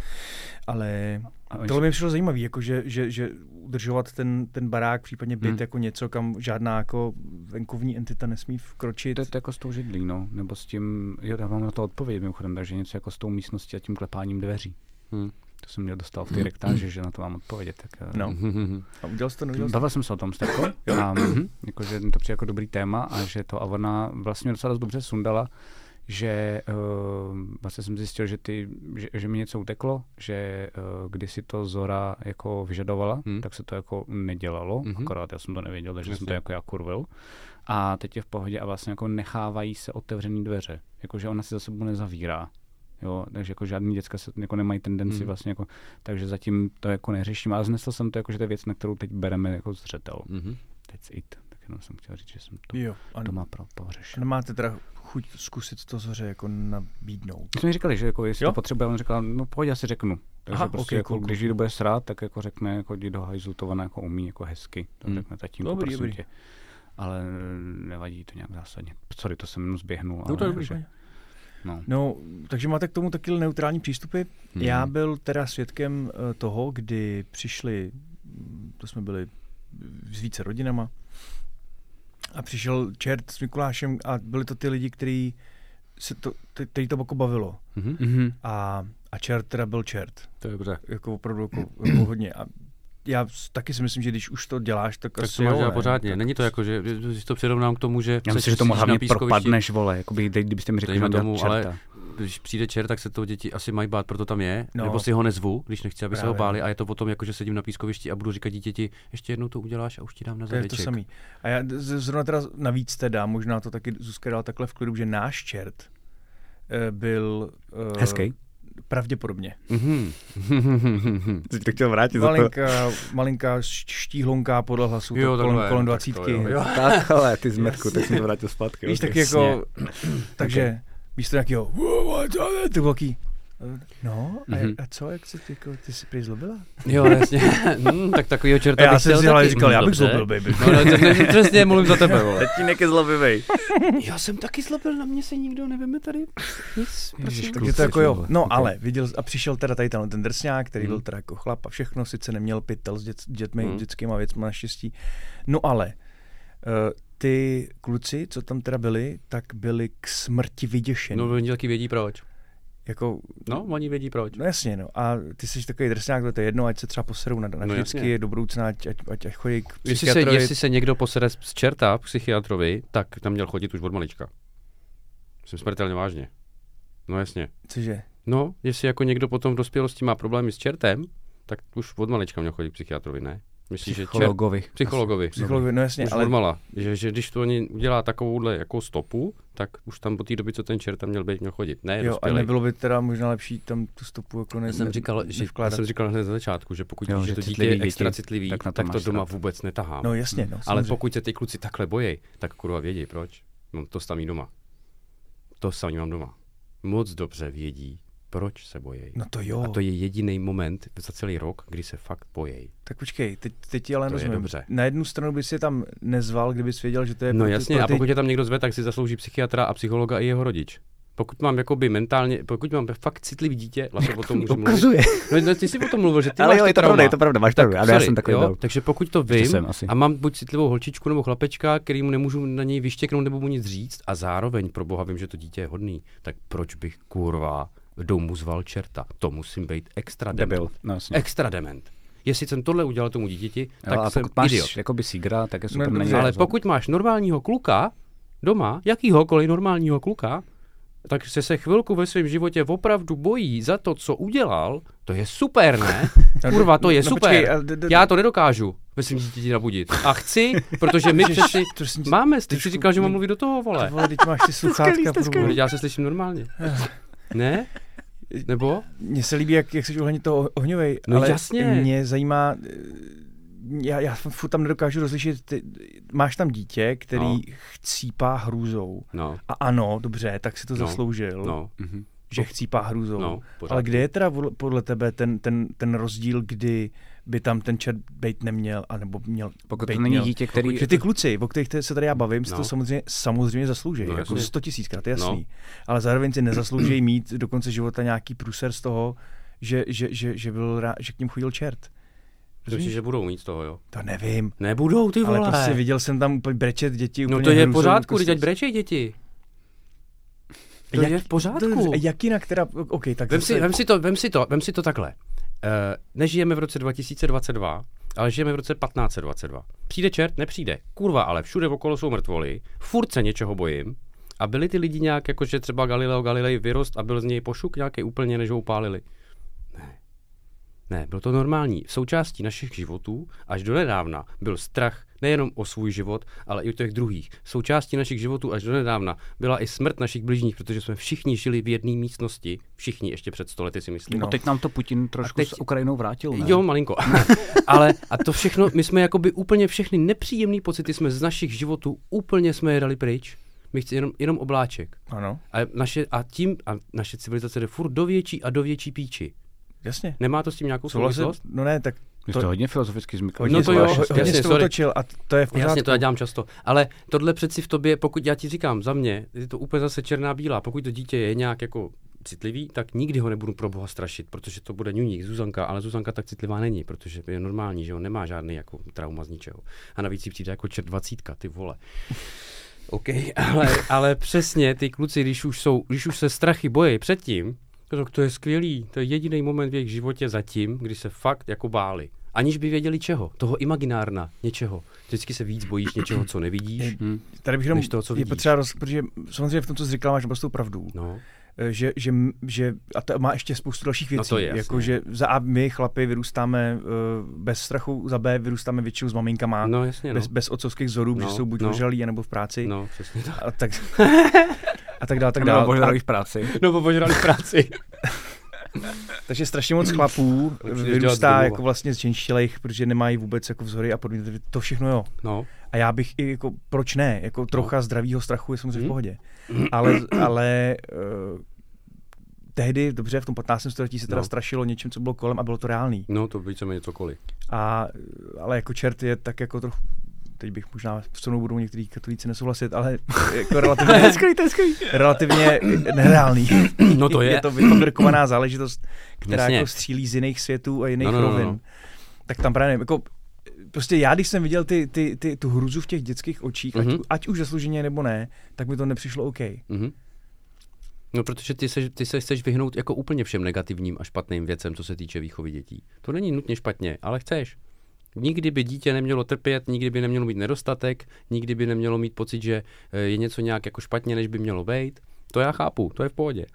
Speaker 2: Ale
Speaker 3: A oni-
Speaker 2: tohle mi přišlo zajímavé, jako že, že, že udržovat ten, ten barák, případně byt
Speaker 3: Mhm.
Speaker 2: mm. jako něco, kam žádná jako venkovní entita nesmí vkročit.
Speaker 3: To je to jako s tou židlí, no, nebo s tím, jo, já mám na to odpověď mimochodem, takže něco jako s tou místností a tím klepáním dveří.
Speaker 4: Hm.
Speaker 3: To jsem měl dostal v té rektáži, že na to mám odpovědět. Tak, eh,
Speaker 2: No.
Speaker 4: Hm, hm, hm.
Speaker 2: A udělal jsi to, neudělal jsi to?
Speaker 3: Bavil jsem se o tom s Terkou, a, mhm, jakože mi to přijde jako dobrý téma a že to a ona vlastně docela dost dobře sundala, že uh, vlastně jsem zjistil, že, ty, že, že mi něco uteklo, že uh, když si to Zora jako vyžadovala,
Speaker 4: Hmm.
Speaker 3: tak se to jako nedělalo,
Speaker 4: Mhm.
Speaker 3: akorát já jsem to nevěděl, takže jsem to
Speaker 4: Jasně.
Speaker 3: jako já kurvil. A teď je v pohodě a vlastně jako nechávají se otevřený dveře, jakože ona si za sebou nezavírá. Jo, takže jako žádný děcka se jako nemají tendenci
Speaker 4: Mhm.
Speaker 3: hmm. vlastně jako, takže zatím to jako neřeším, ale znesl jsem to jako, že to je věc, na kterou teď bereme jako zřetel.
Speaker 4: Mhm.
Speaker 3: That's it. Tak jenom jsem chtěl říct, že jsem to
Speaker 2: Jo. A,
Speaker 3: doma pro pohřešil.
Speaker 2: a nemáte teda chuť zkusit to zhoře jako nabídnout.
Speaker 3: My jsme jí říkali, že jako jestli
Speaker 2: Jo?
Speaker 3: to potřebuje, on říkal, no pojď, já si řeknu. Takže
Speaker 2: Aha,
Speaker 3: Aha, prostě
Speaker 2: ok,
Speaker 3: jako,
Speaker 2: cool, cool,
Speaker 3: když jí to bude srát, tak jako řekne, jako jdi do hajzlu, to ona jako umí jako hezky. To
Speaker 4: Hmm.
Speaker 3: řekne tatínku,
Speaker 2: Dobrý,
Speaker 3: dobrý, prosím
Speaker 2: dobrý.
Speaker 3: dobrý. tě. Ale eh, nevadí to nějak zásadně. Sorry, to jsem jenom zběhnul.
Speaker 2: No,
Speaker 3: ale
Speaker 2: to je dobrý.
Speaker 3: jakože- no.
Speaker 2: No, takže máte k tomu taky neutrální přístupy.
Speaker 4: Mhm.
Speaker 2: Hmm. Já byl teda svědkem eh, toho, kdy přišli, mm, to jsme byli s více rodinama, a přišel čert s Mikulášem a byli to ty lidi, který se to, ty- který to jako bavilo.
Speaker 4: Mhm.
Speaker 3: Mm-hmm.
Speaker 2: A, a čert teda byl čert.
Speaker 4: To je dobře.
Speaker 2: Jako opravdu jako, jako hodně. A já s- taky si myslím, že když už to děláš, tak,
Speaker 4: Tak
Speaker 2: asi
Speaker 4: to máš
Speaker 2: jo,
Speaker 4: dělat
Speaker 2: ne?
Speaker 4: pořádně.
Speaker 2: Tak-
Speaker 4: Není to jako, že když to přirovnám k tomu, že...
Speaker 3: Já
Speaker 4: přečteš
Speaker 3: myslím, že tomu
Speaker 4: si
Speaker 3: hlavně
Speaker 4: na pískovišti-
Speaker 3: propadneš, vole, jakoby, dej, kdybyste mi řekli, že
Speaker 4: Dejme
Speaker 3: mám dělat
Speaker 4: tomu, ale
Speaker 3: čerta.
Speaker 4: když přijde čer, tak se to děti asi mají bát, proto tam je, no.
Speaker 2: No.
Speaker 4: nebo si ho nezvu, když nechci, aby se ho
Speaker 2: Právě.
Speaker 4: báli a je to potom jako, že sedím na pískovišti a budu říkat dítěti, ještě jednou to uděláš a už ti dám na
Speaker 2: To je to
Speaker 4: zadeček.
Speaker 2: samý. A já z- zrovna teda navíc teda, možná to taky Zuzka dala takhle v klidu, že náš čert eh, byl eh,
Speaker 3: Hezkej.
Speaker 2: pravděpodobně.
Speaker 4: Mhm.
Speaker 3: Teď to chtěl vrátit
Speaker 2: Malinká, malinká š- štíhlonká podle hlasu,
Speaker 4: Jo,
Speaker 2: jo, kolem,
Speaker 4: takhle,
Speaker 2: kolem
Speaker 4: no, tak to
Speaker 2: dvacítky.
Speaker 4: jo, jo.
Speaker 3: Tak, ale ty zmetku, tak jsem to vrátil zpátky.
Speaker 2: Víš, jako-
Speaker 3: ok.
Speaker 2: tak jako, takže místo nějakého, "Wow, what the-" ty velký, No, a,
Speaker 3: Mhm.
Speaker 2: mm-hmm. a co, jak jsi, ty, jako, ty jsi prý zlobila?
Speaker 5: Jo, jasně.
Speaker 4: Hm,
Speaker 5: hmm, tak takovýho čerta
Speaker 2: Já
Speaker 5: bych
Speaker 2: jsem
Speaker 5: chtěl
Speaker 2: si ale
Speaker 5: taky.
Speaker 2: říkal,
Speaker 5: Hm,
Speaker 2: já bych
Speaker 5: dobře.
Speaker 2: zlobil, baby.
Speaker 5: No, no, to- to- přesně, mluvím za tebe, vole.
Speaker 3: Tatínek je zlobivej.
Speaker 5: Já jsem taky zlobil, na mě se nikdo neveme tady nic. prosím.
Speaker 2: Takže to jako jo. No
Speaker 3: Okay.
Speaker 2: ale viděl, a přišel teda tady ten, ten drsňák, který
Speaker 5: Hmm.
Speaker 2: byl teda jako chlap a všechno, sice neměl pytel s dět, dětmi,
Speaker 5: Mm.
Speaker 2: mm. dětskýma věcma naštěstí. No ale eh, ty kluci, co tam teda byli, tak byli k smrti vyděšeni.
Speaker 5: No,
Speaker 2: No,
Speaker 5: oni taky vědí proč.
Speaker 2: jako,
Speaker 5: No, oni vědí proč.
Speaker 2: no jasně, no. A ty jsi takový drsňák, to je jedno, ať se třeba poserou na, na
Speaker 5: No
Speaker 2: no,
Speaker 5: jasně.
Speaker 2: vždycky, do budoucna, ať, ať, ať chodí k
Speaker 5: Jestli se,
Speaker 2: psychiatrovi.
Speaker 5: jestli se někdo posede z čerta psychiatrovi, tak tam měl chodit už od malička. Jsem smrtelně vážně. No jasně.
Speaker 2: Cože?
Speaker 5: No, jestli jako někdo potom v dospělosti má problémy s čertem, tak už od malička měl chodit k psychiatrovi, ne? Myslíš, že čert...
Speaker 3: Psychologovi.
Speaker 5: Psychologovi.
Speaker 2: Psychologovi, no jasně,
Speaker 5: Už ale...
Speaker 2: ale
Speaker 5: odmala, že, že když to oni udělá takovouhle jako stopu, tak už tam po té době, co ten čert tam měl být, měl chodit. Ne,
Speaker 2: jo, a
Speaker 5: dospělej.
Speaker 2: nebylo by teda možná lepší tam tu stopu jako ne,
Speaker 5: Já jsem
Speaker 2: ne-
Speaker 5: říkal, že, já
Speaker 2: nevkládat?
Speaker 5: jsem říkal hned ze začátku, že pokud
Speaker 3: Jo,
Speaker 5: jo, že
Speaker 3: že
Speaker 5: to dítě
Speaker 3: citlivý
Speaker 5: je
Speaker 3: děti,
Speaker 5: extra citlivý, tak,
Speaker 3: tak na to
Speaker 5: tak to
Speaker 3: máš
Speaker 5: doma
Speaker 3: strach.
Speaker 5: vůbec netahám.
Speaker 2: No jasně, no,
Speaker 5: Ale
Speaker 2: samozřejmě.
Speaker 5: pokud se ty kluci takhle bojejí, tak kurva vědí proč. Mám to samý doma. To samý mám doma. Moc dobře vědí, proč se bojejí.
Speaker 2: No to jo.
Speaker 3: Oh.
Speaker 5: A to je jediný moment za celý rok, kdy se fakt bojejí.
Speaker 2: Tak počkej, teď, teď ti ale
Speaker 5: To je
Speaker 2: nerozumím.
Speaker 5: dobře.
Speaker 2: Na jednu stranu bys je tam nezval, kdybys věděl, že to je
Speaker 5: No
Speaker 2: pro
Speaker 3: prostě
Speaker 2: ty-
Speaker 5: jasně,
Speaker 2: pro
Speaker 5: a
Speaker 2: ty...
Speaker 5: pokud je tam někdo zve, tak si zaslouží psychiatra a psychologa i jeho rodič. Pokud mám jakoby mentálně, pokud mám fakt citlivý dítě, Lato o tom může mluvit.
Speaker 3: Ukazuje.
Speaker 5: No, no, ty jsi o tom mluvil, že ty
Speaker 3: Ale
Speaker 5: máš
Speaker 3: jo,
Speaker 5: ty
Speaker 3: je to
Speaker 5: trauma.
Speaker 3: pravda, je to pravda, máš pravdu. Ano, já
Speaker 5: sorry,
Speaker 3: jsem takový
Speaker 5: jo,
Speaker 3: byl.
Speaker 5: takže pokud to
Speaker 3: Ještě
Speaker 5: vím
Speaker 3: jsem asi.
Speaker 5: a mám buď citlivou holčičku nebo chlapečka, který mu nemůžu na něj vyštěknout nebo mu nic říct a zároveň pro boha vím, že to dítě je hodný, tak proč bych kurva domů zval čerta? To musím být extra dement.
Speaker 3: Debil, no jasně.
Speaker 5: Extra dement. Jestli jsem tohle udělal tomu dítěti, tak
Speaker 3: Tak a
Speaker 5: jsem
Speaker 3: pokud máš
Speaker 5: idiot.
Speaker 3: jakoby sígra, tak je super.
Speaker 2: No,
Speaker 3: na něj
Speaker 2: dobře,
Speaker 5: Ale
Speaker 3: nazvat.
Speaker 5: pokud máš normálního kluka doma, jakýhokoliv normálního kluka, tak se se chvilku ve svém životě opravdu bojí za to, co udělal, to je super, ne? Kurva, to je
Speaker 2: no
Speaker 5: super.
Speaker 2: počkej, ale d- d-
Speaker 5: Já to nedokážu ve svým dítěti nabudit. A chci, protože my přeci
Speaker 2: to jsi-
Speaker 5: máme, ty jsi
Speaker 2: trošku-
Speaker 5: říkal, že mám mluvit do toho, vole.
Speaker 2: Vole, teď máš ty sluchátka. průvodí.
Speaker 5: Vždyť Já se slyším normálně. Ne? Nebo?
Speaker 2: Mně se líbí, jak, jak jsi ohledně toho ohňovej,
Speaker 5: No
Speaker 2: ale
Speaker 5: jasně.
Speaker 2: mě zajímá, eh, já, já furt tam nedokážu rozlišit, ty, máš tam dítě, který
Speaker 5: No.
Speaker 2: no. chcípá hrůzou.
Speaker 5: No,
Speaker 2: A ano, dobře, tak si to
Speaker 5: No.
Speaker 2: no. zasloužil, no.
Speaker 5: no.
Speaker 3: Mhm.
Speaker 2: že chcípá hrůzou.
Speaker 5: No,
Speaker 2: No,
Speaker 5: pořád.
Speaker 2: ale kde je teda podle- podle tebe ten, ten, ten rozdíl, kdy by tam ten čert být neměl, anebo měl
Speaker 3: Pokud
Speaker 2: bejt
Speaker 3: to není
Speaker 2: měl?
Speaker 3: dítě, který...
Speaker 2: Že ty kluci, o kterých te- se tady já bavím, si
Speaker 5: No.
Speaker 2: to samozřejmě, samozřejmě zaslouží.
Speaker 5: No,
Speaker 2: No, jako
Speaker 5: jasně.
Speaker 2: 100 tisíckrát, to je jasný. No. Ale zároveň si nezaslouží mít do konce života nějaký průser z toho, že, že, že, že, byl rá, že k ním chodil čert.
Speaker 5: Myslím, že budou mít z toho, jo.
Speaker 2: To nevím.
Speaker 5: Nebudou, ty vole.
Speaker 2: Ale prostě viděl jsem tam úplně brečet děti.
Speaker 5: No
Speaker 2: úplně
Speaker 5: to je v
Speaker 2: hrůzou,
Speaker 5: pořádku,
Speaker 2: jako
Speaker 5: teď ať
Speaker 2: s-
Speaker 5: brečej děti. To je v pořádku.
Speaker 2: To, jak jinak teda, ok, tak
Speaker 5: Vem
Speaker 2: zase-
Speaker 5: si, vem si to, vem si to, vem si to takhle. Uh, nežijeme v roce 2022, ale žijeme v roce 1522. Přijde čert, nepřijde. Kurva, ale všude okolo jsou mrtvoly, furt se něčeho bojím. A byli ty lidi nějak, jako že třeba Galileo Galilei vyrost a byl z něj pošuk nějaký úplně, než ho upálili. Ne, bylo to normální. Součástí našich životů až do nedávna byl strach nejenom o svůj život, ale i o těch druhých. Součástí našich životů až do nedávna byla i smrt našich blížních, protože jsme všichni žili v jedné místnosti, všichni ještě před stolety si myslím.
Speaker 3: No teď nám to Putin trošku
Speaker 5: teď-
Speaker 3: s Ukrajinou vrátil, ne?
Speaker 5: Jo, malinko. Ale a to všechno, my jsme jakoby úplně všechny nepříjemné pocity jsme z našich životů úplně jsme je dali pryč. My chci jenom, jenom obláček.
Speaker 2: Ano,
Speaker 5: A, naše, a tím a naše civilizace jde furt do větší a do větší píči.
Speaker 2: jasně.
Speaker 5: Nemá to s tím nějakou
Speaker 2: Souhlasím?
Speaker 5: souvislost?
Speaker 2: No ne, tak
Speaker 3: Mě
Speaker 2: to,
Speaker 3: to hodně filozoficky zmyklo.
Speaker 2: hodně,
Speaker 5: No to jo,
Speaker 2: ho- hodně
Speaker 5: jasně,
Speaker 2: jsi to
Speaker 5: sorry.
Speaker 2: otočil a to je v pořádku.
Speaker 5: Jasně, to já dělám často. Ale tohle přeci v tobě, pokud já ti říkám, za mě, je to úplně zase černá bílá. Pokud to dítě je nějak jako citlivý, tak nikdy ho nebudu pro boha strašit, protože to bude ňuník, Zuzanka, ale Zuzanka tak citlivá není, protože je normální, že on nemá žádný jako trauma z ničeho. A navíc jí přijde jako čert dvacítka, ty vole. OK, ale, ale přesně ty kluci, když už, jsou, když už se strachy bojí předtím, tak to je skvělý. To je jediný moment v jejich životě zatím, kdy se fakt jako báli. Aniž by věděli čeho. Toho imaginárna, něčeho. Vždycky se víc bojíš něčeho, co nevidíš.
Speaker 2: Tady bych jenom,
Speaker 5: Hm. než toho, co
Speaker 2: je
Speaker 5: vidíš.
Speaker 2: potřeba, roz, protože samozřejmě v tom, co jsi říkal, máš naprostou pravdu.
Speaker 5: No,
Speaker 2: Eh, že, že, m- že a to má ještě spoustu dalších
Speaker 5: No
Speaker 2: věcí.
Speaker 5: to je jasný.
Speaker 2: jako, že za A my chlapy vyrůstáme eh, bez strachu, za B vyrůstáme většinou s maminkama,
Speaker 5: no jasně, no.
Speaker 2: bez, bez otcovských vzorů,
Speaker 5: No,
Speaker 2: že jsou buď
Speaker 5: no.
Speaker 2: no. ožralí, anebo v práci.
Speaker 5: No, přesně tak.
Speaker 2: A tak, a tak dále, tak
Speaker 3: Tak dál.
Speaker 2: dále. A,
Speaker 3: Boždanovi v práci.
Speaker 5: No, požrali v práci.
Speaker 2: takže strašně moc chlapů
Speaker 5: Musíš dělat z
Speaker 2: vyrůstá
Speaker 5: domova.
Speaker 2: jako vlastně z činštělejch, protože nemají vůbec jako vzory a podmínky, to všechno jo.
Speaker 5: No,
Speaker 2: A já bych i jako, proč ne, jako trocha zdravého strachu je samozřejmě
Speaker 5: Hmm.
Speaker 2: v pohodě. Ale, ale eh, tehdy, dobře, v tom 15. století se teda
Speaker 5: No.
Speaker 2: strašilo něčím, co bylo kolem a bylo to reálný.
Speaker 5: No, to víceméně cokoliv.
Speaker 2: A, ale jako čert je tak jako trochu teď bych možná s mnou budou některý katolíci nesouhlasit, ale jako relativně, relativně nereálný.
Speaker 5: No to
Speaker 2: Je
Speaker 5: je.
Speaker 2: to vyfabrikovaná záležitost, která
Speaker 5: Jasně.
Speaker 2: jako střílí z jiných světů a jiných no,
Speaker 5: No, no, no, no.
Speaker 2: rovin. Tak tam právě nevím, jako prostě já, když jsem viděl ty, ty, ty, tu hruzu v těch dětských očích, mm-hmm.
Speaker 5: Mhm.
Speaker 2: ať, ať už zasluženě nebo ne, tak mi to nepřišlo OK.
Speaker 5: Mhm. No, protože ty se, ty se chceš vyhnout jako úplně všem negativním a špatným věcem, co se týče výchovy dětí. To není nutně špatně, ale chceš. Nikdy by dítě nemělo trpět, nikdy by nemělo mít nedostatek, nikdy by nemělo mít pocit, že eh, je něco nějak jako špatně, než by mělo být. To já chápu, to je v pohodě.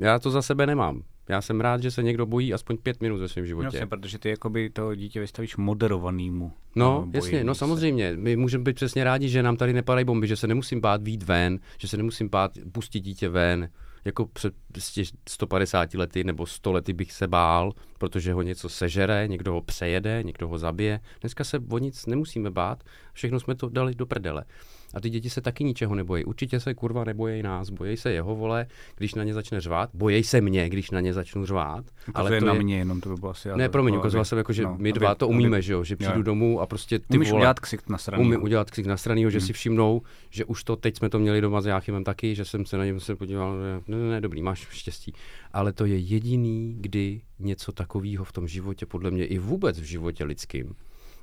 Speaker 5: Já to za sebe nemám. Já jsem rád, že se někdo bojí aspoň pět minut ve svém životě.
Speaker 3: Jasně, protože ty jakoby to dítě vystavíš moderovanému.
Speaker 5: No,
Speaker 3: eh, boji.
Speaker 5: jasně, no samozřejmě. My můžeme být přesně rádi, že nám tady nepadají bomby, že se nemusím bát výjít ven, že se nemusím bát pustit dítě ven. Jako před prostě 150 lety nebo 100 lety bych se bál, protože ho něco sežere, někdo ho přejede, někdo ho zabije. Dneska se o nic nemusíme bát, všechno jsme to dali do prdele. A ty děti se taky ničeho nebojí. Určitě se kurva nebojí nás, bojí se jeho vole, když na ně začne řvát, bojí se mě, když na ně začnu řvát.
Speaker 3: Ale to je na mě, jenom to by bylo asi... já
Speaker 5: Ne,
Speaker 3: to-
Speaker 5: promiň,
Speaker 3: to-
Speaker 5: ukazoval
Speaker 3: aby-
Speaker 5: jsem jako, že
Speaker 3: no,
Speaker 5: my
Speaker 3: aby-
Speaker 5: dva to
Speaker 3: aby-
Speaker 5: umíme, že jo, že přijdu
Speaker 3: Jo.
Speaker 5: domů a prostě ty
Speaker 3: Umíš
Speaker 5: vole,
Speaker 3: udělat ksikt na straně.
Speaker 5: umím udělat ksik na straně, že si všimnou, že už to teď jsme to měli doma s Jáchymem taky, že jsem se na něm se podíval, ne, ne, ne, dobrý, máš štěstí. Ale to je jediný, kdy něco takového v tom životě, podle mě i vůbec v životě lidským,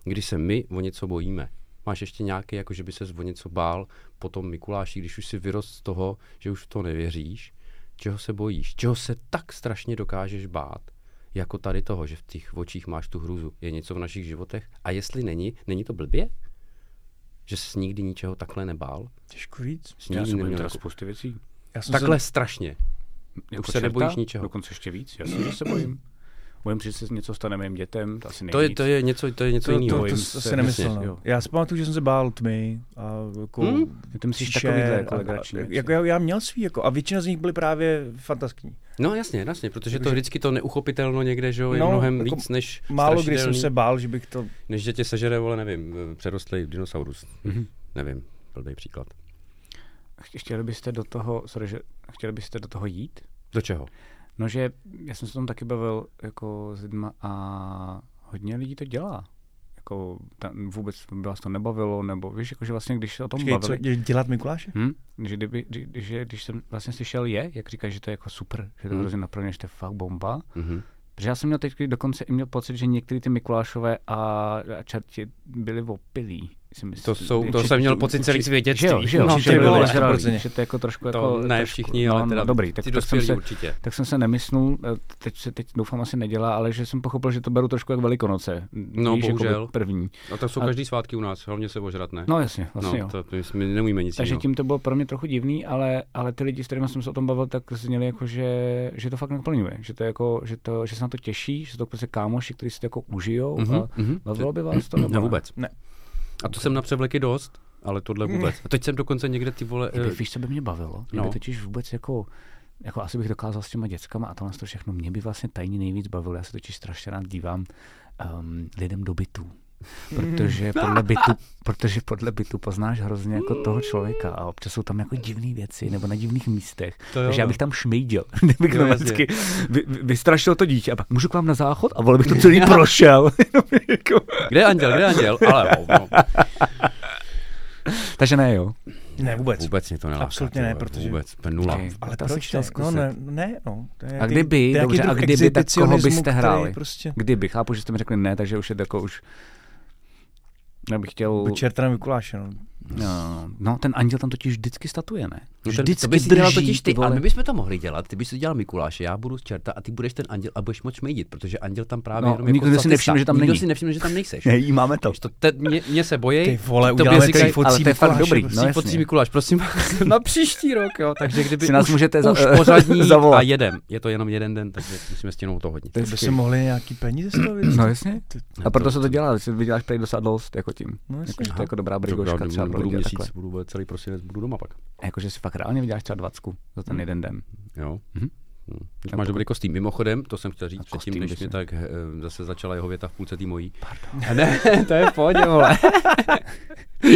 Speaker 5: kdy se my o něco bojíme. Máš ještě nějaký, jako že by se o něco bál po tom Mikuláši, když už si vyrost z toho, že už v to nevěříš, čeho se bojíš, čeho se tak strašně dokážeš bát, jako tady toho, že v těch očích máš tu hruzu. Je něco v našich životech? A jestli není, není to blbě? Že jsi nikdy ničeho takhle nebál?
Speaker 2: Těžko říct.
Speaker 5: Jsi
Speaker 3: Já
Speaker 5: nikdy
Speaker 3: jsem
Speaker 5: neměl
Speaker 3: bojím teda
Speaker 5: jako-
Speaker 3: spousty věcí.
Speaker 2: Já jsem
Speaker 5: Takhle
Speaker 2: Se,
Speaker 5: strašně.
Speaker 3: Jako
Speaker 5: se nebojíš ničeho.
Speaker 3: Dokonce ještě víc, já se, že se bojím. Bojím, že se něco stane mým dětem, to asi nejvíc.
Speaker 5: To je, to je něco, to je něco
Speaker 2: to, to,
Speaker 5: jiného.
Speaker 2: to,
Speaker 3: bojím
Speaker 2: to
Speaker 3: se,
Speaker 2: asi nemyslel.
Speaker 3: jasně,
Speaker 2: no.
Speaker 3: jo.
Speaker 2: Já si pamatuju, že jsem se bál tmy a jako...
Speaker 5: Hmm?
Speaker 3: Ty myslíš
Speaker 2: příšer
Speaker 3: takovýhle jako
Speaker 2: a-
Speaker 3: legrační
Speaker 2: a-
Speaker 3: věci.
Speaker 2: Jako já, já měl svý, jako, a většina z nich byly právě fantastický.
Speaker 5: No jasně, jasně, protože to vždycky to neuchopitelno někde, že jo, je
Speaker 2: No,
Speaker 5: mnohem
Speaker 2: jako
Speaker 5: víc než
Speaker 2: Málo kdy jsem
Speaker 5: strašidelný.
Speaker 2: se bál, že bych to...
Speaker 5: Než že tě sežere, vole, nevím, eh, přerostlý dinosaurus. Nevím, blbý příklad.
Speaker 3: Chtěli byste do toho, sorry, že, chtěli byste do toho jít?
Speaker 5: Do čeho?
Speaker 3: No, že já jsem se tam taky bavil jako s lidma a hodně lidí to dělá. Jako tam vůbec vás to nebavilo, nebo víš, jako, že vlastně když se o tom
Speaker 2: Počkej, co
Speaker 3: bavili.
Speaker 2: dě- dělat Mikuláše?
Speaker 3: Hm? Že, kdyby, že, že když jsem vlastně slyšel je, jak říkáš, že to je jako super, že to
Speaker 5: Hm.
Speaker 3: hrozně naplně, že to je fakt bomba.
Speaker 5: Mhm.
Speaker 3: Protože já jsem měl teď dokonce i měl pocit, že některý ty Mikulášové a, a čerti byli opilí. Si myslím.
Speaker 5: To jsou- to
Speaker 3: Určitě-
Speaker 5: jsem měl pocit celý
Speaker 3: určitě-
Speaker 5: své
Speaker 3: Že
Speaker 5: dětství.
Speaker 3: jo, že jo,
Speaker 2: No,
Speaker 3: že
Speaker 2: ty
Speaker 3: byli
Speaker 2: vole,
Speaker 3: nezralí,
Speaker 2: 100%.
Speaker 3: že to jako trošku
Speaker 5: To
Speaker 3: jako...
Speaker 5: ne
Speaker 3: trošku-
Speaker 5: všichni,
Speaker 3: no,
Speaker 5: ale
Speaker 3: no,
Speaker 5: teda
Speaker 3: dobrý, tak,
Speaker 5: ty
Speaker 3: tak jsem
Speaker 5: dospělí
Speaker 3: se,
Speaker 5: určitě.
Speaker 3: tak jsem se nemyslnul, eh, teď se teď doufám asi nedělá, ale že jsem pochopil, že to beru trošku jak Velikonoce.
Speaker 5: No,
Speaker 3: Víš, jakoby
Speaker 5: bohužel.
Speaker 3: První.
Speaker 5: A tak No, jsou
Speaker 3: A-
Speaker 5: každý svátky u nás, hlavně se ožrat, ne?
Speaker 3: No jasně, vlastně jo.
Speaker 5: no, to, to my jsme- my neumíme nic
Speaker 3: Takže
Speaker 5: jiného.
Speaker 3: tím to bylo pro mě trochu divný, ale, ale ty lidi, s kterými jsem se o tom bavil, tak zněli jako, že, že to fakt naplňuje, že, to je jako, že, to, že se na to těší, že jsou to prostě kámoši, kteří si to jako užijou
Speaker 5: Mhm,
Speaker 3: a
Speaker 5: mhm.
Speaker 3: bavilo by vás to?
Speaker 5: Ne, vůbec.
Speaker 2: Ne.
Speaker 5: A to jsem na převleky dost, ale tohle vůbec. A teď jsem dokonce někde ty vole...
Speaker 3: Mě
Speaker 5: eh,
Speaker 3: by, víš, co by mě bavilo? Mě by
Speaker 5: No.
Speaker 3: totiž vůbec jako, jako asi bych dokázal s těma dětskama a tohle to všechno. Mě by vlastně tajně nejvíc bavilo. Já se totiž strašně rád dívám um, lidem do bytů. Protože
Speaker 5: Hmm.
Speaker 3: podle, bytu, protože podle bytu poznáš hrozně jako toho člověka a občas jsou tam jako divné věci nebo na divných místech.
Speaker 5: To jo,
Speaker 3: Takže já
Speaker 5: no.
Speaker 3: bych tam šmejdil, kdybych
Speaker 5: Jo,
Speaker 3: no,
Speaker 5: jasně.
Speaker 3: vy, vy, vystrašil to dítě a pak můžu k vám na záchod a vole bych to celý prošel. Jako-
Speaker 5: Kde je anděl, kde je anděl? Ale no, hovno.
Speaker 3: Takže ne, jo.
Speaker 2: Ne, vůbec.
Speaker 5: Vůbec mě to neláká.
Speaker 2: Absolutně
Speaker 5: ty
Speaker 2: ne,
Speaker 5: vole,
Speaker 2: protože-
Speaker 5: Vůbec, úplně nula.
Speaker 3: Ty-
Speaker 2: Ale
Speaker 3: To asi
Speaker 2: proč ne?
Speaker 3: chtěl
Speaker 2: No,
Speaker 3: zkusit.
Speaker 2: ne, ne, no. To je
Speaker 3: A
Speaker 2: ty-
Speaker 3: kdyby,
Speaker 2: to je nějaký
Speaker 3: dobře, a
Speaker 2: druh
Speaker 3: kdyby, tak koho
Speaker 2: exhibicionismu,
Speaker 3: byste
Speaker 2: který
Speaker 3: hráli?
Speaker 2: Prostě.
Speaker 3: Kdyby, chápu, že jste mi řekli ne, takže už je to jako už... Já bych chtěl...
Speaker 2: Byl čerta na Mikuláše, no.
Speaker 3: No, no, ten anděl tam totiž vždycky statuje, ne?
Speaker 5: No to-
Speaker 3: vždycky
Speaker 5: to bys
Speaker 3: drží,
Speaker 5: dělal totiž ty,
Speaker 3: vole.
Speaker 5: ale my bychom to mohli dělat. Ty bys to dělal Mikuláše, já budu čerta a ty budeš ten anděl a budeš moc šmejdit, protože anděl tam právě
Speaker 3: No,
Speaker 5: jenom
Speaker 3: nikdo
Speaker 5: jako
Speaker 3: si
Speaker 5: statista.
Speaker 3: nevšimne, že tam
Speaker 5: Nikdo
Speaker 3: není.
Speaker 5: si nevšimne, že tam nejseš.
Speaker 3: Ne, jí máme to.
Speaker 5: Víš To, te, mě, mě, se bojí.
Speaker 2: Ty vole,
Speaker 5: tobě
Speaker 2: uděláme
Speaker 5: říkají-
Speaker 2: tady fotcí
Speaker 3: ale to je fakt
Speaker 2: Mikuláše,
Speaker 3: dobrý,
Speaker 2: prostě.
Speaker 3: no
Speaker 5: No,
Speaker 3: jasně.
Speaker 5: Focí Mikuláš, prosím vás, na příští rok, jo. Takže kdyby
Speaker 3: Si nás
Speaker 5: už,
Speaker 3: můžete za-
Speaker 5: už pořadní
Speaker 3: zavolat.
Speaker 5: a jedem. Je to jenom jeden den, takže musíme stihnout to hodně.
Speaker 3: To je
Speaker 2: To by
Speaker 3: hezký.
Speaker 2: si mohli nějaký peníze z toho
Speaker 3: No
Speaker 2: vydělat.
Speaker 3: jasně.
Speaker 2: Ty-
Speaker 3: A proto se to dělá, že vyděláš prej dosadlost jako tím.
Speaker 2: No jasně.
Speaker 3: Jakože to je jako dobrá brigoška
Speaker 5: Dobrá,
Speaker 3: třeba pro
Speaker 5: budu
Speaker 3: lidi a
Speaker 5: měsíc,
Speaker 3: takhle.
Speaker 5: budu celý prosinec, budu doma pak. Hmm.
Speaker 3: Jakože si fakt reálně vyděláš třeba dvacku za ten jeden den.
Speaker 5: Jo.
Speaker 3: Mhm.
Speaker 5: Hm. Když máš dobrý kostým. Mimochodem, to jsem chtěl říct předtím,
Speaker 3: kostým
Speaker 5: než
Speaker 3: bys
Speaker 5: mě
Speaker 3: měl.
Speaker 5: tak eh, zase začala jeho věta v půlce tý mojí.
Speaker 3: Ne, to je v pohodě, vole.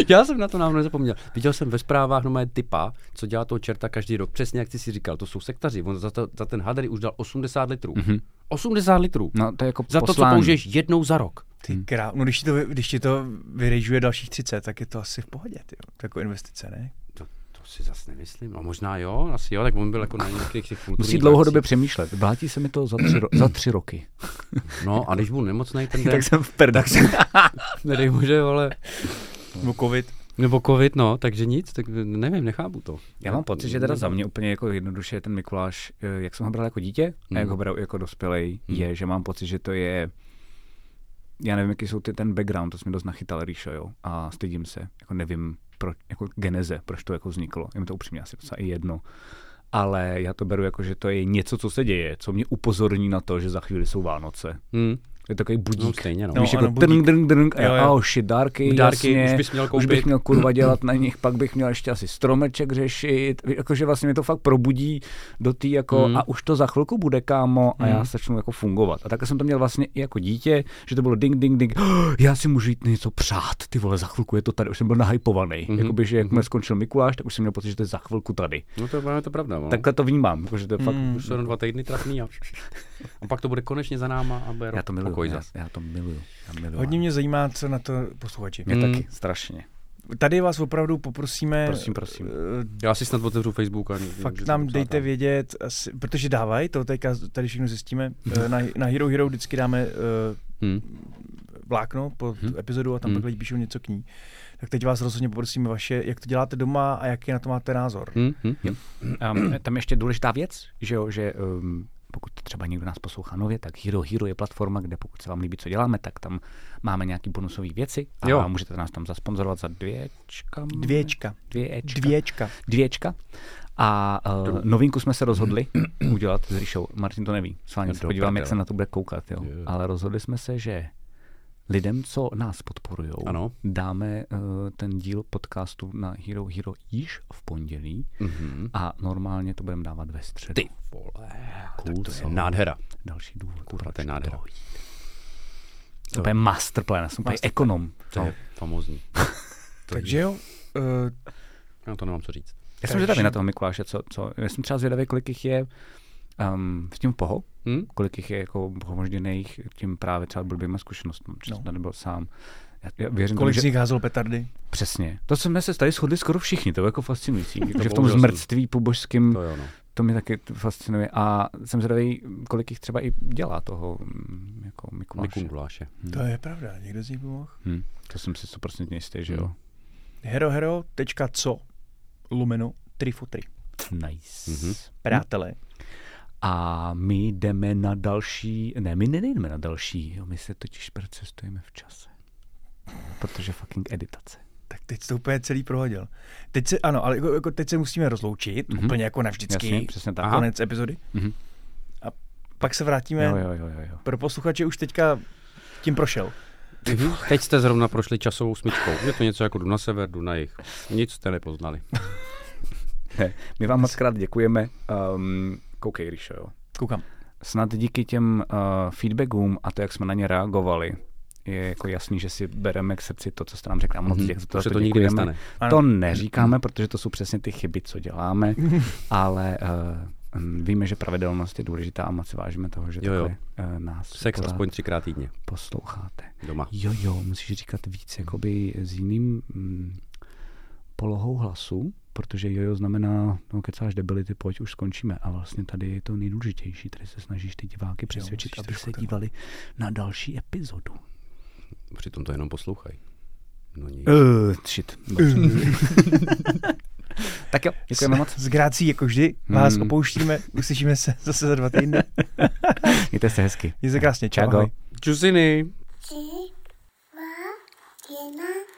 Speaker 5: Já jsem na to nám nezapomněl. Viděl jsem ve zprávách no typa, co dělá toho čerta každý rok. Přesně jak ty si říkal, to jsou sektaři. On za, to, za ten hadry už dal 80 litrů. Mm-hmm. 80 litrů.
Speaker 3: No, to je jako
Speaker 5: za to, co
Speaker 3: poslání.
Speaker 5: použiješ jednou za rok.
Speaker 3: hm.
Speaker 2: Ty krá... No když ti to, vy- když ti to vyrežuje dalších 30, tak je to asi v pohodě, ty. To je jako investice, ne?
Speaker 5: To, to si zase nemyslím. No možná jo, asi jo, tak on byl jako na nějakých těch kulturních
Speaker 3: Musí dlouhodobě
Speaker 5: akcích.
Speaker 3: přemýšlet. Vrátí se mi to za tři, ro- za tři roky.
Speaker 5: No a když byl nemocný ten den,
Speaker 3: tak jsem v perdách.
Speaker 5: nedej bože, ale
Speaker 3: No.
Speaker 2: Nebo covid.
Speaker 5: Nebo covid, no, takže nic, tak nevím, nechápu to.
Speaker 3: Já mám pocit, že teda za mě úplně jako jednoduše je ten Mikuláš, eh, jak jsem ho bral jako dítě a
Speaker 5: Hmm.
Speaker 3: jak ho beru jako dospělej, je, že mám pocit, že to je já nevím, jaký jsou ty ten background, to jsi mi dost nachytal, Ríšo, jo, a stydím se, jako nevím, proč, jako geneze, proč to jako vzniklo, je mi to upřímně asi docela i jedno, ale já to beru jako, že to je něco, co se děje, co mě upozorní na to, že za chvíli jsou Vánoce.
Speaker 5: Hmm.
Speaker 3: Je to takový budík.
Speaker 5: No, stejně, no.
Speaker 2: No,
Speaker 3: Víš, jako
Speaker 2: ano, budík.
Speaker 3: drng, drng, drng, a
Speaker 2: Jo,
Speaker 3: já,
Speaker 2: jo.
Speaker 3: oh shit, dárky,
Speaker 5: Dárky,
Speaker 3: jasně,
Speaker 5: už bys měl
Speaker 3: už bych
Speaker 5: koupit.
Speaker 3: měl kurva dělat na nich, pak bych měl ještě asi stromeček řešit, Ví- jakože vlastně mě to fakt probudí do té jako,
Speaker 5: Mm.
Speaker 3: a už to za chvilku bude, kámo, a
Speaker 5: Hmm.
Speaker 3: já začnu jako fungovat. A takhle jsem to měl vlastně i jako dítě, že to bylo ding, ding, ding, já si můžu jít něco přát, ty vole, za chvilku je to tady, už jsem byl nahypovaný.
Speaker 5: Hmm.
Speaker 3: Mm-hmm. Jakoby, že jakmile skončil Mikuláš, tak už jsem měl pocit, že to je za chvilku tady.
Speaker 5: No to je to pravda, no. Hmm.
Speaker 3: Takhle to vnímám, jako, že to je fakt,
Speaker 5: už jsou jenom dva týdny trapný a, a pak to bude konečně za náma a bude
Speaker 3: já to miluju,
Speaker 5: pokoj
Speaker 3: já,
Speaker 5: zas.
Speaker 3: já to miluju, já miluju.
Speaker 2: Hodně mě zajímá, co na to posluchači.
Speaker 3: mě
Speaker 5: Mm.
Speaker 3: taky, strašně.
Speaker 2: Tady vás opravdu poprosíme.
Speaker 3: Prosím, prosím.
Speaker 2: eh,
Speaker 5: Já si snad otevřu Facebook a
Speaker 2: Fakt nám dejte vědět, asi, protože dávají, to teďka tady všechno zjistíme. Eh, Na, na Hero Hero vždycky dáme eh,
Speaker 5: Hmm.
Speaker 2: vlákno po tu epizodu a tam
Speaker 5: Hmm.
Speaker 2: pak lidi píšou něco k ní. Tak teď vás rozhodně poprosíme vaše, jak to děláte doma a jaký na to máte názor.
Speaker 5: Hmm? Hmm?
Speaker 3: Um, tam ještě důležitá věc, že, jo, že um, pokud třeba někdo nás poslouchá nově, tak Hero Hero je platforma, kde pokud se vám líbí, co děláme, tak tam máme nějaké bonusové věci a
Speaker 5: Jo.
Speaker 3: jo. můžete nás tam zasponzorovat za dvěčka. máme?
Speaker 2: Dvěčka.
Speaker 3: Dvěčka.
Speaker 2: Dvěčka.
Speaker 3: Dvěčka. A uh, novinku jsme se rozhodli udělat s Ríšou. Martin to neví. Sváně se
Speaker 5: Do
Speaker 3: podívám, jak
Speaker 5: prdele.
Speaker 3: se na to bude koukat. Jo.
Speaker 5: Jo.
Speaker 3: Ale rozhodli jsme se, že lidem, co nás podporují,
Speaker 5: Ano.
Speaker 3: dáme uh, ten díl podcastu na Hero Hero již v pondělí
Speaker 5: Mhm.
Speaker 3: a normálně to budeme dávat ve středu.
Speaker 5: Ty vole,
Speaker 3: Cool,
Speaker 5: tak to je
Speaker 3: co?
Speaker 5: nádhera.
Speaker 3: Další důvod.
Speaker 5: Kurva,
Speaker 3: proč
Speaker 5: to je
Speaker 3: do
Speaker 5: nádhera.
Speaker 3: toho jít. To je masterplan, já jsem úplně ekonom.
Speaker 5: To je No, famózní.
Speaker 2: Takže jo, eh,
Speaker 5: Já to nemám co říct.
Speaker 3: Já jsem zvědavý na toho Mikuláše, co, co, já jsem třeba zvědavý, kolik jich je um, s tím poho,
Speaker 5: Hm?
Speaker 3: kolik jich je jako pohožděných tím právě třeba blbýma zkušenostmi, protože
Speaker 2: No.
Speaker 3: jsem tady byl sám. Já, já věřím, tomu,
Speaker 2: kolik
Speaker 3: že
Speaker 2: z nich házelo petardy?
Speaker 3: přesně. To jsme se tady shodli skoro všichni, to je jako fascinující. že v tom
Speaker 5: bohužel
Speaker 3: zmrtství pobožským,
Speaker 5: To jo, no.
Speaker 3: to mě taky fascinuje. A jsem zvědavý, kolik jich třeba i dělá toho mm, jako Mikuláše.
Speaker 5: Mikum guláše.
Speaker 2: To je pravda, někdo z nich pomohl.
Speaker 3: Hm, to jsem si 100% jistý, že jo.
Speaker 2: Herohero.co lumeno trifutry.
Speaker 3: Nice.
Speaker 5: Mhm.
Speaker 2: Přátelé.
Speaker 3: A my jdeme na další, ne, my nejdeme na další, jo, my se totiž precestujeme v čase. Protože fucking editace.
Speaker 2: Tak teď jsi to úplně celý prohodil. Teď se, ano, ale jako, jako teď se musíme rozloučit, mm-hmm. úplně jako navždycky.
Speaker 3: Mhm. Jasně, přesně tak.
Speaker 2: Aha. Konec epizody.
Speaker 3: Mhm.
Speaker 2: A pak se vrátíme.
Speaker 3: Jo, jo, jo, jo, jo.
Speaker 2: Pro posluchače už teďka tím prošel.
Speaker 5: Mhm. Teď jste zrovna prošli časovou smyčkou. Je to něco jako jdu na sever, jdu na jih. Nic jste nepoznali.
Speaker 3: Ne, my vám moc krát děkujeme. Um, koukej, Ríšo, jo.
Speaker 2: Koukám.
Speaker 3: Snad díky těm uh, feedbackům a to, jak jsme na ně reagovali, je jako jasný, že si bereme k srdci to, co jste nám řekla. Moc
Speaker 5: Mhm.
Speaker 3: děk, za
Speaker 5: Už se
Speaker 3: za
Speaker 5: to nikdy
Speaker 3: děkujeme.
Speaker 5: nestane.
Speaker 2: Ano.
Speaker 3: To neříkáme, protože to jsou přesně ty chyby, co děláme, ale uh, víme, že pravidelnost je důležitá a moc si vážíme toho, že
Speaker 5: Jo,
Speaker 3: jo,
Speaker 5: jo.
Speaker 3: jo. Uh, nás
Speaker 5: Sex
Speaker 3: pořád
Speaker 5: aspoň třikrát týdně.
Speaker 3: posloucháte.
Speaker 5: Doma.
Speaker 3: Jo, jo, musíš říkat víc jakoby s jiným mm, polohou hlasu, protože jojo znamená, no kecáš debility, pojď, už skončíme. A vlastně tady je to nejdůležitější, tady se snažíš ty diváky přesvědčit,
Speaker 2: musíš
Speaker 3: aby
Speaker 2: trošku
Speaker 3: se
Speaker 2: takhle.
Speaker 3: dívali na další epizodu.
Speaker 5: Přitom to jenom poslouchají. No nic.
Speaker 3: Uh, shit. Dobře. eh. tak jo, děkujeme moc.
Speaker 2: S, s grácí, jako vždy, vás
Speaker 3: Hmm.
Speaker 2: opouštíme, uslyšíme se zase za dva týdny.
Speaker 3: Mějte se hezky.
Speaker 2: Mějte se krásně, čau.
Speaker 3: Čau.
Speaker 2: ahoj.
Speaker 5: Čusiny.
Speaker 1: Tři, dva, jedna.